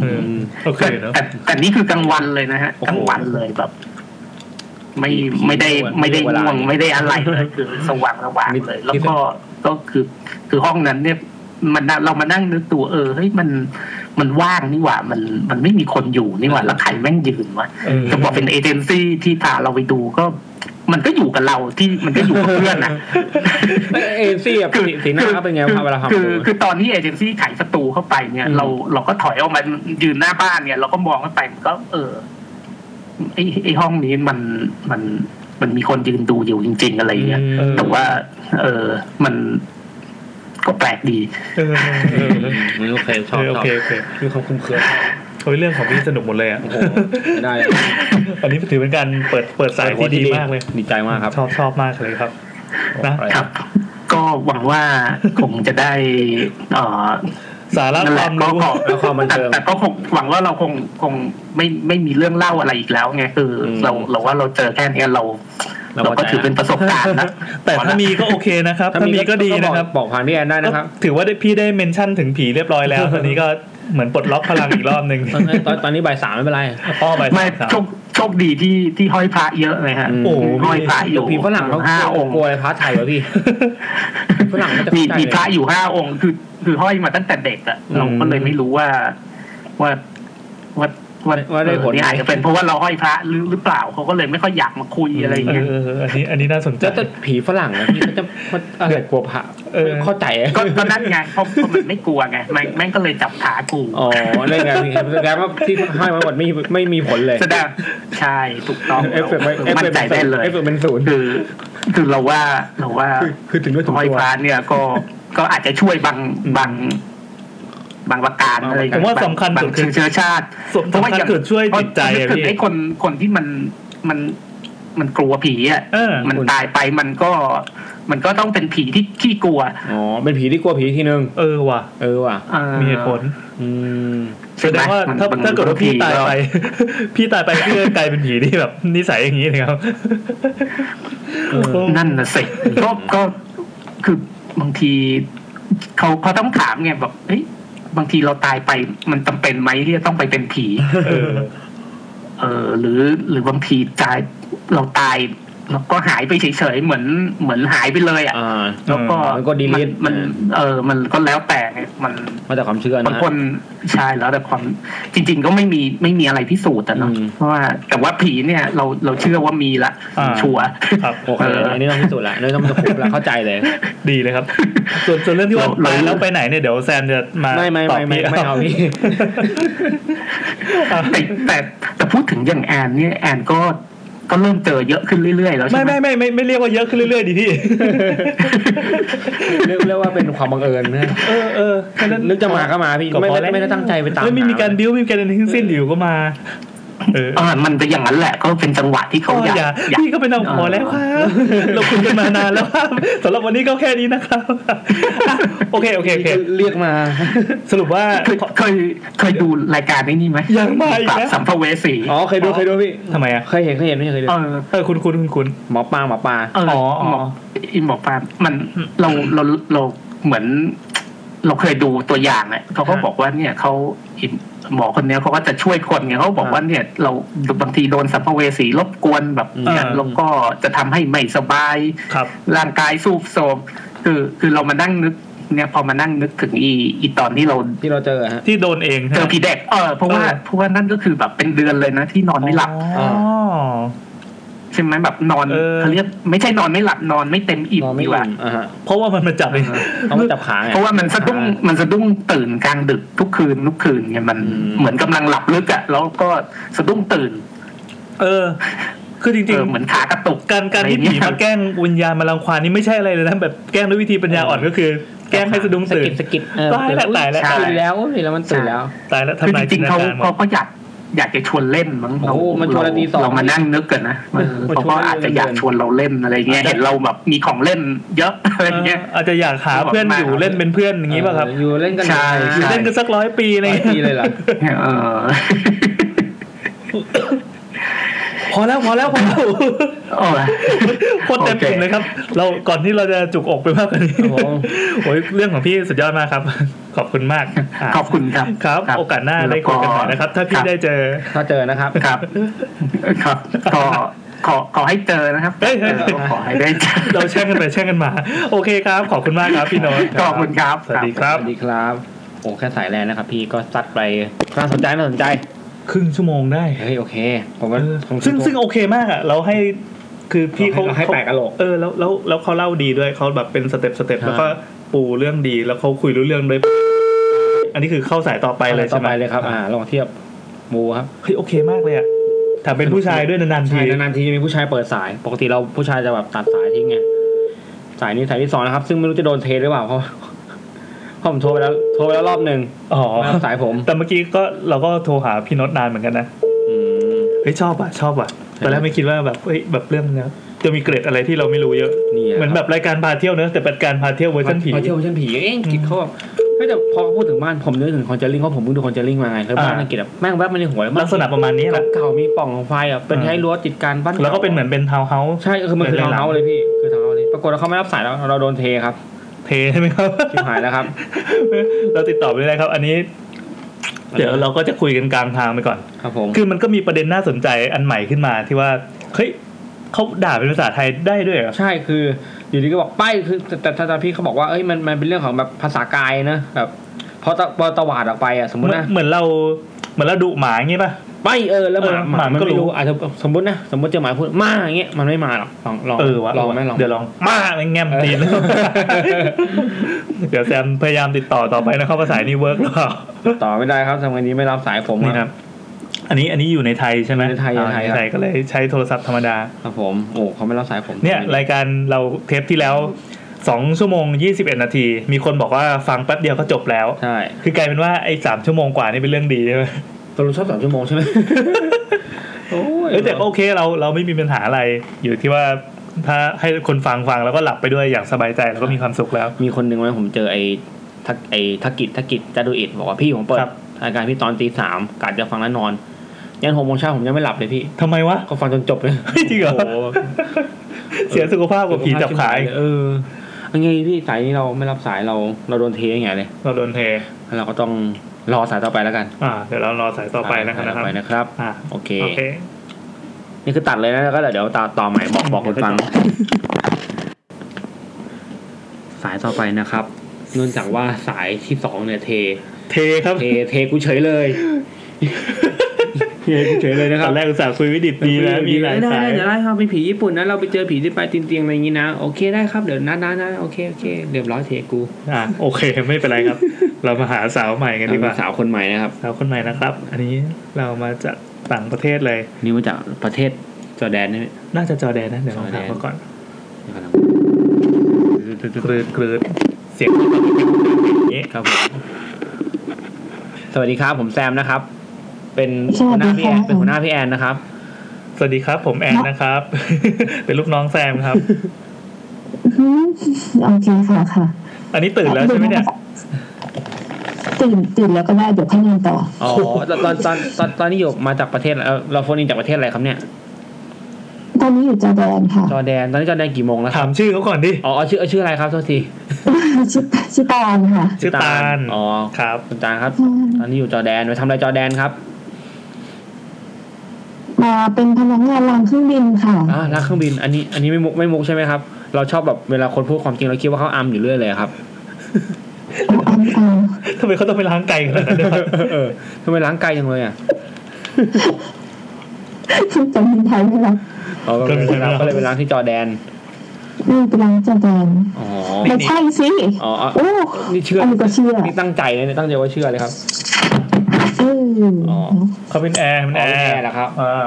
Speaker 2: เออโอเค
Speaker 4: แต่
Speaker 2: เนอะ
Speaker 4: แต่แต่นี่คือกลางวันเลยนะฮะกลางวันเลยแบบ ไม่ไม่ได้ไม่ได้ง่วงไม่ได้อะไรเลยคือสว่างระว่างเลย แล้วก็ก็คือคือห้องนั้นเนี่ย มันน่ะเรามานั่งนึกตัวเออเฮ้ยมันมันว่างนี่หว่า มันมันไม่มีคนอยู่นี่หว่าแล้วใครแม่งยืนวะ
Speaker 2: เออ
Speaker 4: จะบอกเป็นเอเจนซี่ที่พาเราไปดูก็ มันก็อยู่กับเราที่มันก็อยู่กับเพื่อนนะ
Speaker 5: เอ็นซี่อ่ะสีหน้าเขาเป็นไงเวลาทำดู
Speaker 4: คือคือคือตอนที่เอเจนซี่ไขประตูเข้าไปเนี่ย เราเราก็ถอยออกมายืนหน้าบ้านเนี่ย เราก็มองเข้าไปมันก็ เออไอไอห้องนี้มันมันมันมีคนยืนดูอยู่จริง ๆ อะไรอย่างเงี้ย
Speaker 5: เออ
Speaker 4: แต่ว่า เออ มัน ก็แปลกดี
Speaker 2: เออ
Speaker 6: ไม่โอเคช
Speaker 2: เอ
Speaker 6: อบช
Speaker 2: อโอ
Speaker 6: อบ
Speaker 2: เคโอเค
Speaker 1: มีความคุ้มเครือ
Speaker 2: โอ้ยเรื่องของพี่สนุกหมดเลยอ่ะ
Speaker 1: โอ้โหไม่ได้
Speaker 2: อันนี้ถือเป็นการเปิดเปิดสายที่ดีมากเลย
Speaker 1: ดีใจมากครับ
Speaker 2: ชอบชอบมากเลยครับ นะ
Speaker 4: ครับ ก็หวังว่าคงจะได้เอ่อ
Speaker 2: สาระ
Speaker 4: นั่น
Speaker 2: ค
Speaker 4: แหละ
Speaker 2: วามรู้
Speaker 4: ก็
Speaker 1: แล้วความบัน
Speaker 4: แต่
Speaker 1: เทิง
Speaker 4: แต่ก็คงหวังว่าเราคงคงไม่ไม่มีเรื่องเล่าอะไรอีกแล้วไงคืออ
Speaker 1: ม
Speaker 4: เราเราว่าเราเจอแค่เนี้ยเรา
Speaker 1: เรา
Speaker 4: เรา
Speaker 1: พอ
Speaker 4: ก็
Speaker 1: ใจ
Speaker 4: ถือเป็นประสบการณ์นะ
Speaker 2: แต่ถ้ามีก็โอเคนะครับ ถ้ามีก็ดีนะครับ
Speaker 1: บอกผ่านพี่แอนได้นะครับ
Speaker 2: ถือว่าได้พี่ได้เมนชั่นถึงผีเรียบร้อยแล้ว ตอนนี้ก็เหมือนปลดล็อกพลังอีกรอบหนึ่ง
Speaker 1: ตอนนี้ตอนตอนนี้บ่ายสามไม่เป็นไร
Speaker 2: อ้อไป
Speaker 4: ไม่
Speaker 2: สาม
Speaker 4: โชคโชคดีที่ที่ห้อยพระเยอะเลยฮะ
Speaker 1: อืม
Speaker 2: โอ้โห
Speaker 4: ห้อยพระอ
Speaker 1: เดี๋ย
Speaker 4: ยู่
Speaker 1: วผีฝรั่งเขา
Speaker 4: ห้ากอ
Speaker 1: ลัว
Speaker 4: งค์
Speaker 1: กลัว อะไรพระไทยวะพี่ ฝรั่งเขาจะ
Speaker 4: มี
Speaker 1: เข้าใจ
Speaker 4: มีพระ
Speaker 1: เลย
Speaker 4: อยู่ห้าองค์คือคือห้อยมาตั้งแต่เด็กอะเราก็เลยไม่รู้ว่าว่าว่าว่า
Speaker 1: ว่าได้ผลไหม
Speaker 4: เนี่ยอาจจะเป็นเพราะว่าเราห้อยพระหรือหรือเปล่าเขาก็เลยไม่ค่อยอยากมาคุยอะไรอย่าง
Speaker 2: เอ
Speaker 4: เงี้ย
Speaker 2: อเออเอออันนี้อันนี้น่าสนใจ
Speaker 1: แล้วแต่ผีฝรั่งนะพี่เขาจะเขาอะไรกลัวพระ
Speaker 2: เออ
Speaker 1: เข้าใจอะ
Speaker 4: ก็ก็นั่นไงเพราะเพราะมันไม่กลัวไงแม่งแม่งก็เลยจับขากู
Speaker 1: อ๋อได้ไงพี่แสดงว่าที่ให้มาหมดไม่ไม่มีผลเลย
Speaker 4: แสดงใช่ถูกต้อง
Speaker 1: เอฟเฟกต์ไม่เอฟ
Speaker 4: มั่น
Speaker 1: เฟกต์
Speaker 4: ใจ
Speaker 1: เป็น
Speaker 4: ได้เลย
Speaker 1: ศูนย์เอฟเฟกต์เป็นศูนย์
Speaker 4: คือคือเราว่าเราว่า
Speaker 1: คือถึงด้วยถึง
Speaker 4: ห้อย
Speaker 1: ตัว
Speaker 4: พานเนี่ยก็ก็อาจจะช่วยบางบางบางประการ
Speaker 1: บางประการ
Speaker 4: อะไร
Speaker 2: ผมว่าสำคัญสุด
Speaker 4: บาง
Speaker 2: คือ
Speaker 4: เชื้อชาติ
Speaker 2: สมสำคัญคือช่วยจิตใจอะ
Speaker 4: เพราะว่าอย่างนึกถึง
Speaker 2: พี่
Speaker 4: ไอ้คนคนที่มันมันมันกลัวผีอ่ะ
Speaker 2: เออ
Speaker 4: มันตายไปมันก็ มันก็ต้องเป็นผีที่ขี้กลัว
Speaker 1: อ๋อเป็นผีที่กลัวผีทีนึง
Speaker 2: เออว่ะ
Speaker 1: เออว่ะ
Speaker 4: อ่อ
Speaker 2: มีเหตุผล
Speaker 1: อืม
Speaker 2: แสดงว่าถ้าถ้าเกิดว่าพี่ตายไป พี่ตายไปพี่ก็กลายเป็นผีที่แบบนิสัยอย่างนี้นะครับ
Speaker 4: นั่นน่ะสิ ก็ก็คือบางทีเขาเขาต้องถามไงแบบเฮ้ยบางทีเราตายไปมันจำเป็นไหมที่จะต้องไปเป็นผี
Speaker 2: เออ
Speaker 4: เออ หรือหรือบางทีตายเราตายแล้วก็หายไปเฉยๆเหมือนเหมือนหายไปเลยอ่ะ
Speaker 1: อ่า
Speaker 4: แล้วก็
Speaker 1: มันก็ delete
Speaker 4: มันมันเออ มันก็แล้วแต่ไงมัน
Speaker 1: มาจากความเชื่อบ
Speaker 4: าง
Speaker 1: นะ
Speaker 4: คนใช่แล้วแต่ความจริง ๆ ก็ไม่มีไม่มีอะไรพิสูจน์แต่เนาะ
Speaker 1: อืม
Speaker 4: เพราะว่าแต่ว่าผีเนี่ย เราเราเชื่อว่ามีละ
Speaker 2: อ่า
Speaker 4: ชัวร์
Speaker 2: ครับ
Speaker 1: โอเคอันนี้ต้องพิสูจน์ละอันนี้ต้องพิสูจน์ละเข้าใจเลย
Speaker 2: ดีเลยครับ ส่วนส่วนเรื่องที่ว่า
Speaker 4: เรา
Speaker 2: ตายแล้วไปไหนเนี่ยเดี๋ยวแซมจะมา
Speaker 1: ไม่ไม่
Speaker 2: ตอบ
Speaker 1: ไม่ไม่ไม่เอาพี่
Speaker 2: เอา
Speaker 4: แต่แต่แต่พูดถึงอย่างแอนเนี่ยแอนก็ก็เริ่มเจอเยอะขึ้นเรื่อยๆแล้วใช่
Speaker 2: ไม่
Speaker 4: ไหม
Speaker 2: ไม่ไม่ไม่ไม่เรียกว่าเยอะขึ้นเรื่อยๆดีพี่
Speaker 1: เรียกเรียกว่าเป็นความบังเอิญนะ
Speaker 2: เออเออแค่นั้น
Speaker 1: นึกจะมาก็มาพี่
Speaker 2: ก็
Speaker 1: ไม่
Speaker 2: พอ
Speaker 1: ไม่
Speaker 2: แล้ว
Speaker 1: ไม่ได้ตั้งใจไปตาม
Speaker 2: ไม่มีมีการ
Speaker 1: ห
Speaker 2: บิ้วไม่มีการอะไรทั้งสิ้นอยู่ก็มา เออ
Speaker 4: เออมันเป็นอย่างนั้นแหละก็เป็นจังหวะที่เขา
Speaker 2: ก็
Speaker 4: อยาก
Speaker 2: อ
Speaker 4: อ
Speaker 2: ย่า
Speaker 4: ยาก
Speaker 2: พี่ก็เป็นเอาพอแล้วครับ เราคุยกันมานานแล้วครับสำหรับวันนี้ก็แค่นี้นะครับอ่ะโอเคโอเคโอเค
Speaker 1: เรียกมา
Speaker 2: สรุปว่า
Speaker 4: เคยเคยเคยดูรายการไอ้นี่ไหม
Speaker 2: ยังไม่อีกนะ
Speaker 4: ปราบสัมภเวสี
Speaker 1: อ๋อเคยดูเคยดูพี่
Speaker 2: ทำไมอ่ะ
Speaker 1: เคยเห็นเคยเห็นไม่เคยดู
Speaker 4: เออ
Speaker 2: เออคุณคุณคุณคุณ
Speaker 1: หมอปลาหมอปลา
Speaker 4: เออ
Speaker 2: อ๋ออ๋อ
Speaker 4: หมออิมบอกว่ามันเราเราเราเหมือน เราเคยดูตัวอย่างเนี่ยเขาก็บอกว่าเนี่ยเขาอิมหมอคนเนี้ยเขาก็จะช่วยคนไงเขาบอกว่าเนี่ย เราบางทีโดนสัมภเวสีรบกวนแบบ
Speaker 1: อืม
Speaker 4: นั้นแล้วก็จะทำให้ไม่สบาย
Speaker 2: ครับ
Speaker 4: ร่างกายสูบโทรมคือคือเรามานั่งนึก เนี่ยพอมานั่งนึกถึงอีอีตอนที่เรา
Speaker 1: ที่เราเจอฮะ
Speaker 2: ที่โดนเอง
Speaker 4: เจอ
Speaker 2: ใช่ไหม
Speaker 4: ผีเด็กเออเพราะว่า
Speaker 2: เออ
Speaker 4: เพราะว่านั่นก็คือแบบเป็นเดือนเลยนะที่นอนไม่หลับ
Speaker 2: อ๋อ
Speaker 4: ใช่ไหมแบบนอน
Speaker 2: เออ
Speaker 4: เขาเรียกไม่ใช่นอนไม่หลับนอนไม่เต็มอิ่ม
Speaker 1: นอนไม่
Speaker 4: ดีก
Speaker 1: หลั
Speaker 4: ว่า
Speaker 1: บอ่าฮะ
Speaker 2: เพราะว่ามันมาจับเอง
Speaker 1: ต้องจับขาไง
Speaker 4: เพราะว่ามันสะดุ้งมันสะดุ้งตื่นกลางดึกทุกคืนทุกคืนไงมัน
Speaker 1: อืม
Speaker 4: เหมือนกำลังหลับลึกอะแล้วก็สะดุ้งตื่น
Speaker 2: เออ คือจ
Speaker 4: เอ
Speaker 2: ริง
Speaker 4: อเหมือนขากระตุก
Speaker 2: ๆ การการที่
Speaker 4: อะไร
Speaker 2: ผี
Speaker 4: เงี้ย
Speaker 2: มาแกล้งวิญญาณมารังควานนี่ไม่ใช่อะไรเลยนะแบบแกล้งด้วยวิธีปัญญาอ่อนก็คือ แกล้งให้สะดุ้งตื่น
Speaker 1: สะกิดสะกิดเออ
Speaker 2: ตายแล้วตายแล้ว
Speaker 1: ตื่นแล้วอุ๊ยแล้วมันตื่นแล้ว
Speaker 2: ตายแล้ว
Speaker 4: คือ
Speaker 2: ทำลา
Speaker 4: จ
Speaker 2: ยจิ
Speaker 4: ริ
Speaker 2: น
Speaker 4: ง
Speaker 2: ต
Speaker 4: ๆ
Speaker 2: นา
Speaker 4: เขา
Speaker 2: การหม
Speaker 4: เขา
Speaker 2: ด
Speaker 4: ก็อยากอยากจะชวนเล่นมั้งเรา
Speaker 1: โอ้มันชวนเราตีสอง
Speaker 4: เรามานั่งนึกกันนะเออ
Speaker 1: มันช
Speaker 4: เขา
Speaker 1: วน
Speaker 4: ก็อาจจะอยากชวนเราเล่นอะไรเงี้ย
Speaker 1: อาจจะ
Speaker 4: เห็นเราแบบมีของเล่นเยอะ อะไรเงี้ย
Speaker 2: เอออาจจะอยากหาเพื่อนอยู่เล่นเป็นเพื่อนอย่างนี้ป่ะครับ
Speaker 1: เอออยู่เล่นกัน
Speaker 4: ใช่
Speaker 1: อ
Speaker 2: อยู่ ยู่
Speaker 1: เล่
Speaker 2: เล่
Speaker 1: น
Speaker 2: น
Speaker 1: กั
Speaker 2: กัน นสักร้อยปีอะไร
Speaker 1: ร้อยปีเลยเหรอ
Speaker 4: เออ
Speaker 2: พอแล้วพอแล้วพอแล้ว
Speaker 4: โอ้ย
Speaker 2: โคตรเต็มอิ่มเลยครับ เราก่อนที่เราจะจุกอกไปมากกว่านี้
Speaker 1: ครับผม
Speaker 2: โอ้ยเรื่องของพี่สุดยอดมากครับ ขอบคุณมากะ
Speaker 4: ขอบคุณครับ
Speaker 2: ครับ
Speaker 4: ครับ
Speaker 2: โอกาสหน้าได้คุยกันใหม่นะครับ ถ้า
Speaker 4: ค
Speaker 2: พี่
Speaker 4: รับ
Speaker 2: ได้เจอ
Speaker 1: ถ้าเจอนะครับ
Speaker 4: ครับ ครับก็ขอขอให้เจอนะครับ
Speaker 2: เฮ้ยเฮ้ย
Speaker 4: เออขอให้ได้เจอ
Speaker 2: เราแช่งกันไปแช่งกันมา โอเคครับ ขอบคุณมากครับพี่โน้ต
Speaker 4: ขอบคุณครับ
Speaker 2: สวัสดีค
Speaker 1: ส
Speaker 2: รับ
Speaker 1: วัสดีครับโอ้แค่สายแลนนะครับ พี่ก็ซัดไปน่าสนใจน่าสนใจ
Speaker 2: ครึ่งชั่วโมงได้
Speaker 1: เฮ้ยโอเค ผมว่า
Speaker 2: เออ
Speaker 1: ผม
Speaker 2: ซึ่ง
Speaker 1: ผม
Speaker 2: ซึ่งโอเคมากอ่ะ เราให้คือพี่เขา
Speaker 1: เราให้แปดกะโหลก
Speaker 2: เออแล้วแล้วแล้วเขาเล่าดีด้วยเขาแบบเป็นสเต็ปสเต็ป
Speaker 1: อ่า
Speaker 2: แล้วก็ปูเรื่องดีแล้วเขาคุยรู้เรื่องด้วยอันนี้คือเข้าสายต่อไปเลย
Speaker 1: ต่
Speaker 2: ใช่
Speaker 1: อ
Speaker 2: ไหม
Speaker 1: ไปเลยครับอ่าลองเทียบบูครับ
Speaker 2: เฮ้ยโอเคมากเลยอ่ะถ้าเป็นผู้ชายด้วยนานๆที
Speaker 1: ใช่นานๆทีจะมีผู้ชายเปิดสาย ปกติเราผู้ชายจะแบบตัดสายทิ้งไงสายนี้สายที่สองนะครับ ซึ่งไม่รู้จะโดนเทหรือเปล่าเพราะ ผมโทรไปแล้วโทรไปแล้วรอบหนึ่ง
Speaker 2: อ๋อ
Speaker 1: ไม่รับสายผม
Speaker 2: แต่เมื่อกี้ก็เราก็โทรหาพี่โนตนานเหมือนกันนะเฮ้ยชอบอ่ะชอบอ่ะตอนแรกไม่คิดว่าแบบเฮ้ยแบบเรื่องเนี้ยจะมีเกร็ดอะไรที่เราไม่รู้เยอะ
Speaker 1: นี่
Speaker 2: เหมือนแบบรายการพาเที่ยวเนอะแต่เป็นการพาเที่ยวเวอร์ชันผี
Speaker 1: มาเที่ยวเวอร์ชันผีเองกิจเขาแบบเฮ้ยแต่พอพูดถึงบ้านผมนึกถึงคอนเจลลิ่งเพราะผมเพิ่งดูคอนเจลลิ่งมาไงแล้วบ้าน
Speaker 2: อ่า
Speaker 1: อังกฤษอะแม่งแวบมาในหัวเลยมั
Speaker 2: ลักษณะประมาณนี้แหละ
Speaker 1: เก่าๆมีปล่องของไฟอ่ะเป็นไงรั้วติดกันบ้าน
Speaker 2: แล้วก็เป็นเหมือนเป็นทาวน์เฮาส์
Speaker 1: ใช่คือมันคือ
Speaker 2: เป็น
Speaker 1: ทาว
Speaker 2: หลัง
Speaker 1: น์เฮาส์เลยพี่คือทาวน์เฮาส์เลยปรากฏว่าเขาไม่รับสายเราเราโดนเทครับ
Speaker 2: เทใช่ไหมครับ
Speaker 1: ชิบหายแล้วครับ
Speaker 2: เราติดต่อไปเลยครับ อันนี้ เดี๋ยวเราก็จะคุยกันกลางทางไปก่อน
Speaker 1: ครับผม
Speaker 2: คือมันก็มีประเด็นน่าสนใจอันใหม่ขึ้นมาที่ว่าเฮ้ยเขาด่าเป็นภาษาไทยได้ด้วยเหรอ
Speaker 1: ใช่คืออยู่ดีก็บอกไปคือแต่แต่แต่แต่พี่เขาบอกว่าเอ้ยมันมันเป็นเรื่องของแบบภาษากายนะแบบพอตะพอตวาดออกไปอ่ะสมม
Speaker 2: เหมื
Speaker 1: ติ
Speaker 2: อน
Speaker 1: นะ
Speaker 2: เหมือนเราเหมือนเราดุหมาอย่างงี้ป่ะ
Speaker 1: ไปเออแล้วหมา
Speaker 2: เออ
Speaker 1: หมา
Speaker 2: หมามั
Speaker 1: มัน น
Speaker 2: ก็
Speaker 1: ก็
Speaker 2: รู้
Speaker 1: รู้อาจจะสมมตินะสมมติเจอหมาพูดมาอย่างเงี้ยมันไม่มาหรอกลองลอง
Speaker 2: เออวะ
Speaker 1: ลองไหมลองไหม
Speaker 2: เดี๋ยวล องมาแม่งแง่มตีน เดี๋ยวแซมพยายามติดต่อต่อไปนะครับภาษานี้เวิร์กหรือเปล่า
Speaker 1: ต่อไม่ได้ครับทำงานนี้ไม่รับสายผม
Speaker 2: นี่
Speaker 1: ค
Speaker 2: ค
Speaker 1: รั
Speaker 2: รับ บ อันนี้อันนี้อยู่ในไทยใช่ไหม
Speaker 1: ในไทย
Speaker 2: อ่า
Speaker 1: ในไทยค
Speaker 2: ในไทย
Speaker 1: รับ
Speaker 2: ก็เลยใช้โทรศัพท์ธรรมดา
Speaker 1: ครับผมโอ้เขาไม่รับสายผม
Speaker 2: เนี่ยรายการเราเทปที่แล้วสองชั่วโมงยี่สิบเอ็ดนาที มีคนบอกว่าฟังแป๊บเดียวก็จบแล้ว
Speaker 1: ใช่
Speaker 2: คือกลายเป็นว่าไอ้สามชั่วโมงกว่านี่เป็นเรื่องดีใช่ไหม
Speaker 1: ตกลงชอบสามชั่วโมงใช่ไหม โอ้ย
Speaker 2: เอ้ยแต่ก็โอเคเราเราไม่มีปัญหาอะไรอยู่ที่ว่าถ้าให้คนฟังฟังแล้วก็หลับไปด้วยอย่างสบายใจแล้วก็มีความสุขแล้ว
Speaker 1: มีคนหนึ่งวันผมเจอไอ้ทักไอ้ทักกิจทักกิจจาดูอิดบอกว่าพี่ผมเปิด
Speaker 2: ครับ
Speaker 1: รายการพี่ตอนตีสามกะจะฟังแล้วนอนยันหกโมงเช้าผมยังไม่หลับเลยพี่
Speaker 2: ทำไมวะ
Speaker 1: ก็ฟังจนจบเลย
Speaker 2: เฮ้ย จริงเหรอ
Speaker 1: โโ
Speaker 2: เสียสุขภาพกว่าผีจับขาย
Speaker 1: เออยังไงพี่สายนี้เราไม่รับสายเราเราโดนเทยังไงเลย
Speaker 2: เราโดนเท
Speaker 1: แล้วเราก็ต้องรอสายต่อไปแล้วกัน
Speaker 2: อ่า เดี๋ยวเรารอสายต่อไปนะครั
Speaker 1: สายต่อบ ไปนะครับ
Speaker 2: อ่า
Speaker 1: โอเค
Speaker 2: โอเค
Speaker 1: นี่คือตัดเลยนะแล้วก็เดี๋ยวตาต่อใหม่บอกบอกคนฟัง สายต่อไปนะครับเนื่องจากว่าสายที่สองเนี่ยเท
Speaker 2: เทครับ
Speaker 1: เทเทกูเฉยเลยเทกูเฉยเลยนะค
Speaker 2: ต
Speaker 1: รั
Speaker 2: อบนแรกอุตส่าห์คุยวิดิตดีนะมีหลาย
Speaker 1: ได้
Speaker 2: สาย
Speaker 1: ได้เดี๋ยวได้ครับเป็นผีญี่ปุ่นนะเราไปเจอผีที่ปลายเตียงๆอะไรอย่างงี้นะโอเคได้ครับเดี๋ยวนัดนัดนัดโอเคโอเคเรียบร้อยเทกู
Speaker 2: อ่าโอเคไม่เป็นไรครับ เรามาหาสาวใหม่กันดีกว่า
Speaker 1: เป็นสาวคนใหม่นะครับ
Speaker 2: สาวคนใหม่นะครับ อันนี้เรามาจากต่างประเทศเลย
Speaker 1: นี่มาจากประเทศจอร์แดนนี่
Speaker 2: น่าจะจอร์แดนนะเดี๋ยวลองถาม
Speaker 1: จอร์แดน
Speaker 2: มาก่อน
Speaker 1: กำลัง
Speaker 2: กรืดกรืดเสียงอย่างนี้
Speaker 1: ครับผมสวัสดีครับผมแซมนะครับ เป็น
Speaker 7: สวั
Speaker 1: หั
Speaker 7: ส
Speaker 1: วหน้า
Speaker 7: ดี
Speaker 1: พี่
Speaker 7: ค
Speaker 1: แอ
Speaker 7: รับ
Speaker 1: นเป็นหัวหน้าพี่แอนนะครับ
Speaker 2: สวัสดีครับ ผมแอนนะครับ เป็นลูกน้องแซมครับ
Speaker 7: อืมโอเคค่ะค่ะ
Speaker 2: อันนี้ตื่นแล้วใช่ไหมเนี่ย
Speaker 7: ตื่นตื่นแล้วก็ได้เดี๋ยวค่อยนอนต่อ
Speaker 1: อ๋อตอนตอนตอนตอนตอนนี้อยู่มาจากประเทศอะไรเอ่อเราโฟนอินจากประเทศอะไรครับเนี่ย
Speaker 7: ตอนนี้อยู่จอร์แดนค่ะ
Speaker 1: จอร์แดน ตอนนี้จอร์แดนกี่โมงแล้วครับ
Speaker 2: ถามชื่อเขาก่อนดิ
Speaker 1: อ๋ออ๋อชื่อเอ่อชื่ออะไรครับโทษที
Speaker 7: ชื่อชื่อตาลค่ะ
Speaker 2: ชื่อตาล
Speaker 1: อ๋อ
Speaker 2: ครับ
Speaker 1: คุณตาลครับ ตอนนี้อยู่จอร์แดนไปทำอะไรจอร์แดนครับ
Speaker 7: มาเป็นพนักงานรางเครื่องบินค่ะ
Speaker 1: อ่ารักเครื่องบิน อันนี้อันนี้ไม่มุกไม่มุกใช่ไหมครับ เราชอบแบบเวลาคนพูดความจริงเราคิดว่าเขาอัมอยู่เรื่อยเลย ครับ
Speaker 7: โอ้อันเอา
Speaker 2: ทำไมเขาต้องไปล้างไก่ขนาดนั้น ด้วยวะ
Speaker 1: เออทำไมล้างไกลจังเลยอ่ะ
Speaker 7: จำเป็นไทยไหมล่ะ
Speaker 1: อ๋อก็เลยไปล้างก็เลยไปล้างที่จอร์แดน
Speaker 7: นี่เป็นรางจอร์แดน
Speaker 1: อ๋อ
Speaker 7: ไม่ใช่สิ
Speaker 1: อ๋ออ๋อ
Speaker 7: โอ้
Speaker 1: นี่เชื่อ
Speaker 7: อันนี้ก็เชื่อ
Speaker 1: นี่ตั้งใจเลยเนี่ยตั้งใจว่าเชื่อเลยครับ
Speaker 7: เอออ
Speaker 1: อ
Speaker 2: เขาเป็นแอร์เป็นแอ
Speaker 1: อ๋อเป็น
Speaker 2: ร์
Speaker 1: แอร์เหรอครับ
Speaker 2: อ่า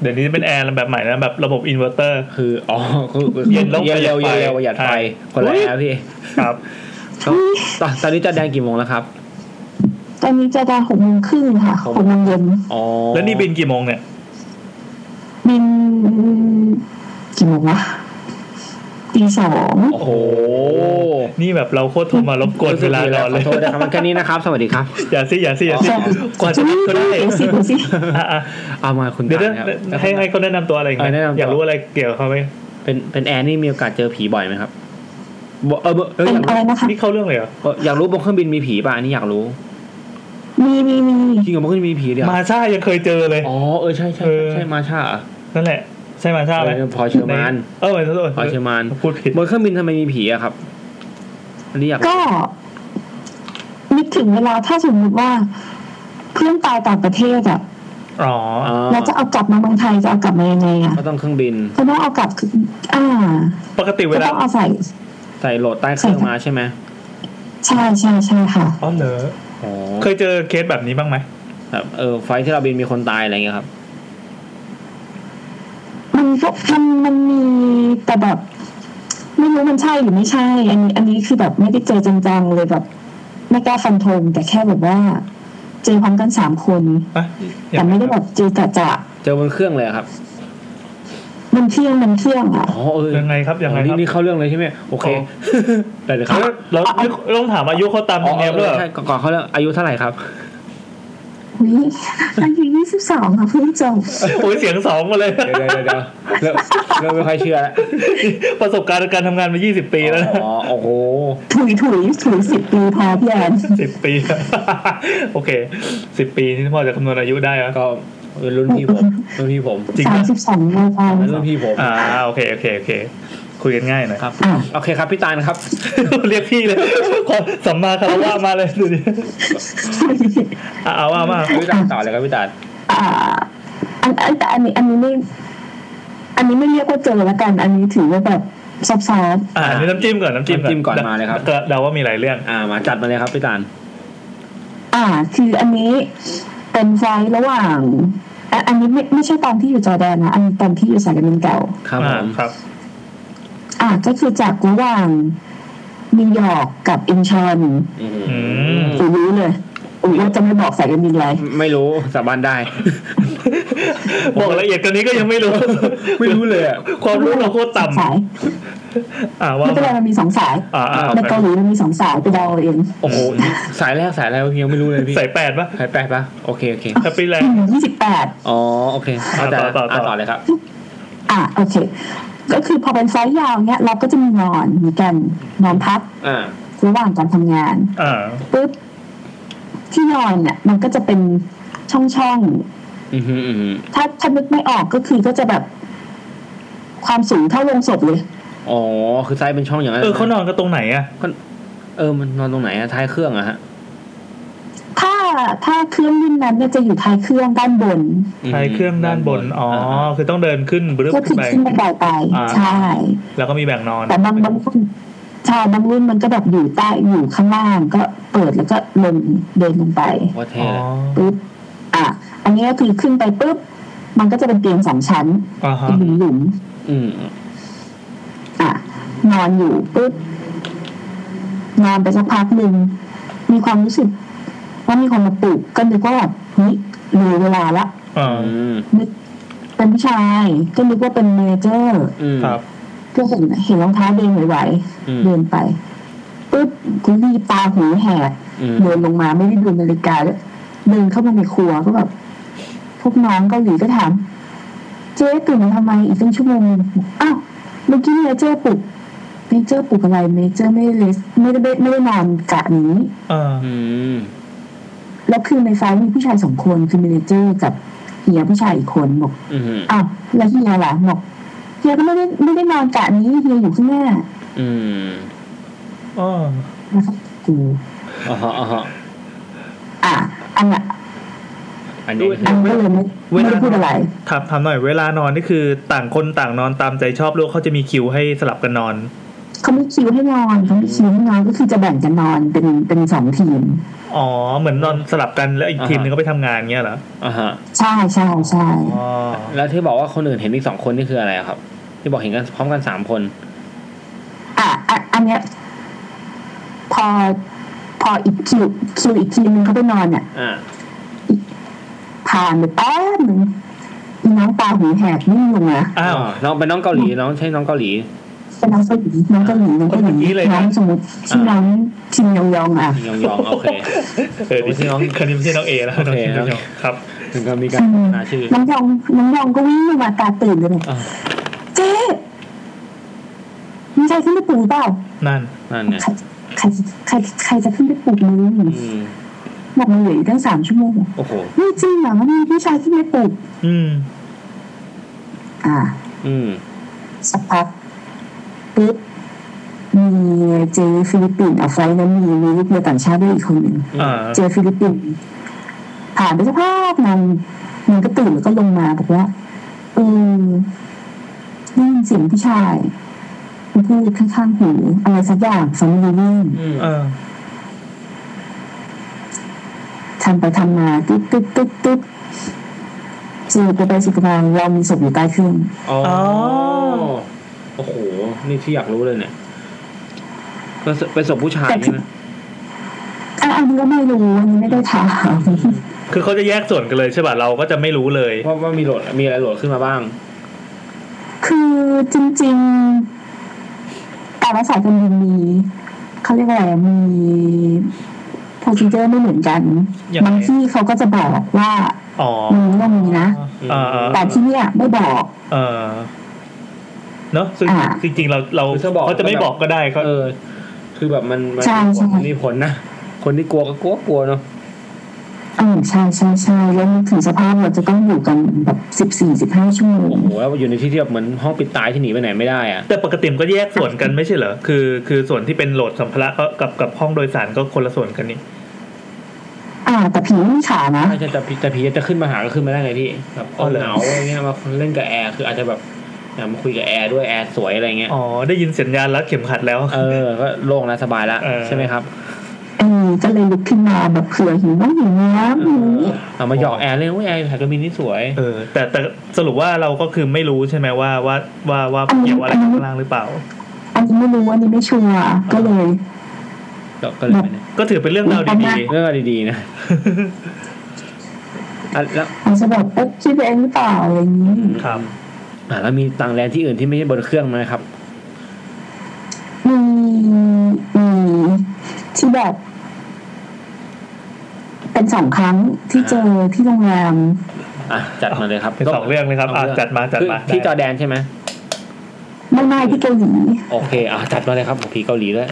Speaker 2: เดี๋ยวนี้เป็นแอร์แบบใหม่นะแบบระบบอินเวอร์เตอร์
Speaker 1: คือ อ๋อคือคือ
Speaker 2: เย็นแล้ว
Speaker 1: เย็นเร็ว
Speaker 2: ป
Speaker 1: เย็
Speaker 2: ระ
Speaker 1: น
Speaker 2: หยัดไฟ
Speaker 1: เร็วประหยั
Speaker 2: ใช่
Speaker 1: ดไฟคนละแอร์พี่
Speaker 2: ครับ
Speaker 1: ตอนตอนตอนนี้จอร์แดนกี่โมงแล้วครับ
Speaker 7: ตอนนี้จอร์แดนหกโมงครึ่งค่ะหกโมงเย็น
Speaker 1: อ๋อ
Speaker 2: แล้วนี่บินกี่โมงเนี่ย
Speaker 7: บินกี่โมงวะตีสอง
Speaker 1: โอ้โห
Speaker 2: นี่แบบเราโคตรโทรมารบกวนเวลานอนเลย
Speaker 1: ขอโทษนะครับมันแค่นี้นะครับ สวัสดีครับ
Speaker 2: อย่าสิอย่าสิอย่าสิ
Speaker 7: ใช่
Speaker 2: กว่าจะ
Speaker 7: เด
Speaker 2: นัดเขาได้
Speaker 7: ี๋ยวสิเดี๋ยวสิ
Speaker 2: อ่ะอ่ะ
Speaker 1: เอามาคุณ
Speaker 2: เดี๋ยว
Speaker 1: ตาลครับ
Speaker 2: นะให้ให้เขาแนะนำตัวอะไรอีกไหม
Speaker 1: เออแนะนำตัว
Speaker 2: อยากรู้อะไรเกี่ยวกับเขาไหม
Speaker 1: เป็นเป็นแอร์นี่มีโอกาสเจอผีบ่อยไหมครับบ่เออบ่เออ
Speaker 7: เป็
Speaker 1: อน ยาก
Speaker 7: อะไร
Speaker 1: รู้
Speaker 7: นะคะ
Speaker 2: นี่เข้าเรื่องเลยเหรอ
Speaker 1: เอออยากรู้บนเครื่องบินมีผีป่ะอันนี้อยากรู้
Speaker 7: มีมีมี
Speaker 1: จริงเหรอบนเครื่องบินมีผีเดียว
Speaker 2: มาชายังเคยเจอเลย
Speaker 1: อ๋อเออใช่ใช่
Speaker 2: เออ
Speaker 1: ใช่มาช่าเหรอ
Speaker 2: นั่นแหละ ใช่มาชาไหม
Speaker 1: เออพอเชอร์มาน
Speaker 2: เออไม่ใช่
Speaker 1: พอเชอร์มาน
Speaker 2: พูดผิด
Speaker 1: บนเครื่องบินทำไมมีผีอะครับ อันนี้อยาก
Speaker 7: ก็ นึกถึงเวลาถ้าสมมติว่า เพื่อนตายต่างประเทศอ่ะ
Speaker 2: อ๋อ
Speaker 1: อ๋อ
Speaker 7: แล้วจะเอากลับมาเมืองไทยจะเอากลับมายังไงอ่ะ
Speaker 1: ก็ต้องเครื่องบิน
Speaker 7: ก็ต้องเอากลับคืออ่า
Speaker 2: ปกติเว
Speaker 7: ก็
Speaker 2: ลา
Speaker 7: ต้องเอาใส่
Speaker 1: ใส่โหลดใต้เครื่องมาใช่ไหม
Speaker 7: ใช่ใช่ใช่ค่ะ
Speaker 2: อ๋อเหรอ
Speaker 1: อ๋อ
Speaker 2: เคยเจอเคสแบบนี้บ้างไหม
Speaker 1: แบบเออไฟล์ที่เราบินมีคนตายอะไรเงี้ยครับ
Speaker 7: มันก็มันมันมีแต่แบบ ไ ไม่รู้มันใช่หรือไม่ใช่ อันนี้ อันนี้คือแบบไม่ได้เจอจังๆเลยแบบไม่กล้าฟันธงแต่แค่แบบว่า เจอพร้อมกันสามคน
Speaker 5: ปะ
Speaker 7: แต่ไม่ได้แบบเจอจะจะ
Speaker 1: เจอบนเครื่องเลยอะครับ
Speaker 7: ๆมันเที่ยงมันเที่ยงอ่ะ
Speaker 1: อ๋อเออ
Speaker 2: ยังไงครับยังไง
Speaker 1: อ๋อ
Speaker 2: ค
Speaker 1: นี่
Speaker 2: รับ
Speaker 1: นี่เข้าเรื่องเลยใช่ไหมโอเค
Speaker 2: อ๋อ
Speaker 1: แต่เดี๋ยวเขา
Speaker 2: เราต้องถามอายุเขาตามธรรมเนียมด้วยเหรอ
Speaker 1: ใช่ก่อนเขาเรื่องอายุเท่าไหร่ครับ
Speaker 7: อุ๊ย อายุยี่สิบสองค่ะเพิ่งจบ
Speaker 2: โอ้ยเสียงสองมาเลย
Speaker 1: เดี๋ยวเดี๋ยวเดี๋ยวเริ่มเริ่มไม่ค่อยเชื่อแล้ว
Speaker 2: ประสบการณ์การทำงานมา 20 ปีแล้วนะ
Speaker 1: อ๋อโอ้โห
Speaker 7: ถุยถุยถุยสิบปีพอพี่แอน
Speaker 2: สิบปี โอเคสิบปีที่พ่อจะคำนวณอายุได้อะ
Speaker 1: ก็รุ่นพี่ ผมรุ่นพี่ผม
Speaker 2: จริง
Speaker 7: สาม
Speaker 2: นะ
Speaker 7: สิบสองโมพอ
Speaker 1: รุ่นพี่ผม
Speaker 2: อ่าโอเคโอเคโอเค คุยกันง่ายหน่อย
Speaker 1: ครับ
Speaker 7: อ่ะ
Speaker 1: โอเคครับพี่ตาลครับ
Speaker 2: เรียกพี่เลยความสัมมาคารวะมาเลยดูดิอ่ะเอาว่ามา
Speaker 1: พี่ตาลต่อเลยครับพี่ตาล
Speaker 7: อ่าอันอันแต่อันนี้อันนี้ไม่อันนี้ไม่เรียกว่าเจอแล้วกัน อันนี้ถือว่าแบบซอฟต์
Speaker 2: อ่านี่น้ำจิ้มก่อนน้ำจิ้ม
Speaker 1: จิ้มก่อนมาเลยครับ
Speaker 2: ก็เดาว่ามีหลายเรื่อง
Speaker 1: อ่ามาจัดมาเลยครับพี่ตาล
Speaker 7: ๆอ่า คืออันนี้เป็นไฟล์ระหว่างอันอันนี้ไม่ไม่ใช่ตอนที่อยู่จอร์แดนนะอันนี้ตอนที่อยู่สายการบินเก่า
Speaker 1: ครับผ
Speaker 2: อ่าม ครับ
Speaker 7: อ่าก็คือจากระหว่างนิวยอร์กกับอินชอน
Speaker 1: อืม
Speaker 2: อืม
Speaker 7: อุ๋ยรู้เลยอุ๋ยว่าจะไม่บอกสายการบินอะไร
Speaker 1: ไม่รู้สาบานได้
Speaker 2: บอกละเอียดกันนี้ก็ยังไม่รู้
Speaker 1: ไม่รู้เลยอ่ะ
Speaker 2: ความรู้เราโคตรต่
Speaker 7: สาย
Speaker 2: ำอ่าว่า
Speaker 7: ไม่เป็นไร
Speaker 2: มา
Speaker 7: มันมีสองสาย
Speaker 2: อ่าอ่า
Speaker 7: ในเกาหลีมันมีสองสายไปเดาเอาเอง
Speaker 1: โอ้โหสายแรกสายแรกยังไม่รู้เลยพี่
Speaker 2: ใส่แปดป่ะ
Speaker 1: สายแปดปะโอเคโอเค
Speaker 2: แฮปปี้แลน
Speaker 7: ยี่สิบแปด
Speaker 1: อ๋อโอเคเอาแต่
Speaker 2: ต่อต่อต่อ
Speaker 1: เอาต่อเลยครับ
Speaker 7: อ่ะโอเค ก็คือพอเป็นไฟล์ยาวเนี้ยเราก็จะมีนอนมีกันนอนพัก
Speaker 1: อ่า
Speaker 7: ระหว่างการทำงาน
Speaker 2: อ่า
Speaker 7: ปุ๊บที่นอนเนี่ยมันก็จะเป็นช่องช่อง
Speaker 1: อือหืออือหือ
Speaker 7: ๆถ้าถ้านึกไม่ออกก็คือก็จะแบบ ความสูงเท่าโลงศพเลย
Speaker 1: อ๋อคือไซส์เป็นช่องอย่างนั้น
Speaker 2: เออเขานอนกันตรงไหนอ่ะ
Speaker 1: เออมันนอนตรงไหนอะท้ายเครื่องอะฮะ
Speaker 7: ถ้าถ้าเครื่องรุ่นนั้นเนี่ยจะอยู่ท้ายเครื่องด้านบน
Speaker 2: ท้ายเครื่องด้านบนอ๋อคือต้องเดินขึ้นบรึ้บ
Speaker 7: ก็คื
Speaker 2: ขึ้น
Speaker 7: อ
Speaker 2: ไป
Speaker 7: ขึ้นบันไดไป
Speaker 2: อ่า
Speaker 7: ใช่
Speaker 2: แล้วก็มีแบ่งนอน
Speaker 7: แต่บางบางรุ่นใช่บางรุ่นมันก็แบบอยู่ใต้อยู่ข้างล่างก็เปิดแล้วก็ลงเดินลงไป
Speaker 1: ว่าเท่
Speaker 2: อ๋อ
Speaker 1: เลย
Speaker 7: ปุ๊บ อ่ะ อันนี้ก็คือขึ้นไปปุ๊บ มันก็จะเป็นเตียงสองชั้น
Speaker 2: อ่าฮะ
Speaker 7: เป็นหลุมหลุม
Speaker 1: อืม
Speaker 7: ๆอ่ะ นอนอยู่ปุ๊บ นอนไปสักพักหนึ่ง มีความรู้สึกว่ามีคนมาปลุกก็นึกว่าแบบนี่เลยเวลาละ
Speaker 2: อ่า
Speaker 1: อืม
Speaker 7: นึกเป็นผู้ชาย ก็นึกว่าเป็นเมเจอร์
Speaker 1: อืม
Speaker 2: ครับ
Speaker 7: ก็เห็นเห็นรองเท้าเดินไหว
Speaker 1: อืม
Speaker 7: ๆเดินไปปุ๊บกูรีบตาหูแหก
Speaker 1: อืม
Speaker 7: เดินลงมาไม่ได้ดูนาฬิกาด้วยเดินเข้ามาในครัวก็แบบพวกน้องเกาหลีก็ถาม เจ๊ตื่นมาทำไมอีกตั้งชั่วโมงนึงอ้าวเมื่อกี้เมเจอร์ปลุกเมเจอร์ปลุกอะไรเมเจอร์ไม่ได้เลสไม่ได้ไม่ได้นอนกะนี้
Speaker 2: อ่า
Speaker 1: อืม
Speaker 7: แล้วคือในไฟล์มีผู้ชายสองคนคือเมเจอร์กับเฮียผู้ชายอีกคนบอก
Speaker 1: อืม
Speaker 7: อ้าวแล้วเฮียล่ะบอกเฮียก็ไม่ได้ไม่ได้นอนกะนี้เฮียอยู่ข้างหน้า
Speaker 1: อืม
Speaker 2: อ๋อ
Speaker 7: นะครับกู
Speaker 1: อ๋อฮะอ๋อฮะ
Speaker 7: อ่ะอันน่ะ
Speaker 1: อันนี้
Speaker 7: อันก็เลยไม่ไม่ได้พูดอะไร
Speaker 2: ถามถามหน่อยเวลานอนนี่คือต่างคนต่างนอนตามใจชอบหรือว่าเขาจะมีคิวให้สลับกันนอน
Speaker 7: เขาไม่คิวให้นอนเขาไม่คิวให้นอนก็คือจะแบ่งกันนอนเป็นเป็นสองทีม
Speaker 2: อ๋อเหมือนนอนสลับกันแล้วอีกทีมหนึงก็ไปทำงานเงี้ยเหรอ
Speaker 1: อ่าฮะ
Speaker 7: ใช่ใช่ใช่
Speaker 2: อ๋อ
Speaker 1: แล้วที่บอกว่าคนอื่นเห็นอีกสองคนนี่คืออะไรอะครับ ที่บอกเห็นกันพร้อมกันสามคน
Speaker 7: อ่ะอ่ะอันเนี้ยพอพออีกคิวคิวอีกทีมนึงเขาไปนอนเนี่ย
Speaker 1: อ่า
Speaker 7: ผ่านไปแป๊บหนึ่งอีน้องตาหูแหกนิ่งลงนะ
Speaker 2: อ้าว
Speaker 1: น้องเป็นน้องเกาหลีน้องใช่น้องเกาหลี
Speaker 7: เป็นน้องเกาหลีน้องเกาหลีน้องเกาห
Speaker 2: เอาอย่างนี้
Speaker 7: ลี
Speaker 2: เลยนะ
Speaker 7: น้องสมมติชื่อน้องชินยองยองอ่ะ
Speaker 1: ยองยองโอเค
Speaker 2: เออดิฉัน น้องคันนี้ไม่ใช่น้องเอแล้ว
Speaker 1: โอเค
Speaker 2: น้องครับ
Speaker 1: ถึงก็มีการหาชื่อ
Speaker 7: น้องยองน้องยองก็วิ่งลงมาตาตื่นเลยเนี่ย
Speaker 1: อ่ะ
Speaker 7: เจ๊มีใครขึ้นไปปลุกเปล่า
Speaker 2: นั่น
Speaker 1: นั่นไง
Speaker 7: ใครใครใครใครจะขึ้นไปปลุกมึง
Speaker 1: อืม
Speaker 7: บอกมันเหลืออีกตั้งสามชั่วโมง
Speaker 1: โอ้โห
Speaker 7: นี่จริงเหรอมันมีผู้ชายที่ไปปลุก
Speaker 2: อืม
Speaker 7: อ่า
Speaker 1: อืม
Speaker 7: สักพักปุ๊บมีเจฟิลิปปินส์เอาไฟล์นั้นมีมีลูกเรือต่างชาติด้วยอีกคนหนึ่ง
Speaker 2: อ่า
Speaker 7: เจฟิลิปปินส์ผ่านไปสักพักหนึงมันก็ตื่นแล้วก็ลงมาบอกว่าเออได้ยินเสียงผู้ชายมันพูดข้างๆหูอะไรสักอย่างฟังไม่รู้เรื่อง
Speaker 1: อืม
Speaker 2: อ่า
Speaker 7: ทำไปทำมาตึ๊ดตึ๊ดตึ๊ดตึ๊ดสืบไปไปสืบมาเรามีศพอยู่ใต้เครื่อง
Speaker 1: อ๋อ
Speaker 2: อ๋อ
Speaker 1: โอ้โห นี่ที่อยากรู้เลยเนี่ยไปสไปส่งผู้ชาย
Speaker 7: แต่
Speaker 1: ใช่
Speaker 7: ที่
Speaker 1: ไหม
Speaker 7: อ่ะอันนี้ก็ไม่รู้อันนี้ไม่ได้ถาม
Speaker 2: คือเขาจะแยกส่วนกันเลยใช่ป่ะเราก็จะไม่รู้เลย
Speaker 1: ว่าว่ามีโหลดมีอะไรโหลดขึ้นมาบ้าง
Speaker 7: คือจริงๆ แต่ละสายการบินมีเขาเรียกว่าอะไรมี p r o c e d u r e ไม่เหมือนกัน
Speaker 2: ยังไง
Speaker 7: บางที่เขาก็จะบอกว่า
Speaker 2: อ๋อ
Speaker 7: มึงต้องมีนะ
Speaker 2: เออเออ
Speaker 7: แต่ที่เนี่ยไม่บอก
Speaker 2: เออเนอะซึ่ง
Speaker 7: อ่า
Speaker 2: จริงๆเราเรา
Speaker 1: คือถ้าบอก
Speaker 2: เขาจะไม่บอกก็ได้เขา
Speaker 1: เออ คือแบบมันมั
Speaker 7: ใช่ใช่
Speaker 1: มันมีผลนะ คนที่กลัวก็กลัวกลัวเนาะ
Speaker 7: เออใช่ใช่ใช่แล้วนึกถึงสภาพเราจะต้องอยู่กันแบบสิบสี่สิบห้าชั่วโม
Speaker 1: โอ้
Speaker 7: ง
Speaker 1: โหแล้วอยู่ในที่ที่แบบเหมือนห้องปิดตายที่หนีไปไหนไม่ได้อ่ะ
Speaker 2: แต่ปกติมันก็แยกส่วนกันไม่ใช่เหรอคือ คือส่วนที่เป็นโหลดสัมภาระก็กับกับห้องโดยสารก็คนละส่วนกันนี่
Speaker 7: อ่า แต่ผีไม่มีขานะ
Speaker 1: ใช่ใช่แต่ผีแต่ผีจะขึ้นมาหาก็ขึ้นมาได้ไงพี่แบบเอาหนาวอะไรเงี้ยมาเล่นกับแอร์คืออาจจะแบบอยากมาคุยกับแอร์ด้วยแอร์สวยอะไรเงี้ย
Speaker 2: อ๋อได้ยินสัญญาณรัดเข็มขัดแล้ว
Speaker 1: เออก็โล่งแล้วสบายแล้ว
Speaker 2: เออ
Speaker 1: ใช่ไหมครับ
Speaker 7: เออก็เลยลุกขึ้นมาแบบเผื่อหิวน้ำหิวน้ำอย่างนี้
Speaker 1: เอามาหยอกแอร์เล่นว่าแอร์ถ่ายกระมินนี่สวย
Speaker 2: เออ แต่แต่สรุปว่าเราก็คือไม่รู้ใช่ไหมว่าว่าว่าว่า
Speaker 7: อันนี้
Speaker 2: เกี่ยวอะไรกับข้างล่างหรือเปล่า
Speaker 7: อันนี้ไม่รู้อันนี้ไม่ชัวร์ก็เลย
Speaker 1: ก็ก็เลยไปเนี่ย
Speaker 2: ก็ถือเป็นเรื่องราวดี
Speaker 1: เรื่องราวดีๆ นะอ่ะแล้ว
Speaker 7: อาจจะแบบเอ๊ะคิดไปเองหรือเปล่าอะไรอย่างนี้
Speaker 2: ๆครับ
Speaker 1: อ่ะแล้วมีต่างแดนที่อื่นที่ไม่ใช่บนเครื่องไหมครับ
Speaker 7: มีมีที่แบบ เป็นสองครั้งที่เจอที่โรงแรม
Speaker 1: อ่ะจัดมาเลยครับ
Speaker 2: เป็นสองเรื่องเลยครับอ่ะจัดมาจัดมา
Speaker 1: คือที่
Speaker 2: ได้
Speaker 1: จอร์แดนใช่ไหม
Speaker 7: ไม่ไม่ที่เกาหลี
Speaker 1: โอเคอ่ะจัดมาเลยครับผีเกาหลีด้วย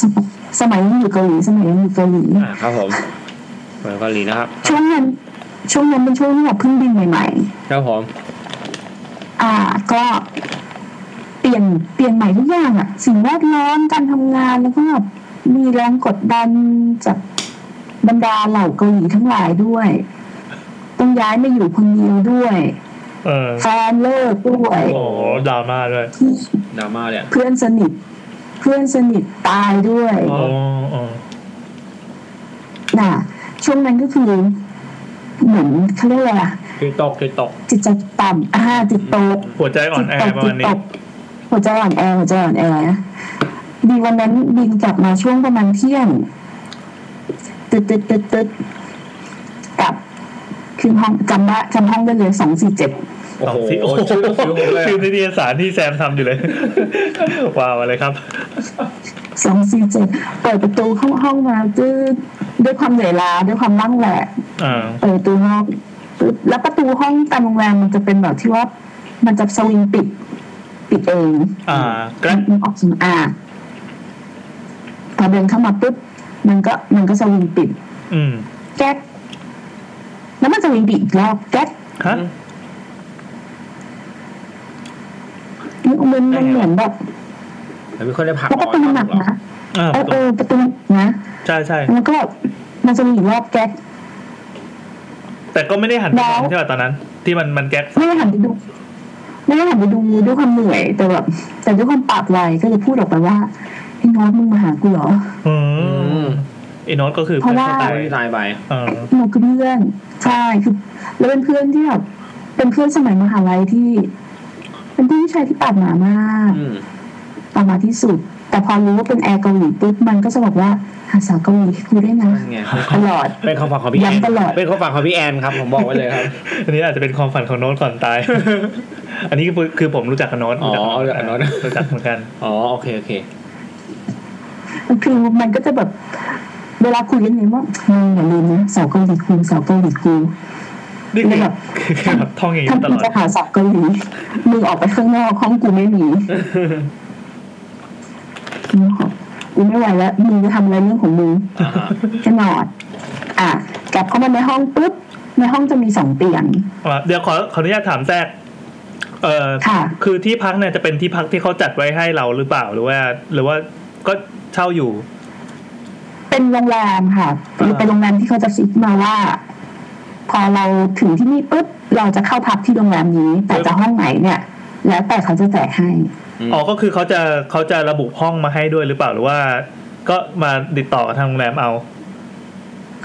Speaker 7: สมสมัยยังอยู่เกาหลีสมัยยังอยู่เกาหลี
Speaker 1: อ่ะครับผมมาเกาหลีนะครับ
Speaker 7: ช่วงนั้นช่วงนั้นเป็นช่วงที่แบบเพิ่งบินใหม่
Speaker 1: ครับผม
Speaker 7: ๆ อ่า ก็เปลี่ยนเปลี่ยนใหม่ทุกอย่างอะสิ่งแวดล้อมการทำงานแล้วก็แบบมีแรงกดดันจากบรรดาเหล่าเกาหลีทั้งหลายด้วย ต้องย้ายมาอยู่คนเดียวด้วย
Speaker 2: เออ
Speaker 7: แฟนเลิกด้วย
Speaker 2: โอ้โหดราม่าด้วย
Speaker 1: ดราม่าเลยอ่ะ
Speaker 7: เพื่อนสนิท เพื่อนสนิทตายด้วย
Speaker 2: อ๋ออ๋อ
Speaker 7: น่ะ ช่วงนั้นก็คือเหมือนเขาเรียกอะไรอะ
Speaker 1: คือตกคือตก
Speaker 7: จิตใจต่ำอ่าจิตตก
Speaker 2: หัวใจอ่อนแอประมาณนี้
Speaker 7: หัวใจอ่อนแอหัวใจอ่อนแอดีวันนั้นบินกลับมาช่วงประมาณเที่ยงตึ๊ดตึ๊ดตึ๊ดตึ๊ดกลับขึ้นห้องจำว่าจำห้องได้เลยสองสี่เจ็ด
Speaker 1: โอ้โห
Speaker 2: สิโอ้โห
Speaker 1: ชื่อชื่อผมเลย
Speaker 2: ชื่อ
Speaker 1: อะ
Speaker 2: นิตยสารที่แซมทำอยู่เลย ว้าวอะไรครับ
Speaker 7: สองสี่เจ็ดเปิดประตูห้องห้องมาด้วยด้วยความเหนื่อยล้าด้วยความร่างแหลก
Speaker 2: อ่า
Speaker 7: เปิดประตูห้องปึ๊บแล้วประตูห้องตามโรงแรมมันจะเป็นแบบที่ว่า มันจะสวิงปิด ปิดเอง
Speaker 2: อ่าแกรน
Speaker 7: มันออกสวิงอ่าพอเดินเข้ามาปุ๊บมันก็มันก็สวิงปิด
Speaker 2: อืม
Speaker 7: แก๊กแล้วมันสวิงปิดอีกรอบแก๊ก
Speaker 2: ฮะ
Speaker 7: มันมันเหมือนแบบ
Speaker 1: แล้วมีคนได้ผัก
Speaker 7: แล้วประตูหนัก
Speaker 1: เหรอ
Speaker 7: นะ
Speaker 2: อ่า
Speaker 7: เออเออประตูหนักนะ
Speaker 2: ใช่ใช่
Speaker 7: แล้วก็แบบมันสวิงอีกรอบแก๊ก
Speaker 2: แต่ก็ไม่ได้หันไป
Speaker 7: แล้ว
Speaker 2: มองใช่ป่ะตอนนั้น ที่มันมันแก๊ก
Speaker 7: ไม่ได้หันไปดู ไม่ได้หันไปดูด้วยความเหนื่อยแต่แบบแต่ด้วยความปากไวก็เลยพูดออกไปว่าพี่น้องมึงมาหากูเหรอ
Speaker 2: อื
Speaker 1: อื
Speaker 2: ม
Speaker 1: ม
Speaker 2: ไอ้โนอตก็คือ
Speaker 7: เพราะว่า
Speaker 2: พื่อน
Speaker 1: ที่
Speaker 2: สไตล์
Speaker 1: ตายไป
Speaker 2: อ่า
Speaker 7: หนูคือเพื่อนใช่คือแล้วเป็นเพื่อนที่แบบเป็นเพื่อนสมัยมหาลัยที่ เป็นเพื่อนผู้ชายที่ปากหมามาก
Speaker 1: อืม
Speaker 7: ปากหมาที่สุด แต่พอรู้ว่าเป็นแอร์เกาหลีปุ๊บมันก็จะบอกว่าหาสาวเกาหลีให้กูได้วยนะ
Speaker 1: นั่นไง
Speaker 7: ตลอด
Speaker 1: เป็นคำฝากของพี่แอน
Speaker 7: ย้ำตลอด
Speaker 1: เป็นคำฝากของพี่แอนครับผมบอกไว้เลยครับ
Speaker 2: อันนี้อาจจะเป็นความฝันของโน้ตก่อนตาย อันนี้คือคือผมรู้จักกับโน้ต
Speaker 1: อ๋อเอาจากอันนั้น
Speaker 2: รู้จักเหมือนกัน
Speaker 1: อ๋อโอเคโอเค
Speaker 7: คือมันก็จะแบบเวลาคุยกันเนี่ยว่าเอออย่าลืมนะสาวเกาหลีกูสาวเกาหลีกู
Speaker 2: นี่
Speaker 7: นี่
Speaker 2: คือ
Speaker 7: แบบ
Speaker 2: คือแค่แบบท่องอย่างนี้
Speaker 7: ถ้า
Speaker 2: ต
Speaker 7: คุ
Speaker 2: ล
Speaker 7: ณ
Speaker 2: อด
Speaker 7: จะหาสาวเกาหลีมึงออกไปข้างนอกห้องกูไม่มีกูไม่ไหวแล้วมึงจะทำอะไรเรื่องของมึง
Speaker 1: อ่าฮะ
Speaker 7: จะนอนอ่ะ กลับเข้ามาในห้องปุ๊บ ในห้องจะมีสองเตียง
Speaker 2: อ่ะเดี๋ยวขอขออนุญาตถามแทรก เอ่อ
Speaker 7: ค่ะ
Speaker 2: คือที่พักเนี่ยจะเป็นที่พักที่เขาจัดไว้ให้เราหรือเปล่าหรือว่า หรือว่าก็เช่าอยู่
Speaker 7: เป็นโรงแรมค่ะ
Speaker 2: อ่า
Speaker 7: เป็นโรงแรมที่เขาจะฟิกมาว่า พอเราถึงที่นี่ปุ๊บ เราจะเข้าพักที่โรงแรมนี้ แต่จะห้องไหนเนี่ย แล้วแต่เขาจะแจกให้
Speaker 2: อ๋อก็คือเขาจะเขาจะระบุห้องมาให้ด้วยหรือเปล่าหรือว่า ก็มาติดต่อกับทางโรงแรมเอา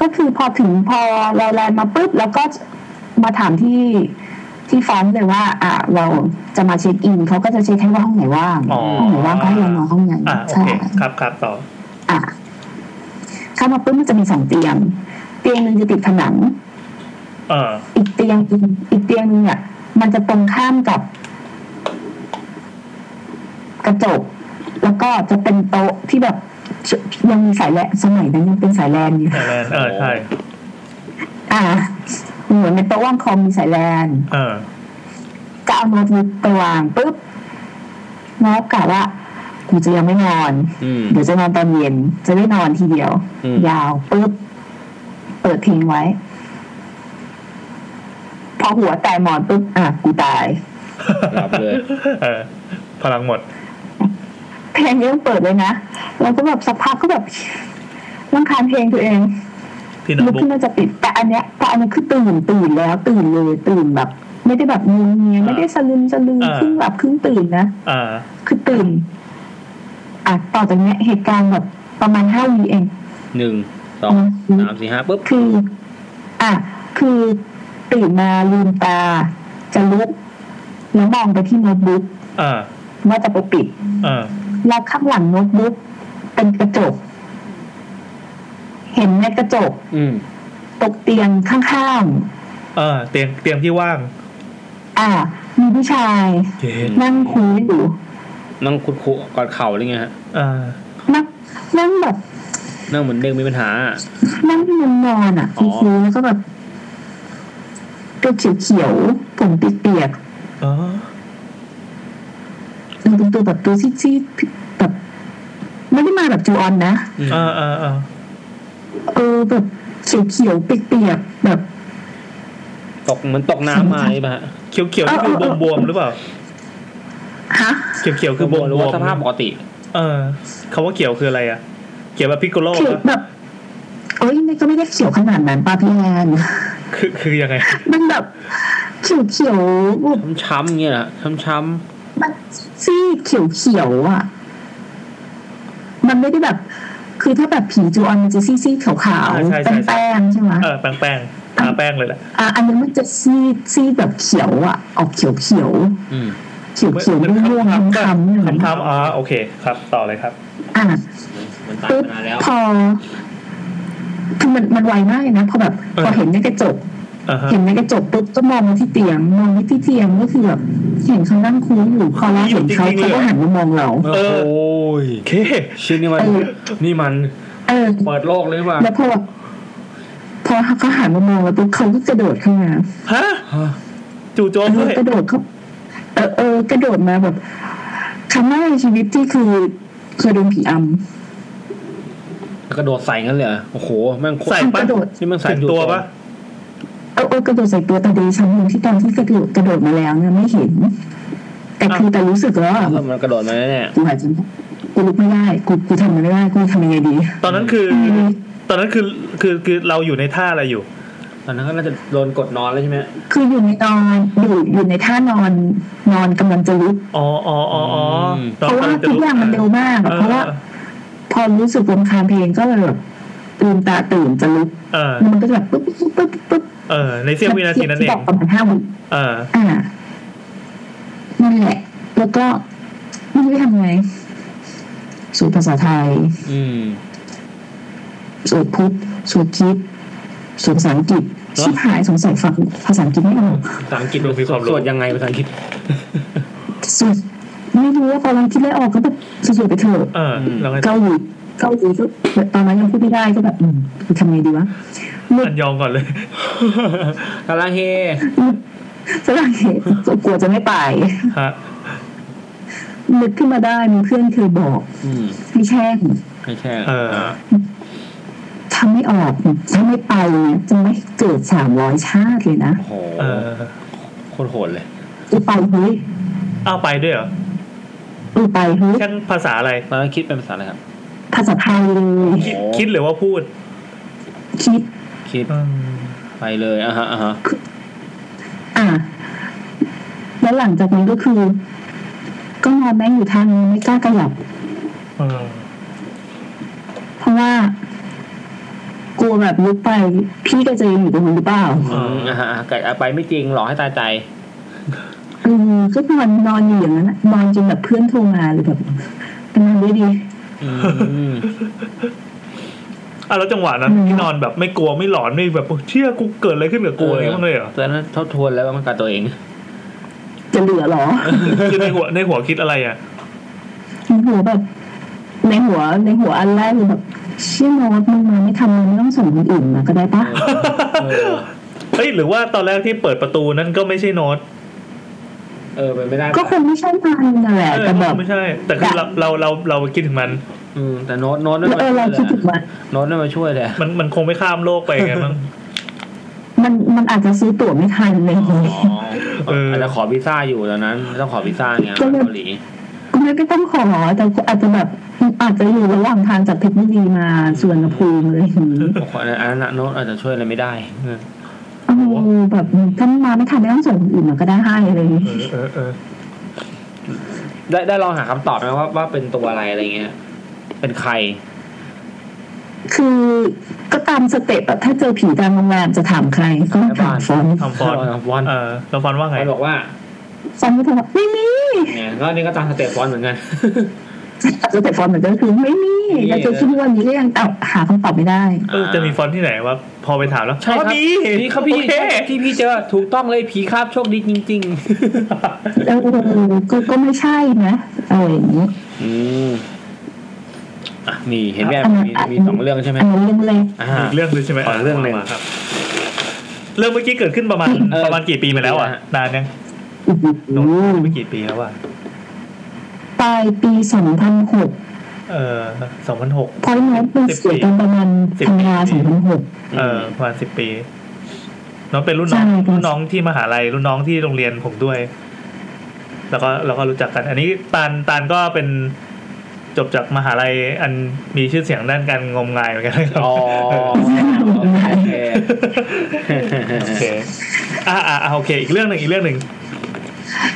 Speaker 7: ก็คือพอถึงพอเราแลนด์มาปุ๊บ แล้วก็มาถามที่ ที่ฟ้องเลยว่า อ่ะเราจะมาเช็คอินเขาก็จะเช็คให้ว่าห้องไหนว่าง
Speaker 2: อ๋อ
Speaker 7: ห้องไหนว่างก็ให้เรานอนห้องนั้น
Speaker 2: อ่าโอ
Speaker 7: ใช่
Speaker 2: เคครับครับต่อ
Speaker 7: อ่ะเข้ามาปุ๊บมันจะมีสองเตียง เตียงหนึ่งจะติดผนัง
Speaker 2: เออ
Speaker 7: อีกเตียงหนึ่งอีกเตียงหนึ่งเนี่ยมันจะตรงข้ามกับ กระจก แล้วก็จะเป็นโต๊ะที่แบบยังมีสายแลนสมัยนั้นยังเป็นสายแลนอยู่
Speaker 2: ไทยแลนด์เออใช่
Speaker 7: อ่า เหมือนในโต๊ะว่างคอมมีสายแลน
Speaker 2: เออ
Speaker 7: ก็เอาโน้ตบุ๊กไปวางปุ๊บน้องกะว่ากูจะยังไม่นอน
Speaker 5: อืม
Speaker 7: เดี๋ยวจะนอนตอนเย็น จะได้นอนทีเดียว
Speaker 5: อืม
Speaker 7: ยาวปุ๊บเปิดทิ้งไว้ พอหัวแตะหมอนปุ๊บอ่ะกูตาย
Speaker 5: หลับเลย
Speaker 2: เออพลังหมด
Speaker 7: เพลงนี้ต้องเปิดเลยนะ แล้วก็แบบสักพักก็แบบรังคาญเพลงตัวเอง
Speaker 2: พี่โน้อง
Speaker 7: ลุก
Speaker 2: บุ๊ก
Speaker 7: ขึ้นมาจะปิด แต่อันเนี้ยแต่อันนี้คือตื่นตื่นแล้วตื่นเลยตื่นแบบ ไม่ได้แบบงวงเงียไม่ได้สลืมสลือครึ่งหลับครึ่งตื่นนะ
Speaker 2: อ่า
Speaker 7: คือตื่น อ่ะต่อจากเนี้ยเหตุการณ์แบบประมาณห้าวิเอง
Speaker 5: หนึ่งสองสามสี่ห้าปุ๊บ
Speaker 7: คือ อ่ะ คือตื่นมาลืมตา จะลุกแล้วมองไปที่โน้ตบุ๊ก
Speaker 2: อ่า
Speaker 7: ว่าจะไปปิด
Speaker 2: อ่า
Speaker 7: แล้วข้างหลังโน้ตบุ๊กเป็นกระจก เห็นในกระจก
Speaker 5: อืม
Speaker 7: ตกเตียงข้าง
Speaker 2: เออเตียงเตียงที่ว่าง
Speaker 7: ๆ อ่า มีผู้ชาย
Speaker 2: เย็น
Speaker 7: นั่งคุยอยู่
Speaker 5: นั่งคุดคุกอดเข่าอะไรเงี้ยฮะ
Speaker 2: อ่า
Speaker 7: นั่งนั่งแบบ
Speaker 5: นั่งเหมือนเด็กมีปัญหาอะ
Speaker 7: นั่งนอนนอนๆอ่ะ
Speaker 5: อ๋อ
Speaker 7: คุยๆแล้วก็แบบตัวเขียวๆผมเปียก
Speaker 2: อ๋อ
Speaker 7: ๆดูเป็นตัวแบบตัวซีดๆแบบไม่ได้มาแบบจูออนนะ
Speaker 2: อ่าอ่าอ่า
Speaker 7: เออแบบเขียวๆเปียกๆแบบ
Speaker 5: ตกเหมือนตกน้ำมาใช่ปะฮะ
Speaker 2: เขียวเขียวๆนี่คือบวมๆหรือเปล่า
Speaker 7: ฮะ
Speaker 2: เขียวเขียวๆ
Speaker 5: คื
Speaker 2: คืออบ บอก วม
Speaker 5: รู้ว่าสภาพปกติ
Speaker 2: เออคำว่าเขียวคืออะไรอ่ะ เขียวแบบพิกโกโล
Speaker 7: เขียวแบบเอ้ยมันก็ไม่ได้เขียวขนาดนั้นป้าพี่แอน
Speaker 2: คือคือยังไง
Speaker 7: มันแบบเขียวเขียวๆแบบ
Speaker 5: ช้ำๆเงี้ยนะช้ำ
Speaker 7: มันซีดเขียวเขียวๆอ่ะ มันไม่ได้แบบ คือถ้าแบบผีจูออนมันจะซีซีขาวขาว
Speaker 2: ใช่ใช่
Speaker 7: แป้ง
Speaker 2: ใช่
Speaker 7: แป้งๆใช่ไหม
Speaker 2: เออแป้งแป้งๆทาแป้งเลยแหละ
Speaker 7: อ่ะอันนี้นมันจะซีดซีดแบบเขียวอ่ะ ออกเขียวเขียว
Speaker 5: ๆอืม
Speaker 7: เขียวเขียวๆม่วงๆคำๆอย่างนั้น
Speaker 2: คำถามอ่าโอเคครับ ต่อเลยครับ
Speaker 7: อ่ะ
Speaker 3: มันตาย
Speaker 7: ปุ๊บ
Speaker 3: มานานแล้ว
Speaker 7: พอคือมันมันไวมากเลยนะ พอแบบ
Speaker 2: เออ
Speaker 7: พอเห็นในกระจก
Speaker 2: อ่าฮะ
Speaker 7: เห็นในกระจกปุ๊บก็มองมาที่เตียง มองไปที่เตียงก็คือแบบเห็นเขานั่งคุยอยู่พอเราเห็นเขาเขาก็หันมามองเรา
Speaker 5: โอ้ย
Speaker 2: โอเค
Speaker 5: ชิ้นนี่มัน
Speaker 7: เออ
Speaker 5: นี่มัน
Speaker 7: เออ
Speaker 5: เปิดโลกเลยว่ะ
Speaker 7: แล้วพอพอเขาหันมามองเราปุ๊บเขาก็กระโดดเข้ามา
Speaker 2: ฮะ
Speaker 5: ฮะ
Speaker 2: จู่โจม
Speaker 7: เอ
Speaker 2: ด้
Speaker 7: อ
Speaker 2: วย
Speaker 7: กระโดดเขาเออเออกระโดดมาแบบครั้งแรกในชีวิตที่คือเคยโดนผีอ
Speaker 5: กระโดดใส่งั้นเลยเหรอโอ้โหแม่งโคตร
Speaker 2: ใส่
Speaker 7: ำ
Speaker 2: ปะ
Speaker 7: กระโดด
Speaker 5: นี่แม่งใส่
Speaker 2: ถึง
Speaker 5: อยู่
Speaker 2: ตัวปะ
Speaker 7: เออเออกระโดดใส่ตัวแต่ดีฉันอยู่ที่ตอนที่กระโดดกระโดดมาแล้วเนี่ยไม่เห็น แต่คือแต่รู้สึกแล้ว
Speaker 5: เอ
Speaker 7: อะ
Speaker 5: อมันกระโดดมาแน่
Speaker 7: กูหายใจไม่กูลุกไม่ได้กูกูทำมันไม่ได้กูทำยังไงดี
Speaker 2: ตอนนั้นคือ ตอนนั้นคือคือคือเราอยู่ในท่าอะไรอยู่
Speaker 5: ๆตอนนั้นก็น่าจะโดนกดนอนแล้วใช่ไหม
Speaker 7: คืออยู่ในนอนอยู่อยู่ในท่านอนนอนกำลังจะลุก
Speaker 2: อ๋ออ๋ออ๋ออ๋อ
Speaker 7: เพราะว่าทุกอย่างมันเร็วมากอะเพราะว่า พอรู้สึกรำคาญเพลงก็เลยแบบตื่นตาตื่นจะลุก
Speaker 2: เออ
Speaker 7: แล้วมันก็จะแบบปุ๊บปุ๊บปุ๊บปุ๊บ
Speaker 2: เออ ในเสี้ยววินาทีนั้นเอ
Speaker 7: ที่บ
Speaker 2: ง
Speaker 7: อกประมาณห้าวิ
Speaker 2: เออ
Speaker 7: อ่านั่นแหละ แล้วก็ไม่รู้จะทำไงสวดภาษาไทย
Speaker 5: อืม
Speaker 7: สวดพุทธสวดคริดสวดภาษาอังกฤษ
Speaker 5: แล้ว
Speaker 7: ชิบหายสงสัยฟังภาษาอังกฤษไม่ออก
Speaker 5: ภาษาอังกฤษมันสวดยังไงภาษาอังกฤษ
Speaker 7: สวดไม่รู้ว่าตอนนั้นคิดไม่ออกก็แบบสวดไปเถอะ
Speaker 2: เออแล้วไง
Speaker 7: เกาหลีเกาหลีก็แบบตอนนั้นยังพูดไม่ได้ก็แบบอืมทำไงดีวะหลุด
Speaker 2: อันยองก่อนเลย
Speaker 5: กาลาเฮ
Speaker 7: ฝรั่งเศสกลัวจะไม่ไป
Speaker 2: ฮะ
Speaker 7: นึกขึ้นมาได้มีเพื่อนเคยบอก
Speaker 5: อืม
Speaker 7: ให้แช่ง
Speaker 5: ไม่ใช่
Speaker 2: เออ
Speaker 7: ถ้าไม่ออกถ้าไม่ไปเนี่ยจะไม่เกิดสามร้อยชาติเลยนะ
Speaker 5: โอ้โห
Speaker 2: เออ
Speaker 5: โคตรโหดเลย
Speaker 7: อือไปเฮ้ย
Speaker 2: อ้าวไปด้วยเหรอ
Speaker 7: อือไปเฮ้ย
Speaker 2: แช่งภาษาอะไร
Speaker 5: ตอนนั้นคิดเป็นภาษาอะไรครับ
Speaker 7: ภาษาไทยเลย
Speaker 2: คิด
Speaker 5: โอ้
Speaker 2: คิดหรือว่าพูด
Speaker 7: คิด
Speaker 5: คิดไปเลยอ่ะฮะอ่ะฮะ
Speaker 7: อ่ะแล้วหลังจากนั้นก็คือ ก็นอนแม่งอยู่ทางนี้ไม่กล้าขยับ
Speaker 2: เออ
Speaker 7: เพราะว่า กลัวแบบลุกไป พี่ก็จะยังอยู่ตรงนี้นหรือเปล่า
Speaker 5: อืมอ่ะฮะอ่ะเกิดเอาไปไม่จริงหลอกให้ตายใจ
Speaker 7: เออก็นอนนอนอยู่อย่างนั้นน่ะนอนจนแบบเพื่อนโทรมาหรือแบบเป็นนอนได้ดี
Speaker 2: อ่ะแล้วจังหวะนั้นที่นอนแบบไม่กลัวไม่หลอนไม่แบบเชื่อกูเกิดอะไรขึ้นกับกูอะไรบ้างเลยเหรอ
Speaker 1: ตอนนั้นทบทวนแล้วว่ามันกัดตัวเอง
Speaker 7: จะเหลือเหรอ
Speaker 2: คือในหัวในหัวคิดอะไรอ่ะ
Speaker 7: ในหัวแบบ ในหัวในหัวอันแรกคือแบบเชี่ยโนตมึงมาไม่ทำมึงไม่ต้องส่งคนอื่นมาก็ได้ปะ
Speaker 2: เอ้ยหรือว่าตอนแรกที่เปิดประตูนั่นก็ไม่ใช่โน้ต
Speaker 1: เออเป็นไม่ได้
Speaker 7: ก็คงไม่ใช่มันนั่นแหละ
Speaker 2: เออ
Speaker 7: แต่แบบ
Speaker 2: ไม่ใช่ แต่คือเราเราเราเราคิดถึงมัน
Speaker 1: อืมแต่โน้ตโน้ตนั่นมา
Speaker 7: เอ
Speaker 1: ช่วเล
Speaker 7: อยเราคิด
Speaker 1: ย
Speaker 7: ถึงมัน
Speaker 1: โน้ตนั่นมาช่วยเลย
Speaker 2: มันมันคงไม่ข้ามโลกไปไงมั้ง
Speaker 7: มันมันอาจจะซื้อตั๋วไม่ทันอะไรอย่างเลย
Speaker 2: เอออ
Speaker 1: อาจจะขอวีซ่าอยู่ตอนนั้นต้องขอวีซ่าไง
Speaker 7: ก็เลย
Speaker 1: เกาหลี
Speaker 7: ก็ไม่ต้องขอแต่ก็อาจจะแบบอาจจะอยู่ระหว่างทางจากเพชรบุรีมาสวนภูมิอะไรอย่างนี้
Speaker 1: โอ้โหอันนั้นอันนั้นโน้ตอาจจะช่วยอะไรไม่ได้เออ
Speaker 7: เออแบบถ้ามาไม่ทันไม่ต้องส่งคนอื่นมาก็ได้ให้อะไรอย่างนี้
Speaker 2: เออเออเออ
Speaker 1: ได้ได้ลองหาคำตอบไหมว่าว่าเป็นตัวอะไรอะไรเงี้ย เป็นใคร
Speaker 7: คือก็ตามสเต็ปแบบถ้าเจอผีตามโรงแรมจะถามใครก็ถามฟอนต์
Speaker 2: ทำฟอนต์
Speaker 1: ทำฟอนต์
Speaker 2: เออแล้วฟอนต์ว่าไง
Speaker 1: มันบอกว่า
Speaker 7: ฟอนต์ก็จะบอกไม่มี
Speaker 1: เนี่ยก็นี่ก็ตามสเตปฟอนต์เหมือนกัน
Speaker 7: สเตปฟอนต์เหมือนก็คือไม่มี
Speaker 1: ไม่มี
Speaker 7: เราจะคิดว่าวันนี้ก็ยังเอาหาคำตอบไม่ได้
Speaker 2: เออจะมีฟอนต์ที่ไหนวะพอไปถามแล้ว
Speaker 1: ใช่ค
Speaker 2: อ๋
Speaker 1: รั
Speaker 2: อบ มี
Speaker 1: นี่ครับพี่
Speaker 2: โอเค
Speaker 1: ที่พี่เจอถูกต้องเลยผีคาบโชคดีจริง
Speaker 7: เออก็ก็ไม่ใช่นะอะไรอย่างนี้
Speaker 1: ๆ อืมอ่ะมีเห็นแบบมีมีสองเรื่องใช่ไหม
Speaker 7: อันนี้เรื่องแรก
Speaker 1: อ่า
Speaker 2: อีกเรื่องหนึงใช่ไหม
Speaker 1: ขอเรื่องหนึ่ง
Speaker 2: มาครับ เรื่องเมื่อกี้เกิดขึ้นประมาณ
Speaker 1: เออ
Speaker 2: ประมาณกี่ปีมาแล้วอ่ะ นานยัง
Speaker 7: อื้อหื
Speaker 2: โน้ต
Speaker 7: อ
Speaker 2: ไม่กี่ปีแล้วอ่ะ
Speaker 7: ปลายปีสองพันหก
Speaker 2: เออสองพันหก
Speaker 7: พอยน้อยเป็นเสียตอนประมาณ
Speaker 2: สิบ
Speaker 7: ธันวา
Speaker 2: ปี
Speaker 7: สองพันหก
Speaker 2: เออประมาณสิบปีน้องเป็นรุ่นน้อง
Speaker 7: ใช่ครับ
Speaker 2: รุ่นน้องที่มหาลัยรุ่นน้องที่โรงเรียนผมด้วย แล้วก็เราก็รู้จักกัน อันนี้ตาลตาลก็เป็นจบจากมหาลัยอันมีชื่อเสียงด้านการงมงายเหมือนกันนะครับ
Speaker 1: อ๋อโอเค
Speaker 2: โอเคอ่าอ่าโอเค อีกเรื่องหนึ่งอีกเรื่องหนึ่ง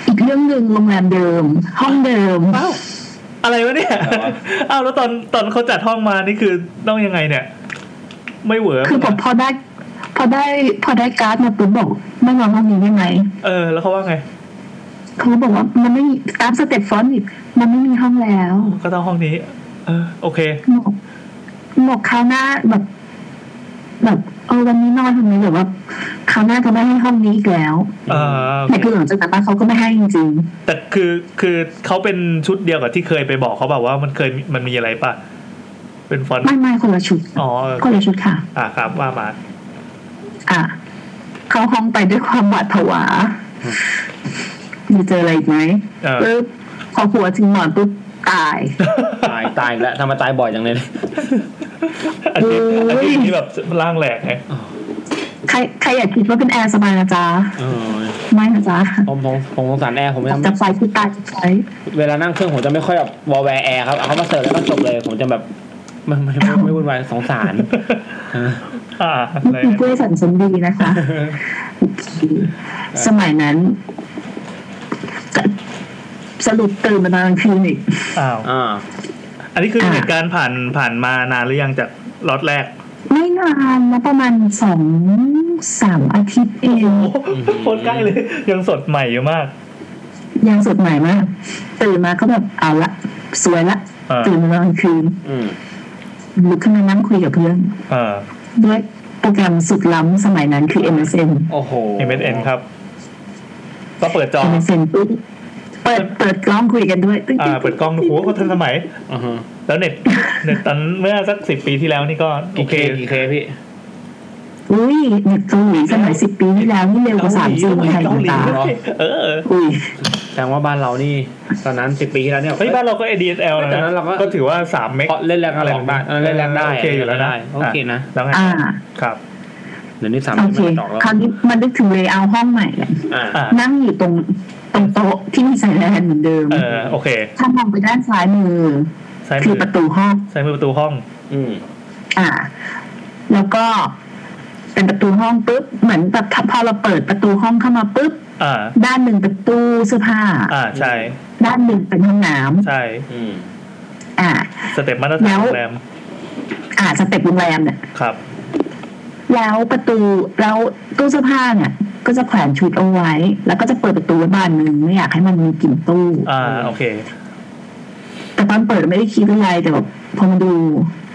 Speaker 7: อีกเรื่องหนึ่งโรงแรมเดิม ห้องเดิม
Speaker 2: อ้าวอะไรวะเนี่ยอ้าวแล้วตอนตอนเขาจัดห้องมานี่คือต้องยังไงเนี่ย ไม่เหวอ
Speaker 7: คือผมพอได้ พอได้พอได้การ์ดมาปุ๊บบอกไม่นอนห้องนี้ได้ไหม
Speaker 2: เออ แล้วเขาว่าไง
Speaker 7: เขาบอกว่ามันไม่มีตามสเต็ปฟอนต์อีกมันไม่มีห้องแล้ว
Speaker 2: ก็ต้องห้องนี้ เออ โอเค
Speaker 7: บอกบอกคราวหน้าแบบ แบบเออวันนี้นอนห้องนี้แบบว่าคราวหน้าจะไม่ให้ห้องนี้อีกแล้ว
Speaker 2: เออ
Speaker 7: แต่คือหลังจากนั้นมาเขาก็ไม่ให้จริง ๆ
Speaker 2: แต่คือคือเขาเป็นชุดเดียวกับที่เคยไปบอกเขาแบบว่ามันเคยมันมีอะไรป่ะ เป็นฟอนต์
Speaker 7: ไม่ไม่คนละชุด
Speaker 2: อ๋อเออ
Speaker 7: คนละชุดค่ะ
Speaker 2: อ่ะครับว่ามา
Speaker 7: อ่ะ เข้าห้องไปด้วยความหวาดผวามีเจออะไรอีกไหม
Speaker 2: เออ
Speaker 7: ปึ๊บพอหัวถึงหมอนปุ๊บตาย
Speaker 1: ตายตายอีกแล้วทำไมาตายบ่อยจังเลยเนี่ย
Speaker 2: อาทิตย์
Speaker 7: โอ้ย
Speaker 2: อาทิตย์นี้แบบร่างแหลกไง
Speaker 7: ใครใครอยากคิดว่าเป็นแอร์สบายนะจ๊ะ
Speaker 1: เออ
Speaker 7: ไม่นะจ๊ะ
Speaker 1: ผมผมผมสงสารแอร์ผมไม่ทำ
Speaker 7: จับไฟคือตายจับไฟ
Speaker 1: เวลานั่งเครื่องผมจะไม่ค่อยแบบวอลแวร์แอร์ครับเอาเขามาเสิร์ฟแล้วก็จบเลย ผมจะแบบไม่ไม่ไม่ไม่วุ่นวายสงส ารเออ
Speaker 2: อ่าอะ
Speaker 7: นี่
Speaker 2: ไร
Speaker 7: คือผู้โดยสารชั้นดีนะคะโอเคสมัยนั้นก็สรุปตื่นมานอนกลางคืนอีก
Speaker 2: อ้าว
Speaker 1: อ่า
Speaker 2: อันนี้คือ
Speaker 7: ค่ะ
Speaker 2: เหตุการณ์ผ่านผ่านมานานหรือยังจากล็อตแรก
Speaker 7: ไม่นานนะประมาณสองสามอาทิตย์เอง
Speaker 2: โคตรใกล้เลย ยังสดใหม่อยู่มาก
Speaker 7: ยังสดใหม่มากตื่นมาก็แบบเอาละ สวยละ
Speaker 2: อ่า
Speaker 7: ตื่นมานอนคืน
Speaker 1: อืม
Speaker 7: ลุกขึ้นมานั่งคุยกับเพื่อน
Speaker 2: เออ
Speaker 7: ด้วยโปรแกรมสุดล้ำสมัยนั้นคือ MSN
Speaker 1: โอ้โห
Speaker 2: เอ็มเอ็นครับ ก็เปิดจอ
Speaker 7: MSN ปุ๊บเปิดเปิดกล้องคุยกันด้วยตึ๊ง
Speaker 2: อ่า เปิดกล้องโอ้โหเขาทันสมัย
Speaker 1: อ่าฮะ
Speaker 2: แล้วเน็ตเน็ตตอนเมื่อสักสิบปีที่แล้วนี่ก็โอ
Speaker 1: กี่เค
Speaker 2: เค
Speaker 1: กี่เคพี่
Speaker 7: อุ้ยเน็ตเกาหลีสมัยสิบปีที่แล้วนี่เร็วกว่าสามสิบไทย
Speaker 2: เกาหลี
Speaker 7: ตา
Speaker 1: เหรอ
Speaker 2: เออ
Speaker 7: อุ้ย
Speaker 1: แสดงว่าบ้านเรานี่ตอนนั้นสิบปีที่แล้วเนี่ย
Speaker 2: เฮ้ยบ้านเราก็ ADSL
Speaker 1: แต่
Speaker 2: นะ
Speaker 1: นั้นเราก็
Speaker 2: ก็ถือว่าสามเมก
Speaker 1: เพราะเล่นแรงอะไรของบ้านเออเล่นแรงได้
Speaker 2: โอเคอยู่แล้วนะ
Speaker 1: โอเคนะ
Speaker 2: แล้วไง
Speaker 7: อ่า
Speaker 2: ครับ
Speaker 1: เดี๋ยวนี้สาม
Speaker 7: โอ
Speaker 1: สิบ
Speaker 7: เค
Speaker 1: มันดอกแล้ว
Speaker 7: คราวนี้มันนึกถึงเลยเอาห้องใหม่แหละ
Speaker 1: อ่า
Speaker 2: อ่า
Speaker 7: นั่งอยู่ตรงตรงโต๊ะที่มีสายแลนเหมือนเดิม
Speaker 2: เออโอเค
Speaker 7: ถ้ามองไปด้านซ้ายมือ
Speaker 2: ซ้าย
Speaker 7: คื
Speaker 2: มื
Speaker 7: อ
Speaker 2: อ
Speaker 7: ประตูห้อง
Speaker 2: ซ้ายมือประตูห้อง
Speaker 1: อืม
Speaker 7: อ่า แล้วก็เป็นประตูห้องปุ๊บเหมือนแบบถ้าพอเราเปิดประตูห้องเข้ามาปุ๊บ
Speaker 2: อ่า
Speaker 7: ด้านหนึ่งเป็นตู้เสื้อผ้า
Speaker 2: อ่าใช่
Speaker 7: ด้านหนึ่งเป็นห้องน้ำ
Speaker 2: ใช่
Speaker 1: อืม
Speaker 7: อ่า
Speaker 2: สเต็ปมาตรฐาน
Speaker 7: แล้ว
Speaker 2: โรงแรม
Speaker 7: อ่าสเต็ปโรงแรมเนี่ย
Speaker 2: ครับ
Speaker 7: แล้วประตูแล้วตู้เสื้อผ้าเนี่ย ก็จะแขวนชุดเอาไว้ แล้วก็จะเปิดประตูไว้บานหนึ่งไม่อยากให้มันมีกลิ่นตู้
Speaker 2: อ่าโอเค
Speaker 7: แต่ตอนเปิดไม่ได้คิดอะไรแต่แบบพอมาดู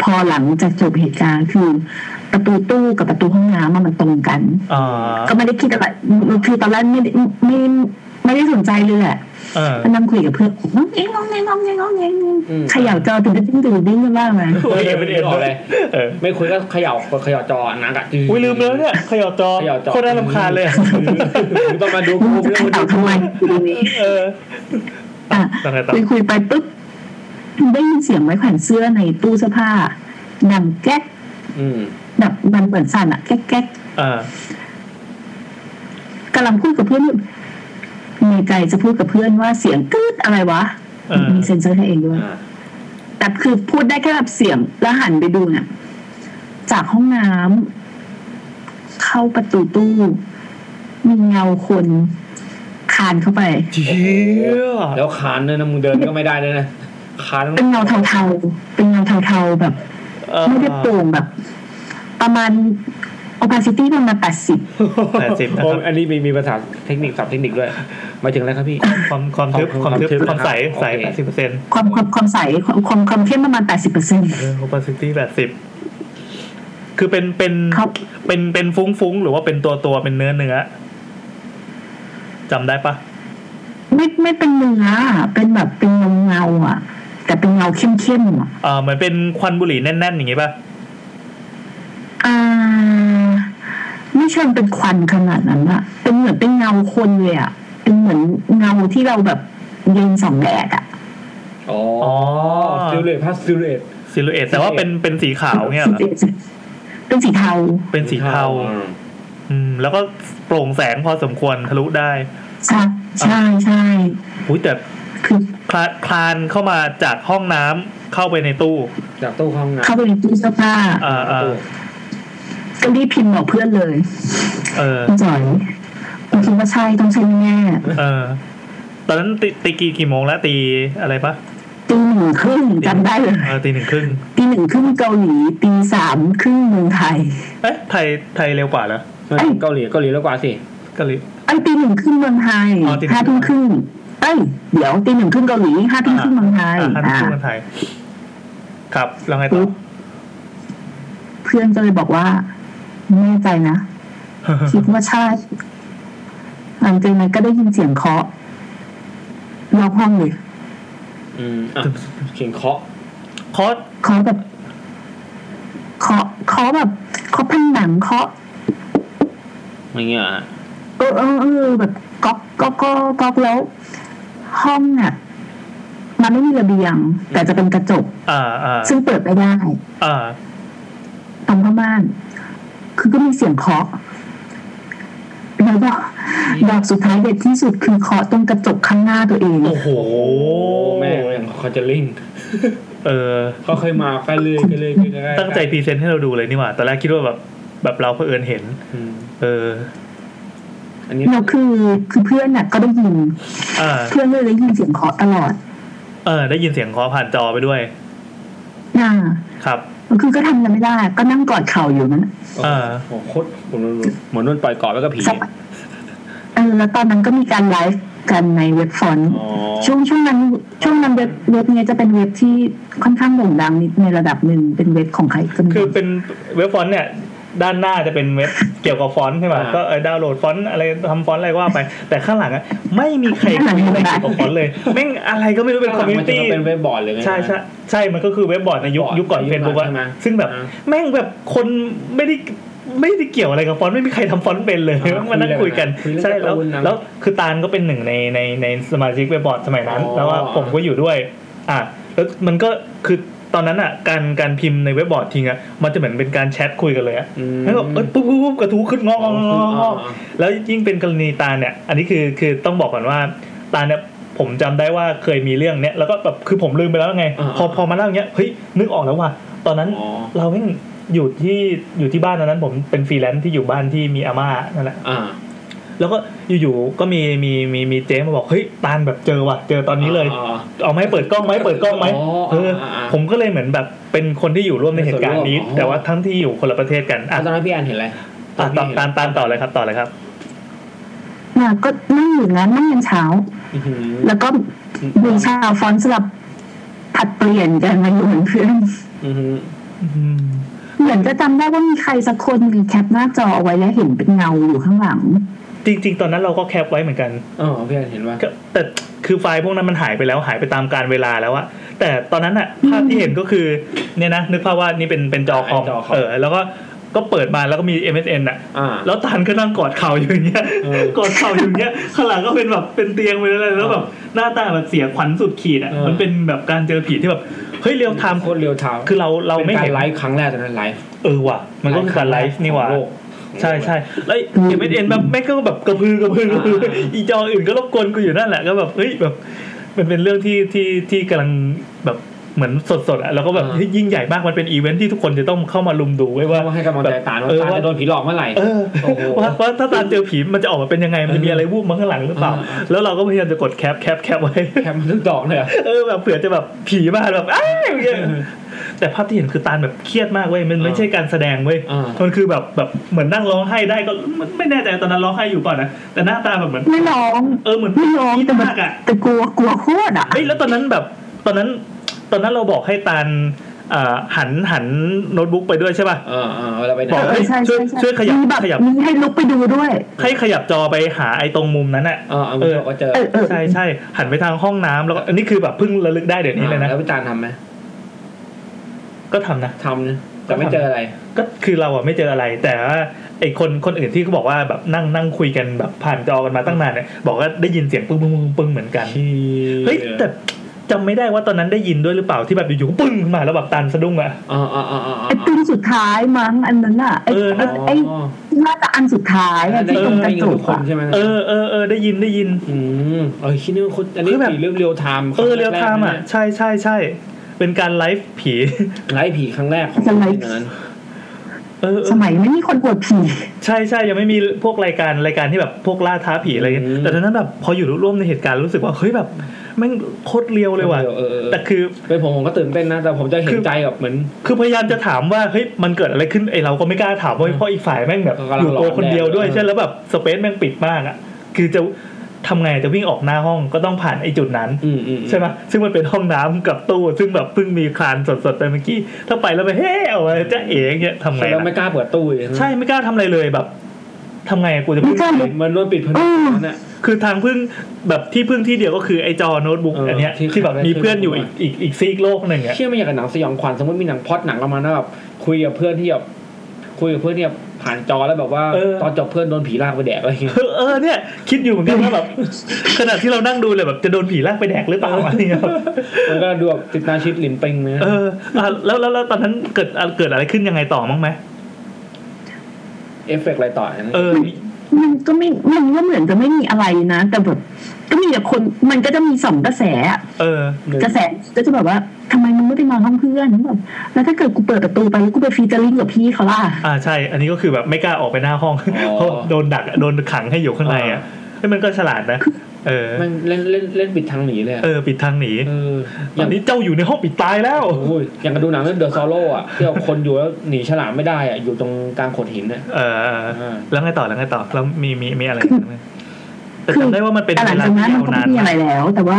Speaker 7: พอหลังจากจบเหตุการณ์คือ ประตูตู้กับประตูห้องน้ำอะมันตรงกัน
Speaker 2: อ่า
Speaker 7: ก็ไม่ได้คิดอะไรคือตอนแรกไม่ได้ไม่ไม่ได้สนใจเลยแหละ
Speaker 2: เออ
Speaker 7: ก็นั่งคุยกับเพื่อนงองเองงองเองงองเองงองเอง
Speaker 1: อืม
Speaker 7: เขย่าจอตื่นดิ้งตื่นดิ้งกันบ้างไหม
Speaker 1: ไม่เห็นไม่เห็นออกเลย
Speaker 2: เออ
Speaker 1: ไม่คุยก็เขย่าเขย่าจอหนักอะ
Speaker 2: อุ้ยลืมแล้วเนี่ยเขย่าจอ
Speaker 1: เขย่าจอ
Speaker 2: โคตรน่ารำคาญเลยอะ
Speaker 1: มึงต้องมาดู
Speaker 7: มึ
Speaker 1: กู
Speaker 7: งจะ
Speaker 1: เรื่องมึง
Speaker 7: เขย่าทำไมทีนี้
Speaker 2: เออ
Speaker 7: อ่ะ
Speaker 2: แล้วไงต่อ
Speaker 7: คุยคุยไปปุ๊บได้ยินเสียงไม้แขวนเสื้อในตู้เสื้อผ้าดังแก๊ก
Speaker 1: อืม
Speaker 7: แบบมันเหมือนสั่นอะแก๊กแก๊ก
Speaker 2: อ่าก
Speaker 7: ำลังพูดกับเพื่อนอยู่ในใจจะพูดกับเพื่อนว่าเสียงกรี๊ดอะไรวะ
Speaker 2: เออ
Speaker 7: มีเซ็นเซอร์ให้เองด้วย
Speaker 1: อ่า
Speaker 7: แต่คือพูดได้แค่แบบเสียงแล้วหันไปดูเนี่ยจากห้องน้ำเข้าประตูตู้ มีเงาคนคานเข้าไป
Speaker 2: เชี่ย
Speaker 1: แล้วคานด้วยนะมึงเดินก็ไม่ได้ด้วยนะคาน
Speaker 7: เป็นเงาเทาๆ เป็นเงาเทาๆแบบ
Speaker 2: เออ
Speaker 7: ไม่ได้โปร่งแบบ ประมาณ opacity ประมาณแปดสิบ
Speaker 2: แปดสิบนะ
Speaker 1: โอ้
Speaker 2: ครับ
Speaker 1: อันนี้มีมีภาษาเทคนิคศัพท์เทคนิคด้วยหมายถึงอะไรครับพี่
Speaker 2: ความความทึบ
Speaker 1: ขอบ
Speaker 2: ค
Speaker 1: คุณ
Speaker 2: วามทึบ
Speaker 1: ครับ
Speaker 2: ความใสใส
Speaker 1: โอเค
Speaker 2: แปดสิบเปอร์เซ็นต์
Speaker 7: ความความความใสความความความเข้มประมาณแปดสิบเปอร์เซ็นต์
Speaker 2: เออโอปาซิตี้แปดสิบคือเป็นเป็น
Speaker 7: ครับ
Speaker 2: เป็นเป็นฟุ้งฟุ้งๆหรือว่าเป็นตัวตัวๆเป็นเนื้อเนื้อจำได้ปะ
Speaker 7: ไม่ไม่เป็นเนื้ออะเป็นแบบเป็นเงาเงาๆอ่ะ แต่เป็นเงาเข้มเข้มๆอ่ะ
Speaker 2: อ่าเหมือนเป็นควันบุหรี่แน่นๆอย่างงี้ปะ
Speaker 7: อ่า ไม่เชิงเป็นควันขนาดนั้นอะเป็นเหมือนเป็นเงาคนเลยอะเป็นเหมือนเงาที่เราแบบยืนสองแดดอะ
Speaker 1: อ๋อ
Speaker 2: อ๋อ
Speaker 1: ซิลเลตพัสซิลเลต
Speaker 2: ซิลูเอตแต่ว่าเป็นเป็นสีขาวเนี่ยเหรอ
Speaker 7: เป็นสีเทา
Speaker 2: เป็นสีเทา อืม แล้วก็โปร่งแสงพอสมควรทะลุได้
Speaker 7: ใช่ใช่ใช่
Speaker 2: อุ้ยแต่
Speaker 7: คือ
Speaker 2: คลาคลานเข้ามาจากห้องน้ำเข้าไปในตู้
Speaker 1: จากตู้ห้องน้
Speaker 7: เข้าไปในตู้เสื้อผ้า
Speaker 2: อ่า
Speaker 1: ำ
Speaker 2: อ่า
Speaker 1: ตู้
Speaker 7: ก็รีบพิมพ์บอกเพื่อนเลย
Speaker 2: เออ
Speaker 7: คุณจอยคุณคิดว่าใช่ต้องใช่แน่
Speaker 2: เออ ตอนนั้นตีตีกี่กี่โมงแล้วตีอะไรปะ
Speaker 7: ๆตีหนึ่งครึ่งจำได้เลย
Speaker 2: เออตีหนึ่งครึ่ง
Speaker 7: ตีหนึ่งครึ่งเกาหลีตีสามครึ่งเมืองไทย
Speaker 2: เอ๊ะไทยไทยเร็วกว่าเหรอ
Speaker 1: ไม่ถึงเกาหลีเกาหลีแล้วกว่าสิ
Speaker 2: เกาหลี
Speaker 7: ไอ้ยตีหนึ่งครึ่งเมืองไทย
Speaker 2: อ๋อตีหนึ่ง
Speaker 7: ห้าทุ่มครึ่งเอ้ยเดี๋ยวตีหนึ่งครึ่งเกาหลีห้าทุ่มครึ่งเมืองไทย
Speaker 2: อ่า
Speaker 7: อ่า
Speaker 2: ห้าทุ่มครึ่งเมืองไทย ครับแล้วไงต่อ
Speaker 7: ปุ๊บเพื่อนก็เลยบอกว่าไม่แน่ใจนะคิดว่าใช่หลังจากนั้นก็ได้ยินเสียงเคาะนอกห้องเลย
Speaker 1: อืมอ่ะเขียงเคาะ
Speaker 2: คอส
Speaker 7: เคาะแบบเคาะเคาะแบบเคาะผนังเคาะ
Speaker 1: อย่างเงี้ยเหรอฮะ
Speaker 7: เออเออเออแบบก๊อกก๊อกก๊อกก๊อกแล้ว ห้องน่ะ มันไม่มีระเบียง แต่จะเป็นกระจก
Speaker 2: อ่าอ่า
Speaker 7: ซึ่งเปิดไม่ได้
Speaker 2: อ่า
Speaker 7: ตรงผ้าม่าน คือก็มีเสียงเคาะ แล้วก็ดอกสุดท้ายเด็ดที่สุดคือเคาะตรงกระจกข้างหน้าตัวเอง
Speaker 2: โอ้โห
Speaker 1: โอ้แม่งเขาจะลิง
Speaker 2: เออ
Speaker 1: เขาเคยมาใกล้เลยใกล้เลยใกล้เลย
Speaker 2: ตั้งใจพรีเซนต์ให้เราดูเลยนี่หว่า ตอนแรกคิดว่าแบบแบบเราเพื่อเอิญเห็น
Speaker 1: อืม
Speaker 2: เออ
Speaker 1: อันนี้
Speaker 7: แล้วคือคือเพื่อนน่ะ ก็ได้ยิน
Speaker 2: อ่า
Speaker 7: เพื่อนเลยได้ยินเสียงเคาะตลอด
Speaker 2: เออ ได้ยินเสียงเคอผ่านจอไปด้วย
Speaker 7: น่า
Speaker 2: ครับ
Speaker 7: คือก็ทำอะไรไม่ได้ ก็นั่งกอดเข่าอยู่นั้นน่ะ
Speaker 1: เอ
Speaker 2: อ่า
Speaker 1: อโอ้โหโคตรเหมือนเหมือนโดนปล่อยเกาะไว้กับผี
Speaker 7: สักพักเออแล้วตอนนั้นก็มีการไลฟ์กันในเว็บฟอนต์
Speaker 1: อ๋อ
Speaker 7: ช่วงช่วงนั้น ช่วงนั้นเว็บเว็บเนี้ยจะเป็นเว็บที่ค่อนข้างโด่งดังในระดับหนึ่งเป็นเว็บของใครก็ไม่
Speaker 2: คือ
Speaker 7: รู้
Speaker 2: เป็นเว็บฟอนต์เนี่ย ด้านหน้าจะเป็นเว็บเกี่ยวกับฟอนต์ใช่ไหม
Speaker 1: อ่า
Speaker 2: ก็เออดาวน์โหลดฟอนต์อะไรทำฟอนต์อะไรว่าไป แต่ข้างหลังอะไม่มีใครคุยอะไรเกี่ยวกับฟอนต์เลย แม่งอะไรก็ไม่รู้เป็นคอมมิวนิตี้
Speaker 1: นจะเป็นเว็บบอร์ดเลยไง
Speaker 2: ใช่ใช่ใช่ มันก็คือเว็บบอร์ดในยุค
Speaker 1: บอร์ด
Speaker 2: ยุคก่อน
Speaker 1: ในยุค
Speaker 2: เฟซบุ๊กอะ
Speaker 1: ใช่ไหม
Speaker 2: ซึ่งแบบ
Speaker 1: อ่า
Speaker 2: แม่งแบบคนไม่ได้ไม่ได้เกี่ยวอะไรกับฟอนต์ไม่มีใครทำฟอนต์เป็นเลย
Speaker 1: อ่า
Speaker 2: มานั่งคุยกัน
Speaker 1: คุยเรื่อง
Speaker 2: ใช่แล้ว
Speaker 1: การ์ตูนนะ
Speaker 2: แล้วคือตาลก็เป็นหนึ่งในในในสมาชิกเว็บบอร์ดสมัยนั้น
Speaker 1: อ๋อ
Speaker 2: แล้วว่าผมก็อยู่ด้วย อ่ะแล้วมันก็คือตอนนั้นอ่ะการการพิมพ์ในเว็บบอร์ดทิ้งอ่ะมันจะเหมือนเป็นการแชทคุยกันเลยอ่ะ
Speaker 1: อืม
Speaker 2: แล้วก็เอ้ยปุ๊บปุ๊บปุ๊บกระทู้ขึ้นงอกงอกงอกงอกงอก
Speaker 1: อ๋อ
Speaker 2: แล้วยิ่งเป็นกรณีตาลเนี่ย อันนี้คือคือต้องบอกก่อนว่าตาลเนี่ยผมจำได้ว่าเคยมีเรื่องเนี้ยแล้วก็แบบคือผมลืมไปแล้วไง
Speaker 1: อ่า
Speaker 2: พอพอมาเล่าอย่างเงี้ยเฮ้ยนึกออกแล้วว่ะตอนนั้น
Speaker 1: อ๋อ
Speaker 2: เราเพิ่งอยู่ที่อยู่ที่บ้านตอนนั้น ผมเป็นฟรีแลนซ์ที่อยู่บ้านที่มีอาม่านั่นแหละ
Speaker 1: อ่า
Speaker 2: แล้วก็อยู่ๆก็มีมีมีมีเจ๊มาบอกเฮ้ยตาลแบบเจอว่ะเจอตอนนี้เลย เอาไหมเปิดกล้องไหมเปิดกล้องไหม
Speaker 1: อ๋อ
Speaker 2: เอออา
Speaker 1: อ่า
Speaker 2: ผมก็เลยเหมือนแบบเป็นคนที่อยู่ร่วมในเหตุการณ์นี้
Speaker 1: เป็นส่วนร่วมอ๋อ
Speaker 2: แต่ว่าทั้งที่อยู่คนละประเทศกัน
Speaker 1: อ่ะ
Speaker 2: อ่ะ
Speaker 1: ตอนนั้นพี่แอนเห็นอะไร
Speaker 2: อ่ะตามตามตามต่อเลยครับต่อเลยครับ
Speaker 7: น่ะก็นั่งอยู่อย่างนั้นนั่งยันเช้า แล้วก็มีชาวฟอนต์สลับผลัดเปลี่ยนกันมาอยู่เหมือนเพื่อน
Speaker 2: อืม
Speaker 7: เหมือนจะจำได้ว่ามีใครสักคนมีแคปหน้าจอเอาไว้แล้วเห็นเป็นเงาอยู่ข้างหลัง
Speaker 2: จริง ๆ ตอนนั้นเราก็แคปไว้เหมือนกัน
Speaker 1: อ๋อพี่อันเห็นว่า
Speaker 2: ก็แต่คือไฟล์พวกนั้นมันหายไปแล้วหายไปตามการเวลาแล้วอะแต่ตอนนั้นอะภาพที่เห็นก็คือเนี่ยนะ นึกภาพว่านี่เป็นเป็นจอคอมเออ แล้วก็ก็เปิดมาแล้วก็มี MSN อะ
Speaker 1: อ่า
Speaker 2: แล้วตันก็นั่งกอดเข่าอยู่อย่างเงี้ย
Speaker 1: เออก
Speaker 2: อดเข่าอยู่อย่างเงี้ยข้างหลังก็เป็นแบบเป็นเตียงไปเลยแล้วแบบหน้าตาแบบเสียขวัญสุดขีดอะ
Speaker 1: เออ
Speaker 2: มันเป็นแบบการเจอผีที่แบบเฮ้ยเรียวไทม์
Speaker 1: โคตรเร็วทาว
Speaker 2: คือเราเราไม่
Speaker 1: เป็นการ
Speaker 2: เห็น
Speaker 1: ไลฟ์ครั้งแรกตอนนั้นไลฟ์
Speaker 2: เออว่ะมันก็คือการไลฟ์นี่หว่า
Speaker 1: ของโลก
Speaker 2: ใช่ใช่แล้วเอ็มเอ็นแบบแม่งก็แบบกระพือกระพือกระพืออีจออื่นก็รบกวนกูอยู่นั่นแหละก็แบบเฮ้ยแบบ มันเป็นเรื่องที่ที่ที่กำลังแบบเหมือนสดสดๆอะแล้วก็แบบ
Speaker 1: อ่า
Speaker 2: เฮ้ยยิ่งใหญ่มากมันเป็นอีเวนท์ที่ทุกคนจะต้องเข้ามาลุมดูไว้ยว่า
Speaker 1: ว่าให้กำลังใจตาลว่า
Speaker 2: เออ
Speaker 1: ตาล
Speaker 2: ว่า
Speaker 1: จะโดนผีหลอกเมื่อไหร่
Speaker 2: เออ
Speaker 1: โอ้โห
Speaker 2: ว่าว่าถ้าตามเจอผีมันจะออกมาเป็นยังไงมันจะมีอะไรวูบมาข้างหลังหรือเปล่า
Speaker 1: อ่า
Speaker 2: แล้วเราก็พยายามจะกดแคปแคปแคปไว้
Speaker 1: แคมทุกดอกเลยอะ
Speaker 2: เออแบบเผื่อจะแบบผีมาแบบอ้าวอย่างเงี้ยแต่ภาพที่เห็นคือตาลแบบเครียดมากเว้ยมันไม่ใช่การแสดงเว้ย
Speaker 1: อ่ามั
Speaker 2: มันคือแบบแบบเหมือนนั่งร้องไห้ได้ก็มันไม่แน่ใจตอนนั้นร้องไห้อยู่เปล่ะนะแต่หน้าตาแบบเหมือน
Speaker 7: ไม่ร้อง
Speaker 2: เออเหมือน
Speaker 7: ไม่ร้อง
Speaker 2: คิด
Speaker 7: แต่แบบ
Speaker 2: มากอ่ะ
Speaker 7: แต่กลัวกลัวโคตรอ่ะ
Speaker 2: เฮ้ยแล้วตอนนั้นแบบตอนนั้น ตอนนั้นเราบอกให้ตาลอ่าหันหันโน้ตบุ๊กไปด้วยใช่ป่ะ
Speaker 1: เออเออเราไปไหน
Speaker 2: บ
Speaker 7: เอก อใช่ใช่ใช่
Speaker 2: ช่วยขยับ
Speaker 7: มีแบบ
Speaker 2: ขยับ
Speaker 7: มีให้ลุกไปดูด้วย
Speaker 2: ให้ขยับจอไปหาไอ้ตรงมุมนั้นอ่ะ
Speaker 1: เออเอาไปบอกว่าเจอ
Speaker 7: เออเออ
Speaker 2: ใช่ใช่หันไปทางห้องน้ำแล้วก็อันนี้คือแบบเพิ่งระลึกได้เดี๋ยวนี้เลยนะ
Speaker 1: แล้วพี่ตาลทำไหม
Speaker 2: ก็ทำนะ
Speaker 1: ทำนะแต่ไม่เจออะไร
Speaker 2: ก็คือเราอะไม่เจออะไร แต่ว่าไอคนคนอื่นที่เขาบอกว่าแบบนั่งนั่งคุยกันแบบผ่านจอกันมาตั้งนานเนี่ยบอกว่าได้ยินเสียงปึ้งปึ้งปึ้งปึ้งเหมือนกันเฮ้ยแต่จำไม่ได้ว่าตอนนั้นได้ยินด้วยหรือเปล่าที่แบบอยู่ๆก็ปึ้งขึ้นมาแล้วแบบตันสะดุ้งอะ
Speaker 1: อ่าอ่าอ่าอ่า
Speaker 7: ไอ้ตึงสุดท้ายมั้งอันนั้นอ่ะไอ้
Speaker 2: เออ
Speaker 7: ไอ้
Speaker 2: น่า
Speaker 7: ไอ้น่าจะอันสุดท้ายอ่ะที่ตรงกระจก
Speaker 1: ทุกคน
Speaker 7: อ่ะ
Speaker 1: ใช่ไหม
Speaker 2: เออเออเออได้ยินได้ยิน
Speaker 1: อืมเออคิดนึกว่าคนอันนี้
Speaker 2: คือแบบ
Speaker 1: ผีเรื่องเรียวไทม์
Speaker 2: เออเรียวไทม์อะใช่ใช่ใช่เป็นการไลฟ์ผี
Speaker 1: ไลฟ์ผีครั้งแรกของนั้น
Speaker 2: เออเอ
Speaker 7: ส
Speaker 2: อ
Speaker 7: มัยไม่มีคนกลัวผี
Speaker 2: ใช่ใช่ยังไม่มีพวกรายการรายการที่แบบพวกล่าท้าผีอะไรเงี้ย
Speaker 1: อืม
Speaker 2: แต่ตอนนั้นแบบพออยู่ร่วมในเหตุการณ์รู้สึกว่าเฮ้ยแบบแม่งโคตรเรียวเลยว่ะ
Speaker 1: เออเออ
Speaker 2: แต่คือ
Speaker 1: เป็นผมผมก็ตื่นเต้นนะ แต่ผมจะเห็นใจกับเหมือน
Speaker 2: คือพยายามจะถามว่าเฮ้ยมันเกิดอะไรขึ้นไอเราก็ไม่กล้าถามเว้ยเพราะอีกฝ่ายแม่งแบบ
Speaker 1: กำลัง
Speaker 2: อยู่ตัว
Speaker 1: หลอน
Speaker 2: คนเดียวด้วย
Speaker 1: แน่
Speaker 2: ใช่แล้วแบบสเปซแม่งปิดมากอ่ะ คือจะทำไงจะวิ่งออกหน้าห้องก็ต้องผ่านไอจุดนั้น
Speaker 1: อืมอืม
Speaker 2: ใช่ไหมซึ่งมันเป็นห้องน้ำกับตู้ ซึ่งแบบเพิ่งมีคลานสดๆไปเมื่อกี้ ถ้าไปแล้วไปเฮ้ยเอาไว้จะเอ๋อย่างเงี้ยทำไง
Speaker 1: แล้วไม่
Speaker 2: ล่ะ
Speaker 1: กล้าเปิดตู้เลย
Speaker 2: ใช่ไม่กล้าทำอะไรเลยแบบทำไงอะกูจะ
Speaker 7: ไม่
Speaker 2: พึ่ง
Speaker 7: กล้าลุก
Speaker 1: มันโดนปิดพนันน่ะ
Speaker 2: คือทางพึ่งแบบที่พึ่งที่เดียวก็คือไอจอโน้ตบุ๊ก
Speaker 1: เอออั
Speaker 2: อันเนี้ย
Speaker 1: ที่
Speaker 2: ที่แบบ
Speaker 1: ขับได้
Speaker 2: มีเพื่อนอยู่
Speaker 1: ขึ้
Speaker 2: อี
Speaker 1: น
Speaker 2: ก
Speaker 1: มา
Speaker 2: อีกอีกซีกโลกหนึ่งอ่ะ
Speaker 1: เชื่อไม่อย่างกับหนังสยองขวัญสมมติมีหนังพล็อดหนังประมาณนั้นแบบคุยกับเพื่อนที่แบบคุยกับเพื่อนที่แบบผ่านจอแล้วแบบว่าตอนจบเพื่อนโดนผีลากไปแดกอะไรเงี้ย
Speaker 2: เออเออเนี่ยคิดอยู่เหมือนกันว่าแบบ ขนาดที่เรานั่งดูเลยแบบจะโดนผีลากไปแดกหรือเปล่าอะไรเงี้ยครับ
Speaker 1: มันก็ดูแบบติดนาชิดลินปิงนะ
Speaker 2: เอออ่ะแล้วแล้วแล้วตอนนั้นเกิดเกิดอะไรขึ้นยังไงต่อมั้งไหม
Speaker 1: เอฟเฟกต์อะไรต่อ
Speaker 2: เออ
Speaker 7: มันก็ไม่มันก็เหมือนจะไม่มีอะไรนะ แต่แบบก็มีแต่คนมันก็จะมีสองกระแสอะ
Speaker 2: เออ
Speaker 7: กระแสก็จะแบบว่าทำไมมึงไม่ไปนอนห้องเพื่อนแบบแล้วถ้าเกิดกูเปิดประตูไปแล้วกูไปฟีเจอริ่งกับพี่เขาล่ะ
Speaker 2: อ่าใช่ อันนี้ก็คือแบบไม่กล้าออกไปหน้าห้องเพราะโดนดักอะโดนขังให้อยู่ข้างในอ่ะเฮ้ยมันก็ฉลาดนะ เออ
Speaker 1: มันเล่นเล่นเล่นปิดทางหนีเลย
Speaker 2: เออ ปิดทางหนี
Speaker 1: เอออ
Speaker 2: ตอย่าง นนี้เจ้าอยู่ในห้องปิดตายแล้ว
Speaker 1: โอ้ยอย่างกับดูหนังเรื่องเดอะซอโล่อะที่เอาคนอยู่แล้วหนีฉลามไม่ได้อะอยู่ตรงกลางโขดหินอะ
Speaker 2: เออ
Speaker 1: อ่า
Speaker 2: แล้วไงต่อแล้วไงต่อแล้วมีมีมีอะไรอีกไหมแต่จำได้ว่ามันเป็น
Speaker 7: แต่ห
Speaker 2: เว
Speaker 7: ลัง
Speaker 2: ลา
Speaker 7: จาก
Speaker 2: ที่
Speaker 7: นั้น
Speaker 2: ยาน วนาน
Speaker 7: มัก็ไม่มี
Speaker 2: มาก
Speaker 7: อะไรแล้ว แต่ว่า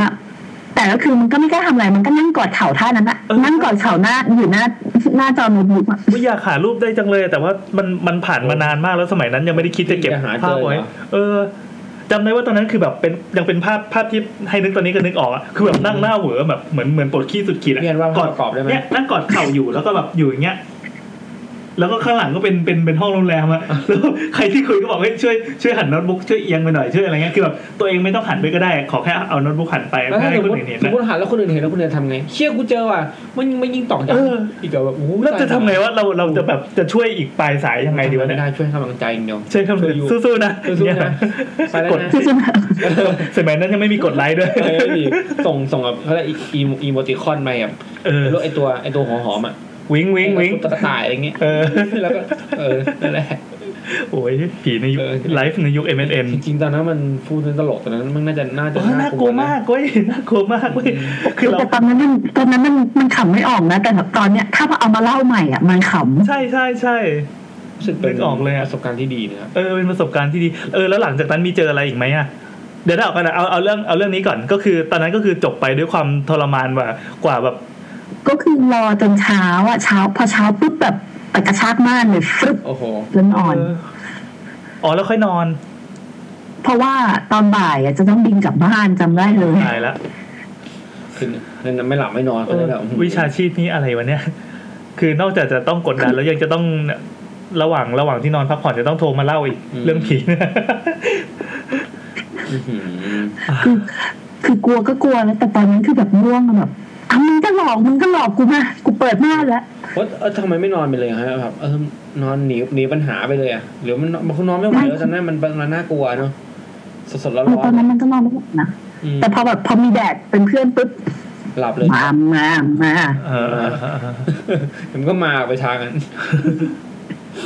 Speaker 7: แต่ก็คือมันก็ไม่กล้าทำอะไรมันก็นั่งกอดเข่าท่านั้นอะ
Speaker 2: เออ
Speaker 7: นั่งกอดเข่าหน้าอยู่หน้าหน้าจอโน้ตบุ๊กอะ
Speaker 2: วิอยากหารูปได้จังเลยอะแต่ว่ามันมันผ่านมานานมากแล้วสมัยนั้นยังไม่ได้คิดจะเก็บภาพไว้เออจำได้ว่าตอนนั้นคือแบบเป็นยังเป็นภาพภาพที่ให้นึกตอนนี้ก็นึกออกอะคือแบบนั่งหน้าเหวอแบบเหมือนเหมือนปวดขี้สุดขีดอะ
Speaker 1: เรียนว่าภาพประกอบได้ไหม
Speaker 2: เนี่ยนั่งกอดเข่าอยู่แล้วก็แบบอยู่อย่างเงี้ยแล้วก็ข้างหลังก็เป็นเป็นเป็นห้องโรงแรมอะ แล้วใครที่คุยก็บอกให้ยช่วยช่วยหันโน้ตบุ๊กช่วยเอียงไปหน่อยช่วยอะไรเงี้ยคือแบบตัวเองไม่ต้องหันไปก็ได้ขอแค่เอาโน้ตบุ๊กหันไป
Speaker 1: แล้วถ้า
Speaker 2: ให้
Speaker 1: สม
Speaker 2: คน
Speaker 1: มติ
Speaker 2: อื่นเห็น
Speaker 1: สม
Speaker 2: นะ
Speaker 1: มติหันแล้วคนอื่นเห็นแล้วคนอื่นทำไงเชี่ยกูเจอว่ะมันไม่ยิงตอกยั
Speaker 2: เออ
Speaker 1: อีกแล้วแบบโอ้โห
Speaker 2: แล้วจะทำไงว่าเราเราจะแบบจะช่วยอีกปลายสายยังไงดีวะเนี่ย
Speaker 1: ม่ได้ช่วยให้กำลังใจอย่างเดียว
Speaker 2: ใช่ครับ
Speaker 1: ช่วยอยู่
Speaker 2: สู้ๆนะ
Speaker 1: สู้ๆนะไปแล้วนะ
Speaker 2: กด
Speaker 7: คือจะแบบ
Speaker 2: สมัยนั้นยังไม่มีกดไลค์ด้วย
Speaker 1: เออดิส่งส่งแบบเขาเรียกอีอีโมติคอนไปแบบ
Speaker 2: เออ
Speaker 1: แล้วไอตัวไอตัวหัวหอมอะ
Speaker 2: วิงวิงวิง
Speaker 1: ตุ๊กตาอะไรเงี้ย
Speaker 2: เออ
Speaker 1: แล้วก็เออนั่นแหละ
Speaker 2: โอ้ยผีในยุค
Speaker 1: เออ
Speaker 2: ไลฟ์ในยุค MSN
Speaker 1: จริงๆตอนนั้นมันฟูดตลกตอนนั้นมันน่าจะน่าจะ
Speaker 2: โอ้ยน่ากลัวมากเว้ยน่ากลัวมากเว้ยคือเรา
Speaker 7: แต่ตอนนั้นมันตอนนั้นมันมันขำไม่ออกนะ แต่ตอนเนี้ยถ้าเอามาเล่าใหม่อะมันข
Speaker 2: ใช่ใช่ใช่
Speaker 1: รู้สึกเป็น
Speaker 2: นึกออกเลยอะ
Speaker 1: ประสบการณ์ที่ดีนะครับ
Speaker 2: เออเป็นประสบการณ์ที่ดีเออแล้วหลังจากนั้นมีเจออะไรอีกไหมอ่ะเดี๋ยวเราเอากันนะเอาเอาเรื่องเอาเรื่องนี้ก่อนก็คือตอนนั้นก็คือจบไปด้วยความทรมานว่ากว่าแบบ
Speaker 7: ก็คือรอจนเช้าอะเช้า พอเช้าปุ๊บแบบไปกระชากม่านเลยฟรึบ
Speaker 1: โอ้โห
Speaker 7: แล้วนอน
Speaker 2: เอออ๋อแล้วค่อยนอน
Speaker 7: เพราะว่าตอนบ่ายอะจะต้องบินกลับบ้านจำได้เลย
Speaker 2: ตายละ
Speaker 1: ขึ้นนั่นไม่หลับไม่นอนก็เลยแบบ
Speaker 2: วิชาชีพนี้อะไรวะเนี่ย คือนอกจากจะต้องกดดันแล้วยังจะต้องระหว่างระหว่างที่นอนพักผ่อนจะต้องโทรมาเล่าอีก เรื่องผีเนี่ย
Speaker 1: อื้อหือ
Speaker 7: คือคือกลัวก็กลัวนะแต่ตอนนั้นคือแบบง่วงแบบอ่ะมึงก็หลอกมึงก็หลอกกูมากูเปิดม่านแล้ว
Speaker 1: ว่าเออทำไมไม่นอนไปเลยฮะแบบเออนอนหนีหนีปัญหาไปเลยอ่ะหรือมันนอนมันคงนอนไม่ไหวแล้วตอนนั้นมันมันน่ากลัวเนาะสดสดๆร้อน
Speaker 7: เออ
Speaker 1: ร้อ
Speaker 7: ตอน นนั้นมันก็นอนไม่หลับนะแต่พอแบบพอมีแดดเป็นเพื่อนปุ๊บ
Speaker 1: หลับเลย
Speaker 7: มามามา
Speaker 2: เออเออเออเออ
Speaker 1: มันก็มาไปทางกัน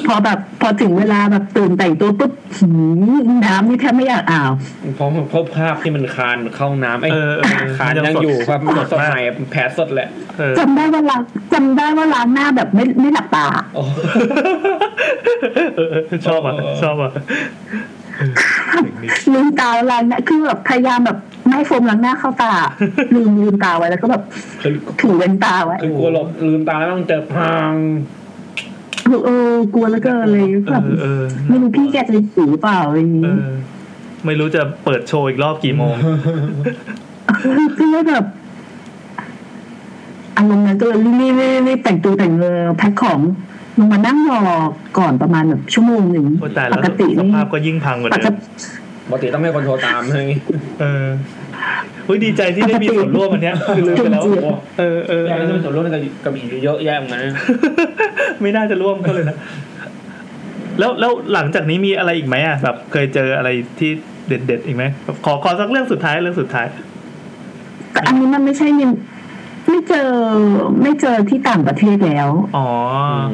Speaker 7: พอแบบพอถึงเวลาแบบตื่นแต่งตัวปุ๊บหืมน้ำนี่แทบไม่อยากอาบ
Speaker 1: พร้อมพบภาพที่มันคานเข้าน้ำไอ้ย
Speaker 2: เออเออ
Speaker 1: คานยังอยู่ครับ
Speaker 2: สด
Speaker 1: สด
Speaker 2: มาก
Speaker 1: ใหม่แผลสดแหละ
Speaker 2: เออ
Speaker 7: จำได้ว่าล้างจำได้ว่าล้างหน้าแบบไม่ไม่หลับตา
Speaker 1: โอ้
Speaker 2: เออเออชอบอ่ะชอบอ่ะ
Speaker 7: ลืมตาแล้วล้างหน้าคือแบบพยายามแบบไม่ให้โฟมล้างหน้าเข้าตา ลืมลืมตาไว้แล้วก็แบบ
Speaker 1: คือ
Speaker 7: ถูเว้นตาไว้
Speaker 1: คือกลัวหลบลืมตาแล้วต้องเจอพัง
Speaker 7: เออกลัวแล้วก็เลย
Speaker 2: เอ
Speaker 7: แบบ
Speaker 2: อเออ
Speaker 7: ไม่รู้พี่แกจะหิวเปล่าอะไรอย่าง
Speaker 2: เอ
Speaker 7: นี้
Speaker 2: อ ไม่รู้จะเปิดโชว์อีกรอบกี่ โมง
Speaker 7: ก็เลยแบบอารมณ์นั้นก็เลยรีบๆรีบๆแต่งตัวแต่งเรือแพ็คของลงมานั่งรอก่อนประมาณแบบชั่วโมงหนึ่ง
Speaker 2: โอ้ยตายแล้
Speaker 7: ป
Speaker 2: ว
Speaker 7: กติ
Speaker 2: ส
Speaker 7: นี่
Speaker 2: ภาพก็ยิ่งพังกว่า
Speaker 7: ป
Speaker 2: เดิม
Speaker 7: กติ
Speaker 1: ปกติต้องให้คนโทรตามใช่ไหม
Speaker 2: เออเฮ้ยดีใจที่ได้มีส่วนร่วมอันเนี้ยคือลืมไปแล้ว
Speaker 7: จริง
Speaker 2: เออเออเอย
Speaker 1: อากให้
Speaker 2: อ
Speaker 1: มันส่วนร่วมกับกับอีกเยอะแยะเหมือนกันนะ
Speaker 2: ไม่น่าจะร่วมเขาเลยนะ แล้วแล้วหลังจากนี้มีอะไรอีกไหมอ่ะแบบเคยเจออะไรที่เด็ดเด็ดๆอีกไหมแบบขอขอสักเรื่องสุดท้ายเรื่องสุดท้าย
Speaker 7: แต่อันนี้มันไม่ใช่ยังไม่เจอไม่เจอที่ต่างประเทศแล้ว
Speaker 2: อ๋ออ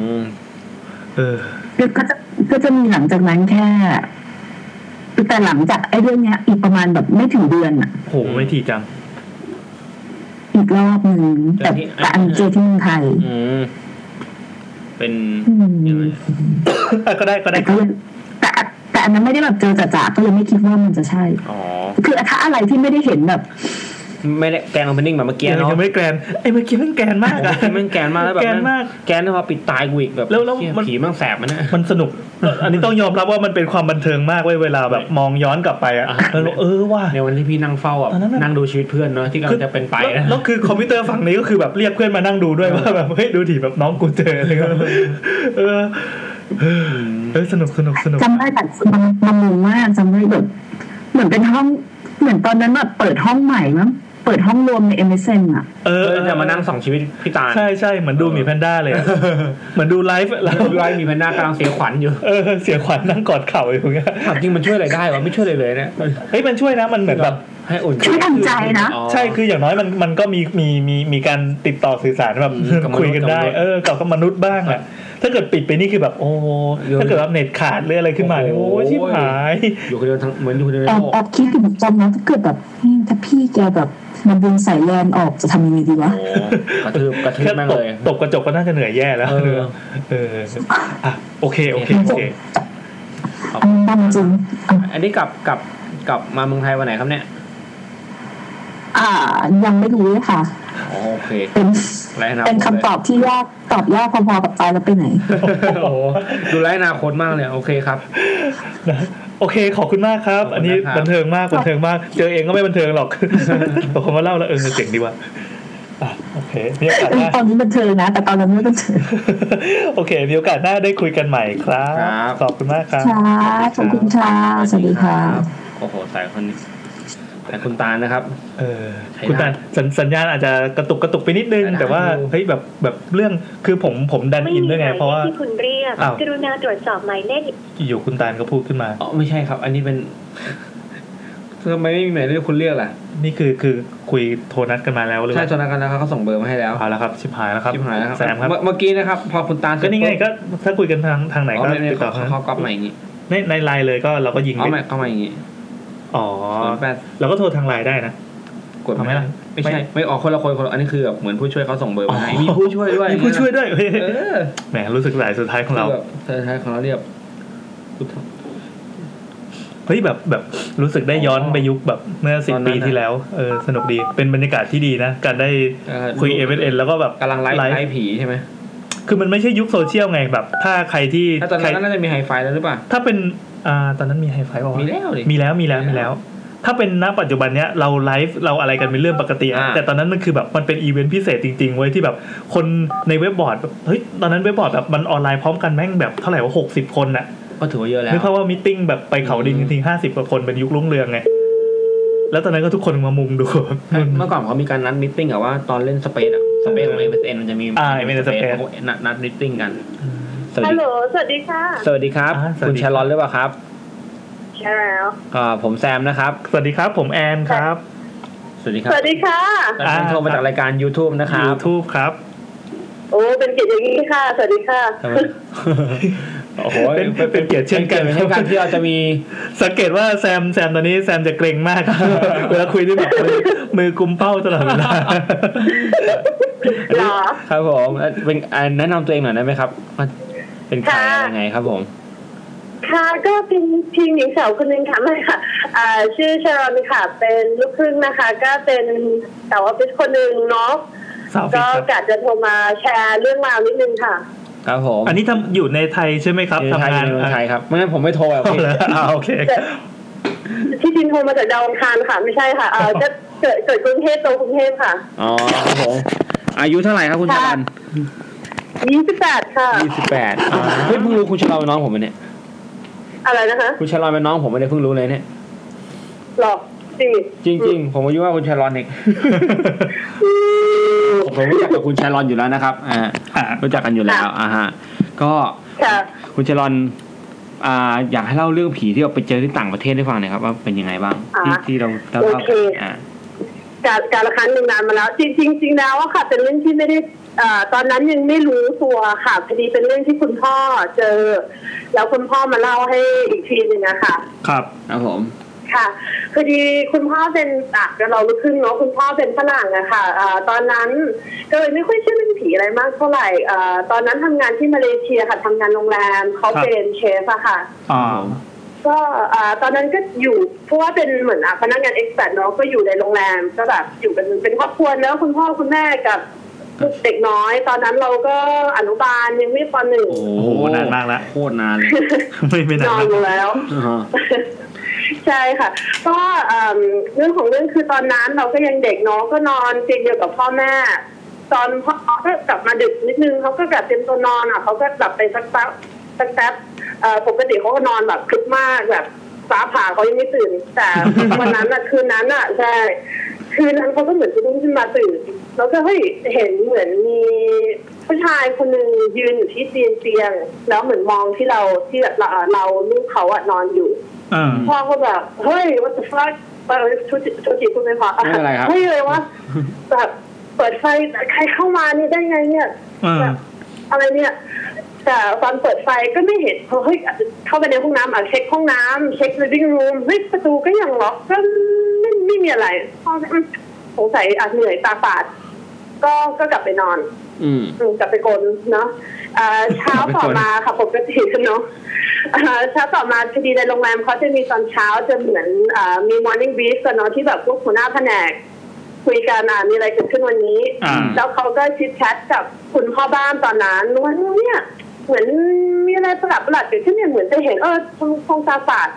Speaker 2: เออ
Speaker 7: ก็จะก็จะมีหลังจากนั้นแค่แต่หลังจากไอ้เรื่องเนี้ย อีกประมาณแบบไม่ถึงเดือนอะ
Speaker 2: โหไม่ถี่จัง
Speaker 7: อีกรอบหนึ่งแต่
Speaker 1: เจอที่
Speaker 7: แต่อันเจอที่เมืองไทย
Speaker 1: อืมเป็น
Speaker 7: อืม
Speaker 1: ยังไง
Speaker 2: อ่ะก็ได้ก็ได้
Speaker 7: แต่ก็เลยแต่แต่อันนั้นไม่ได้แบบเจอจ่าๆก็เลยไม่คิดว่ามันจะใช่
Speaker 1: อ๋อ
Speaker 7: คือถ้าอะไรที่ไม่ได้เห็นแบบ
Speaker 1: ไม่ได้แกนโอเพนนิ่งแบบเมื่อ
Speaker 2: เกี
Speaker 1: กี้
Speaker 2: ยร์
Speaker 1: เนาะ
Speaker 2: ยังไม่แกรนไอ้เมื่อกี้มันแกรนมาก
Speaker 1: โอ้
Speaker 2: อ่ะ
Speaker 1: โหแมันแกนมากแล้วแบบ
Speaker 2: แกนมาก
Speaker 1: แกนแล้วพอปิดตายกูอีกแบบ
Speaker 2: แล้วแล้ว
Speaker 1: เหี้ย
Speaker 2: มัน
Speaker 1: ผีมั่งแสบมันนะ
Speaker 2: มันสนุกเอออันนี้ต้องยอมรับว่ามันเป็นความบันเทิงมากเว้ยเวลาแบบมองย้อนกลับไปอ่ะ
Speaker 1: อ่ะ
Speaker 2: แล้วเออว่า
Speaker 1: ในวันที่พี่นั่งเฝ้าอ่ะ
Speaker 2: ตอนนั้นแบบ
Speaker 1: นั่งดูชีวิตเพื่อนเนาะที่กำลังจะเป็นไป
Speaker 2: แล้ว
Speaker 1: นะ
Speaker 2: แล้วคือคอมพิวเตอร์ฝั่งนี้ก็คือแบบเรียกเพื่อนมานั่งดูด้วยว่าแบบเฮ้ยดูดิแบบน้องกูเจออะไรเงี้ยเออเออสนุกสนุกสนุก
Speaker 7: จำได้แต่มันมันงงมากจำได้แบบเหมือนเป็นห้องเหมือนตอนนั้นแบบเปิดห้องใหม่มั้งเปิดห้องรวมในเอ็มเอสเอ็นอะ
Speaker 2: เอ
Speaker 1: เอ
Speaker 2: อ
Speaker 1: อเนี่ยมานั่งส่องชีวิตพี่ตาล
Speaker 2: ใช่ใช่เหมือนดูหมีแพนด้าเลยอะเหมือนดูไลฟ์แล้ว
Speaker 1: ไล่มีแพนด้ากำลังเสียขวัญอยู่
Speaker 2: เออเสียขวัญนั่งกอดเข่าอยู่อย่างเงี้ย
Speaker 1: ถามจริงมันช่วยอะไรได้วะไม่ช่วยอะไรเลยเนี่ย
Speaker 2: เฮ้ยมันช่วยนะมันเหมือนแบบ
Speaker 1: ให้อุ่น
Speaker 7: ช่วยทำใจนะ
Speaker 1: อ๋อ
Speaker 2: ใช่คืออย่างน้อยมันมันก็มีมีมีมีการติดต่อสื่อสารแบบ
Speaker 1: อืมกับมนุษย์
Speaker 2: คุยกันได้
Speaker 1: กับมนุษย์
Speaker 2: เออกับมนุษย์บ้างอะถ้าเกิดปิดไปนี่คือแบบโอ้ถ้าเกิดว่าเน็ตขาดหรืออะไรขึ้นมาเนี่ย
Speaker 1: โอ้โห
Speaker 2: โอ้ยชิบหาย
Speaker 1: อยู่คนเดียวทั้งเหมือนอยู่คนเดียวใน
Speaker 7: แอบ
Speaker 1: โลก
Speaker 7: แอบคิดถึงจำนะถ้าเกิดแบบนี่ถ้าพี่แกแบบมันดึงสายแลนออกจะทำยังไงดีวะ
Speaker 1: โอ้โหกระทืบกระทืบ
Speaker 2: แค่
Speaker 1: แม่ง
Speaker 2: ตก
Speaker 1: เลย
Speaker 2: ตกกระจกก็น่าจะเหนื่อยแย่แล้ว
Speaker 1: เออ
Speaker 2: เอออ่ะโอเคโอเคโอเค
Speaker 7: อันนั้นบ้าจริงอ่ะ
Speaker 1: อันนี้กลับกลับกลับมาเมืองไทยวันไหนครับเนี่ย
Speaker 7: อ่า ยังไม่รู้เลยค่ะ
Speaker 1: อ๋อโอเค
Speaker 7: เป็น
Speaker 1: ไรอนาคต
Speaker 7: เป็นคำตอบที่ยากตอบยากพอๆกับตายแล้วไปไหน
Speaker 1: เลยโอ้โหดูไรอนาคตมากเลยโอเคครับ
Speaker 2: นะโอเคขอบคุณมากครับ
Speaker 1: ขอบคุณ
Speaker 2: อันนี้
Speaker 1: นะครับ
Speaker 2: บันเทิงมากบันเทิงมาก เจอเองก็ไม่บันเทิงหร อก แต่ผมมาเล่าแล้วเออเจ๋งดีว่ะอ่ะโอเคมีโอกาส
Speaker 7: เอ
Speaker 2: หน้า
Speaker 7: อตอนนี้บันเทิงนะ แต่ตอนนั้นไม่บันเทิง
Speaker 2: โอเคมีโอกาสหน้าได้คุยกันใหม่ครับ
Speaker 1: ครับ
Speaker 2: ขอบคุณมากครับ
Speaker 7: ค่ะขอบคุณค่ะสวัสดีค่ะ
Speaker 1: โอ้โหสายคนนี้สายคุณตาลนะครับ
Speaker 2: เออคุณตาสัญสัญญาณอาจจะกระตุกกระตุกไปนิดนึง
Speaker 1: ได้นะ
Speaker 2: แต่ว่าเฮ้ยแบบแบบเรื่องคือผมผมดัน
Speaker 8: ไม่
Speaker 2: อิน
Speaker 8: มีห
Speaker 2: ด้วยไง
Speaker 8: มาย
Speaker 2: เพ
Speaker 8: เล
Speaker 2: ราะ
Speaker 8: ข
Speaker 2: ว่า
Speaker 8: ที่คุณเรียก
Speaker 2: อ้าว
Speaker 8: กรุณาตรวจสอบหมายเลข
Speaker 2: อยู่คุณตาลก็พูดขึ้นมา
Speaker 1: อ๋อไม่ใช่ครับ อันนี้เป็นทำไมไม่มีหมายเลขคุณเรียกล่ะ
Speaker 2: นี่คือคือคุยโทรนัดกันมาแล้วหรือเป
Speaker 1: ใช่
Speaker 2: ล่า
Speaker 1: ตอนนั้นกันนะครับเขาส่งเบอร์มาให้แล้ว
Speaker 2: เอาละครับชิบหายแล้วครับ
Speaker 1: ชิบหายแล้วครับ
Speaker 2: แซมครับ
Speaker 1: เมื่อเมื่อกี้นะครับ พอคุณตาล
Speaker 2: ก็นี่ไงก็ถ้าคุยกันทางทางไหน
Speaker 1: อ๋อ
Speaker 2: ก็
Speaker 1: ไม่ไม่
Speaker 2: ติดต่อค
Speaker 1: เขา
Speaker 2: รั
Speaker 1: เขา
Speaker 2: บ
Speaker 1: กลับมาอย่างงี้
Speaker 2: ในในไลน์เลยก็เราก็ยิง
Speaker 1: เขา
Speaker 2: ไป
Speaker 1: มาเขามาอย่างงี้
Speaker 2: อ๋อ
Speaker 1: ศูนย์แปด
Speaker 2: เราก็โทรทางไลน์ได้นะ
Speaker 1: กด
Speaker 2: เอาไหมล่ะ
Speaker 1: ไม่ใช่ไม่ออกคนละคนคนละอันนี้คือแบบเหมือนผู้ช่วยเขาส่งเบอร์มาให้มีผู้ช่วยด้วย
Speaker 2: มีผู้ช่วยด้วยเฮ้ย
Speaker 1: เออ
Speaker 2: แหมรู้สึกหลายสุดท้ายของเรา
Speaker 1: คือแบบสุดท้ายของเราเรียบ
Speaker 2: เฮ้ยแบบแบบรู้สึกได้ย้อนไปยุคแบบเมื่อสิบปีที่แล้วเออสนุกดีเป็นบรรยากาศที่ดีนะ การได้คุยเอเวนเอ็นแล้วก็แบบ
Speaker 1: กำลังไลฟ์ไลฟ์ผีใช่ไหม
Speaker 2: คือมันไม่ใช่ยุคโซเชียลไงแบบ ถ้าใครที่
Speaker 1: ถ้าตอน
Speaker 2: ใคร
Speaker 1: นั้นน่าจะมีไฮไฟแล้วหรือเปล่า
Speaker 2: ถ้าเป็นอ่าตอนนั้นมีไฮไฟบอก
Speaker 1: มี
Speaker 2: ว่า
Speaker 1: แล้วดิ
Speaker 2: มีแล้วมีแล้วมีแล้ว ถ้าเป็นณปัจจุบันเนี้ยเราไลฟ์เราอะไรกันเป็นเรื่องปกติอะ
Speaker 1: อ่า
Speaker 2: แต่ตอนนั้นมันคือแบบมันเป็นอีเวนต์พิเศษจริงๆเว้ยที่แบบคนในเว็บบอร์ดแบบเฮ้ยตอนนั้นเว็บบอร์ดแบบมันออนไลน์พร้อมกันแม่งแบบเท่าไหร่ว่าหกสิบคนอะ
Speaker 1: ก็ถือว่าเยอะแล้ว
Speaker 2: นึกภาพว่ามิทติ้งแบบไปเขาดินจริงห้าสิบกว่าคนเป็นยุครุ่งเรืองไง แล้วตอนนั้นก็ทุกคนมามุงดู
Speaker 1: เมื่อก่อนเขามีการนัดมิทติ้งอะว่าตอนเล่นสเปซอะสเปซของ m อ n มันจะมี
Speaker 2: อ่า MSN
Speaker 1: เขาก็นัดนัดมิทติ้งกัน สวัส
Speaker 8: ฮัล
Speaker 1: ดี
Speaker 8: โหล สวัสดีค่ะ
Speaker 1: สวัสดีครับ
Speaker 2: อ่าสวัสดี
Speaker 1: คุณชาลอนหรือเปล่าครับ
Speaker 8: ใช่แล้ว
Speaker 1: อ่าผมแซมนะครับ
Speaker 2: สวัสดีครับผมแอนครับ
Speaker 1: สวัสดีค
Speaker 8: ส
Speaker 1: รับ
Speaker 8: วัสดีค่ะ
Speaker 1: ท่านโทรมาจากรายการ YouTube นะครับ
Speaker 2: YouTube ครับ
Speaker 8: โอ้ เป็นเกียรติอย่างนี้ค่ะ สวัสดีค่ะ
Speaker 1: ทำไม โอ้โห
Speaker 2: เป็นเป็นเป็นเกียรติเช่นกัน
Speaker 1: ป็เช่นกันที่เราจะ มี
Speaker 2: สังเกตว่าแซมแซมตอนนี้แซมจะเกรงมาก เวลาคุยด้วยแบบมือกุมเป้าตลอดเวลา
Speaker 8: เหรอ
Speaker 1: ครับผมเอ่อเป็นอ่าแนะนำตัวเองหน่อยได้ไหมครับว่าเป็นใคร
Speaker 8: ค่ะ
Speaker 1: ยังไงครับผม
Speaker 8: ค่ะ ก็เป็นทีมหญิงสาวคนหนึ่งค่ะไม่ค่ะ อ่า ชื่อชารอนค่ะ เป็นลูกครึ่งนะคะ ก็เป็นสาวออฟฟิศคนหนึ่งเนาะ
Speaker 2: สาวออฟฟิศ
Speaker 8: ก็
Speaker 2: ครับ
Speaker 8: กะจะโทรมาแชร์เรื่องราวนิดนึงค่ะ
Speaker 1: ครับผม
Speaker 2: อันนี้ทำอยู่ในไทยใช่ไหมครับ
Speaker 1: อยู่ในไท
Speaker 2: ทำา
Speaker 1: ยอง
Speaker 2: น
Speaker 1: ยู่ในเมืองไทยครับไม่งั้นผมไม่โทรแบบ
Speaker 2: เอา
Speaker 1: พี่
Speaker 2: ละอ่าโอเค
Speaker 8: ที่จริงโทรมาจากดาวอังคารค่ะ ไม่ใช่ค่ะ เออจะเกิดเกิดกรุงเทพโตกรุงเทพค่ะ
Speaker 1: อ๋อครับผมอายุเท่าไหร่ครับคุณชาลัน
Speaker 8: ยี่สิบแปดค่ะ
Speaker 1: ยี่สิบแปดเฮ้ยเพิ่งรู้คุณชาลันเป็นน้องผมปะเนี่ย
Speaker 8: อะไรนะคะ
Speaker 1: คุณชาลันเป็นน้องผมไม่ได้เพิ่งรู้เลยเนี่ย
Speaker 8: หลอกสิ
Speaker 1: จริง ๆ ผมอายุมากกว่าคุณชาลอน เอง ผมผมรู้จักกับคุณชาลอนอยู่แล้วนะครับอ่า
Speaker 2: อ่า
Speaker 1: รู้จักกันอยู่แล้วอ่าฮะก็
Speaker 8: ค่ะ
Speaker 1: คุณชาลอนอ่าอยากให้เล่าเรื่องผีที่เราไปเจอที่ต่างประเทศให้ฟังหน่อยครับว่าเป็นยังไงบ้าง
Speaker 8: อ่า
Speaker 1: ที่ที่เราเรา
Speaker 8: โอ
Speaker 1: เล่า
Speaker 8: เค
Speaker 1: อ่า
Speaker 8: การการละครั้งหนึ่งนานมาแล้ว จริงจริงจริงแล้วอะค่ะ เป็นเรื่องที่ไม่ได้เอ่อตอนนั้นยังไม่รู้ตัวค่ะพอดีเป็นเรื่องที่คุณพ่อเจอ แล้วคุณพ่อมาเล่าให้อีกทีหนึ่งอะค่ะ
Speaker 2: ครับ
Speaker 1: ครับผม
Speaker 8: ค่ะพอดีคุณพ่อเป็นอ่ะเราลุกขึ้นเนาะคุณพ่อเป็นฝรั่งอะค่ะอ่าตอนนั้นก็เลยไม่ค่อยเชื่อเรื่องผีอะไรมากเท่าไหร่อ่าตอนนั้นทำงานที่มาเลเซียค่ะทำงานโรงแรมเขา
Speaker 2: ครับ
Speaker 8: เป็นเชฟอะค่ะ
Speaker 2: อ่า
Speaker 8: ก็อ่าตอนนั้นก็อยู่เพราะว่าเป็นเหมือนอ่ะพนักงานเอ็กซ์แพดเนาะก็อยู่ในโรงแรมก็แบบอยู่เป็นเป็นครอบครัวแล้วคุณพ่อคุณแม่กับลูกเด็กน้อย ตอนนั้นเราก็อนุบาลยังไม่ปหนึ่ง
Speaker 1: โอ้
Speaker 2: โอ้โหนานมากละ
Speaker 1: โคตรนาน เลย
Speaker 2: ไม่ไม่นาน
Speaker 8: น
Speaker 2: มา
Speaker 8: อน
Speaker 2: ก
Speaker 8: อยู่แล้ว
Speaker 1: อ่าฮะ
Speaker 8: ใช่ค่ะ ก็เอิ่มเรื่องของเรื่องคือตอนนั้นเราก็ยังเด็กเนาะก็นอนเตียงเดียวกับพ่อแม่ ตอนพ่อก็กลับมาดึกนิดนึงเขาก็กลับเต็มตัวนอนอ่ะเขาก็หลับไปสักแป๊บสักแป๊บเอ่อปกติเขาก็นอนแบบคลึกมากแบบฟ้าผ่าเขายังไม่ตื่น แต่ วันนั้นอ่ะคืนนั้นอ่ะใช่คืนนั้นเขาก็เหมือนจะลุกขึ้นมาตื่น แล้วก็เฮ้ยเห็นเหมือนมีผู้ชายคนหนึ่งยืนอยู่ที่เตียงเตียงๆแล้วเหมือนมองที่เราที่แบบเราเราลูกเขาอ่ะนอนอยู่
Speaker 2: อ่า
Speaker 8: พ่อก็แบบเฮ้ย what the fuck เปิดชุดชุดจีคุณไม่พอ
Speaker 1: ไม่เป็นไรครับ
Speaker 8: เฮ้ยเลยวะแบบเปิดไฟใครเข้ามานี่ได้ไงเนี่ย
Speaker 2: อ่า
Speaker 8: แบบอะไรเนี่ย แต่ตอนเปิดไฟก็ไม่เห็นเพราะเฮ้ยอาจจะเข้าไปในห้องน้ำอ่ะเช็คห้องน้ำเช็ค living room เฮ้ยประตูก็ยังล็อกก็ไม่ไม่มีอะไรพ่อก็อืมสงสัยอาจเหนื่อยตาฝาด ก็ก็กลับไปนอน
Speaker 1: อืม
Speaker 8: อืมกลับไปกลเนาะ อ่าเช้าต่อมาค่ะปกติเนาะอ่าเช้าต่อมาพอดีในโรงแรมเขาจะมีตอนเช้าจะเหมือนอามี morning brief กันเนาะที่แบบพวกหัวหน้าแผนก คุยกันอ่ะมีอะไรเกิดขึ้นวันนี้
Speaker 2: อ่า
Speaker 8: แล้วเขาก็ชิดแชทกับคุณพ่อบ้านตอนนั้นว่าเนี่ยเหมือนมีอะไรประหลาดประหลาดๆเกิดขึ้นเนี่ยเหมือนจะเห็นเออคงคงตาฝาด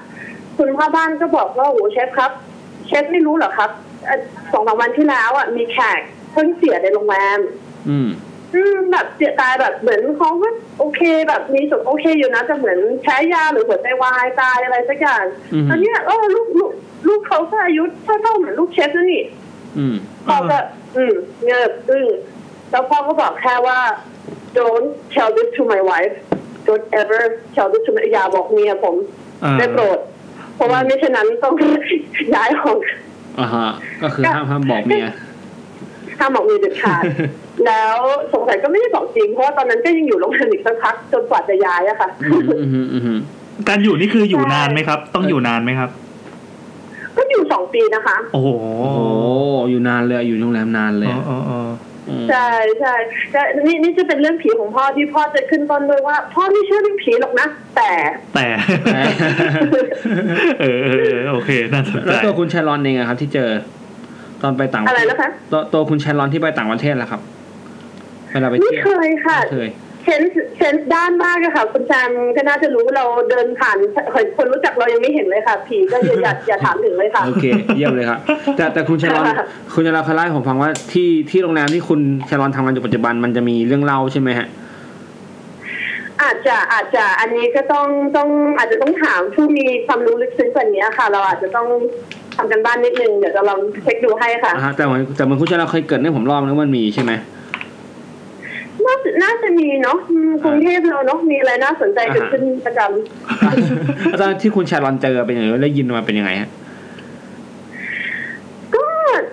Speaker 8: คุณพ่อบ้านก็บอกว่าโอ้เชฟครับ เชฟไม่รู้เหรอครับอ่ะสองสามวันที่แล้วอ่ะมีแขกเพิ่งเสียในโรงแรม
Speaker 1: อืม
Speaker 8: อืมแบบเสียดายแบบเหมือนเขาก็โอเคแบบมีส่วนโอเคอยู่นะแต่เหมือนแพ้ยาหรือหัวใจวายตายอะไรสักอย่าง
Speaker 1: อือฮึ
Speaker 8: ตอนเนี้ยเออลูกลูกลูกเขาก็อายุเท่าเท่าๆเหมือนลูกเชฟนั่นนี่
Speaker 1: อืม
Speaker 8: พ่อก็อืมเงิบอึ้งแล้วพ่อก็บอกแค่ว่า don't tell this to my wife don't ever tell this to my อย่าบอกเมียผม
Speaker 2: อ่า
Speaker 8: ได้โปรด เพราะว่าไม่ฉะนั้นต้อง ย้ายของ
Speaker 1: อ่าฮะ ก็คือห้ามห้ามบอกเมีย
Speaker 8: ห้ามบอกมีเด็ด ขาด แล้วสงสัยก็ไม่ได้บอกจริง เพราะว่าตอนนั้นก็ยังอยู่โรงแรมอีกสักพักจนกว่าจะย้าย อะค่ะ
Speaker 1: อืมอืมอืม
Speaker 2: การอยู่นี่คืออยู่นานไหมครับ ต้องอยู่นานไหมครับ
Speaker 8: ก็อยู่สองปีนะคะ
Speaker 2: โอ้โห
Speaker 1: โอ้โห อยู่นานเลยอยู่โรงแรมนานเลย
Speaker 2: อ๋ออ๋ออ๋อ
Speaker 8: ใช่ใช่แต่นี่นี่จะเป็นเรื่องผีของพ่อที่พ่อจะขึ้นต้นด้วยว่า พ่อไม่เชื่อเรื่องผีหรอกนะแต่
Speaker 2: แต่ เออเออเออโอเคน่าสน
Speaker 1: แล้
Speaker 2: ใจ
Speaker 1: วตัวคุณชายรอนเองอะครับ ที่เจอ ตอนไปต่างป
Speaker 8: อะ
Speaker 1: ระ
Speaker 8: ไร
Speaker 1: เทศ
Speaker 8: นะคะ
Speaker 1: ตัวตัวคุณชายรอนที่ไปต่างประเทศแล้วครับเวลาไป
Speaker 8: ไม่
Speaker 1: เที่ยว
Speaker 8: เคยค่ะ
Speaker 1: ไม่เคย
Speaker 8: เซนส์เซนส์ด้านมากอะค่ะ คุณแซมก็น่าจะรู้เราเดินผ่านคนรู้จักเรายังไม่เห็นเลยค่ะ ผีก็อย่าอย่าอย่าถามถึงเลยค่ะ
Speaker 1: โอเค เยี่ยมเลยครับ แต่แต่คุณชลอน
Speaker 8: ค่ะ
Speaker 1: คุณชลอนเคยเล่าให้ผมฟังว่าที่ที่โรงแรมที่คุณชลอนทำงานอยู่ปัจจุบันมันจะมีเรื่องเล่าใช่ไหมฮะ
Speaker 8: อาจจะอาจจะอันนี้ก็ต้องต้องอาจจะต้องถามผู้มีความรู้ลึกซึ้งกว่านี้ค่ะ เราอาจจะต้องทำกันบ้านนิดนึงเดี๋ยวจะลองเช็คดูให้ค่ะ
Speaker 1: อ่าฮะแต่เหมือนแต่เหมือนคุณชลอนเคยเกริดให้ผมรอบนึงว่ามันมีใช่ไหม
Speaker 8: น่าจะน่าจะมีเนาะอืมกรุงเทพเราเนาะมีอะไรน่าสนใจเกิดขึ้นประจำ
Speaker 1: แล้วตอนที่คุณชลอนเจอเป็นยังไงได้ยินมาเป็นยังไงฮะ
Speaker 8: ก็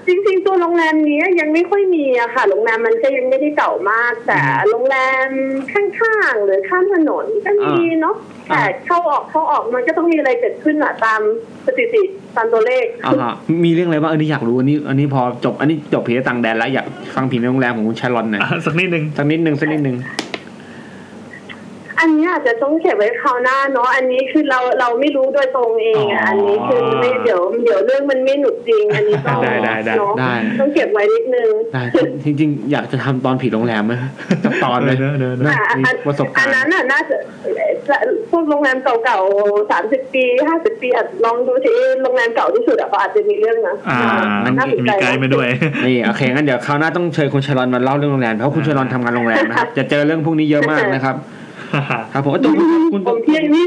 Speaker 8: จริงๆ ตัวโรงแรมเนี้ยยังไม่ค่อยมีอะค่ะ โรงแรมมันก็ยังไม่ได้เก่ามาก แต่โรงแรมข้างๆ หรือข้ามถนนก็มีเนาะแต่
Speaker 1: อ่า
Speaker 8: เข้าออกเข้าออกมันก็ต้องมีอะไรเกิดขึ้นอะตามสถิติตามตัวเลข
Speaker 1: อ่าฮะมีเรื่องอะไรบ้างอันนี้อยากรู้อันนี้ อันนี้พอจบอันนี้จบผีต่างแดนแล้วอยากฟังผีในโรงแรมของคุณชลอนหน่อย
Speaker 2: อ่ะสักนิดนึง
Speaker 1: สักนิดนึงสักนิดนึง
Speaker 8: อันนี้อาจจะต้องเก็บไว้คราวหน้าเนาะอันนี้คือเราเราไม่รู้โดยตรงเอง
Speaker 2: อ๋ออั
Speaker 8: อะอันนี้คือไม่เดี๋ยวเดี๋ยวเรื่องมันไม่หนุกจริง อันนี้ต้อง
Speaker 2: ได้ได้ได้
Speaker 8: เนาะ
Speaker 1: ได้
Speaker 8: ต้องเก็บไว้นิดนึง
Speaker 1: ได้จริงๆ อยากจะทำตอนผีโรงแรมไหมสักตอนเลย
Speaker 2: เนอะเนอะเนอะ
Speaker 8: อ่ะอัน
Speaker 1: มีประสบการณ์
Speaker 8: อันนั้นน่ะน่าจะพวกโรงแรมเก่าๆสามสิบปีห้าสิบปีอาจลองดูสิโรงแรมเก่าที่สุดอ่ะก็อาจจะมีเรื่องนะ
Speaker 2: อ่า
Speaker 1: งั้น
Speaker 8: น่าสน
Speaker 2: มี
Speaker 8: ใจ
Speaker 2: ไกด์มาด้วย
Speaker 1: นี่โอเคงั้นเดี๋ยวคราวหน้าต้องเชิญคุณชลอนมาเล่าเรื่องโรงแรมเพราะคุณชลอนทำงานโรงแรมนะครับจะเจอเรื่องพวกนี้เยอะมากนะครับครับผมตัวคุณ
Speaker 8: ผมเที่ยงนี้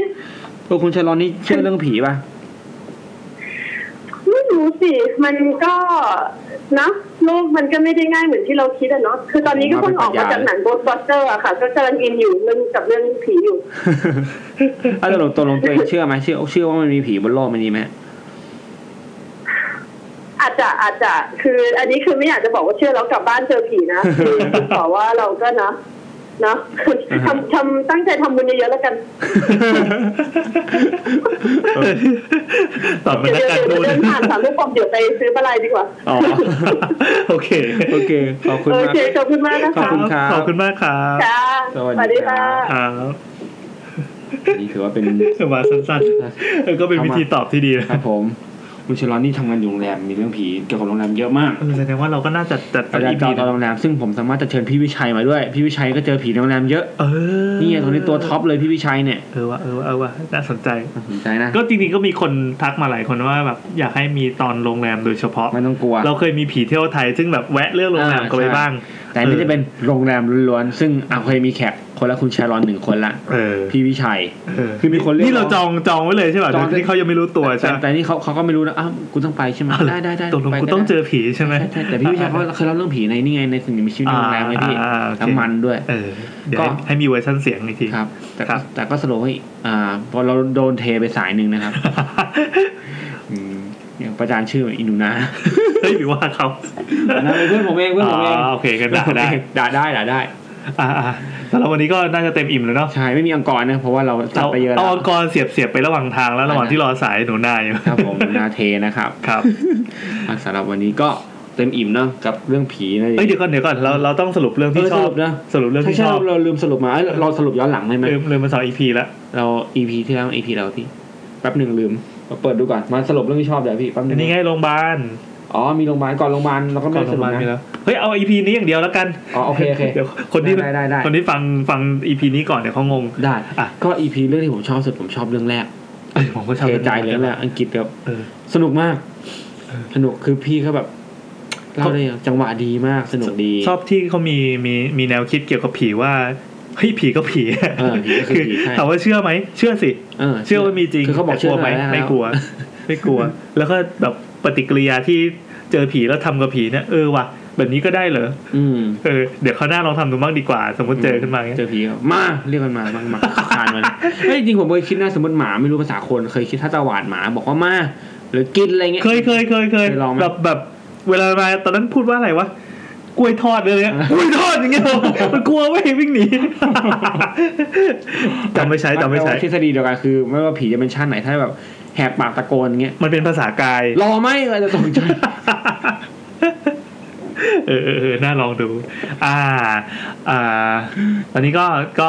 Speaker 1: ตัวคุณชลอนนี่เชื่อเรื่องผีป่ะ
Speaker 8: ไม่รู้สิมันก็นะโลกมันก็ไม่ได้ง่ายเหมือนที่เราคิดอะเนาะคือตอนนี้ก็เพิ่งออกมาจากหนังโกสบัสเตอร์อะค่ะ ก็กำลังอินอยู่เรื่องกับเรื่องผีอยู่
Speaker 1: อ่ะตกลงตกลงตัวเองเชื่อไหมเชื่อเชื่อว่ามันมีผีบนโลกมันนี้ไหม
Speaker 8: อาจจะอาจจะคืออันนี้คือไม่อยากจะบอกว่าเชื่อแล้วกลับบ้านเจอผีนะคือคือขอว่าเราก็นะเนาะคือทำทำตั้งใจทำบุญเยอะๆแล้วกัน
Speaker 2: ตอบเป็น
Speaker 8: เดี๋
Speaker 2: นั
Speaker 8: ย
Speaker 2: กกา
Speaker 8: ว
Speaker 2: ร
Speaker 8: เดี๋
Speaker 2: ทู
Speaker 8: ย
Speaker 2: ต
Speaker 8: วเดินผ่านสามลูกปอมเดี๋ยวไปซื้อปลาไหลดีกว่า
Speaker 1: อ๋อ
Speaker 2: โอเค
Speaker 1: โอเคขอบคุณ
Speaker 8: โอ
Speaker 1: มาก
Speaker 8: เคขอบคุณมากนะ
Speaker 1: ขอบ
Speaker 8: คะ
Speaker 1: คุณครับ
Speaker 2: ขอบคุณมากครับ
Speaker 8: จ้า
Speaker 1: ส
Speaker 8: ส
Speaker 1: วัสดี
Speaker 8: วัสดีค่ะ
Speaker 2: ครับ
Speaker 1: นี่ถือว่าเป็น
Speaker 2: มาสั้นๆเออก็เป็นวิธีตอบที่ดีนะครับ
Speaker 1: ผมคุณชลอนนี่ทำงานอยู่โรงแรมมีเรื่องผีเกี่ยวกับโรงแรมเยอะมาก
Speaker 2: เออแสดงว่าเราก็น่าจัดจัด
Speaker 1: อาจารย์จอตอนโรงแรมซึ่งผมสามารถจะเชิญพี่วิชัยมาด้วยพี่วิชัยก็เจอผีในโรงแรมเยอะ
Speaker 2: เออ
Speaker 1: นี่ไงตัวนี้ตัวท็อปเลยพี่วิชัยเนี่ย
Speaker 2: เออว่ะเออว่ะเออว่ะน่าสนใจ
Speaker 1: น่าสนใจนะ
Speaker 2: ก็จริงๆก็มีคนทักมาหลายคนว่าแบบอยากให้มีตอนโรงแรมโดยเฉพาะ
Speaker 1: ไม่ต้องกลัว
Speaker 2: เราเคยมีผีเที่ยวไทย ซึ่งแบบแวะเรื่องโรงแรมกันไปบ้าง
Speaker 1: แต่อันนี้จะเป็นโรงแรมล้วนๆซึ่งอ่ะเคยมีแขกคนละคุณชายรอนหนึ่งคนละ
Speaker 2: เออ
Speaker 1: พี่วิชัย
Speaker 2: เออ
Speaker 1: คือมีคนเรียก
Speaker 2: นี่เราจองจองไว้เลยใช่ป่ะ
Speaker 1: จอง
Speaker 2: ที่เขายังไม่รู้ตัวใช่
Speaker 1: แต่
Speaker 2: ปะ
Speaker 1: แต่นี่เขาเขาก็ไม่รู้นะอ้าวกูต้องไปใช่ไหม
Speaker 2: อ้าว
Speaker 1: ได้ได้ได้
Speaker 2: ตกลง
Speaker 1: ไป
Speaker 2: กูต้องเจ
Speaker 1: ได้
Speaker 2: อผีใช่ไหม
Speaker 1: ใช่ใช่แต่พี่วิชัยเขาเคยเล่าเรื่องผีในนี่ไงในสิ่งมีชีวิตในโรงแรมไงพี่
Speaker 2: อ่าอ่าโอเค
Speaker 1: น้ำมันด้วย
Speaker 2: เออเดี๋ยว
Speaker 1: ก็
Speaker 2: ให้ให้มีเวอร์ชันเสียงอีกที
Speaker 1: ครับ แต่
Speaker 2: ครับ
Speaker 1: ก็แต่ก็สรุปว่าอ่าพอเราโดนเทไปสายหนึ่งนะครับอืมอย่างประจานชื่ออินูนา
Speaker 2: เฮ้ยหรือว่าเขา
Speaker 1: นะเพื่อนผมเองเพื่อนผมเอง
Speaker 2: าโอเคกันได้ได้
Speaker 1: ด่าได้ด่าได้
Speaker 2: อ่าอ่าสำหรับวันนี้ก็น่าจะเต็มอิ่มแล้วเนาะ
Speaker 1: ใช่ไม่มีอังกอร์นะเพราะว่าเราจัด
Speaker 2: เอา
Speaker 1: ไปเยอะแล้
Speaker 2: เอา
Speaker 1: ว
Speaker 2: องค์กรเสียบเสียบไประหว่างทางแล้วระหว่างที่รอสายหนูนายอยู่
Speaker 1: ครับผมนาเทนะครับ
Speaker 2: ครับ
Speaker 1: อ่ะสำหรับวันนี้ก็เต็มอิ่มเนาะกับเรื่องผีนะ
Speaker 2: เอ้ยเดี๋ยวก่อนเดี๋ยวก่อนเราเราต้องสรุปเรื่องที่
Speaker 1: เออ
Speaker 2: ชอ
Speaker 1: ส
Speaker 2: บ
Speaker 1: รุปนะ
Speaker 2: สรุปเรื่อง
Speaker 1: ใช่
Speaker 2: ที่
Speaker 1: ใช่
Speaker 2: ชอบ
Speaker 1: เราเราลืมสรุปมาเอ้ยเราสรุปย้อนหลังได้ไหม
Speaker 2: ลืมลืมมาสองอีพีละ
Speaker 1: เรา EP ที่แล้ว EP เราที่แป๊บหนึ่งลืมเราเปิดดูก่อนมาสรุปเรื่องที่ชอบเดี๋ยวพี่แป๊บหนึ
Speaker 2: อั
Speaker 1: ง
Speaker 2: นนี้ไงโรงพยาบาล
Speaker 1: อ๋อมีโรงพยาบาลก่อนโรงพยาบาลเราก็
Speaker 2: ก่
Speaker 1: ไม่
Speaker 2: อนโร
Speaker 1: ได้ส
Speaker 2: งพยาบา
Speaker 1: รุป
Speaker 2: ลมี
Speaker 1: นะ
Speaker 2: แล้วเฮ้ยเอาอีพีนี้อย่างเดียวแล้วกัน
Speaker 1: อ๋อโอเคโอเค
Speaker 2: เดี๋ยวคนที่
Speaker 1: ได้ได้ได้
Speaker 2: คนที่ฟังฟังอีพีนี้ก่อนเดี๋ยวเขางง
Speaker 1: ได้
Speaker 2: อ่ะ
Speaker 1: ก็ EP เรื่องที่ผมชอบสุดผมชอบเรื่องแรก
Speaker 2: เอ้ยผมก็ชอบ
Speaker 1: เทใจเลยแหละอังกฤษแบบ
Speaker 2: เออ
Speaker 1: สนุกมาก สนุกคือพี่เขาแบบเล่าได้จังหวะดีมากสนุกดี
Speaker 2: ชอบที่เขามีมีมีแนวคิดเกี่ยวกับผีว่าเฮ้ยผีก็ผี
Speaker 1: เออผีก็คือผีใช่
Speaker 2: ถามว่าเชื่อไหมเชื่อสิ
Speaker 1: เออ
Speaker 2: เชื่อว่ามีจริง
Speaker 1: คือเขาบอก
Speaker 2: แต่
Speaker 1: เชื่
Speaker 2: ลั
Speaker 1: อ
Speaker 2: วไหม
Speaker 1: ด้แล้ว
Speaker 2: ไม่กลัว ไม่กลัว แล้วก็แบบปฏิกิริยาที่เจอผีแล้วทำกับผีเนี่ยเออว่ะแบบนี้ก็ได้เหรอ
Speaker 1: อืม
Speaker 2: เออเดี๋ยวเขาวหน้าลองทำดูบ้างดีกว่า สมมติเจอขึ้นมาอย่าง
Speaker 1: เจ
Speaker 2: เงี้ย
Speaker 1: อผีก็มาเรียกมันมามามาคานมันเฮ้ยจริงผมเคยคิดนะสมมติหมาไม่รู้ภาษาคนเคยคิดถ้าตะหวาดหมาบอกว่ามาหรือกินอะไรเงี้ย
Speaker 2: เคยเคยเคยเคย
Speaker 1: เคยลองไหม
Speaker 2: แบบแบบเวลามาตอนนั้นพูดว่าอะไรวะกล้วยทอดเลยเนี่ยกล้วยทอดอย่างเงี้ยมันกลัวไม่วิ่งหนี จำไม่ใช้จำไม่ใช้
Speaker 1: ทฤษฎีเดียวกันคือ ไม่ว่าผีจะเป็นชาติไหนถ้าแบบแหกปากตะโกนเงี้ย
Speaker 2: มันเป็นภาษากาย
Speaker 1: รอไหมอะไรจะตกใจ
Speaker 2: เออเออเออน่าลองดู อ่า อ่า ตอนนี้ก็ ก็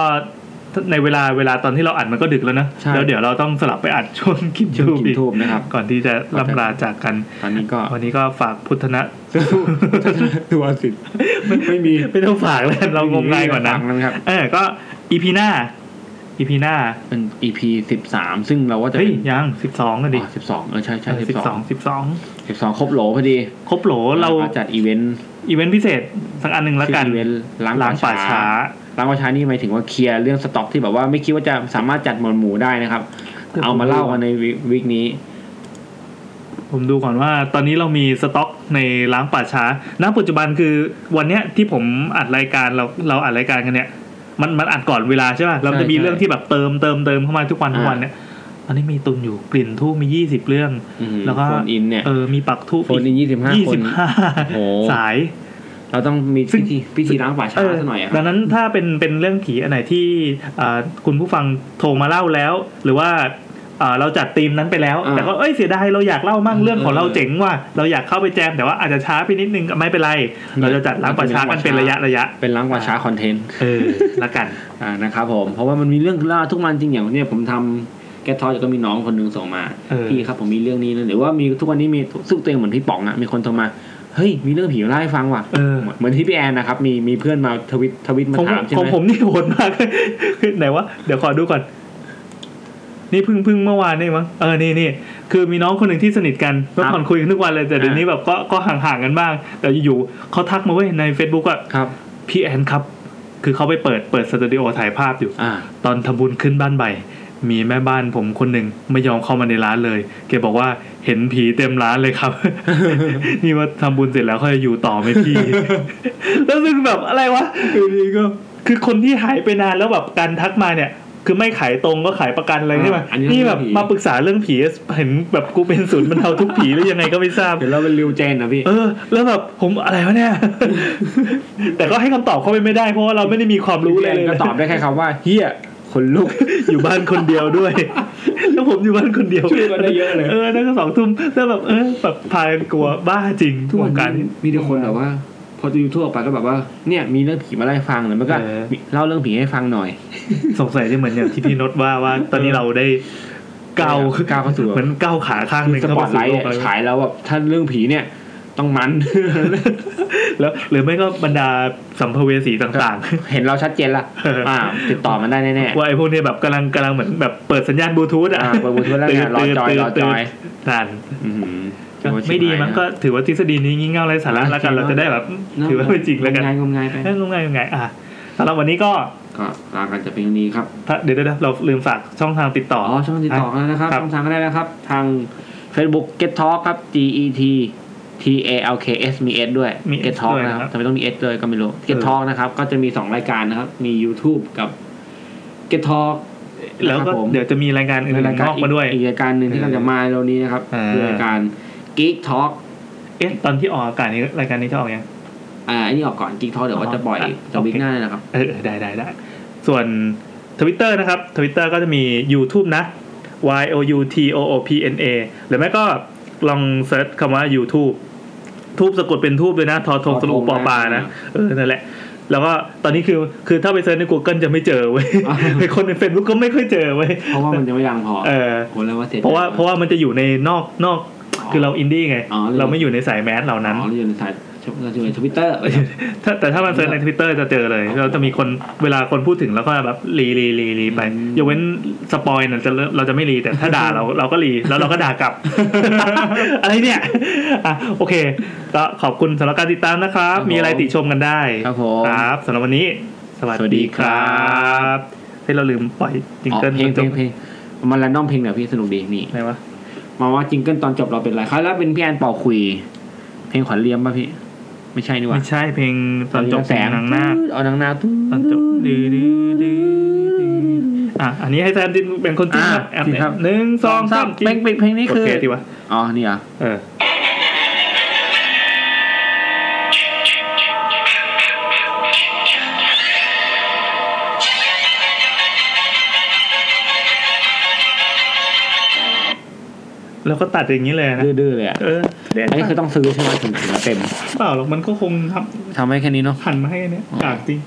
Speaker 2: ในเวลาเวลาตอนที่เราอัดมันก็ดึกแล้วนะ
Speaker 1: ใช่
Speaker 2: แล้วเดี๋ยวเราต้องสลับไปอัด ช่วงกิน
Speaker 1: ช่ว
Speaker 2: ทู
Speaker 1: ง
Speaker 2: บ
Speaker 1: กิ
Speaker 2: อี
Speaker 1: น
Speaker 2: ก
Speaker 1: ทูบนะครับ
Speaker 2: ก่อนที่จะลำลาจากกัน
Speaker 1: ตอนนี้ก็
Speaker 2: วันนี้ก็ฝากพุทธนะ
Speaker 1: ตัวสิไม่ไม่มี
Speaker 2: ไม่ต้องฝากแล้ว เรางมงายก่อนนะ
Speaker 1: ฝนะครับ
Speaker 2: เออ ก็อีพีหน้า อีพีหน้า
Speaker 1: เป็น EP สิบสามซึ่งเราว่าจะ
Speaker 2: เฮ้ย
Speaker 1: เป็น
Speaker 2: ยังสิบสองกันดิ
Speaker 1: สิบสองเออใช่ใช่
Speaker 2: สิ
Speaker 1: สิ
Speaker 2: บบ ส
Speaker 1: ส
Speaker 2: อ
Speaker 1: องง
Speaker 2: สิบสอง
Speaker 1: สิบสองครบโหลพอดี
Speaker 2: ครบโหลเรา
Speaker 1: ก็จัดอีเวนต์
Speaker 2: อีเวนต์พิเศษ สักอันหนึ่งแล้วกัน
Speaker 1: อีเวนต์ล้าง
Speaker 2: ล้างป่า
Speaker 1: ป่าช้า
Speaker 2: ช้า
Speaker 1: ล้างป่าช้านี่หมายถึงว่าเคลียร์เรื่องสต็อกที่แบบว่าไม่คิดว่าจะสามารถจัดหมวดหมู่ได้นะครับ
Speaker 2: เดี๋ยวผม
Speaker 1: เอามาเล่ากันในวิกนี้
Speaker 2: ผมดูก่อนว่าตอนนี้เรามีสต็อกในล้างป่าช้า ณ ปัจจุบันคือวันเนี้ยที่ผมอัดรายการเราเราอัดรายการกันเนี่ย มันมันอัดก่อนเวลาใช่ป่ะเราจะมี
Speaker 1: ใช่
Speaker 2: เรื่องที่แบบเติมเติมเติมเข้ามาทุกวัน
Speaker 1: อ่า
Speaker 2: ทุกวันเนี่ยอันนี้มีตุนอยู่กลิ่นทูบมียี่สิบเรื่อง
Speaker 1: อืม
Speaker 2: แล้วก็
Speaker 1: โฟนอินเนี่ย
Speaker 2: เออมีปักทูบ
Speaker 1: โฟนอิน
Speaker 2: ยี่
Speaker 1: 25ค
Speaker 2: สิ
Speaker 1: น
Speaker 2: บห้า
Speaker 1: โอ้โห
Speaker 2: สาย
Speaker 1: เราต้องมี
Speaker 2: ซึ่
Speaker 1: พิ
Speaker 2: ง
Speaker 1: ธีพิธีล้างป่าช้าซะหน่อยอะค
Speaker 2: ดั
Speaker 1: รับ
Speaker 2: งนั้นถ้าเป็นเป็นเรื่องผีอันไหนที่อ่าคุณผู้ฟังโทรมาเล่าแล้ว หรือว่าอ่าเราจัดธีมนั้นไปแล้ว
Speaker 1: อ่า
Speaker 2: แต่ก็เอ้ยเสียดายเราอยากเล่ามั่งเรื่องของ
Speaker 1: เออ
Speaker 2: เราเจ๋งว่ะเราอยากเข้าไปแจมแต่ว่าอาจจะช้าไปนิดนึงก็ไม่เป็นไร เราจะจัดร้านประชากันเป็นระยะระยะ
Speaker 1: เป็นล้างป่าช้าคอนเทนต์
Speaker 2: เออละกัน
Speaker 1: อ่านะครับผมเพราะว่ามันมีเรื่องเล่าทุกวันจริงอย่างเนี่ยผมทำแกทอยก็มีน้องคนหนึงส่งมา
Speaker 2: เออ
Speaker 1: พี่ครับผมมีเรื่องนี้นะหรือว่ามีทุกวันนี้มีซึ่งตัวเองเหมือนพี่ป๋องอะมีคนโทรมาเฮ้ยมีเรื่องผีมาเล่าให้ฟังว่ะ
Speaker 2: เออ
Speaker 1: เหมือนที่พี่แอนนะครับมีมีเพื่อนมาทวิตทวิตมา
Speaker 2: ของผ
Speaker 1: ถาม มใช่
Speaker 2: ขอ
Speaker 1: ไห
Speaker 2: ง
Speaker 1: ม
Speaker 2: ผมนี่โหดมากคือไหนวะเดี๋ยวขอดูก่อน นี่เพึ่งเพึ่งเมื่อวานนี่มั้งเออนี่นี่คือมีน้องคนหนึ่งที่สนิทกันเมื่อก่อนคุยกันทุกวันเลยแต่เดี๋ยวนี้แบบก็ก็ห่างๆกันบ้าง แต่อยู่ๆเขาทักมาเว้ยใน Facebook อะ
Speaker 1: ครับ
Speaker 2: พี่แอนครับ คือเขาไปเปิดเปิดสตูดิโอถ่ายภาพอยู่
Speaker 1: อ่า
Speaker 2: ตอนทำบุญขึ้นบ้านใหม่มีแม่บ้านผมคนหนึ่งไม่ยอมเข้ามาในร้านเลย แกบอกว่าเห็นผีเต็มร้านเลยครับ นี่ว่าทำบุญเสร็จแล้วเขาจะอยู่ต่อไหมพี่ แล้วซึ่งแบบอะไรวะอยู่ดีก็ คือคนที่หายไปนานแล้วแบบการทักมาเนี่ย คือไม่ขายตรงก็ขายประกันอะไรใช่ไหม
Speaker 1: อ่าอันนี้
Speaker 2: นี่แบบ
Speaker 1: เรื่องผี
Speaker 2: มาปรึกษาเรื่องผีเห็นแบบกูเป็นศูนย์บรรเทาทุกข์ผีหรือยังไงก็ไม่ทราบ
Speaker 1: เดี๋ยวเราเป็นริวเจนนะพี่
Speaker 2: เออ แล้วแบบผมอะไรวะ เนี่ย แต่ก็ให้คำตอบเขาไปไม่ได้เพราะว่าเราไม่ได้มีความรู้
Speaker 1: รู้
Speaker 2: เล
Speaker 1: แอยนก็ตอบได้แค่คำว่าเฮียคนลุก
Speaker 2: อยู่บ้านคนเดียว ด้วย แล้วผมอยู่บ้านคนเดียว
Speaker 1: ช่วยกันได้เยอะเลย
Speaker 2: เออนั่นก็สองทุ่มแล้วแบบเออแบบพากันกลัวบ้าจริง
Speaker 1: ทุกวัน
Speaker 2: วงการ
Speaker 1: นี้มีแต่คนแบบว่า พอดูทั่วไปก็แบบว่าเนี่ยมีเรื่องผีมาเล่าให้ฟังหรือไม่ก็
Speaker 2: เออ
Speaker 1: มีเล่าเรื่องผีให้ฟังหน่อย
Speaker 2: สงสัยจะเหมือนอย่างที่พี่นศว่าว่า ตอนนี้เราได้ก้าว
Speaker 1: ก้าวเข้าสู่
Speaker 2: เหมือนก้าวขาข้างหนึ่ง
Speaker 1: ส
Speaker 2: เข้า
Speaker 1: ปอ
Speaker 2: มา
Speaker 1: ตไล
Speaker 2: สู่
Speaker 1: ท์
Speaker 2: โล
Speaker 1: อะ
Speaker 2: กแล้ว
Speaker 1: ฉายแล้วแบบถ้าเรื่องผีเนี่ยต้องมัน
Speaker 2: แล้วหรือไม่ก็บรรดาสัมภเวสีต่าง ๆ
Speaker 1: เห็นเราชัดเจนละ
Speaker 2: เอออ่
Speaker 1: อ่า ติดต่อมันได้แน่ๆ
Speaker 2: ว่าไอ้พวกเนี้ยแบบกำลังกำลังเหมือนแบบเปิดสัญญาณบลูทูธอ่ะ
Speaker 1: อ่าเปิด Bluetooth แล้วเนี่ยรอจอยรอจอย
Speaker 2: นั่น
Speaker 1: อื้อหือ
Speaker 2: ไม่ดีมั้งก็ถือว่าทฤษฎีนี้งี่เง่าไร้สาระแล้วกันเราจะได้แบบ ถือว่าเป็นจริงแล้วกัน
Speaker 1: งมงายงมงายไป
Speaker 2: เอ้ยงงไงงงไงอ่ะสำหรับวันนี้ก็
Speaker 1: ก็ลากันจะเป็นนี้ครับ
Speaker 2: ถ้าเดี๋ยวเดี๋ยวเดี๋ยวเราลืมฝากช่องทางติดต่อ
Speaker 1: อ๋อ
Speaker 2: อ
Speaker 1: ช่องติดต่อกันนะครับ
Speaker 2: ครับ
Speaker 1: ช่องทางก็ได้นะครับ ทาง Facebook Get Talk ครับ G E T T A L K S มี S ด้วย
Speaker 2: มี
Speaker 1: Get
Speaker 2: S
Speaker 1: Talk
Speaker 2: ด้วยนะค
Speaker 1: นะค
Speaker 2: รั
Speaker 1: รั
Speaker 2: บบ
Speaker 1: ทำไมต้องมี S เลยก็ไม่รู้ Get
Speaker 2: เออ
Speaker 1: Talk นะครับ ก็จะมี 2 รายการนะครับ มี YouTube กับ Get Talk
Speaker 2: แล้วก็
Speaker 1: ครับผม
Speaker 2: เดี๋ยวจะมีรายการอื่น
Speaker 1: ราย
Speaker 2: น
Speaker 1: การ
Speaker 2: อกมาด้วย
Speaker 1: อีกรายการหนึ่งที่เราจะมาเร็วนี้นะครับ
Speaker 2: อ่า
Speaker 1: คือรายการ Geek Talk
Speaker 2: เอ๊ะตอนที่ออกอากาศนี้รายการนี้จะออกยัง
Speaker 1: อ่าอันนี้ออกก่อน Geek Talk เดี๋ยวว่าจะปล่อย
Speaker 2: อ๋อ
Speaker 1: จะวิก
Speaker 2: โอเค
Speaker 1: หน้าเลยนะครับ
Speaker 2: เออเออได้ได้ได้ส่วนทวิตเตอร์นะครับทวิตเตอร์ก็จะมี YouTube นะ y o u t o o p n a หรือไม่ก็ลองเซิร์ชคำว่า YouTube ทูบสะกดเป็นทูบเลยนะ ทอทงสรุปปอปานะ เออ นั่นแหละ แล้วก็ตอนนี้คือคือถ้าไปเซิร์ชใน Google จะไม่เจอ เว้ย
Speaker 1: อ่า
Speaker 2: ไปคนใน Facebook ก็ไม่ค่อยเจอเว้ย
Speaker 1: เพราะว่ามันยังไม่ดังพอ
Speaker 2: เออ
Speaker 1: โหแล้วว่าเสร็จ
Speaker 2: เพราะว่าเพราะว่ามันจะอยู่ในนอกนอก คือเราอินดี้ไง
Speaker 1: อ๋อเลย
Speaker 2: เราไม่อยู่ในสายแมสเหล่านั้น
Speaker 1: อ๋อเราอยู่ในสายเราอยู่ในทวิตเตอร์
Speaker 2: ถ้าแต่ถ้ามันเซิร์ชในทวิตเตอร์จะเจอเลย เราจะมีคนเวลาคนพูดถึงแล้วก็แบบรีรีรีรีไป
Speaker 1: อืม
Speaker 2: ยกเว้นสปอยนะจะเริ่มเราจะไม่รีแต่ถ้าด่าเรา เราก็รีแล้วเราก็ด่ากลับ อะไรเนี่ยอ่ะโอเค ก็ขอบคุณสำหรับการติดตามนะครับ มีอะไรติชมกันได้
Speaker 1: ครับผม
Speaker 2: ครับสำหรับวันนี้ สวัส
Speaker 1: สวัสดี
Speaker 2: ดีค
Speaker 1: ครั
Speaker 2: รับให้ยเราลืมปล่อยจิง
Speaker 1: อ๋อ
Speaker 2: เกิล
Speaker 1: เพลงเพลงเพลงมันแรนดอมเพลงเนี่ยพี่สนุกดีนี่
Speaker 2: ไหนวะ
Speaker 1: มาว่าจิงเกิลตอนจบเราเป็นอะไรคราวแล้วเป็นพี่แอนเป่าคุย เพลงขวัญเลียมป่ะพี่ ไม่ใช่นี่หว่า
Speaker 2: ไม่ใช่เพลงตอนจบ
Speaker 1: แสง
Speaker 2: หนังหน้าค
Speaker 1: เอานางนาตู้
Speaker 2: ตอนจบดื้อดื้อดื้อดื้ออ่ะอันนี้ให้แซมจินเป็นคนจิ้มครับแอมเนี่ยหนึ่งสองสามจิ้
Speaker 1: เพล
Speaker 2: ม
Speaker 1: งเพลงนี้
Speaker 2: กด
Speaker 1: คือ
Speaker 2: เทสดีวะ
Speaker 1: อ๋อนี่เหรอ่ะ
Speaker 2: เออ แล้วก็ตัดอย่างนี้เลยนะ
Speaker 1: ดื้อๆเลยอ่ะ
Speaker 2: เออ ได้
Speaker 1: อันนี้คือต้องซื้อใช่ไหมถึงถึงจะเต็ม
Speaker 2: เปล่าหรอกมันก็คงครับ
Speaker 1: ทำให้แค่นี้เนาะ
Speaker 2: หันมาให้อันเนี้ยจากจริง